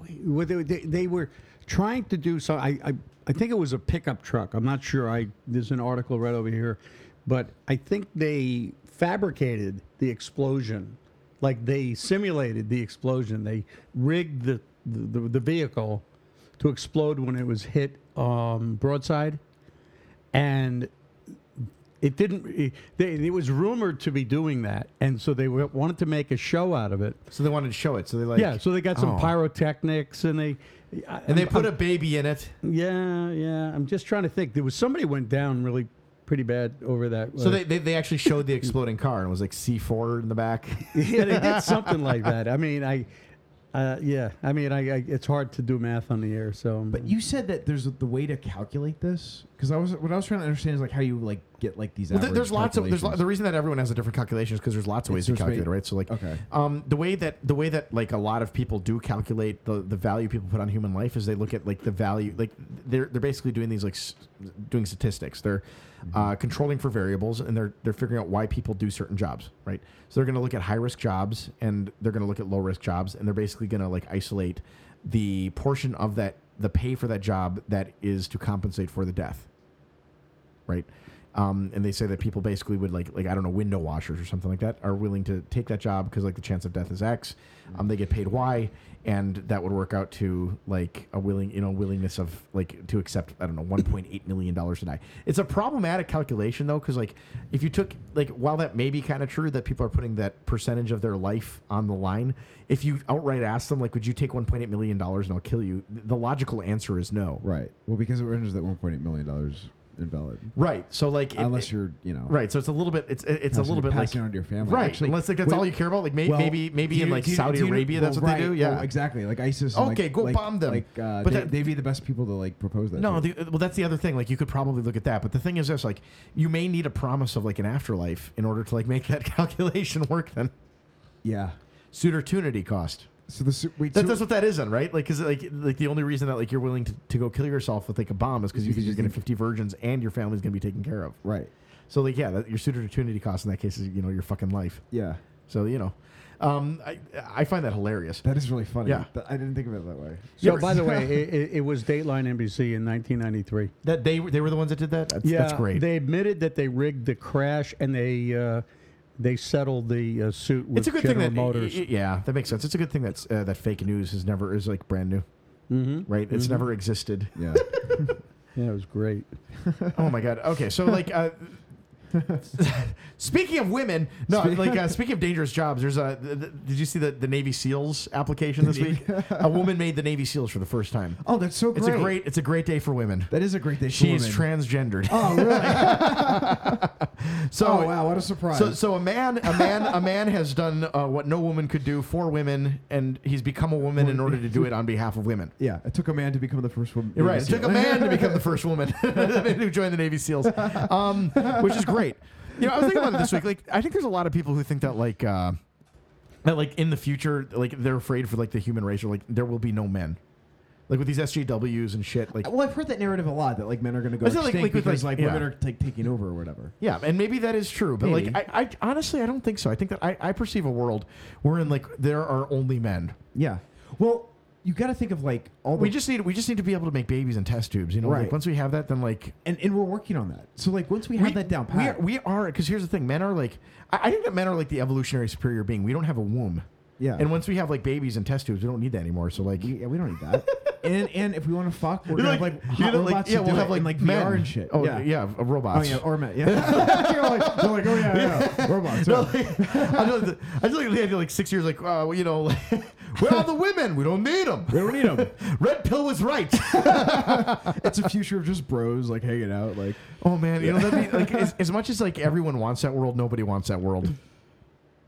Speaker 3: wait well, they, they, they were trying to do so. I, I I think it was a pickup truck. I'm not sure. I there's an article right over here, but I think they fabricated the explosion. Like they simulated the explosion. They rigged the the, the, the vehicle to explode when it was hit um, broadside and it didn't. It, they, it was rumored to be doing that, and so they wa- wanted to make a show out of it.
Speaker 1: So they wanted to show it. So they like.
Speaker 3: yeah, so they got some
Speaker 1: oh.
Speaker 3: pyrotechnics, and they
Speaker 1: And they put a baby in it.
Speaker 3: yeah, yeah. I'm just trying to think. There was somebody went down really pretty bad over that. uh,
Speaker 1: So they, they, they actually showed the exploding car and it was like C4 in the back.
Speaker 3: yeah they did something like that. I mean, I. Uh, yeah, I mean, I, I it's hard to do math on the air, so Um,
Speaker 2: But you said that there's a, the way to calculate this because I was what I was trying to understand is like how you like get like these.
Speaker 1: Well, there- there's
Speaker 2: average
Speaker 1: lots of there's lo-
Speaker 2: calculations.
Speaker 1: the reason that everyone has a different calculation is because there's lots of ways
Speaker 2: It's
Speaker 1: to
Speaker 2: just
Speaker 1: calculate, it,
Speaker 2: made-
Speaker 1: right? So like,
Speaker 2: Okay.
Speaker 1: um, the way that the way that like a lot of people do calculate the, the value people put on human life is they look at like the value, like they're they're basically doing these like s- doing statistics. They're
Speaker 2: Mm-hmm.
Speaker 1: uh, controlling for variables and they're they're figuring out why people do certain jobs, right? So they're going to look at high risk jobs and they're going to look at low risk jobs and they're basically going to like isolate the portion of that the pay for that job that is to compensate for the death right? Um, and they say that people basically would like like I don't know window washers or something like that are willing to take that job because like the chance of death is X, um, they get paid Y, and that would work out to like a willing you know willingness of like to accept I don't know 1.8 million dollars to die. It's a problematic calculation though because like if you took like while that may be kind of true that people are putting that percentage of their life on the line, if you outright ask them like would you take 1.8 million dollars and I'll kill you, th- the logical answer is no.
Speaker 6: Right. Well, because it renders that 1.8 million dollars invalid,
Speaker 1: Right. So like it-
Speaker 6: unless
Speaker 1: it-
Speaker 6: you're, you know,
Speaker 1: Right, so it's a little bit. It's it's a
Speaker 6: passing-
Speaker 1: little bit like
Speaker 6: passing on to your family.
Speaker 1: right?
Speaker 6: Actually,
Speaker 1: unless like that's
Speaker 6: well-
Speaker 1: all you care about. Like may,
Speaker 6: well,
Speaker 1: maybe maybe
Speaker 6: do
Speaker 1: in
Speaker 6: you-
Speaker 1: like
Speaker 6: do you-
Speaker 1: Saudi
Speaker 6: do you-
Speaker 1: Arabia, that's
Speaker 6: well,
Speaker 1: what they
Speaker 6: right.
Speaker 1: do. Yeah,
Speaker 6: Well, exactly. Like ISIS. and,
Speaker 1: Okay,
Speaker 6: like-
Speaker 1: go
Speaker 6: like-
Speaker 1: bomb them.
Speaker 6: Like, uh,
Speaker 1: But
Speaker 6: they,
Speaker 1: that-
Speaker 6: they'd be the best people to like propose that.
Speaker 1: No,
Speaker 6: to.
Speaker 1: the, well, that's the other thing. Like, you could probably look at that, but the thing is this: like, you may need a promise of like an afterlife in order to like make that calculation work. Then
Speaker 6: yeah.
Speaker 1: suitortunity cost.
Speaker 6: So the su- wait,
Speaker 1: That,
Speaker 6: so-
Speaker 1: that's what that is, then, right? Like, because like like the only reason that like you're willing to, to go kill yourself with like a bomb is because you
Speaker 6: Because
Speaker 1: think
Speaker 6: you
Speaker 1: you're getting
Speaker 6: think-
Speaker 1: 50 virgins and your family's gonna be taken care of.
Speaker 6: right.
Speaker 1: So like, yeah, that, your suitortunity cost in that case is you know your fucking life.
Speaker 6: Yeah.
Speaker 1: So you know, um, I I find that hilarious.
Speaker 6: That is really funny.
Speaker 1: Yeah.
Speaker 6: Th- I didn't think of it that way.
Speaker 3: so. By the way, it, it, it was Dateline NBC in 1993.
Speaker 1: That they they were the ones that did that. That's, that's great.
Speaker 3: They admitted that they rigged the crash and they uh, they settled the uh, suit with
Speaker 1: it's a good thing
Speaker 3: General
Speaker 1: that
Speaker 3: Motors.
Speaker 1: y- y- yeah, that makes sense. It's a good thing that's uh, that fake news is never is like brand new, mm-hmm. right? It's never existed.
Speaker 6: Yeah.
Speaker 3: yeah, it was great.
Speaker 1: oh my god. Okay, so like. Uh, Speaking of women, no, like uh, speaking of dangerous jobs, there's a. Th- th- did you see the, the Navy SEALs application this week? a woman made the Navy SEALs for the first time.
Speaker 2: Oh, that's so great.
Speaker 1: It's a great, it's a great day for women.
Speaker 2: That is a great day.
Speaker 1: She
Speaker 2: for
Speaker 1: is
Speaker 2: women.
Speaker 1: transgendered.
Speaker 2: Oh really?
Speaker 1: so
Speaker 2: oh wow! What a surprise.
Speaker 1: So, so a man, a man, a man has done uh, what no woman could do for women, and he's become a woman in order to do it on behalf of women.
Speaker 6: yeah. It took a man to become the first woman.
Speaker 1: You're right. It took a man to become the first woman who joined the Navy SEALs, um, which is great. You know, I was thinking about it this week. Like, I think there's a lot of people who think that, like, uh, that like in the future, like they're afraid for like the human race, or like there will be no men, like with these SJWs and shit. Like,
Speaker 2: well, I've heard that narrative a lot that like men are going to go
Speaker 1: Isn't it like- like
Speaker 2: extinct
Speaker 1: with,
Speaker 2: because
Speaker 1: like-
Speaker 2: like,
Speaker 1: yeah.
Speaker 2: women are like taking over or whatever.
Speaker 1: Yeah, and maybe that is true, but
Speaker 3: Maybe.
Speaker 1: like I, I honestly I don't think so. I think that I, I perceive a world wherein like there are only men.
Speaker 2: Yeah. Well, you got to think of like all the
Speaker 1: We just need we just need to be able to make babies in test tubes, you know. Like
Speaker 2: Right.
Speaker 1: once we have that, then like
Speaker 2: and, and we're working on that. So like once we have that down
Speaker 1: we are
Speaker 2: pat,
Speaker 1: we are because here's the thing: men are like I, I think that men are like the evolutionary superior being. We don't have a womb,
Speaker 6: Yeah.
Speaker 1: and once we have like babies in test tubes, we don't need that anymore. So like.
Speaker 6: yeah, we don't need that.
Speaker 2: and and if we want to fuck, we're
Speaker 1: You're
Speaker 2: gonna have like hot
Speaker 1: you know, like,
Speaker 2: robots.
Speaker 1: yeah,
Speaker 2: to
Speaker 1: we'll
Speaker 2: do
Speaker 1: have
Speaker 2: it
Speaker 1: like
Speaker 2: and, like
Speaker 1: men.
Speaker 2: VR and shit.
Speaker 1: Oh
Speaker 2: yeah.
Speaker 1: yeah, yeah uh,
Speaker 2: Oh
Speaker 1: robots.
Speaker 2: yeah, or men. Yeah. You're like, they're like, oh yeah, yeah, robots.
Speaker 1: No,
Speaker 2: yeah.
Speaker 1: like, I just like, I just like the idea, like six years, like uh, you know, like, where are the women? We don't need them.
Speaker 2: We don't need them.
Speaker 1: Red pill was right.
Speaker 6: it's a future of just bros like hanging out. Like
Speaker 1: oh man, you know that'd be, like as, as much as like everyone wants that world, nobody wants that world.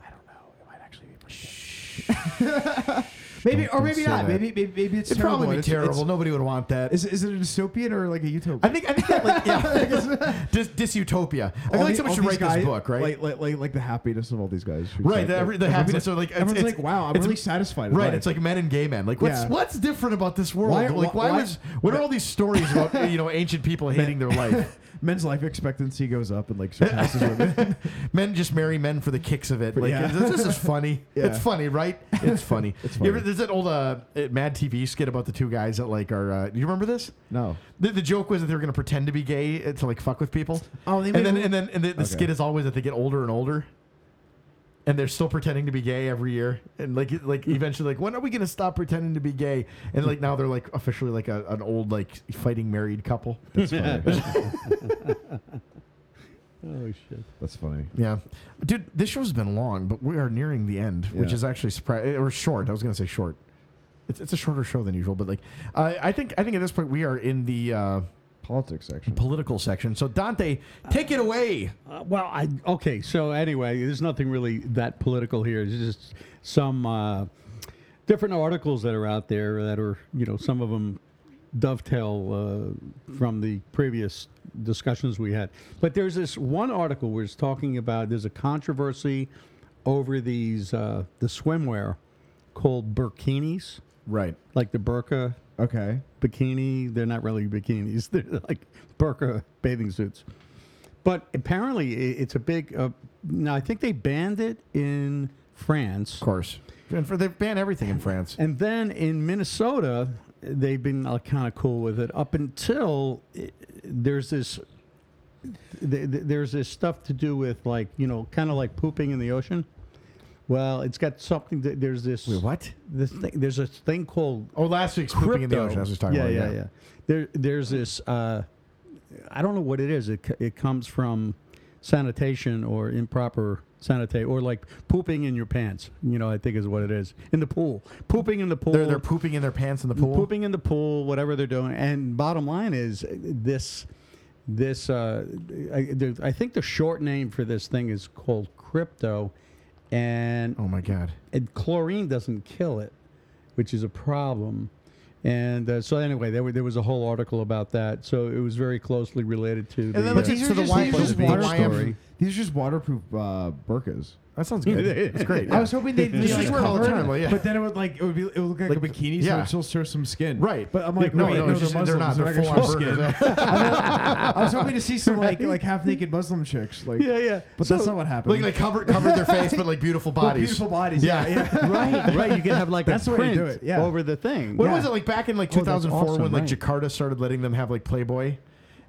Speaker 2: I don't know. It might actually be. Maybe
Speaker 6: Don't-
Speaker 2: or
Speaker 6: don't
Speaker 2: maybe
Speaker 6: say
Speaker 2: not.
Speaker 6: that.
Speaker 2: Maybe maybe, maybe it's
Speaker 1: It'd
Speaker 2: terrible.
Speaker 1: probably be
Speaker 2: It's- it's-
Speaker 1: terrible. Nobody would want that.
Speaker 6: Is, is it a dystopian or like a utopia?
Speaker 1: I think I think that like yeah, dis, disutopia. I feel
Speaker 6: All
Speaker 1: like
Speaker 6: the-
Speaker 1: someone
Speaker 6: all
Speaker 1: should
Speaker 6: these
Speaker 1: write
Speaker 6: guys-
Speaker 1: this book, right?
Speaker 6: Like, like, like, like the happiness of all these guys. It's
Speaker 1: right.
Speaker 6: like-
Speaker 1: The, the
Speaker 6: everyone's
Speaker 1: happiness. so like it's-
Speaker 6: everyone's
Speaker 1: it's-
Speaker 6: like, wow, I'm
Speaker 1: it's-
Speaker 6: really satisfied. with
Speaker 1: Right,
Speaker 6: life."
Speaker 1: it's like men and gay men. Like, what's
Speaker 6: Yeah.
Speaker 1: what's different about this world?
Speaker 6: Why-
Speaker 1: like, why,
Speaker 6: why-
Speaker 1: was what are all these stories about you know ancient people hating their life?
Speaker 6: men's life expectancy goes up and like surpasses women.
Speaker 1: men just marry men for the kicks of it. Like,
Speaker 6: yeah.
Speaker 1: this, this is funny. It's funny, right? It's funny. it's
Speaker 6: funny.
Speaker 1: there's that old uh, Mad TV skit about the two guys that like are. Uh, do you remember this?
Speaker 6: No,
Speaker 1: The, the joke was that they were going to pretend to be gay uh, to like fuck with people.
Speaker 6: Oh, they
Speaker 1: and then
Speaker 6: made a-
Speaker 1: and then and the, the skit is always that they get older and older, and they're still pretending to be gay every year. And like it- like eventually, like when are we going to stop pretending to be gay? And like now they're like officially like a, an old like fighting married couple.
Speaker 6: that's funny.
Speaker 3: Oh shit!
Speaker 6: that's funny.
Speaker 1: Yeah, dude, this show's been long, but we are nearing the end, which
Speaker 6: Yeah.
Speaker 1: is actually surprising. Or short. I was going to say short. It's, it's a shorter show than usual, but like I I think I think at this point we are in the. Uh,
Speaker 6: Politics section.
Speaker 1: Political section. So Dante, take it away.
Speaker 3: Uh, well, I okay. So anyway, there's nothing really that political here. It's just some uh, different articles that are out there that are you know some of them dovetail uh, from the previous discussions we had. But there's this one article where it's talking about there's a controversy over these uh, the swimwear called burkinis,
Speaker 1: Right.
Speaker 3: like the burqa
Speaker 6: Okay.
Speaker 3: bikini. They're not really bikinis. They're like burqa bathing suits. But apparently, i- it's a big. Uh, now I think they banned it in France,
Speaker 1: Of course. And for they ban everything in France.
Speaker 3: and then in Minnesota, they've been uh, kind of cool with it up until uh, there's this. th- th- There's this stuff to do with like you know, kind of like pooping in the ocean. Well, it's got something. That, there's this.
Speaker 1: what?
Speaker 3: This thing, there's a thing called
Speaker 1: Oh, last week's pooping in the ocean. That's what I was talking
Speaker 3: yeah,
Speaker 1: about.
Speaker 3: Yeah, yeah, There, there's this. Uh, I don't know what it is. It, c- it comes from sanitation or improper sanitation or like pooping in your pants. You know, I think is what it is in the pool. Pooping in the pool.
Speaker 1: They're, they're pooping in their pants in the pool.
Speaker 3: Pooping in the pool. Whatever they're doing. And bottom line is uh, this. This uh, I, there- I think the short name for this thing is called crypto, and
Speaker 1: Oh my god.
Speaker 3: and chlorine doesn't kill it, which is a problem. And uh, so anyway, there, were, there was a whole article about that. So it was very closely related to. the,
Speaker 1: then let's
Speaker 3: uh,
Speaker 1: eat-
Speaker 6: These
Speaker 1: so
Speaker 6: are
Speaker 1: the
Speaker 6: just,
Speaker 1: wine
Speaker 6: these
Speaker 1: for
Speaker 6: are just
Speaker 1: the
Speaker 6: water
Speaker 1: beach
Speaker 3: story.
Speaker 6: These are just waterproof uh, burkas.
Speaker 1: That sounds good. That's great.
Speaker 6: I was hoping they'd be
Speaker 1: This
Speaker 6: like
Speaker 1: is where all the
Speaker 6: covered,
Speaker 1: time, well, yeah.
Speaker 6: but then it would like it would be it would look like,
Speaker 1: Like,
Speaker 6: a bikini,
Speaker 1: yeah.
Speaker 6: so it still show some skin.
Speaker 1: Right.
Speaker 6: but I'm like,
Speaker 1: no,
Speaker 6: wait,
Speaker 1: no,
Speaker 6: no,
Speaker 1: it's
Speaker 6: they're
Speaker 1: just, they're
Speaker 6: Muslims,
Speaker 1: not.
Speaker 6: so not
Speaker 1: They're full
Speaker 6: gonna
Speaker 1: on
Speaker 6: show skin.
Speaker 1: burgers.
Speaker 6: I was hoping to see some like like half naked Muslim chicks, like
Speaker 3: yeah, yeah.
Speaker 6: but that's not what happened.
Speaker 1: like they covered covered their face, but like beautiful
Speaker 6: Well,
Speaker 1: bodies.
Speaker 6: beautiful bodies, yeah,
Speaker 1: Yeah.
Speaker 6: yeah.
Speaker 3: right, right. You can have like
Speaker 6: That's
Speaker 3: a
Speaker 6: the way to
Speaker 3: print
Speaker 6: do it, yeah.
Speaker 3: over the thing.
Speaker 1: When
Speaker 3: Yeah. Oh,
Speaker 1: was it like back in like
Speaker 3: that's
Speaker 1: 2004 when
Speaker 3: awesome,
Speaker 1: like
Speaker 3: right.
Speaker 1: Jakarta started letting them have like Playboy?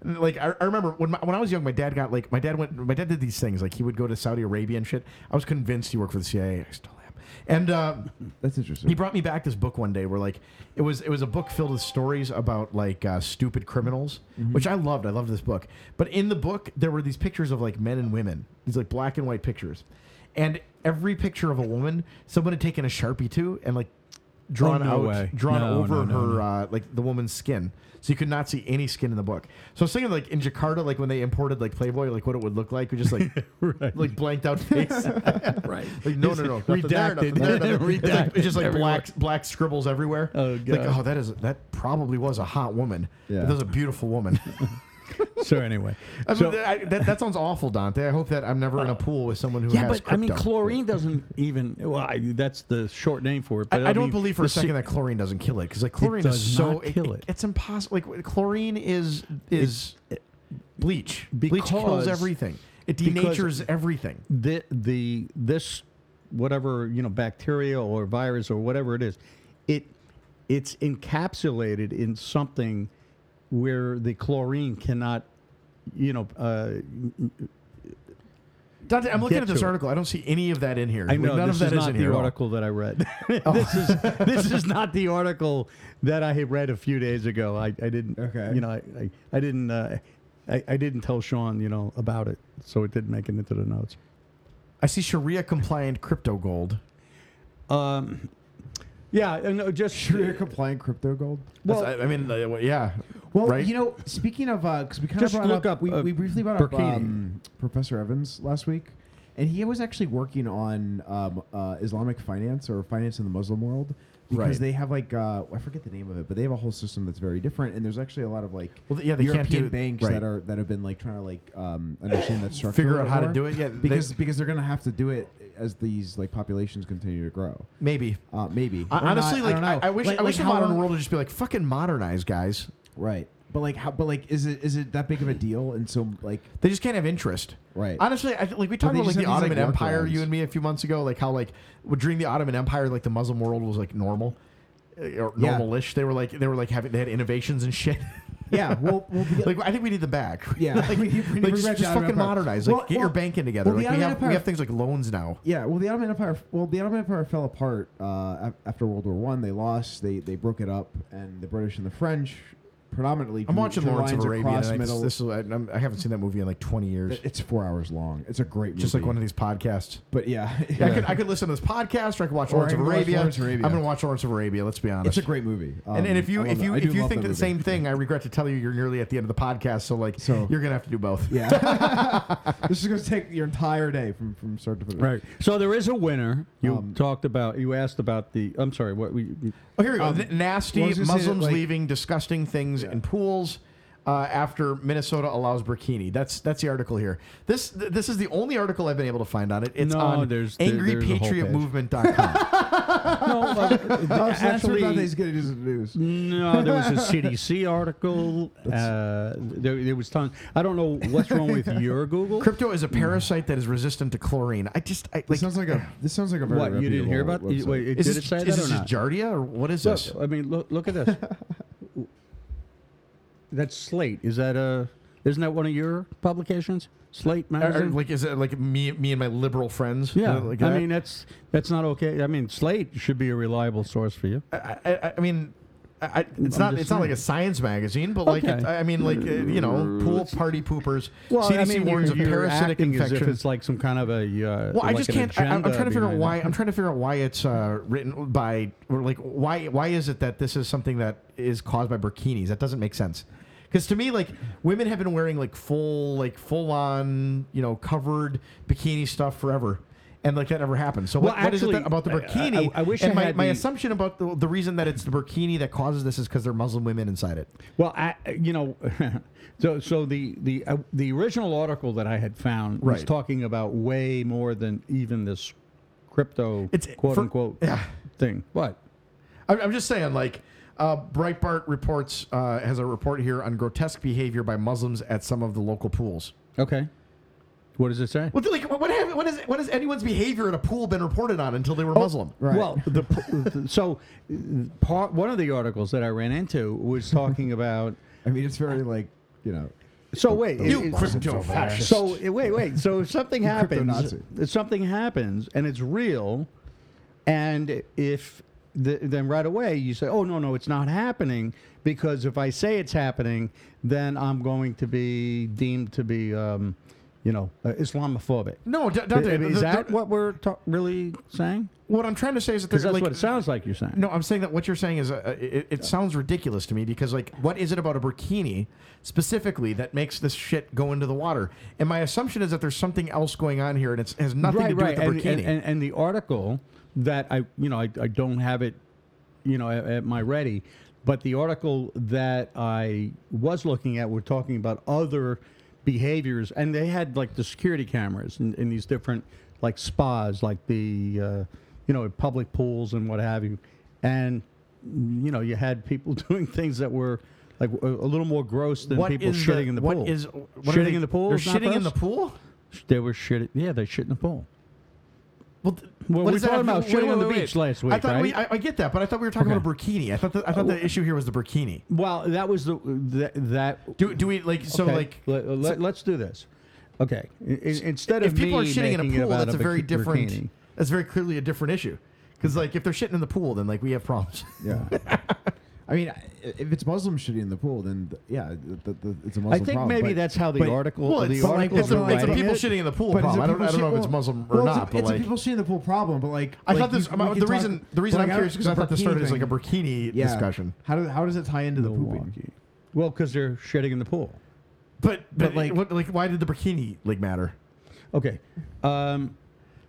Speaker 1: And, Like I, I remember when my, when I was young, my dad got like my dad went my dad did these things like he would go to Saudi Arabia and shit. I was convinced he worked for the CIA. I still am. And uh,
Speaker 6: That's interesting.
Speaker 1: He brought me back this book one day where like it was it was a book filled with stories about like uh, stupid criminals,
Speaker 3: Mm-hmm.
Speaker 1: which I loved. I loved this book. But in the book there were these pictures of like men and women, these like black and white pictures, and every picture of a woman someone had taken a sharpie to and like drawn
Speaker 3: Oh, no
Speaker 1: out,
Speaker 3: way.
Speaker 1: drawn
Speaker 3: No,
Speaker 1: over
Speaker 3: no, no,
Speaker 1: her Uh, like the woman's skin, so you could not see any skin in the book. So I was thinking like in Jakarta, like when they imported like Playboy, like what it would look like, we just like like blanked out face.
Speaker 3: right?
Speaker 1: Like no, no, no, nothing there, nothing
Speaker 3: Redacted.
Speaker 1: there, nothing- It's, like, it's just like
Speaker 3: everywhere.
Speaker 1: black, black scribbles everywhere.
Speaker 3: Oh,
Speaker 1: It's like
Speaker 3: God.
Speaker 1: oh, that is that probably was a hot woman.
Speaker 6: Yeah.
Speaker 1: That was a beautiful woman.
Speaker 3: So anyway,
Speaker 1: I mean,
Speaker 3: so,
Speaker 1: that- I- that, that sounds awful, Dante. I hope that I'm never in a pool with someone who
Speaker 3: yeah,
Speaker 1: has.
Speaker 3: but I mean,
Speaker 1: crypto.
Speaker 3: chlorine doesn't even. Well, I, that's the short name for it. But
Speaker 1: I, I don't
Speaker 3: mean,
Speaker 1: believe for a
Speaker 3: the se-
Speaker 1: second that chlorine doesn't kill it because like chlorine
Speaker 3: does
Speaker 1: is so
Speaker 3: not kill it.
Speaker 1: It's impossible. Like chlorine is is bleach. bleach
Speaker 3: because-
Speaker 1: kills everything. It
Speaker 3: because-
Speaker 1: denatures everything.
Speaker 3: the the this whatever you know bacteria or virus or whatever it is it it's encapsulated in something where the chlorine cannot you know uh,
Speaker 1: Dante, I'm looking
Speaker 3: Get
Speaker 1: at this
Speaker 3: to it.
Speaker 1: article. I don't see any of that in here.
Speaker 3: I
Speaker 1: Like,
Speaker 3: know
Speaker 1: none
Speaker 3: this
Speaker 1: of that
Speaker 3: is not
Speaker 1: in
Speaker 3: the
Speaker 1: here at all. Oh.
Speaker 3: article that I read. this is this is not the article that I had read a few days ago. I, I didn't
Speaker 6: Okay.
Speaker 3: you know I I, I didn't uh, I, I didn't tell Sean you know about it, so it didn't make it into the notes.
Speaker 1: I see Sharia compliant crypto gold.
Speaker 3: Um, yeah, uh, no, just
Speaker 6: Sharia compliant crypto gold.
Speaker 1: Well, I, I mean, uh, well, yeah.
Speaker 6: Well,
Speaker 1: right?
Speaker 6: you know,
Speaker 2: uh,
Speaker 6: speaking of, because we kind
Speaker 3: Just
Speaker 6: of brought
Speaker 3: look
Speaker 6: up,
Speaker 3: up,
Speaker 6: we,
Speaker 3: uh,
Speaker 6: we briefly brought
Speaker 3: Burkini.
Speaker 6: up um, Professor Evans last week,
Speaker 2: and he was actually working on um, uh, Islamic finance or finance in the Muslim world because
Speaker 1: Right.
Speaker 2: they have like uh, I forget the name of it, but they have a whole system that's very different. And there's actually a lot of like
Speaker 1: Well, th- yeah, they
Speaker 2: European
Speaker 1: can't do-
Speaker 2: banks
Speaker 1: right.
Speaker 2: that are that have been like trying to like um, understand that structure,
Speaker 1: Figure
Speaker 2: a
Speaker 1: out
Speaker 2: bit
Speaker 1: how to
Speaker 2: more.
Speaker 1: do it, yeah, they-
Speaker 2: because because they're gonna have to do it as these like populations continue to grow.
Speaker 1: Maybe.
Speaker 2: Uh, maybe
Speaker 1: I,
Speaker 2: Or not,
Speaker 1: honestly, like
Speaker 2: don't
Speaker 1: I,
Speaker 2: know.
Speaker 1: I wish,
Speaker 2: Like-
Speaker 1: I wish
Speaker 2: like
Speaker 1: the
Speaker 2: how
Speaker 1: modern
Speaker 2: long-
Speaker 1: world would just be like fucking modernize, guys.
Speaker 2: Right. But like how but like is it is it that big of a deal and so like
Speaker 1: They just can't have interest.
Speaker 2: Right.
Speaker 1: Honestly, I, like we
Speaker 2: But
Speaker 1: talked
Speaker 2: they
Speaker 1: about like
Speaker 2: just
Speaker 1: the
Speaker 2: have these,
Speaker 1: Ottoman
Speaker 2: like,
Speaker 1: Empire,
Speaker 2: workarounds.
Speaker 1: you and me, a few months ago, like how like w- during the Ottoman Empire, like the Muslim world was like normal, uh, or
Speaker 2: Yeah.
Speaker 1: normalish. They were like they were like having they had innovations and shit.
Speaker 2: Yeah, well, well the-
Speaker 1: like I think we need them back.
Speaker 2: Yeah.
Speaker 1: like,
Speaker 2: We- we
Speaker 1: like,
Speaker 2: need
Speaker 1: just,
Speaker 2: back
Speaker 1: just
Speaker 2: the Ottoman
Speaker 1: fucking
Speaker 2: Empire.
Speaker 1: modernize. Like
Speaker 2: Well-
Speaker 1: get your
Speaker 2: well-
Speaker 1: banking together.
Speaker 2: well, the
Speaker 1: like we
Speaker 2: Ottoman
Speaker 1: have we
Speaker 2: Empire-
Speaker 1: have things like loans now.
Speaker 2: yeah, well the Ottoman Empire well the Ottoman Empire fell apart uh, af- after World War 1. They lost, they they broke it up and the British and the French predominantly
Speaker 1: I'm
Speaker 2: drew-
Speaker 1: watching
Speaker 2: drew
Speaker 1: Lawrence of
Speaker 2: lines
Speaker 1: Arabia.
Speaker 2: across
Speaker 1: And I,
Speaker 2: middle.
Speaker 1: this is, I, I'm- I haven't seen that movie in like 20 years.
Speaker 2: it's 4 hours long. It's a great movie.
Speaker 1: just like one of these podcasts.
Speaker 2: But yeah.
Speaker 1: I could I could listen to this podcast or I could watch
Speaker 2: Or I
Speaker 1: Lawrence of
Speaker 2: could watch
Speaker 1: Arabia.
Speaker 2: Lawrence of Arabia.
Speaker 1: I'm gonna watch Lawrence of Arabia. Let's be honest.
Speaker 2: it's a great movie.
Speaker 1: and, and
Speaker 2: Um,
Speaker 1: if you
Speaker 2: I
Speaker 1: if
Speaker 2: love
Speaker 1: you
Speaker 2: that. I
Speaker 1: if
Speaker 2: do
Speaker 1: you
Speaker 2: love
Speaker 1: think
Speaker 2: that
Speaker 1: the
Speaker 2: movie.
Speaker 1: same thing, I regret to tell you, you're nearly at the end of the podcast. So like,
Speaker 2: So-
Speaker 1: you're gonna have to do both.
Speaker 2: Yeah. this is going to take your entire day from from start to finish.
Speaker 3: Right. So there is a winner. You
Speaker 2: Um,
Speaker 3: talked about. You asked about the. I'm sorry. What we.
Speaker 1: Oh, here we go.
Speaker 2: Um,
Speaker 1: N- nasty
Speaker 2: well, I was gonna say that,
Speaker 1: Muslims
Speaker 2: like-
Speaker 1: leaving disgusting things in pools. Uh, after Minnesota allows bikini, that's that's the article here. This th- this is the only article I've been able to find on it. It's
Speaker 3: No,
Speaker 1: on
Speaker 3: there's- there- there's a whole page.
Speaker 1: angrypatriotmovement.com.
Speaker 3: No, uh,
Speaker 2: Oh, so that's what
Speaker 3: actually-
Speaker 2: that is going to news.
Speaker 3: No, there was a CDC article. Uh, there, there was tons. I don't know what's wrong with your Google.
Speaker 1: Crypto is a parasite that is resistant to chlorine. I just I,
Speaker 2: This
Speaker 1: like
Speaker 2: sounds like a. This sounds like a very.
Speaker 3: What you didn't hear about?
Speaker 2: reputable
Speaker 3: You- Wait,
Speaker 2: website.
Speaker 3: it,
Speaker 1: is
Speaker 3: did
Speaker 1: this
Speaker 3: it say
Speaker 1: is
Speaker 3: that
Speaker 1: this
Speaker 3: or
Speaker 1: just
Speaker 3: not?
Speaker 1: Jardia or what is this?
Speaker 3: Look, uh, I mean, look, look at this. That's Slate. Is that a? Isn't that one of your publications? Slate
Speaker 1: Or- or,
Speaker 3: magazine.
Speaker 1: like is it like me me and my liberal friends?
Speaker 3: yeah,
Speaker 1: Uh, like
Speaker 3: I
Speaker 1: that?
Speaker 3: mean that's that's not okay. I mean Slate should be a reliable source for you.
Speaker 1: I, I, I mean, I, I- it's
Speaker 3: I'm
Speaker 1: not
Speaker 3: just
Speaker 1: it's not like
Speaker 3: saying.
Speaker 1: a science magazine, but like
Speaker 3: Okay.
Speaker 1: it, I I mean, like uh, you know, pool party poopers. CDC
Speaker 3: I mean,
Speaker 1: warns
Speaker 3: you're,
Speaker 1: of
Speaker 3: you're
Speaker 1: parasitic
Speaker 3: acting as if
Speaker 1: infection.
Speaker 3: it's like some kind of a. Uh,
Speaker 1: Well, I
Speaker 3: like
Speaker 1: just
Speaker 3: an
Speaker 1: can't. I, I'm
Speaker 3: agenda
Speaker 1: I'm trying to figure out
Speaker 3: behind
Speaker 1: why.
Speaker 3: it.
Speaker 1: I'm trying to figure out why it's uh, written by or like why why is it that this is something that is caused by bikinis? That doesn't make sense. Because to me, like women have been wearing like full like full on you know covered bikini stuff forever. And like that never happened. So
Speaker 3: Well,
Speaker 1: what, what is it
Speaker 3: actually,
Speaker 1: that about the
Speaker 3: I- I-
Speaker 1: burkini?
Speaker 3: I- I wish
Speaker 1: And
Speaker 3: I
Speaker 1: my,
Speaker 3: had
Speaker 1: my
Speaker 3: the-
Speaker 1: assumption about the, the reason that it's the burkini that causes this is because they're Muslim women inside it.
Speaker 3: Well, I, you know, so so the the uh, the original article that I had found was
Speaker 1: Right.
Speaker 3: talking about way more than even this crypto
Speaker 1: It's-
Speaker 3: quote
Speaker 1: for-
Speaker 3: unquote
Speaker 1: yeah.
Speaker 3: thing. What?
Speaker 1: I'm, I'm just saying, like, uh, Breitbart reports uh, has a report here on grotesque behavior by Muslims at some of the local pools.
Speaker 3: Okay. What does it say?
Speaker 1: Well, like, what, have, what, is, what has anyone's behavior in a pool been reported on until they
Speaker 3: Oh,
Speaker 1: were Muslim?
Speaker 2: Right.
Speaker 3: Well, the, p- so uh, part one of the articles that I ran into was talking about.
Speaker 2: I mean, it's very like you know.
Speaker 3: So wait,
Speaker 2: You
Speaker 3: it-
Speaker 1: crypto fascist.
Speaker 3: So eh, wait, wait. So if something happens,
Speaker 2: crypto-Nazi.
Speaker 3: if something happens, and it's real, and if the, then right away you say, "Oh no, no, it's not happening," because if I say it's happening, then I'm going to be deemed to be, um, you know, uh, Islamophobic.
Speaker 1: No, D-
Speaker 3: I-
Speaker 1: Dante,
Speaker 3: is
Speaker 1: the-
Speaker 3: that
Speaker 1: the-
Speaker 3: what we're ta- really saying?
Speaker 1: what I'm trying to say is that
Speaker 3: Because
Speaker 1: there's like
Speaker 3: that's what it sounds like you're saying.
Speaker 1: No, I'm saying that what you're saying is uh, uh, it, it sounds ridiculous to me because like what is it about a burkini specifically that makes this shit go into the water? And my assumption is that there's something else going on here and it has nothing to do with the
Speaker 3: and,
Speaker 1: burkini.
Speaker 3: And, and, and the article that I, you know, I, I don't have it, you know, at, at my ready, but the article that I was looking at, we're talking about other behaviors, and they had like the security cameras in, in these different like spas, like the, uh, you know, public pools and what have you, and you know, you had people doing things that were. Like a a little more gross than
Speaker 1: What
Speaker 3: people
Speaker 1: is
Speaker 3: shitting
Speaker 1: the-
Speaker 3: in the
Speaker 1: what
Speaker 3: pool.
Speaker 1: is- what are
Speaker 3: shitting
Speaker 1: they-
Speaker 3: in the pool?
Speaker 1: They're
Speaker 3: is not
Speaker 1: shitting in the
Speaker 3: gross?
Speaker 1: pool.
Speaker 3: They were shitting. Yeah, they shit in the pool.
Speaker 1: Well, th-
Speaker 3: Well,
Speaker 1: what
Speaker 3: we
Speaker 1: does that
Speaker 3: talked
Speaker 1: have to-
Speaker 3: about
Speaker 1: wait,
Speaker 3: shooting
Speaker 1: wait,
Speaker 3: on the
Speaker 1: wait, wait.
Speaker 3: beach last
Speaker 1: I
Speaker 3: week,
Speaker 1: thought we, I,
Speaker 3: right?
Speaker 1: I get that, but I thought we were talking
Speaker 3: Okay.
Speaker 1: about a burkini. I thought the, I thought the issue here was the burkini.
Speaker 3: Well, that was the that. that
Speaker 1: Do do we like so
Speaker 3: okay,
Speaker 1: like
Speaker 3: let, us do this. Okay, I- I- instead
Speaker 1: if
Speaker 3: of
Speaker 1: people are
Speaker 3: me
Speaker 1: shitting in a
Speaker 3: making it
Speaker 1: pool,
Speaker 3: about
Speaker 1: that's a very
Speaker 3: bik-
Speaker 1: different.
Speaker 3: bikini.
Speaker 1: That's very clearly a different issue. Because like if they're shitting in the pool, then like we have problems.
Speaker 2: Yeah. I mean, I- if it's Muslim shitting in the pool, then th- yeah, th th th it's a
Speaker 3: I
Speaker 2: Muslim
Speaker 3: think
Speaker 2: problem,
Speaker 3: maybe
Speaker 2: but-
Speaker 3: that's how the
Speaker 1: Well,
Speaker 3: article.
Speaker 1: well,
Speaker 3: the
Speaker 1: it's- but, like,
Speaker 3: article
Speaker 1: it's a-
Speaker 3: they're
Speaker 1: it's a
Speaker 3: writing-
Speaker 1: people shitting in the pool
Speaker 2: but it's a
Speaker 1: problem. I don't-
Speaker 2: people
Speaker 1: I don't know
Speaker 2: shit-
Speaker 1: if it's
Speaker 2: well,
Speaker 1: Muslim or
Speaker 2: well,
Speaker 1: not,
Speaker 2: It's a,
Speaker 1: but,
Speaker 2: it's
Speaker 1: like-
Speaker 2: a people shitting in the pool problem, but like
Speaker 1: I
Speaker 2: like,
Speaker 1: thought this.
Speaker 2: you-
Speaker 1: I'm-
Speaker 2: we can
Speaker 1: the
Speaker 2: talk-
Speaker 1: reason the reason
Speaker 2: but,
Speaker 1: I'm
Speaker 2: like, I
Speaker 1: curious
Speaker 2: don't-
Speaker 1: because I thought this
Speaker 2: burkini
Speaker 1: started as like a
Speaker 2: thing-
Speaker 1: burkini
Speaker 2: Yeah.
Speaker 1: discussion.
Speaker 2: How does how does it tie into the pooping?
Speaker 3: Milwaukee. Well, because they're shitting in the pool.
Speaker 1: But but,
Speaker 2: But, like-
Speaker 1: like what, like why did the burkini like matter?
Speaker 3: Okay. Um,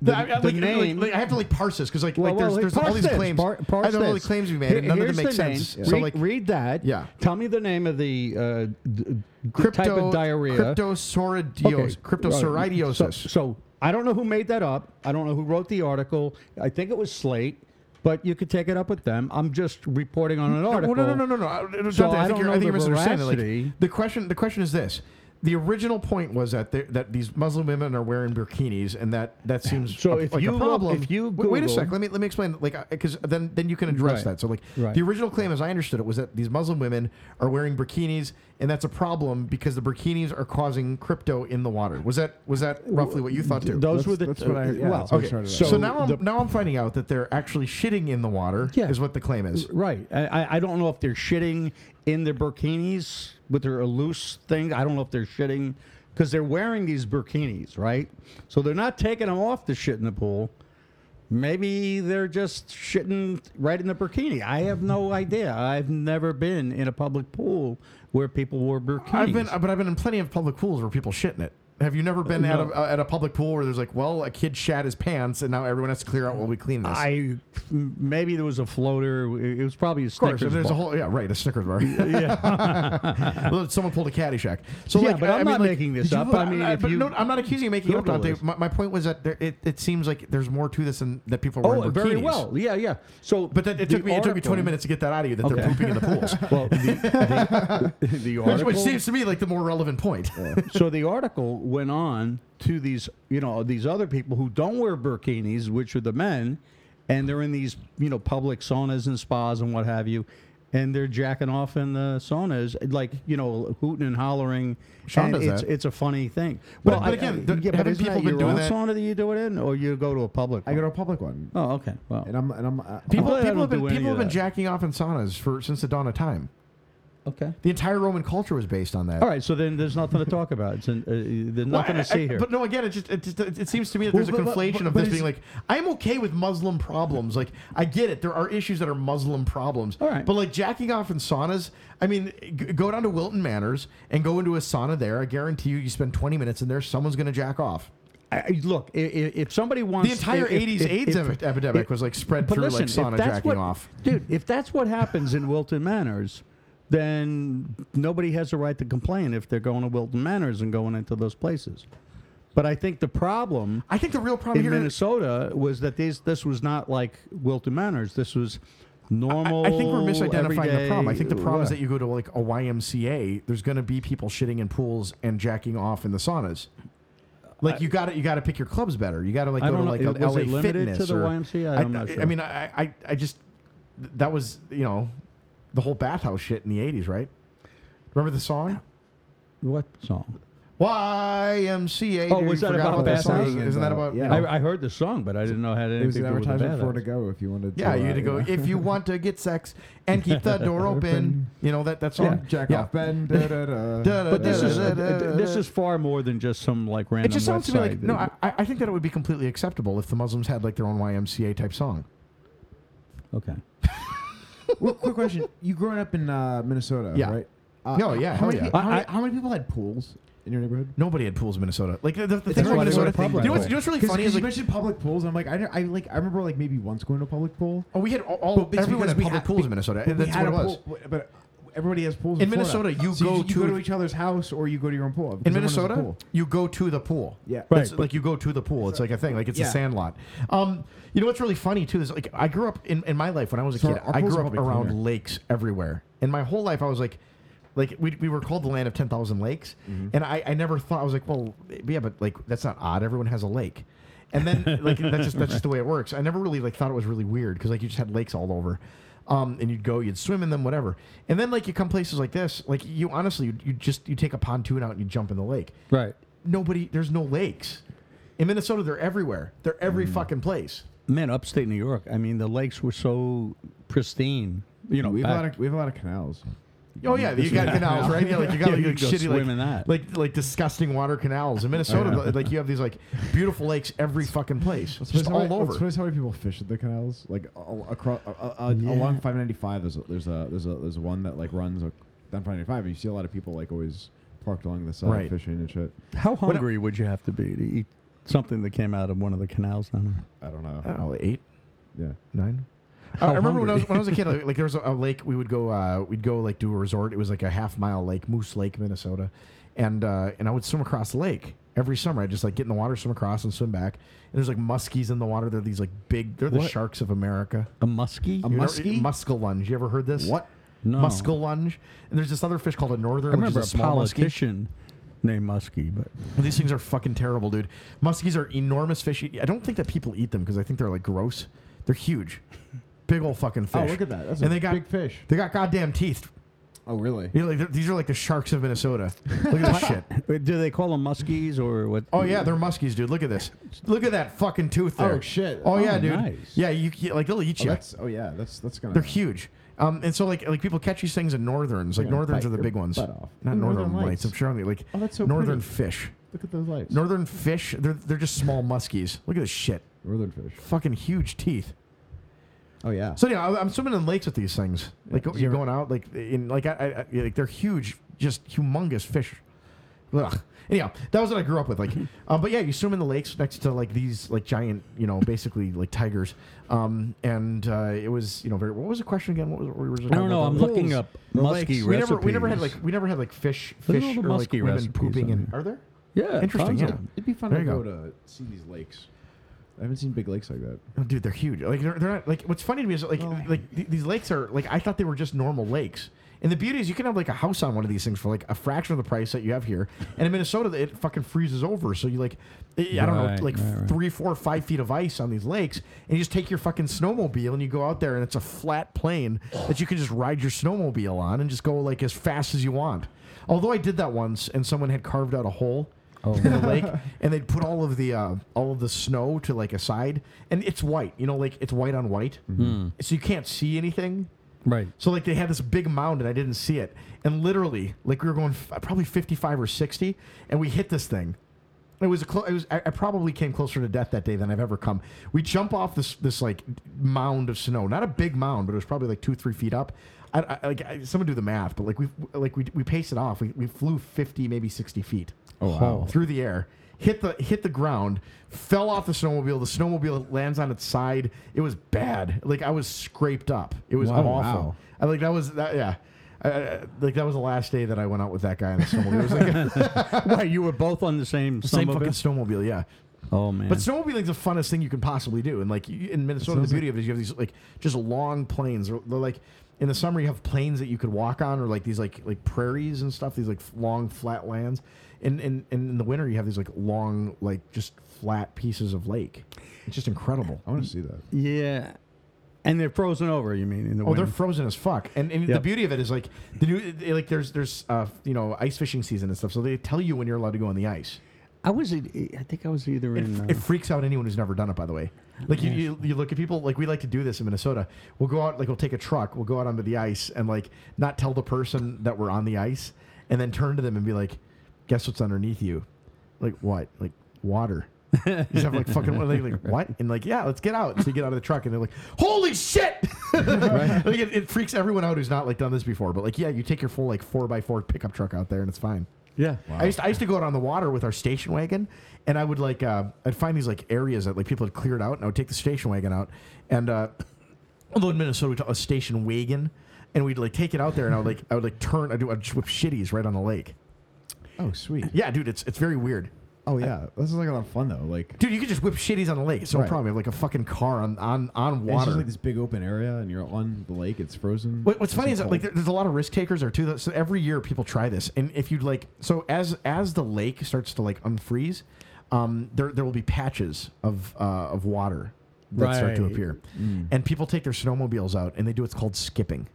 Speaker 1: The, I, I- like, like- like, I have to like parse this because like,
Speaker 3: Well,
Speaker 1: like there's,
Speaker 3: well,
Speaker 1: there's
Speaker 3: parse
Speaker 1: all these
Speaker 3: this,
Speaker 1: claims.
Speaker 3: par- parse
Speaker 1: I don't know all the
Speaker 3: this.
Speaker 1: claims we made.
Speaker 3: Here-
Speaker 1: and none of them make
Speaker 3: here's the name.
Speaker 1: sense. So
Speaker 3: read,
Speaker 1: like
Speaker 3: read that.
Speaker 1: Yeah.
Speaker 3: Tell me the name of the uh, d- d-
Speaker 1: crypto
Speaker 3: type of diarrhea.
Speaker 1: cryptosoradios, cryptosoradidosis.
Speaker 3: So, so I don't know who made that up. I don't know who wrote the article. I think it was Slate, but you could take it up with them. I'm just reporting on an
Speaker 1: No,
Speaker 3: article.
Speaker 1: No, no, no, no, no. I, no,
Speaker 3: So
Speaker 1: Dante, I
Speaker 3: I
Speaker 1: think
Speaker 3: don't
Speaker 1: you're, I
Speaker 3: know
Speaker 1: think you're
Speaker 3: the
Speaker 1: misunderstanding.
Speaker 3: veracity.
Speaker 1: Like, the question, the question is this: the original point was that there- that these Muslim women are wearing burkinis, and that that seems a-
Speaker 3: So if
Speaker 1: like
Speaker 3: you
Speaker 1: a
Speaker 3: look-
Speaker 1: problem.
Speaker 3: if you
Speaker 1: wait, wait a
Speaker 3: Google-
Speaker 1: sec, let me let me explain. Like, because then then you can address
Speaker 3: Right.
Speaker 1: that. So like
Speaker 3: Right.
Speaker 1: the original claim, as I understood it, was that these Muslim women are wearing burkinis, and that's a problem because the burkinis are causing crypto in the water. Was that was that roughly what you thought too?
Speaker 3: Those were the
Speaker 2: that's what I- yeah,
Speaker 3: well.
Speaker 2: that's what I
Speaker 1: Okay,
Speaker 2: started
Speaker 1: so,
Speaker 3: so
Speaker 1: now I'm
Speaker 3: the-
Speaker 1: now I'm finding out that they're actually shitting in the water.
Speaker 3: Yeah.
Speaker 1: is what the claim is.
Speaker 3: Right. I, I- I don't know if they're shitting in their burkinis with their loose thing. I don't know if they're shitting because they're wearing these burkinis, right? So they're not taking them off to shit in the pool. Maybe they're just shitting right in the burkini. I have no idea. I've never been in a public pool where people wore burkinis.
Speaker 1: I've been, but I've been in plenty of public pools where people shit in it. Have you
Speaker 3: Uh,
Speaker 1: never been at,
Speaker 3: No.
Speaker 1: a, uh, at a public pool where there's like, well, a kid shat his pants, and now everyone has to clear out while we clean this?
Speaker 3: I maybe there was a floater. It was probably a
Speaker 1: of course,
Speaker 3: Snickers
Speaker 1: if there's
Speaker 3: bar.
Speaker 1: a whole yeah, right, a Snickers bar. Well, Someone pulled a Caddyshack. So
Speaker 3: Yeah,
Speaker 1: like,
Speaker 3: but
Speaker 1: I-
Speaker 3: I'm
Speaker 1: I mean,
Speaker 3: not
Speaker 1: like,
Speaker 3: making this
Speaker 1: did you- uh,
Speaker 3: up. I mean, if
Speaker 1: but
Speaker 3: you
Speaker 1: no, I'm not accusing you of making it up.
Speaker 3: Google
Speaker 1: Dante.
Speaker 3: this.
Speaker 1: My, my point was that there, it, it seems like there's more to this than that people are
Speaker 3: oh,
Speaker 1: wearing
Speaker 3: very
Speaker 1: bikinis.
Speaker 3: well, yeah, yeah. So,
Speaker 1: But that, it
Speaker 3: the
Speaker 1: took me it took me 20
Speaker 3: article-
Speaker 1: minutes to get that out of you that they're
Speaker 3: Okay.
Speaker 1: pooping in the pools,
Speaker 3: Well, the, the, the
Speaker 1: which,
Speaker 3: article.
Speaker 1: which seems to me like the more relevant point.
Speaker 3: so the article went on to these, you know, these other people who don't wear burkinis, which are the men, and they're in these, you know, public saunas and spas and what have you, and they're jacking off in the saunas, like you know, hooting and hollering.
Speaker 1: Sean
Speaker 3: and
Speaker 1: does
Speaker 3: it's,
Speaker 1: that.
Speaker 3: it's a funny thing.
Speaker 1: But-
Speaker 3: well,
Speaker 1: but
Speaker 3: I-
Speaker 1: again,
Speaker 3: I,
Speaker 1: th-
Speaker 3: yeah, but
Speaker 1: haven't
Speaker 3: isn't
Speaker 1: people
Speaker 3: that
Speaker 1: been
Speaker 3: your
Speaker 1: doing
Speaker 3: own
Speaker 1: that?
Speaker 3: sauna that you do it in, or you go to a public?
Speaker 2: I
Speaker 3: one?
Speaker 2: go to a public one,
Speaker 3: Oh, okay. Well,
Speaker 2: and I'm and I'm uh,
Speaker 1: People,
Speaker 3: glad I
Speaker 1: people have
Speaker 3: don't
Speaker 1: been
Speaker 3: do any
Speaker 1: people
Speaker 3: of
Speaker 1: have been
Speaker 3: that.
Speaker 1: jacking off in saunas for since the dawn of time.
Speaker 3: okay.
Speaker 1: The entire Roman culture was based on that.
Speaker 3: All right. So then there's nothing to talk about. It's an, uh, there's
Speaker 1: Well,
Speaker 3: nothing
Speaker 1: I-
Speaker 3: to see
Speaker 1: I-
Speaker 3: here.
Speaker 1: But no, again, it just it, just, it seems to me that
Speaker 2: Well,
Speaker 1: there's a
Speaker 2: but- but-
Speaker 1: conflation of
Speaker 2: but
Speaker 1: this
Speaker 2: is-
Speaker 1: being like I'm okay with Muslim problems. Like I get it, there are issues that are Muslim problems.
Speaker 3: All right.
Speaker 1: but like jacking off in saunas. I mean, g- go down to Wilton Manors and go into a sauna there. I guarantee you, you spend 20 minutes in there, someone's gonna jack off.
Speaker 3: I, I- look, if, if somebody wants
Speaker 1: The entire
Speaker 3: if- if-
Speaker 1: 80s
Speaker 3: if-
Speaker 1: AIDS
Speaker 3: if-
Speaker 1: epi- epidemic
Speaker 3: if-
Speaker 1: was like spread
Speaker 3: but
Speaker 1: through
Speaker 3: listen,
Speaker 1: like
Speaker 3: if
Speaker 1: sauna
Speaker 3: that's
Speaker 1: jacking
Speaker 3: what-
Speaker 1: off.
Speaker 3: dude. If that's what happens in Wilton Manors, then nobody has a right to complain if they're going to Wilton Manors and going into those places. But I think the problem
Speaker 1: I think the real problem
Speaker 3: in
Speaker 1: here
Speaker 3: Minnesota was that these this was not like Wilton Manors. This was normal.
Speaker 1: I think we're misidentifying the
Speaker 3: everyday-
Speaker 1: problem. I think the problem is that you go to like a YMCA, there's going to be people shitting in pools and jacking off in the saunas. Like you got to you got to pick your clubs better. You got to like
Speaker 3: I
Speaker 1: go to
Speaker 3: don't know.
Speaker 1: like
Speaker 3: It-
Speaker 1: a
Speaker 3: was
Speaker 1: LA
Speaker 3: it limited to
Speaker 1: Fitness
Speaker 3: the
Speaker 1: or-
Speaker 3: YMCA?
Speaker 1: I,
Speaker 3: I'm not
Speaker 1: I
Speaker 3: sure.
Speaker 1: mean, I, I I just that was you know the whole bathhouse shit in the '80s, right? Remember the song?
Speaker 3: what song?
Speaker 1: YMCA.
Speaker 3: Oh,
Speaker 1: dude,
Speaker 3: was
Speaker 1: you
Speaker 3: that
Speaker 1: forgot
Speaker 3: about
Speaker 1: that
Speaker 3: bathhouse?
Speaker 1: song? Isn't that about?
Speaker 2: Yeah.
Speaker 3: I, I heard the song, but I didn't know how to.
Speaker 2: it was an advertisement for to go if you wanted.
Speaker 1: Yeah,
Speaker 2: to,
Speaker 1: you had to go if you want to get sex and keep the door open.
Speaker 2: Open.
Speaker 1: You know that that song.
Speaker 2: Jack
Speaker 1: Yeah.
Speaker 2: off Ben. Da, da, da.
Speaker 1: Da,
Speaker 3: But this
Speaker 1: da,
Speaker 3: is
Speaker 1: da, da, da,
Speaker 3: this
Speaker 1: da.
Speaker 3: is far more than just some like
Speaker 1: It
Speaker 3: random.
Speaker 1: just sounds to me
Speaker 3: website.
Speaker 1: like no. I, I I think that it would be completely acceptable if the Muslims had like their own YMCA type song.
Speaker 3: okay.
Speaker 2: Well, quick question: You growing up in uh, Minnesota,
Speaker 1: Yeah.
Speaker 2: right? Uh,
Speaker 1: No, yeah,
Speaker 2: How
Speaker 1: hell
Speaker 2: many,
Speaker 1: yeah.
Speaker 2: pe- how,
Speaker 3: I-
Speaker 2: many,
Speaker 3: I-
Speaker 2: how many people had pools in your neighborhood?
Speaker 1: Nobody had pools in Minnesota. Like the, the, the thing
Speaker 2: That's
Speaker 1: about
Speaker 2: why they
Speaker 1: Minnesota.
Speaker 2: were a
Speaker 1: You know, what's, you know what's really
Speaker 2: Cause,
Speaker 1: funny
Speaker 2: 'cause
Speaker 1: is
Speaker 2: you
Speaker 1: like
Speaker 2: mentioned public pools. I'm like, I, don't- I like, I remember like maybe once going to a public pool.
Speaker 1: oh, we had all, all
Speaker 2: But it's
Speaker 1: everyone
Speaker 2: because
Speaker 1: had
Speaker 2: we
Speaker 1: public
Speaker 2: had-
Speaker 1: pools in Minnesota.
Speaker 2: But we
Speaker 1: That's what
Speaker 2: had
Speaker 1: it
Speaker 2: a
Speaker 1: was.
Speaker 2: pool- but everybody has pools
Speaker 1: In
Speaker 2: Florida.
Speaker 1: Minnesota, you
Speaker 2: So
Speaker 1: go
Speaker 2: you,
Speaker 1: to-
Speaker 2: go to each other's house or you go to your own pool.
Speaker 1: In
Speaker 2: because everyone has a
Speaker 1: Minnesota,
Speaker 2: pool.
Speaker 1: you go to the pool.
Speaker 2: Yeah.
Speaker 3: Right,
Speaker 1: It's
Speaker 3: but-
Speaker 1: like you go to the pool. It's like a thing. Like it's a
Speaker 2: Yeah.
Speaker 1: sand lot. Um, you know what's really funny too is like I grew up in, in my life when I was a
Speaker 2: So
Speaker 1: kid.
Speaker 2: our
Speaker 1: I
Speaker 2: pools
Speaker 1: grew
Speaker 2: are
Speaker 1: up
Speaker 2: probably
Speaker 1: around
Speaker 2: cleaner.
Speaker 1: lakes everywhere, and my whole life I was like, like we, we were called the land of ten thousand lakes,
Speaker 2: Mm-hmm.
Speaker 1: and I, I never thought I was like, well, yeah, but like that's not odd. Everyone has a lake. And then like that's just that's just the way it works. I never really like thought it was really weird because like you just had lakes all over, um, and you'd go, you'd swim in them, whatever. And then like you come places like this, like you honestly you, you just you take a pontoon out and you jump in the lake
Speaker 3: Right.
Speaker 1: nobody there's no lakes in minnesota they're everywhere they're every
Speaker 2: Mm.
Speaker 1: fucking place
Speaker 3: Man, upstate New York. I mean, the lakes were so pristine. You know,
Speaker 2: we have a
Speaker 3: back-
Speaker 2: lot of we have a lot of canals.
Speaker 1: oh yeah you got canals right yeah like you got
Speaker 3: Yeah,
Speaker 1: like,
Speaker 3: you
Speaker 1: like
Speaker 3: go
Speaker 1: shitty
Speaker 3: swim in
Speaker 1: like,
Speaker 3: that. Oh,
Speaker 1: like like disgusting water canals in minnesota
Speaker 2: yeah.
Speaker 1: like you have these like beautiful lakes every fucking place
Speaker 2: It's
Speaker 1: just all over
Speaker 2: Suppose how many people fish at the canals? Like all, across uh, uh, uh, along 595, there's a, there's a there's a there's one that like runs ac- down 595, and you see a lot of people like always parked along the side
Speaker 1: Right.
Speaker 2: fishing and shit.
Speaker 3: how hungry would you have to be to eat Something that came out of one of the canals down there.
Speaker 2: I don't know.
Speaker 1: I don't know, eight,
Speaker 2: Yeah.
Speaker 1: nine.
Speaker 3: How
Speaker 1: I remember when I,
Speaker 3: Oh, hungry.
Speaker 1: was, when I was a kid, like, like, there was a, a lake we would go, uh, we'd go like do a resort. It was like a half mile lake, Moose Lake, Minnesota, and uh, and I would swim across the lake every summer. I would just like get in the water, swim across, and swim back. And there's like muskies in the water. They're these like big. They're the
Speaker 3: What?
Speaker 1: sharks of America.
Speaker 3: A muskie?
Speaker 1: You know,
Speaker 2: muskie?
Speaker 1: muscle lunge. You ever heard this?
Speaker 2: What?
Speaker 3: No.
Speaker 1: Muscle lunge. And there's this other fish called a northern.
Speaker 3: I remember a,
Speaker 1: which is a, small muskie.
Speaker 3: politician named Muskie, but
Speaker 1: These things are fucking terrible, dude. Muskies are enormous fish. I don't think that people eat them because I think they're like gross. They're huge, big old fucking fish.
Speaker 2: Oh, look at that. That's a big fish.
Speaker 1: They got goddamn teeth.
Speaker 2: Oh, really?
Speaker 1: You know, like they're- these are like the sharks of Minnesota. Look at this shit.
Speaker 3: Wait, do they call them muskies or what?
Speaker 1: Oh yeah, they're muskies, dude. Look at this. Look at that fucking tooth there.
Speaker 2: Oh, shit.
Speaker 1: Oh yeah,
Speaker 3: Oh,
Speaker 1: dude.
Speaker 3: nice.
Speaker 1: Yeah, you you- like they'll eat
Speaker 2: Oh,
Speaker 1: you.
Speaker 2: that's, oh yeah. That's that's gonna.
Speaker 1: They're huge. Um, and so like like people catch these things in northerns. Like
Speaker 2: Yeah,
Speaker 1: northerns
Speaker 2: bite
Speaker 1: are the
Speaker 2: your
Speaker 1: big ones.
Speaker 2: butt off.
Speaker 1: Not
Speaker 2: Ooh,
Speaker 1: northern,
Speaker 2: northern
Speaker 1: lights.
Speaker 2: lights.
Speaker 1: I'm sure I'm like
Speaker 2: Oh, that's so
Speaker 1: northern
Speaker 2: pretty.
Speaker 1: fish.
Speaker 2: Look at those lights.
Speaker 1: Northern fish. They're they're just small muskies. Look at this shit.
Speaker 2: Northern fish.
Speaker 1: Fucking huge teeth.
Speaker 2: Oh yeah.
Speaker 1: So yeah, I'm swimming in lakes with these things. Like
Speaker 2: Yeah.
Speaker 1: you're going out, like in like I, I, I- yeah, like they're huge, just humongous fish. Ugh. Anyhow, that was what I grew up with. Like, um, but yeah, you swim in the lakes next to like these like giant, you know, basically like tigers. Um, and uh, it was you know very. What was the question again? What was what we were just
Speaker 3: I
Speaker 1: talking
Speaker 3: don't know.
Speaker 1: about
Speaker 3: I'm
Speaker 1: that?
Speaker 3: looking up
Speaker 1: The
Speaker 3: muskie
Speaker 1: lakes. we never we never had like
Speaker 3: recipes.
Speaker 1: we never had like fish
Speaker 3: Look at
Speaker 1: fish
Speaker 3: all the
Speaker 1: or like
Speaker 3: muskie
Speaker 1: women
Speaker 3: recipes
Speaker 1: pooping
Speaker 3: on
Speaker 1: and
Speaker 3: here.
Speaker 1: are there?
Speaker 3: Yeah,
Speaker 1: Interesting,
Speaker 3: tons
Speaker 1: yeah.
Speaker 3: of them.
Speaker 2: It'd be fun
Speaker 1: There
Speaker 2: to
Speaker 1: you
Speaker 2: go,
Speaker 1: go.
Speaker 2: to see these lakes. I haven't seen big lakes like that.
Speaker 1: Oh, dude, they're huge. Like they're, they're not like what's funny to me is like
Speaker 3: Oh.
Speaker 1: like th- these lakes are like I thought they were just normal lakes. And the beauty is you can have like a house on one of these things for like a fraction of the price that you have here. And in Minnesota, it fucking freezes over. So you like, I I don't
Speaker 3: Right,
Speaker 1: know, like
Speaker 3: right, right.
Speaker 1: three, four, five feet of ice on these lakes, and you just take your fucking snowmobile and you go out there, and it's a flat plane that you can just ride your snowmobile on and just go like as fast as you want. Although I did that once, and someone had carved out a hole in the lake, and they'd put all of the uh, all of the snow to like a side, and it's white, you know, like it's white on white, so you can't see anything.
Speaker 3: Right.
Speaker 1: So like they had this big mound and I didn't see it. And literally, like we were going f- uh, probably 55 or 60, and we hit this thing. It was a clo- it was I, I probably came closer to death that day than I've ever come. We jump off this this like mound of snow, not a big mound, but it was probably like two three feet up. I, I like I, someone do the math, but like we like we we paced it off. We we flew 50 maybe 60 feet
Speaker 2: Oh wow.
Speaker 1: through the air, hit the hit the ground, fell off the snowmobile. The snowmobile lands on its side. It was bad. Like I was scraped up. It was
Speaker 2: Wow.
Speaker 1: awful.
Speaker 2: Wow.
Speaker 1: I like that was that yeah. I- I, like that was the last day that I went out with that guy on the snowmobile. It was like a
Speaker 3: Why you were both on the same
Speaker 1: same
Speaker 3: snowmobile?
Speaker 1: fucking snowmobile, yeah.
Speaker 3: Oh man.
Speaker 1: But snowmobiling's the funnest thing you can possibly do. And like you, in Minnesota, the beauty of it is you have these like just long plains. They're, they're like in the summer you have plains that you could walk on, or like these like like prairies and stuff. These like f- long flat lands. And and and in the winter you have these like long like just flat pieces of lake. It's just incredible.
Speaker 2: I want to see that.
Speaker 3: yeah. And they're frozen over, you mean, in the
Speaker 1: Oh,
Speaker 3: winter.
Speaker 1: they're frozen as fuck. And, and
Speaker 3: Yeah.
Speaker 1: the beauty of it is like the new like there's there's uh you know ice fishing season and stuff. So they tell you when you're allowed to go on the ice.
Speaker 3: I was e- I think I was either
Speaker 1: It,
Speaker 3: in uh,
Speaker 1: it freaks out anyone who's never done it, by the way. Like you, you, you look at people like we like to do this in Minnesota. We'll go out like we'll take a truck, we'll go out onto the ice and like not tell the person that we're on the ice, and then turn to them and be like, "Guess what's underneath you?" Like what? Like water. You just have like fucking like, like what? And like yeah, let's get out. So you get out of the truck and they're like, "Holy shit!" like it, it freaks everyone out who's not like done this before. But like yeah, you take your full like four by four pickup truck out there and it's fine.
Speaker 3: Yeah.
Speaker 1: I used, to, I used to go out on the water with our station wagon, and I would like uh, I'd find these like areas that like people had cleared out, and I would take the station wagon out, and uh, although in Minnesota we call it a station wagon, and we'd like take it out there, and I would like I would like turn I do I'd just whip shitties right on the lake.
Speaker 2: Oh sweet.
Speaker 1: Yeah, dude, it's it's very weird.
Speaker 2: Oh yeah. This is like a lot of fun though. Like
Speaker 1: Dude, you could just whip shitties on the lake. It's no
Speaker 2: Right.
Speaker 1: problem. You have like a fucking car on on on
Speaker 2: it's
Speaker 1: water.
Speaker 2: just like this big open area, and you're on the lake. It's frozen.
Speaker 1: What, what's
Speaker 2: It's
Speaker 1: funny is that like
Speaker 2: cold.
Speaker 1: there- there's a lot of risk takers there too. that- So every year people try this, and if you'd like, so as as the lake starts to like unfreeze, um, there there will be patches of uh, of water that start to
Speaker 3: Right.
Speaker 1: appear, and people take their snowmobiles out and they do what's called skipping,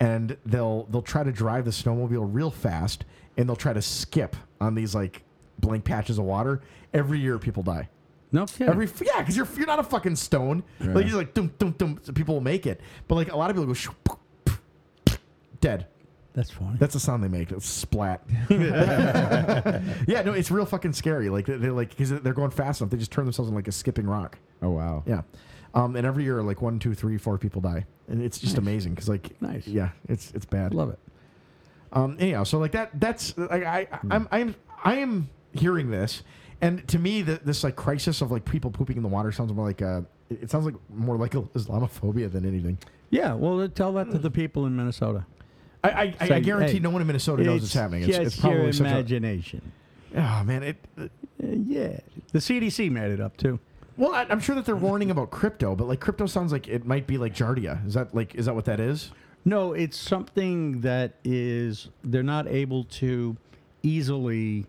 Speaker 1: and they'll they'll try to drive the snowmobile real fast, and they'll try to skip on these like blank patches of water. Every year people die.
Speaker 3: No kidding.
Speaker 1: Every f- yeah, because you're you're not a fucking stone. Like you're like dum dum dum. So people will make it, but like a lot of people go shoo, poof, poof, poof, dead.
Speaker 3: That's funny.
Speaker 1: That's the sound they make. It's splat. yeah, no, it's real fucking scary. Like they- they're like because they're going fast enough, they just turn themselves into like a skipping rock.
Speaker 2: Oh wow.
Speaker 1: Yeah, um, and every year like one, two, three, four people die, and it's just amazing because like
Speaker 3: Nice.
Speaker 1: yeah, it's it's bad.
Speaker 3: Love it. Hmm.
Speaker 1: Um, anyhow, so like that, that's like I, I'm, I'm, I am hearing this, And to me, the, this like crisis of like people pooping in the water sounds more like uh, it it sounds like more like Islamophobia than anything.
Speaker 3: Yeah, well, tell that to the people in Minnesota.
Speaker 1: I I, I- I
Speaker 3: Say,
Speaker 1: guarantee
Speaker 3: hey,
Speaker 1: no one in Minnesota knows it's, happening. It's,
Speaker 3: just
Speaker 1: it's probably
Speaker 3: your
Speaker 1: such
Speaker 3: imagination.
Speaker 1: a oh man. It
Speaker 3: Uh, yeah, the CDC made it up too.
Speaker 1: well, I, I'm sure that they're warning about crypto, but like crypto sounds like it might be like Jardia. Is that like is that what that is?
Speaker 3: No, it's something that is they're not able to easily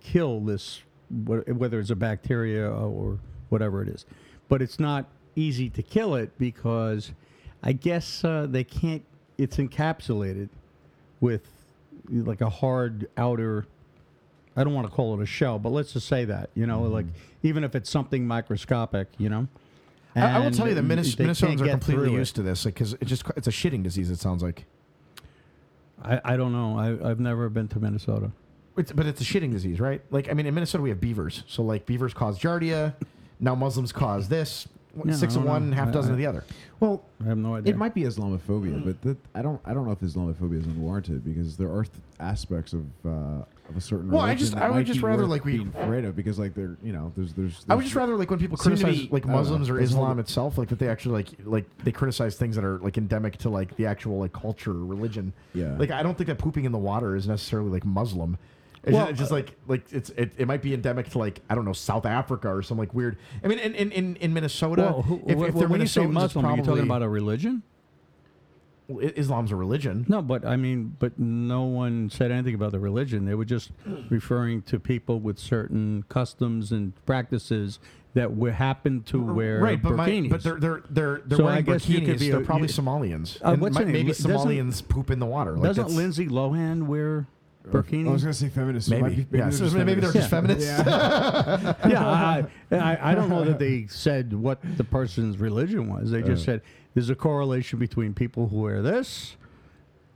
Speaker 3: kill this, wh- whether it's a bacteria or whatever it is. But it's not easy to kill it because I guess uh, they can't. It's encapsulated with like a hard outer. I don't want to call it a shell, but let's just say that you know, like even if it's something microscopic, you know.
Speaker 1: Mm-hmm. I, I will
Speaker 3: And
Speaker 1: tell you that Minnes-
Speaker 3: they can't
Speaker 1: Minnesotans are
Speaker 3: get
Speaker 1: completely
Speaker 3: through it.
Speaker 1: used to this because it just it's a shitting disease. It sounds like,
Speaker 3: I, I don't know. I, I've never been to Minnesota.
Speaker 1: it's, but it's a shitting disease, right? Like I mean, in Minnesota we have beavers, so like beavers cause Giardia. Now Muslims cause this.
Speaker 3: No,
Speaker 1: Six of
Speaker 3: I don't
Speaker 1: one,
Speaker 3: know.
Speaker 1: half
Speaker 3: I-
Speaker 1: dozen
Speaker 3: I-
Speaker 1: of the other.
Speaker 2: Well,
Speaker 3: I have no idea.
Speaker 2: it might be
Speaker 1: Mm.
Speaker 2: Islamophobia, but that, I don't. I don't know if Islamophobia is unwarranted because there are th- aspects of uh, of a certain.
Speaker 1: Well, I
Speaker 2: religion
Speaker 1: just-
Speaker 2: that
Speaker 1: I would
Speaker 2: might
Speaker 1: just
Speaker 2: be
Speaker 1: rather,
Speaker 2: worth
Speaker 1: like, we-
Speaker 2: being afraid of because like they're you know there's there's.
Speaker 1: I would
Speaker 2: there's-
Speaker 1: just rather like when people
Speaker 2: Seem to
Speaker 1: criticize
Speaker 2: be-
Speaker 1: like
Speaker 2: I don't know,
Speaker 1: Muslims or
Speaker 2: there's a whole-
Speaker 1: Islam itself, like that they actually like like they criticize things that are like endemic to like the actual like culture or religion.
Speaker 2: Yeah.
Speaker 1: Like I don't think that pooping in the water is necessarily like Muslim. It's
Speaker 3: Well,
Speaker 1: just, it's
Speaker 2: uh,
Speaker 1: just like like it's it, it might be endemic to like I don't know South Africa or some like weird. I mean in in, in, in Minnesota,
Speaker 3: Well, who-
Speaker 1: if,
Speaker 3: wh-
Speaker 1: if
Speaker 3: wh-
Speaker 1: they're
Speaker 3: when you say
Speaker 1: Minnesotans, it's
Speaker 3: Muslim, are you
Speaker 1: probably-
Speaker 3: talking about a religion?
Speaker 1: well, I- Islam's a religion.
Speaker 3: No, but I mean, but no one said anything about the religion. They were just referring to people with certain customs and practices that were happened to wear
Speaker 1: right, but my,
Speaker 3: burkinis.
Speaker 1: but they're they're they're they're
Speaker 3: So I
Speaker 1: wearing
Speaker 3: guess you could
Speaker 1: bikinis.
Speaker 3: be
Speaker 1: they're
Speaker 3: a-
Speaker 1: probably
Speaker 3: you-
Speaker 1: Somalians.
Speaker 3: Uh,
Speaker 1: And
Speaker 3: what's
Speaker 1: mi-
Speaker 3: her name?
Speaker 1: maybe
Speaker 3: Doesn't-
Speaker 1: Somalians poop in the water. Like
Speaker 3: Doesn't
Speaker 1: that's- Oh,
Speaker 3: Lindsay Lohan wear
Speaker 2: I was
Speaker 3: burkinis?
Speaker 2: gonna say feminist. so it
Speaker 1: Maybe.
Speaker 2: might be-
Speaker 1: yeah, so
Speaker 2: just
Speaker 1: maybe they're just feminists.
Speaker 3: yeah, I, I, I don't know that they said what the person's religion was. They
Speaker 2: Uh.
Speaker 3: just said there's a correlation between people who wear this,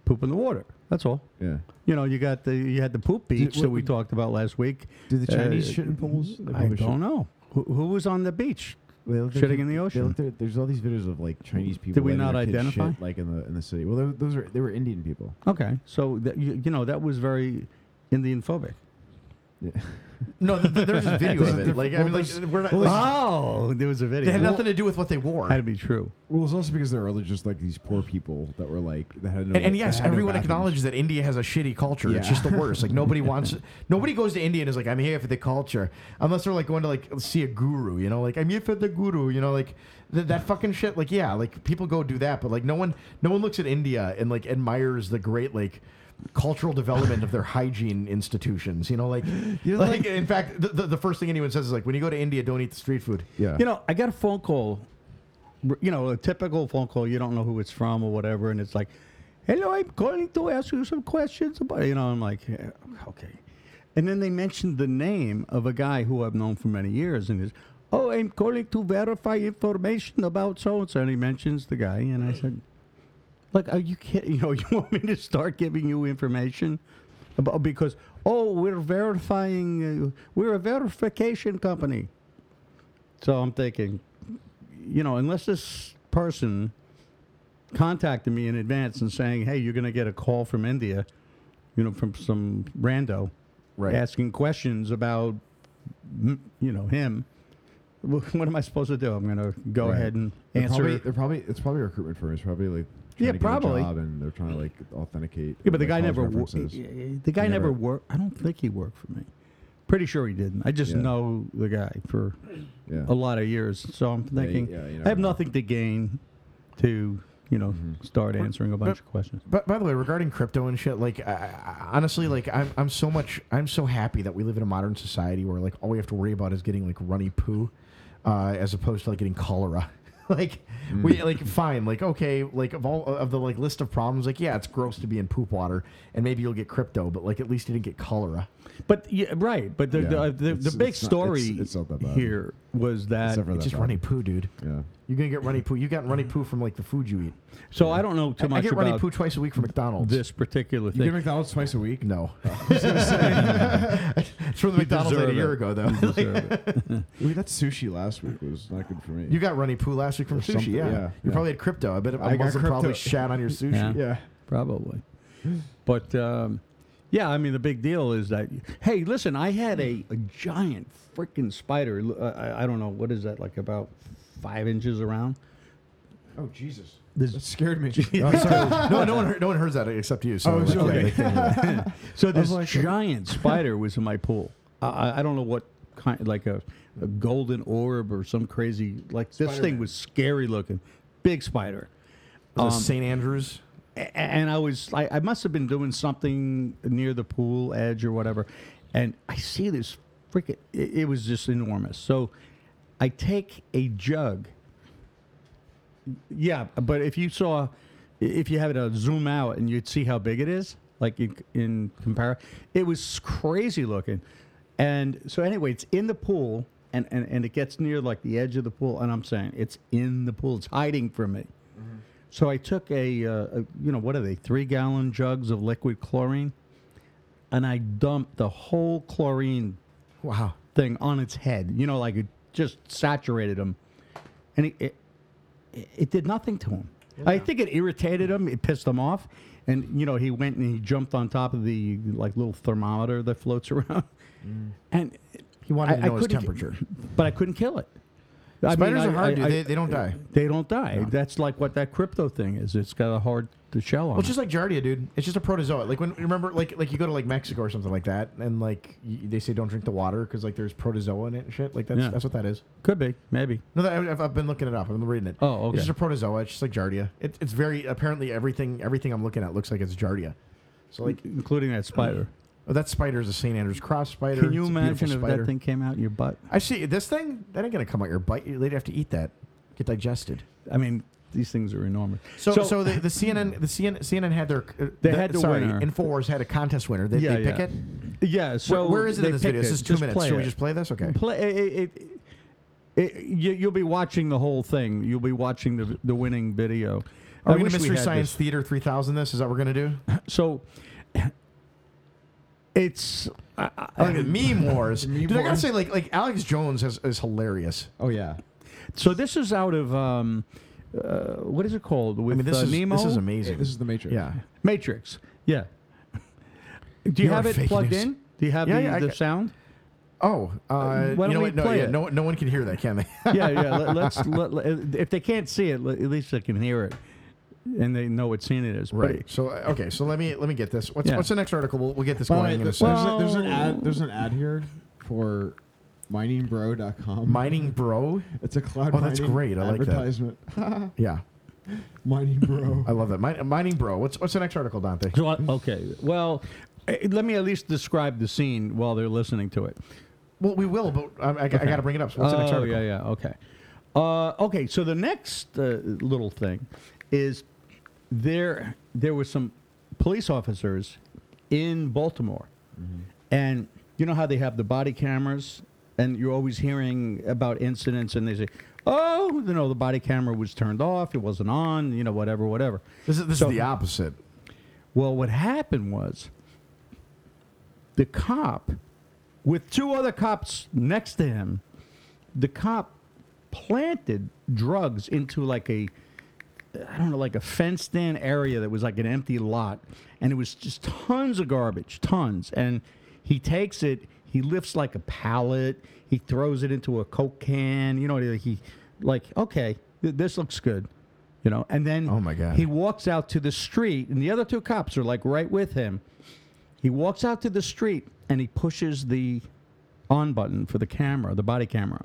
Speaker 3: poop in the water. That's all.
Speaker 2: Yeah.
Speaker 3: You know, you got the you had the poop beach that
Speaker 2: what-
Speaker 3: we talked about last week.
Speaker 2: Do the
Speaker 3: Uh,
Speaker 2: Chinese shit in pools? They
Speaker 3: I
Speaker 2: probably
Speaker 3: don't
Speaker 2: shit.
Speaker 3: know who, who was on the beach.
Speaker 2: They look
Speaker 3: Shitting in the
Speaker 2: they
Speaker 3: ocean.
Speaker 2: look there- there's all these videos of like Chinese people.
Speaker 3: we
Speaker 2: letting
Speaker 3: not
Speaker 2: their kids
Speaker 3: identify?
Speaker 2: shit, like in the in the city? Well, tho- those are they were Indian people.
Speaker 3: Okay, so that, you, you know that was very Indian phobic.
Speaker 2: Yeah.
Speaker 1: No, th- th- there's just video
Speaker 2: There's
Speaker 1: of
Speaker 2: a
Speaker 1: it.
Speaker 2: diff-
Speaker 1: Like I
Speaker 2: well,
Speaker 1: mean, like
Speaker 2: there's-
Speaker 1: we're not.
Speaker 2: well,
Speaker 1: like,
Speaker 3: Oh, there was a video.
Speaker 1: It had nothing to do with what they wore.
Speaker 3: had to be true.
Speaker 2: Well, it's also because there are just like these poor people that were like that had no.
Speaker 1: and, and
Speaker 2: that
Speaker 1: yes,
Speaker 2: had no
Speaker 1: everyone
Speaker 2: bathrooms.
Speaker 1: acknowledges that India has a shitty culture. It's
Speaker 2: Yeah.
Speaker 1: just the worst. Like nobody wants, nobody goes to India and is like, "I'm here for the culture," unless they're like going to like see a guru. You know, like I'm here for the guru. You know, like th- that fucking shit. Like yeah, like people go do that, but like no one, no one looks at India and like admires the great like cultural development of their hygiene institutions. You know, like
Speaker 2: know,
Speaker 1: like,
Speaker 2: like-
Speaker 1: in fact, the, the, the first thing anyone says is like, when you go to India, don't eat the street food.
Speaker 2: Yeah.
Speaker 3: You know, I got a phone call. r- You know, a typical phone call. You don't know who it's from or whatever, and it's like, "Hello, I'm calling to ask you some questions about." You know, I'm like, yeah, "Okay," and then they mentioned the name of a guy who I've known for many years, and is, "Oh, I'm calling to verify information about so and so," and he mentions the guy, and I said. Like, are you kidding? You know, you want me to start giving you information about because oh, we're verifying, uh, we're a verification company. So I'm thinking, you know, unless this person contacted me in advance and saying, hey, you're going to get a call from India, you know, from some rando,
Speaker 1: Right.
Speaker 3: asking questions about, mm, you know, him. wh- What am I supposed to do? I'm going to go
Speaker 2: Right.
Speaker 3: ahead and
Speaker 2: They're
Speaker 3: answer.
Speaker 2: Probably, they're probably it's probably a recruitment firm. It's probably like trying
Speaker 3: Yeah,
Speaker 2: to
Speaker 3: probably.
Speaker 2: get a job and they're trying to like authenticate.
Speaker 3: Yeah, but the
Speaker 2: like,
Speaker 3: guy
Speaker 2: college
Speaker 3: never wo-
Speaker 2: references.
Speaker 3: the guy
Speaker 2: He
Speaker 3: never
Speaker 2: never-
Speaker 3: worked. I don't think he worked for me. Pretty sure he didn't. I just
Speaker 2: Yeah.
Speaker 3: know the guy for
Speaker 2: Yeah.
Speaker 3: a lot of years, so I'm
Speaker 2: you-
Speaker 3: thinking
Speaker 2: yeah, you
Speaker 3: I have
Speaker 2: never know. Mm-hmm.
Speaker 3: nothing to gain to you know start answering a bunch of questions.
Speaker 1: But by the way, regarding crypto and shit, like I, I, honestly, like I'm, I'm so much, I'm so happy that we live in a modern society where like all we have to worry about is getting like runny poo, uh, as opposed to like getting cholera. like
Speaker 3: Mm.
Speaker 1: we like fine, like okay, like of all of the like list of problems, like yeah, it's gross to be in poop water, and maybe you'll get crypto, but like at least you didn't get cholera.
Speaker 3: But yeah, right. But the
Speaker 2: Yeah.
Speaker 3: the, the, the
Speaker 2: It's-
Speaker 3: big
Speaker 2: it's not-
Speaker 3: story
Speaker 2: it's- it's not that bad.
Speaker 3: here was that.
Speaker 2: Except for
Speaker 1: It's
Speaker 2: that
Speaker 1: just
Speaker 2: guy.
Speaker 1: runny poo, dude.
Speaker 2: Yeah.
Speaker 1: You're gonna get runny poo. You got runny poo from like the food you eat.
Speaker 3: So I don't know too
Speaker 1: I- I
Speaker 3: much
Speaker 1: get runny
Speaker 3: about
Speaker 1: poo twice a week from McDonald's.
Speaker 3: this particular
Speaker 2: You get
Speaker 3: thing.
Speaker 2: McDonald's twice a week.
Speaker 1: no, it's from the McDonald's like a
Speaker 3: deserve
Speaker 1: year
Speaker 3: it.
Speaker 1: ago though.
Speaker 2: Deserve it. Wait, that sushi last week was not good for me.
Speaker 1: You got runny poo last week from sushi,
Speaker 2: something,
Speaker 1: yeah.
Speaker 2: yeah,
Speaker 1: You
Speaker 2: yeah.
Speaker 1: probably had crypto. I bet a
Speaker 2: I got
Speaker 1: Muslim probably
Speaker 2: crypto.
Speaker 1: shat on your sushi.
Speaker 3: Yeah.
Speaker 2: yeah.
Speaker 3: probably. But um, Yeah, I mean the big deal is that hey, listen, I had a, a giant freaking spider. l- uh, I, I don't know what is that like about five inches around.
Speaker 2: Oh Jesus,
Speaker 3: This-
Speaker 2: that scared me.
Speaker 1: Oh, sorry. no, no one, heard, no one heard that except you. So
Speaker 2: Oh, it's
Speaker 1: yeah,
Speaker 2: okay.
Speaker 1: they can hear that.
Speaker 3: So this
Speaker 2: like-
Speaker 3: giant spider was in my pool. I- I, I don't know what kind, like a, a golden orb or some crazy like this thing
Speaker 2: Spider-Man.
Speaker 3: was scary looking, big spider.
Speaker 2: Um,
Speaker 1: Was it St. Andrews.
Speaker 3: A- and I was I, I must have been doing something near the pool edge or whatever, and I see this freaking it, it was just enormous. So I take a jug. Yeah, but if you saw, if you had to zoom out and you'd see how big it is, like in, in compare, it was crazy looking. And so anyway, it's in the pool, and, and and it gets near like the edge of the pool, and I'm saying it's in the pool, it's hiding from me. So I took a, uh, a you know, what are they, three gallon jugs of liquid chlorine, and I dumped the whole chlorine
Speaker 1: Wow.
Speaker 3: thing on its head. You know, like it just saturated him, and it it, it- it did nothing to him. I think it irritated him. It pissed him off, and you know he went and he jumped on top of the like little thermometer that floats around, and
Speaker 1: Mm. He wanted to know his
Speaker 3: couldn't ki-
Speaker 1: temperature.
Speaker 3: but I couldn't kill it. I mean,
Speaker 1: Spiders
Speaker 3: I-
Speaker 1: are hard,
Speaker 3: I-
Speaker 1: dude.
Speaker 3: I-
Speaker 1: they, they don't die.
Speaker 3: they don't die. That's like what that crypto thing is. It's got a hard to shell on.
Speaker 1: Well,
Speaker 3: it.
Speaker 1: it's just like Giardia, dude. It's just a protozoa. Like when remember, like like you go to like Mexico or something like that, and like y- they say don't drink the water because like there's protozoa in it and shit. Like that's
Speaker 3: Yeah.
Speaker 1: that's what that is.
Speaker 3: Could be, maybe.
Speaker 1: No, that, I've, I've been looking it up. I've been reading it.
Speaker 3: Oh, okay.
Speaker 1: It's just a protozoa. It's just like Giardia. It, it's very apparently everything everything I'm looking at looks like it's Giardia. So like
Speaker 3: including that spider.
Speaker 1: oh, that spider is a St. Andrew's cross spider.
Speaker 3: Can you
Speaker 1: It's a beautiful
Speaker 3: imagine if
Speaker 1: spider.
Speaker 3: that thing came out your butt?
Speaker 1: I see this thing. That ain't gonna come out your bite. You'd have to eat that. Get digested.
Speaker 3: I mean, these things are enormous.
Speaker 1: So, so, the, the CNN, the CNN, CNN had their uh,
Speaker 3: They
Speaker 1: the-
Speaker 3: had the
Speaker 1: sorry,
Speaker 3: winner.
Speaker 1: Infowars had a contest winner. They,
Speaker 3: Yeah,
Speaker 1: they pick
Speaker 3: yeah.
Speaker 1: it.
Speaker 3: yeah. So
Speaker 1: Where- where is it
Speaker 3: they
Speaker 1: in this
Speaker 3: pick
Speaker 1: video? This
Speaker 3: it.
Speaker 1: is two
Speaker 3: Just
Speaker 1: minutes.
Speaker 3: play
Speaker 1: Should we
Speaker 3: it.
Speaker 1: just play this? Okay.
Speaker 3: play it? it, it, it you, you'll be watching the whole thing. You'll be watching the the winning video.
Speaker 1: Are
Speaker 3: I
Speaker 1: we
Speaker 3: wish
Speaker 1: gonna Mystery
Speaker 3: had
Speaker 1: Science
Speaker 3: this.
Speaker 1: Theater three thousand? This is that what we're gonna do?
Speaker 3: So it's I, I-
Speaker 1: I like the meme wars. Dude, I gotta
Speaker 2: wars.
Speaker 1: say, like, like Alex Jones has, is hilarious.
Speaker 2: oh yeah,
Speaker 3: so this is out of um, uh, what is it called? With
Speaker 1: I mean, this
Speaker 3: uh,
Speaker 1: is
Speaker 3: Nemo?
Speaker 1: this is
Speaker 2: this
Speaker 1: amazing.
Speaker 2: is the Matrix.
Speaker 1: yeah,
Speaker 3: Matrix. Yeah. Do you
Speaker 1: You are
Speaker 3: have it
Speaker 1: fake
Speaker 3: plugged
Speaker 1: news.
Speaker 3: in? Do you have
Speaker 1: Yeah,
Speaker 3: the,
Speaker 1: yeah, I
Speaker 3: the
Speaker 1: ca-
Speaker 3: sound?
Speaker 1: Oh, uh,
Speaker 3: Why don't
Speaker 1: you know
Speaker 3: we
Speaker 1: what? No,
Speaker 3: play
Speaker 1: yeah,
Speaker 3: it?
Speaker 1: no, no one can hear that, can they?
Speaker 3: yeah, yeah. Let, let's let, let- if they can't see it, le- at least they can hear it, and they know what scene it is. But
Speaker 1: right.
Speaker 3: it-
Speaker 1: So uh, okay, so let me let me get this. What's
Speaker 3: Yeah.
Speaker 1: what's the next article? We'll, we'll get this
Speaker 2: By the
Speaker 1: going
Speaker 2: way,
Speaker 1: in a
Speaker 2: there's,
Speaker 1: second.
Speaker 2: a- there's an ad. There's an ad here for miningbro.com.
Speaker 1: Mining bro.
Speaker 2: It's a cloud.
Speaker 1: Oh, that's
Speaker 2: mining
Speaker 1: great. I like that.
Speaker 2: advertisement.
Speaker 1: Yeah,
Speaker 2: Mining bro.
Speaker 1: I love that. Min- mining bro. What's what's the next article, Dante?
Speaker 3: So I- okay. Well, eh, let me at least describe the scene while they're listening to it.
Speaker 1: Well, we will, but I, I, got to bring it up. So what's the next
Speaker 3: oh
Speaker 1: article?
Speaker 3: yeah, yeah. Okay. Uh, okay. So the next uh, little thing is there. There were some police officers in Baltimore,
Speaker 1: Mm-hmm.
Speaker 3: and you know how they have the body cameras, and you're always hearing about incidents, and they say, "Oh, you know, the body camera was turned off. It wasn't on. You know, whatever, whatever."
Speaker 1: This is this
Speaker 3: So-
Speaker 1: is the opposite.
Speaker 3: Well, what happened was the cop, with two other cops next to him, the cop planted drugs into like a, I don't know, like a fenced in area that was like an empty lot. And it was just tons of garbage, tons. And he takes it, he lifts like a pallet, he throws it into a Coke can. You know, he, like, okay, th- this looks good. You know, and then
Speaker 1: Oh my God.
Speaker 3: he walks out to the street, and the other two cops are like right with him. He walks out to the street and he pushes the on button for the camera, the body camera.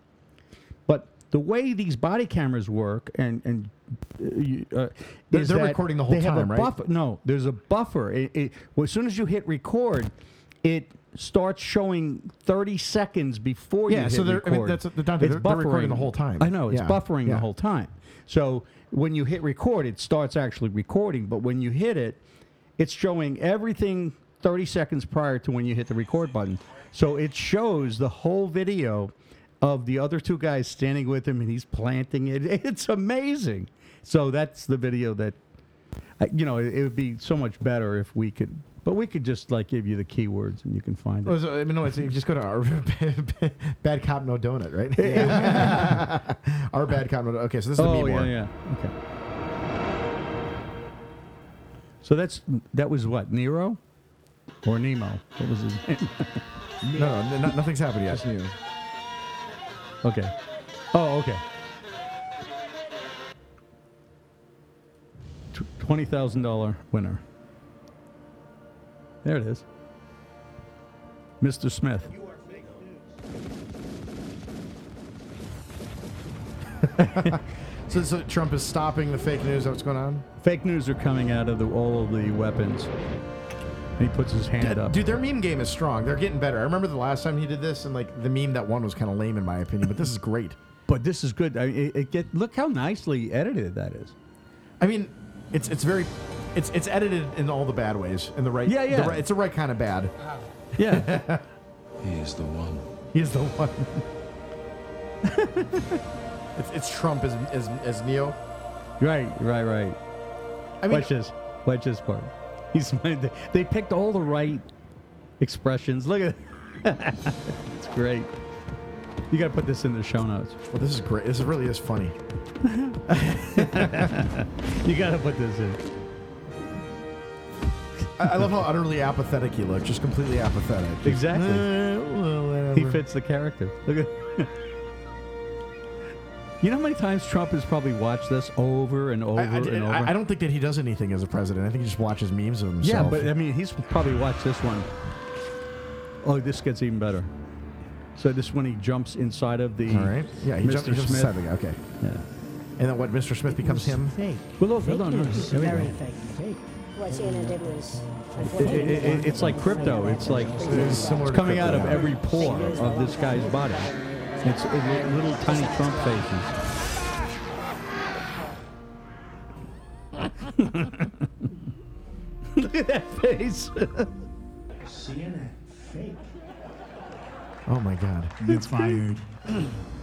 Speaker 3: But the way these body cameras work, and and uh, you- uh,
Speaker 1: They're-
Speaker 3: is
Speaker 1: they're
Speaker 3: that
Speaker 1: recording the whole
Speaker 3: they have
Speaker 1: time,
Speaker 3: a
Speaker 1: right?
Speaker 3: Buffer. No, there's a buffer. It, it, well, as soon as you hit record, it starts showing 30 seconds before you
Speaker 1: Yeah,
Speaker 3: hit
Speaker 1: so they're- I
Speaker 3: record.
Speaker 1: mean, that's- they're not- they're- they're recording the whole time.
Speaker 3: I know it's
Speaker 1: Yeah,
Speaker 3: buffering
Speaker 1: yeah.
Speaker 3: the whole time. So when you hit record, it starts actually recording. But when you hit it, it's showing everything 30 seconds prior to when you hit the record button. So it shows the whole video of the other two guys standing with him, and he's planting it. It's amazing. So that's the video that, I- you know, it, it would be so much better if we could. But we could just like give you the keywords and you can find
Speaker 1: Well,
Speaker 3: it.
Speaker 1: so, I mean, no, it's, you just go to our bad cop, no donut, right? our bad cop, no donut. Okay, so this is the
Speaker 3: Oh
Speaker 1: meme
Speaker 3: yeah,
Speaker 1: war.
Speaker 3: yeah. Okay. So that's that was what Nero. or Nemo. What was his name?
Speaker 1: No, n- no- nothing's happened yet.
Speaker 2: Just new.
Speaker 3: Okay. Oh, okay. Tw- $20,000 winner. There it is. Mr. Smith.
Speaker 1: So, so Trump is stopping the fake news. That's what's going on.
Speaker 3: Fake news are coming out of the, all of the weapons. And he puts his hand up.
Speaker 1: Dude, their meme game is strong. They're getting better. I remember the last time he did this, and like the meme that won was kind of lame in my opinion. But this is great.
Speaker 3: But this is good. I mean, it, it get look how nicely edited that is.
Speaker 1: I mean, it's it's very, it's it's edited in all the bad ways in the right.
Speaker 3: Yeah,
Speaker 1: the
Speaker 3: yeah.
Speaker 1: right- it's the right kind of bad.
Speaker 3: Yeah.
Speaker 7: He is the one.
Speaker 1: He is the one. it's, it's Trump as as as Neo.
Speaker 3: right, right, right.
Speaker 1: I mean,
Speaker 3: Watch this. Watch this part. He's they- they picked all the right expressions. Look at it's great. You got to put this in the show notes.
Speaker 1: well, this is great. This really is funny.
Speaker 3: You got to put this in.
Speaker 1: I, I love how utterly apathetic he looked. Just completely apathetic. Just,
Speaker 3: Exactly.
Speaker 1: "Eh, well,
Speaker 3: He
Speaker 1: whatever."
Speaker 3: fits the character. Look at. you know how many times Trump has probably watched this over and over
Speaker 1: I, I,
Speaker 3: and over.
Speaker 1: I- I don't think that he does anything as a president. I think he just watches memes of
Speaker 3: Yeah,
Speaker 1: himself.
Speaker 3: but I mean, he's probably watched this one. Oh, this gets even better. So this when he jumps inside of the.
Speaker 1: all right. Yeah, he
Speaker 3: Mr.
Speaker 1: jumped, he jumped
Speaker 3: Smith.
Speaker 1: inside the guy. Okay.
Speaker 3: Yeah.
Speaker 1: And then what? Mr. Smith becomes him.
Speaker 8: Fake.
Speaker 3: Well, look,
Speaker 8: Fake
Speaker 3: hold on,
Speaker 8: news.
Speaker 3: there we
Speaker 8: Very
Speaker 3: go.
Speaker 8: fake. Fake.
Speaker 9: What's in it, it was.
Speaker 3: It- it- it- it's like crypto. It's like
Speaker 1: is
Speaker 3: it's
Speaker 1: similar to
Speaker 3: coming out
Speaker 1: crypto,
Speaker 3: of
Speaker 1: yeah.
Speaker 3: every pore of this guy's body. It's it, little tiny Trump faces. Look at that face.
Speaker 8: CNN. Fake.
Speaker 1: Oh my God.
Speaker 6: You're fired.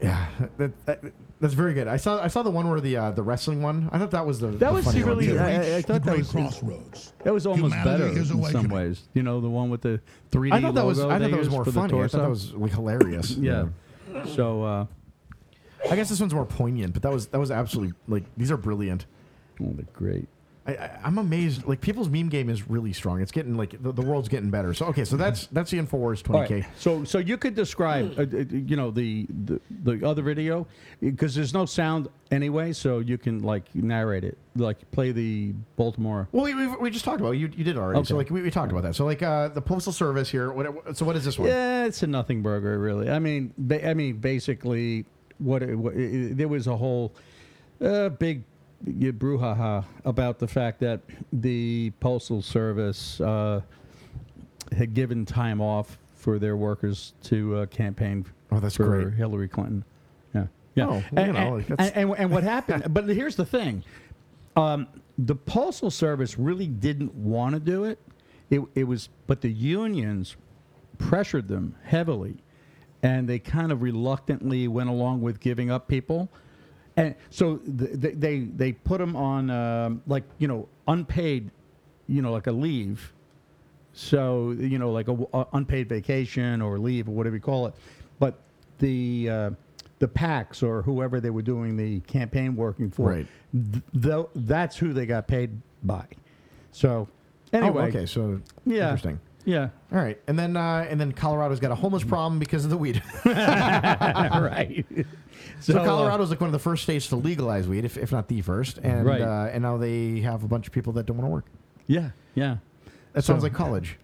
Speaker 1: Yeah, that, that, that's very good. I saw I saw the one where the uh, the wrestling one. I thought that was the
Speaker 3: That
Speaker 1: the
Speaker 3: was
Speaker 1: funny
Speaker 3: really-
Speaker 1: One too.
Speaker 3: I- I- I
Speaker 10: Reach
Speaker 3: thought
Speaker 10: the
Speaker 3: that
Speaker 10: great
Speaker 3: was-
Speaker 10: crossroads.
Speaker 3: That was almost
Speaker 10: Humanity
Speaker 3: better in
Speaker 10: is
Speaker 3: some
Speaker 10: awakening.
Speaker 3: ways. You know, the one with the 3D
Speaker 1: I thought that was
Speaker 3: logo
Speaker 1: I
Speaker 3: they
Speaker 1: thought that was
Speaker 3: used
Speaker 1: more
Speaker 3: for the
Speaker 1: funny. I thought
Speaker 3: torso.
Speaker 1: that was like hilarious.
Speaker 3: yeah. So uh,
Speaker 1: I guess this one's more poignant, but that was that was absolutely like these are brilliant.
Speaker 3: oh, they're great.
Speaker 1: I, I, I'm amazed. Like people's meme game is really strong. It's getting like the, the world's getting better. So okay, so that's that's the Infowars
Speaker 3: All
Speaker 1: 20k.
Speaker 3: right. So, so you could describe,
Speaker 1: Hmm.
Speaker 3: uh, uh, you know, the, the the other video because there's no sound anyway, so you can like narrate it, like play the Baltimore.
Speaker 1: Well, we, we, we just talked about it. you. You did already. So
Speaker 3: Okay.
Speaker 1: like we, we talked about that. So like uh, the postal service here. What, so what is this one?
Speaker 3: Yeah, it's a nothing burger, really. I mean, ba- I mean, basically, what, it, what it, there was a whole uh, big yeah, brouhaha about the fact that the postal service uh, had given time off for their workers to uh, campaign.
Speaker 1: Oh, that's
Speaker 3: for
Speaker 1: great.
Speaker 3: Hillary Clinton. Yeah, yeah.
Speaker 1: Oh, well,
Speaker 3: and,
Speaker 1: you know,
Speaker 3: and-
Speaker 1: like, that's-
Speaker 3: and- and what happened? but here's the thing: um, the postal service really didn't want to do it. It, it was, but the unions pressured them heavily, and they kind of reluctantly went along with giving up people. And so th- th- they they put them on um, like you know unpaid, you know like a leave. So you know like a, w- uh, unpaid vacation or leave or whatever you call it. But the uh, the PACs or whoever they were doing the campaign working for,
Speaker 1: Right.
Speaker 3: th- tho- that's who they got paid by. So anyway,
Speaker 1: Oh, okay. So
Speaker 3: yeah,
Speaker 1: interesting.
Speaker 3: yeah,
Speaker 1: All right, and then uh, and then Colorado's got a homeless
Speaker 3: Mm.
Speaker 1: problem because of the weed.
Speaker 3: right.
Speaker 1: So,
Speaker 3: uh,
Speaker 1: Colorado's like one of the first states to legalize weed, if, if not the first, and
Speaker 3: Right.
Speaker 1: uh, and now they have a bunch of people that don't want to work.
Speaker 3: yeah, yeah.
Speaker 1: That sounds like college.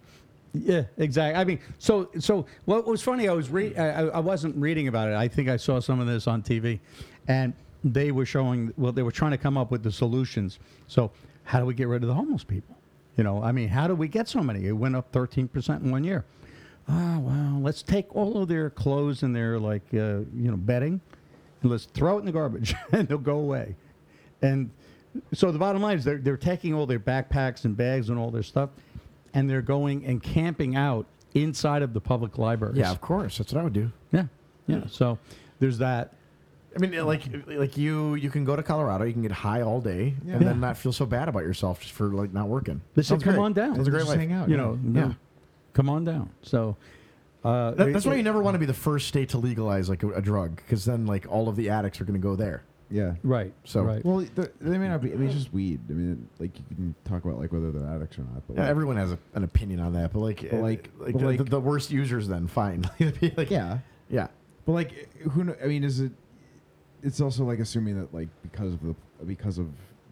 Speaker 3: Yeah, exactly. I mean, so so what was funny? I was read. I, I I wasn't reading about it. I think I saw some of this on TV, and they were showing. Well, they were trying to come up with the solutions. So how do we get rid of the homeless people? You know, I mean, how do we get so many? It went up thirteen percent in one year. Ah, well, let's take all of their clothes and their like uh, you know bedding, and let's throw it in the garbage, and they'll go away. And so the bottom line is they're, they're taking all their backpacks and bags and all their stuff, and they're going and camping out inside of the public libraries.
Speaker 1: Yeah, of course. That's what I would do.
Speaker 3: Yeah. Yeah. So there's that.
Speaker 1: I mean, uh, like like you you can go to Colorado, you can get high all day, and
Speaker 3: Yeah.
Speaker 1: then not feel so bad about yourself just for like not working.
Speaker 3: They said,
Speaker 1: Sounds
Speaker 3: come
Speaker 1: great.
Speaker 3: on down.
Speaker 1: Sounds a great
Speaker 2: Just
Speaker 1: life.
Speaker 2: hang out.
Speaker 3: You know,
Speaker 1: Yeah.
Speaker 3: come on down. So uh,
Speaker 1: That- that's why you never want to be the first state to legalize like a, a drug, because then like all of the addicts are going to go there.
Speaker 2: Yeah.
Speaker 3: Right.
Speaker 1: So-
Speaker 3: right.
Speaker 2: Well, th- they may not be. I mean, it's just weed. I mean, like you can talk about like whether they're addicts or not. But
Speaker 1: Yeah,
Speaker 2: like,
Speaker 1: everyone has a, an opinion on that, but like, uh,
Speaker 2: like-
Speaker 1: like,
Speaker 2: but
Speaker 1: the,
Speaker 2: like-
Speaker 1: the, the worst users, then fine. Like,
Speaker 2: yeah.
Speaker 1: yeah,
Speaker 2: But like, who? Kn- I mean, is it? It's also like assuming that like because of the because of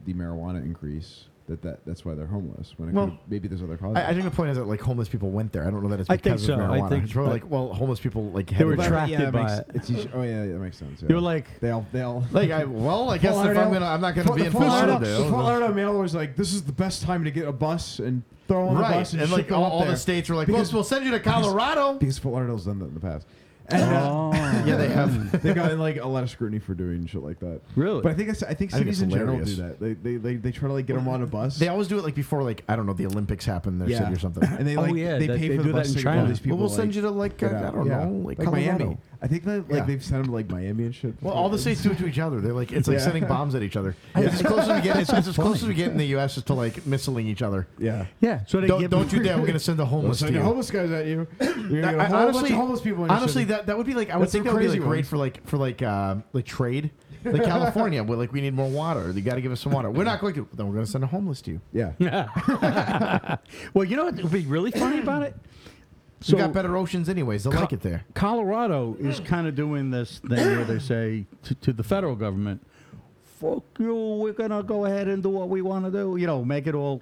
Speaker 2: the marijuana increase that, that that's why they're homeless. When it
Speaker 1: Well,
Speaker 2: could, maybe there's other causes.
Speaker 1: I, I think the point is that like homeless people went there. I don't know that it's
Speaker 3: I think
Speaker 1: because
Speaker 3: so.
Speaker 1: of
Speaker 3: I
Speaker 1: marijuana.
Speaker 3: think-
Speaker 1: it's probably
Speaker 3: like-
Speaker 1: like, well, homeless people like
Speaker 3: They were
Speaker 1: had-
Speaker 2: But,
Speaker 3: attracted
Speaker 2: yeah, it
Speaker 3: by
Speaker 2: makes-
Speaker 3: it.
Speaker 2: It's usually, oh yeah, that makes sense. Yeah.
Speaker 3: You're like,
Speaker 2: they all they all
Speaker 1: like I well, I guess if I'm gonna, I'm not gonna be in
Speaker 2: Fort Lauderdale.
Speaker 1: Florida.
Speaker 2: The Fort Lauderdale mail was like, "This is the best time to get a bus and throw on the
Speaker 1: Right,
Speaker 2: bus
Speaker 1: and,
Speaker 2: and, ship
Speaker 1: like
Speaker 2: them
Speaker 1: all,
Speaker 2: up
Speaker 1: all the
Speaker 2: there."
Speaker 1: states were like,
Speaker 2: Because-
Speaker 1: well, we'll send you to Colorado.
Speaker 2: because Fort Lauderdale's done that in the past. And, uh,
Speaker 3: oh,
Speaker 1: yeah, they have.
Speaker 2: they got like a lot of scrutiny for doing shit like that.
Speaker 3: Really?
Speaker 2: But I think it's, I think
Speaker 1: I think
Speaker 2: cities
Speaker 1: it's
Speaker 2: in general do
Speaker 1: hilarious.
Speaker 2: that. They they, they they try to like get them on a bus.
Speaker 1: They always do it like before, like I don't know, the Olympics happen in their
Speaker 2: yeah.
Speaker 1: city or something.
Speaker 2: And they
Speaker 3: Oh,
Speaker 2: like
Speaker 3: yeah,
Speaker 2: they
Speaker 3: that-
Speaker 2: pay
Speaker 3: they
Speaker 2: for
Speaker 3: do
Speaker 2: the
Speaker 3: that
Speaker 2: bus
Speaker 3: in
Speaker 2: to get
Speaker 3: China.
Speaker 2: all these people.
Speaker 1: well, we'll
Speaker 2: like,
Speaker 1: send you to like uh,
Speaker 2: get
Speaker 1: I
Speaker 2: out.
Speaker 1: don't
Speaker 2: Yeah.
Speaker 1: know, like,
Speaker 2: like
Speaker 1: Colorado.
Speaker 2: Miami. I think that like
Speaker 1: Yeah.
Speaker 2: they've sent them like Miami and shit.
Speaker 1: Well, all the states do it to each other. They're like it's like
Speaker 2: Yeah.
Speaker 1: sending bombs at each other. It's as close as we get. It's as close as we get in the U.S. is to like missiling each other.
Speaker 2: yeah.
Speaker 3: yeah. So they
Speaker 1: Don't,
Speaker 3: give
Speaker 1: don't do that. We're gonna send the homeless to
Speaker 2: Send
Speaker 1: you.
Speaker 2: your homeless guys at you. You're gonna get a
Speaker 1: I-
Speaker 2: whole bunch
Speaker 1: honestly,
Speaker 2: of homeless people. in your
Speaker 1: honestly,
Speaker 2: city.
Speaker 1: that that would be like I would
Speaker 2: That's
Speaker 1: think
Speaker 2: the
Speaker 1: that would be
Speaker 2: crazy
Speaker 1: like great
Speaker 2: ones.
Speaker 1: for like for like uh, like trade. Like California, we're like we need more water. You got to give us some water. We're not going to. Then we're going to send a homeless to you.
Speaker 2: yeah.
Speaker 3: well, you know what would be really funny about it?
Speaker 1: you got better oceans anyways. They'll like it there.
Speaker 3: Colorado is kind of doing this thing where they say to, to the federal government, "Fuck you, we're gonna go ahead and do what we want to do." You know, make it all,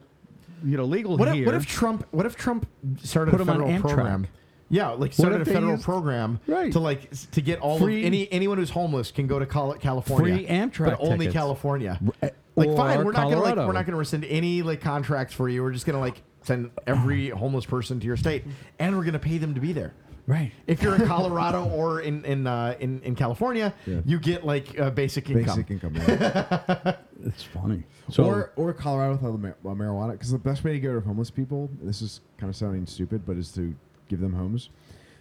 Speaker 3: you know, legal
Speaker 1: What
Speaker 3: here.
Speaker 1: if, what if Trump? What if Trump started
Speaker 3: Put
Speaker 1: a
Speaker 3: 'em on
Speaker 1: federal
Speaker 3: Amtrak.
Speaker 1: program? Yeah, like started a
Speaker 3: if they
Speaker 1: federal
Speaker 3: used-
Speaker 1: program
Speaker 3: Right.
Speaker 1: to like s- to get all
Speaker 3: Free-
Speaker 1: of any anyone who's homeless can go to Col- California.
Speaker 3: Free
Speaker 1: but
Speaker 3: Amtrak
Speaker 1: only
Speaker 3: tickets.
Speaker 1: California. Like fine,
Speaker 3: or
Speaker 1: we're not gonna like
Speaker 3: Colorado.
Speaker 1: we're not gonna rescind any like contracts for you. We're just gonna like send every homeless person to your state, and we're gonna pay them to be there.
Speaker 3: right?
Speaker 1: If you're in Colorado or in in uh, in, in California,
Speaker 2: Yeah.
Speaker 1: you get like uh, basic income.
Speaker 2: Basic income. yeah.
Speaker 3: It's funny. So
Speaker 2: or or Colorado without the mar- uh, marijuana, because the best way to get rid of homeless people, and this is kind of sounding stupid, but is to give them homes.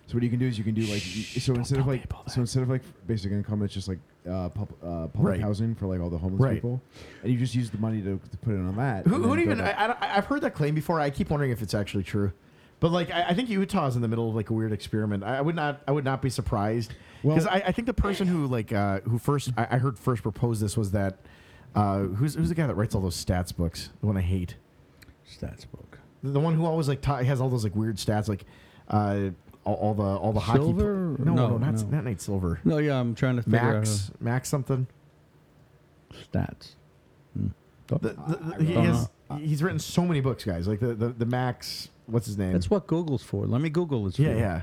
Speaker 2: So what you can do is you can do like y- so instead of like so instead of like basic income, it's just like uh, pub, uh, public
Speaker 1: Right.
Speaker 2: housing for like all the homeless
Speaker 1: Right.
Speaker 2: people, and you just use the money to, to put it on that.
Speaker 1: Who,
Speaker 2: and
Speaker 1: who
Speaker 2: then
Speaker 1: even?
Speaker 2: go
Speaker 1: I,
Speaker 2: back.
Speaker 1: I, I've heard that claim before. I keep wondering if it's actually true. But like, I, I think Utah's in the middle of like a weird experiment. I, I would not. I would not be surprised because I, I think the person who like uh, who first I, I heard first propose this was that uh, who's who's the guy that writes all those stats books? The one I hate.
Speaker 3: stats book.
Speaker 1: The, the one who always like ta- has all those like weird stats like. Uh, all, all the all the hockey. pl-
Speaker 3: Silver?
Speaker 1: no,
Speaker 3: No,
Speaker 1: no, not
Speaker 3: no.
Speaker 1: not Nate Silver.
Speaker 3: No, yeah, I'm trying to figure
Speaker 1: Max Max something.
Speaker 3: out how- stats.
Speaker 1: The, the, the- he
Speaker 3: don't
Speaker 1: has, he's written so many books, guys. Like the, the, the Max. What's his name?
Speaker 3: That's what Google's for. Let me Google this.
Speaker 1: Yeah,
Speaker 3: for you.
Speaker 1: yeah.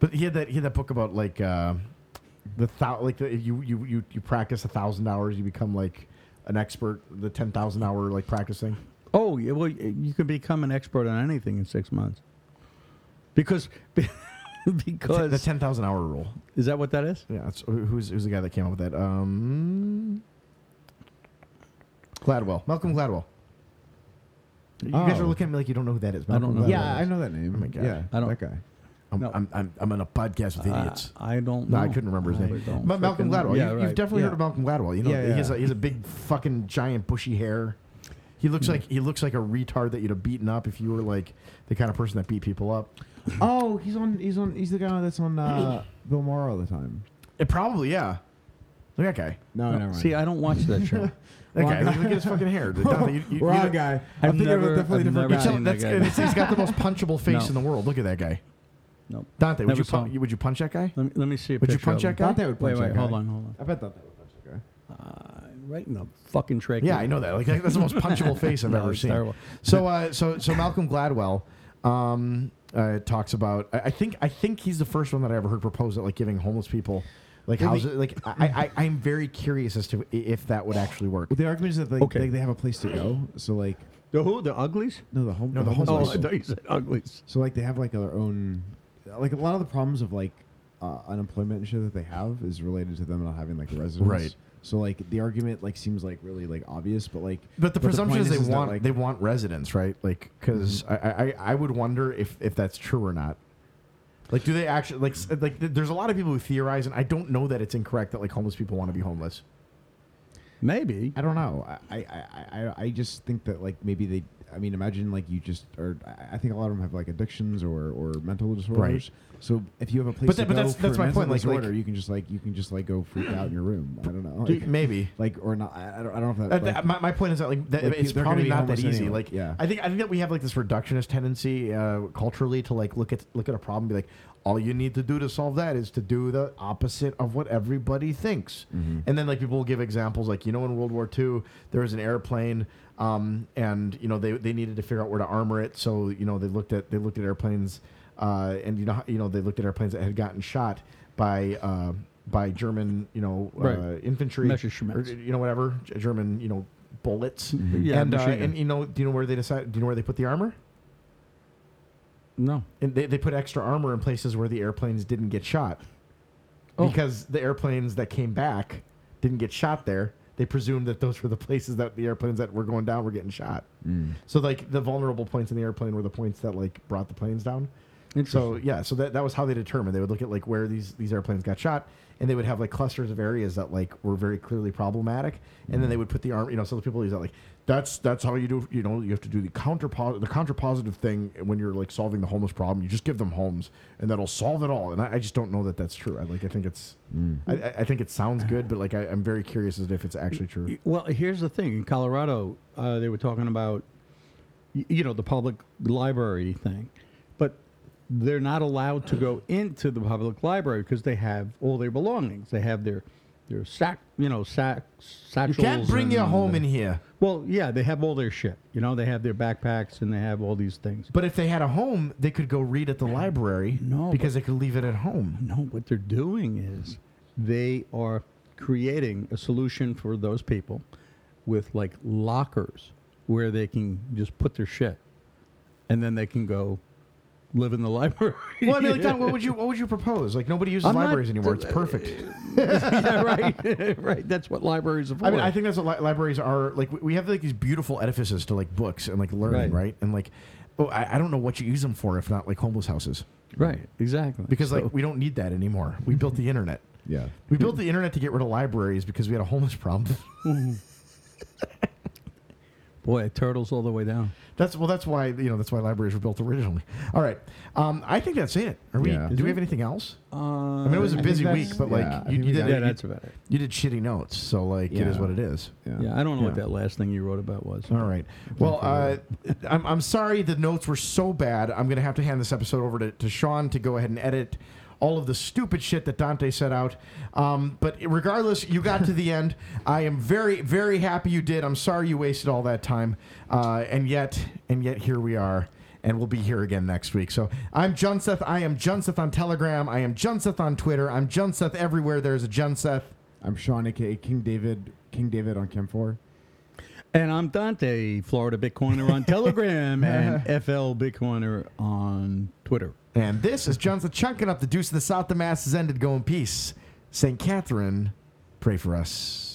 Speaker 1: But he had that he had that book about like uh, the thou- like the, you you you you practice a thousand hours, you become like an expert. The ten thousand hour like practicing.
Speaker 3: Oh, yeah, well, y- you can become an expert on anything in six months. Because, because
Speaker 1: the ten thousand hour rule.
Speaker 3: is that what that is?
Speaker 1: Yeah, that's, who- who's who's the guy that came up with that? Um, Gladwell, Malcolm Gladwell. You guys are
Speaker 2: Oh.
Speaker 1: looking at me like you don't know who that is.
Speaker 3: I don't
Speaker 1: Malcolm
Speaker 3: know who
Speaker 1: Gladwell.
Speaker 2: yeah, I know that name.
Speaker 1: Oh my God.
Speaker 2: Yeah,
Speaker 3: I don't-
Speaker 2: that guy.
Speaker 1: I'm,
Speaker 3: No. Uh,
Speaker 1: I'm, I'm, I'm on a podcast with idiots.
Speaker 3: I, I don't.
Speaker 1: No, I
Speaker 3: know.
Speaker 1: couldn't remember his
Speaker 3: I
Speaker 1: name.
Speaker 3: don't
Speaker 1: But Malcolm
Speaker 3: fucking-
Speaker 1: Gladwell.
Speaker 3: Yeah,
Speaker 1: you,
Speaker 3: right.
Speaker 1: You've definitely
Speaker 2: Yeah.
Speaker 1: heard of Malcolm Gladwell. You know,
Speaker 2: Yeah, yeah.
Speaker 1: He, has a, he has a big fucking giant bushy hair. He looks
Speaker 3: Hmm.
Speaker 1: like he looks like a retard that you'd have beaten up if you were like the kind of person that beat people up.
Speaker 2: Oh, he's on. He's on. He's the guy that's on uh, Bill Maher all the time.
Speaker 1: It probably yeah. Look at that guy.
Speaker 2: No, never mind.
Speaker 3: See, I don't watch that show.
Speaker 1: That
Speaker 2: Wrong
Speaker 1: guy. Look, look at his fucking hair. The- you- you- you-
Speaker 2: Wrong guy. I
Speaker 3: I've
Speaker 2: think I'm
Speaker 3: never-
Speaker 2: definitely
Speaker 3: I've
Speaker 2: different
Speaker 3: never
Speaker 2: guy.
Speaker 1: Tell-
Speaker 3: seen that
Speaker 1: that's-
Speaker 3: guy.
Speaker 1: it's- he's got the most punchable face
Speaker 3: No.
Speaker 1: in the world. Look at that guy,
Speaker 3: Nope.
Speaker 1: Dante. Would
Speaker 3: Never
Speaker 1: you,
Speaker 3: saw
Speaker 1: pun-
Speaker 3: him.
Speaker 1: would you punch that guy?
Speaker 3: Let me, let me see a
Speaker 1: Would you
Speaker 3: picture
Speaker 1: punch
Speaker 3: of
Speaker 1: that guy?
Speaker 3: him.
Speaker 2: Dante would punch
Speaker 3: Wait,
Speaker 2: that
Speaker 3: wait,
Speaker 2: guy.
Speaker 3: hold on, hold
Speaker 2: I bet that would punch that guy.
Speaker 3: on. Right in the fucking trachea.
Speaker 1: Yeah, I know that. Like that- that's the most punchable face I've
Speaker 3: No,
Speaker 1: ever
Speaker 3: it's
Speaker 1: seen.
Speaker 3: terrible.
Speaker 1: So, uh, so, so Malcolm Gladwell um, uh, talks about. I, I think I think he's the first one that I ever heard propose that like giving homeless people like
Speaker 2: Well,
Speaker 1: houses. Like I, I, I'm very curious as to i- if that would actually work.
Speaker 2: Well, the argument is that like,
Speaker 3: Okay.
Speaker 2: they, they have a place to go. So like,
Speaker 3: The who? The uglies?
Speaker 2: no, the home.
Speaker 1: No, the
Speaker 3: Oh,
Speaker 1: homeless.
Speaker 3: I thought you said uglies.
Speaker 2: So like, they have like their own, like a lot of the problems of like uh, unemployment and shit that they have is related to them not having like a residence.
Speaker 1: Right.
Speaker 2: So like the argument like seems like really like obvious, but like
Speaker 1: But the presumption
Speaker 2: point
Speaker 1: is, Mm-hmm. they
Speaker 2: that,
Speaker 1: want
Speaker 2: like,
Speaker 1: they want residents, right? Like, because I, I, I would wonder if if that's true or not. Like, do they actually like s- like? th- There's a lot of people who theorize, and I don't know that it's incorrect that like homeless people want to be homeless.
Speaker 3: Maybe.
Speaker 2: I don't know. I, I, I, I- I just think that like maybe they
Speaker 6: I mean, imagine like you just are. I- I think a lot of them have like addictions or, or mental disorders. So if you have a place to
Speaker 1: But that- but
Speaker 6: go
Speaker 1: that's-
Speaker 6: for
Speaker 1: that's
Speaker 6: a
Speaker 1: my
Speaker 6: mental
Speaker 1: point, like- like-
Speaker 6: disorder, you can just like you can just like go freak out in your room. I don't know.
Speaker 1: Do-
Speaker 6: Like,
Speaker 1: maybe.
Speaker 6: like or not. I I don't, I don't know if
Speaker 1: Uh,
Speaker 6: that. like-
Speaker 1: th- my, my point is that like that
Speaker 6: Like,
Speaker 1: it's
Speaker 6: they're gonna
Speaker 1: probably
Speaker 6: be
Speaker 1: not that
Speaker 6: homeless
Speaker 1: easy.
Speaker 6: anyway.
Speaker 1: Like
Speaker 6: Yeah.
Speaker 1: I think I think that we have like this reductionist tendency uh, culturally to like look at look at a problem and be like all you need to do to solve that is to do the opposite of what everybody thinks.
Speaker 6: Mm-hmm.
Speaker 1: And then like people will give examples like you know in World War II there was an airplane um, and you know they, they needed to figure out where to armor it so you know they looked at they looked at airplanes uh, and you know you know they looked at airplanes that had gotten shot by uh, by German you know
Speaker 3: Right.
Speaker 1: uh, infantry
Speaker 3: Messerschmitts.
Speaker 1: or, you know, whatever G- German, you know, bullets.
Speaker 3: Yeah,
Speaker 1: and, uh,
Speaker 3: machine gun.
Speaker 1: and you know, do you know where they decide? Do you know where they put the armor?
Speaker 3: No.
Speaker 1: And they, they put extra armor in places where the airplanes didn't get shot,
Speaker 3: Oh.
Speaker 1: because the airplanes that came back didn't get shot there. They presumed that those were the places that the airplanes that were going down were getting shot. So like the vulnerable points in the airplane were the points that like brought the planes down. So yeah, so that, that was how they determined. They would look at like where these these airplanes got shot, and they would have like clusters of areas that like were very clearly problematic, and then they would put the arm. You know, so the people use that like that's that's how you do. You know, you have to do the counterpos the counterpositive thing when you're like solving the homeless problem. You just give them homes, and that'll solve it all. And I, I just don't know that that's true. I like I think it's I I, I think it sounds good, but like I, I'm very curious as if it's actually true.
Speaker 3: Well, here's the thing. In Colorado, uh, they were talking about, y- you know, the public library thing, but they're not allowed to go into the public library because they have all their belongings. They have their their sack, you know, sack
Speaker 1: You
Speaker 3: satchels.
Speaker 1: can't bring your
Speaker 3: and-
Speaker 1: home in here.
Speaker 3: Well, yeah, they have all their shit. You know, they have their backpacks and they have all these things.
Speaker 1: But if they had a home, they could go read at the library.
Speaker 3: No,
Speaker 1: because they could leave it at home.
Speaker 3: No, what they're doing is they are creating a solution for those people with like lockers where they can just put their shit and then they can go live in the library.
Speaker 1: Well, I mean, like, Don, what would you what would you propose? Like, nobody uses
Speaker 3: I'm not-
Speaker 1: libraries anymore. It's perfect.
Speaker 3: yeah, right. right. That's what libraries are for.
Speaker 1: I mean, I think that's what li- libraries are. Like, we- we have like these beautiful edifices to like books and like learning, right?
Speaker 3: Right.
Speaker 1: And like, oh, I, I don't know what you use them for if not like homeless houses,
Speaker 3: right. Exactly.
Speaker 1: because
Speaker 3: So-
Speaker 1: like we don't need that anymore. We built the internet.
Speaker 6: yeah.
Speaker 1: We built the internet to get rid of libraries because we had a homeless problem.
Speaker 3: boy, it turtles all the way down.
Speaker 1: That's well. That's why you know. That's why libraries were built originally. All right. Um, I think that's it. Are we?
Speaker 6: Yeah.
Speaker 1: Do we have anything else? I
Speaker 3: Uh,
Speaker 1: mean, it was a
Speaker 6: I think
Speaker 1: busy
Speaker 6: that's-
Speaker 1: week, but
Speaker 6: yeah,
Speaker 1: like
Speaker 6: I
Speaker 1: you,
Speaker 6: think
Speaker 1: you
Speaker 6: we
Speaker 1: did
Speaker 6: got
Speaker 3: yeah,
Speaker 1: you-
Speaker 3: that's about it.
Speaker 1: you did shitty notes, so like it is
Speaker 6: Yeah.
Speaker 1: what it is.
Speaker 6: Yeah.
Speaker 3: Yeah, I don't know what
Speaker 6: Yeah.
Speaker 3: that last thing you wrote about was.
Speaker 1: All right. Well, uh, I'm, I'm sorry the notes were so bad. I'm going to have to hand this episode over to, to Sean to go ahead and edit all of the stupid shit that Dante set out. Um, but regardless, you got to the end. I am very, very happy you did. I'm sorry you wasted all that time. Uh, and yet, and yet here we are. And we'll be here again next week. So I'm John Seth. I am John Seth on Telegram. I am John Seth on Twitter. I'm John Seth everywhere. There's a John Seth.
Speaker 6: I'm Sean, aka King David. King David on Chem Four.
Speaker 3: And I'm Dante, Florida Bitcoiner on Telegram and FL Bitcoiner on Twitter.
Speaker 1: And this is Johnson chunking up the deuce of the south. The mass has ended. Go in peace. St. Catherine, pray for us.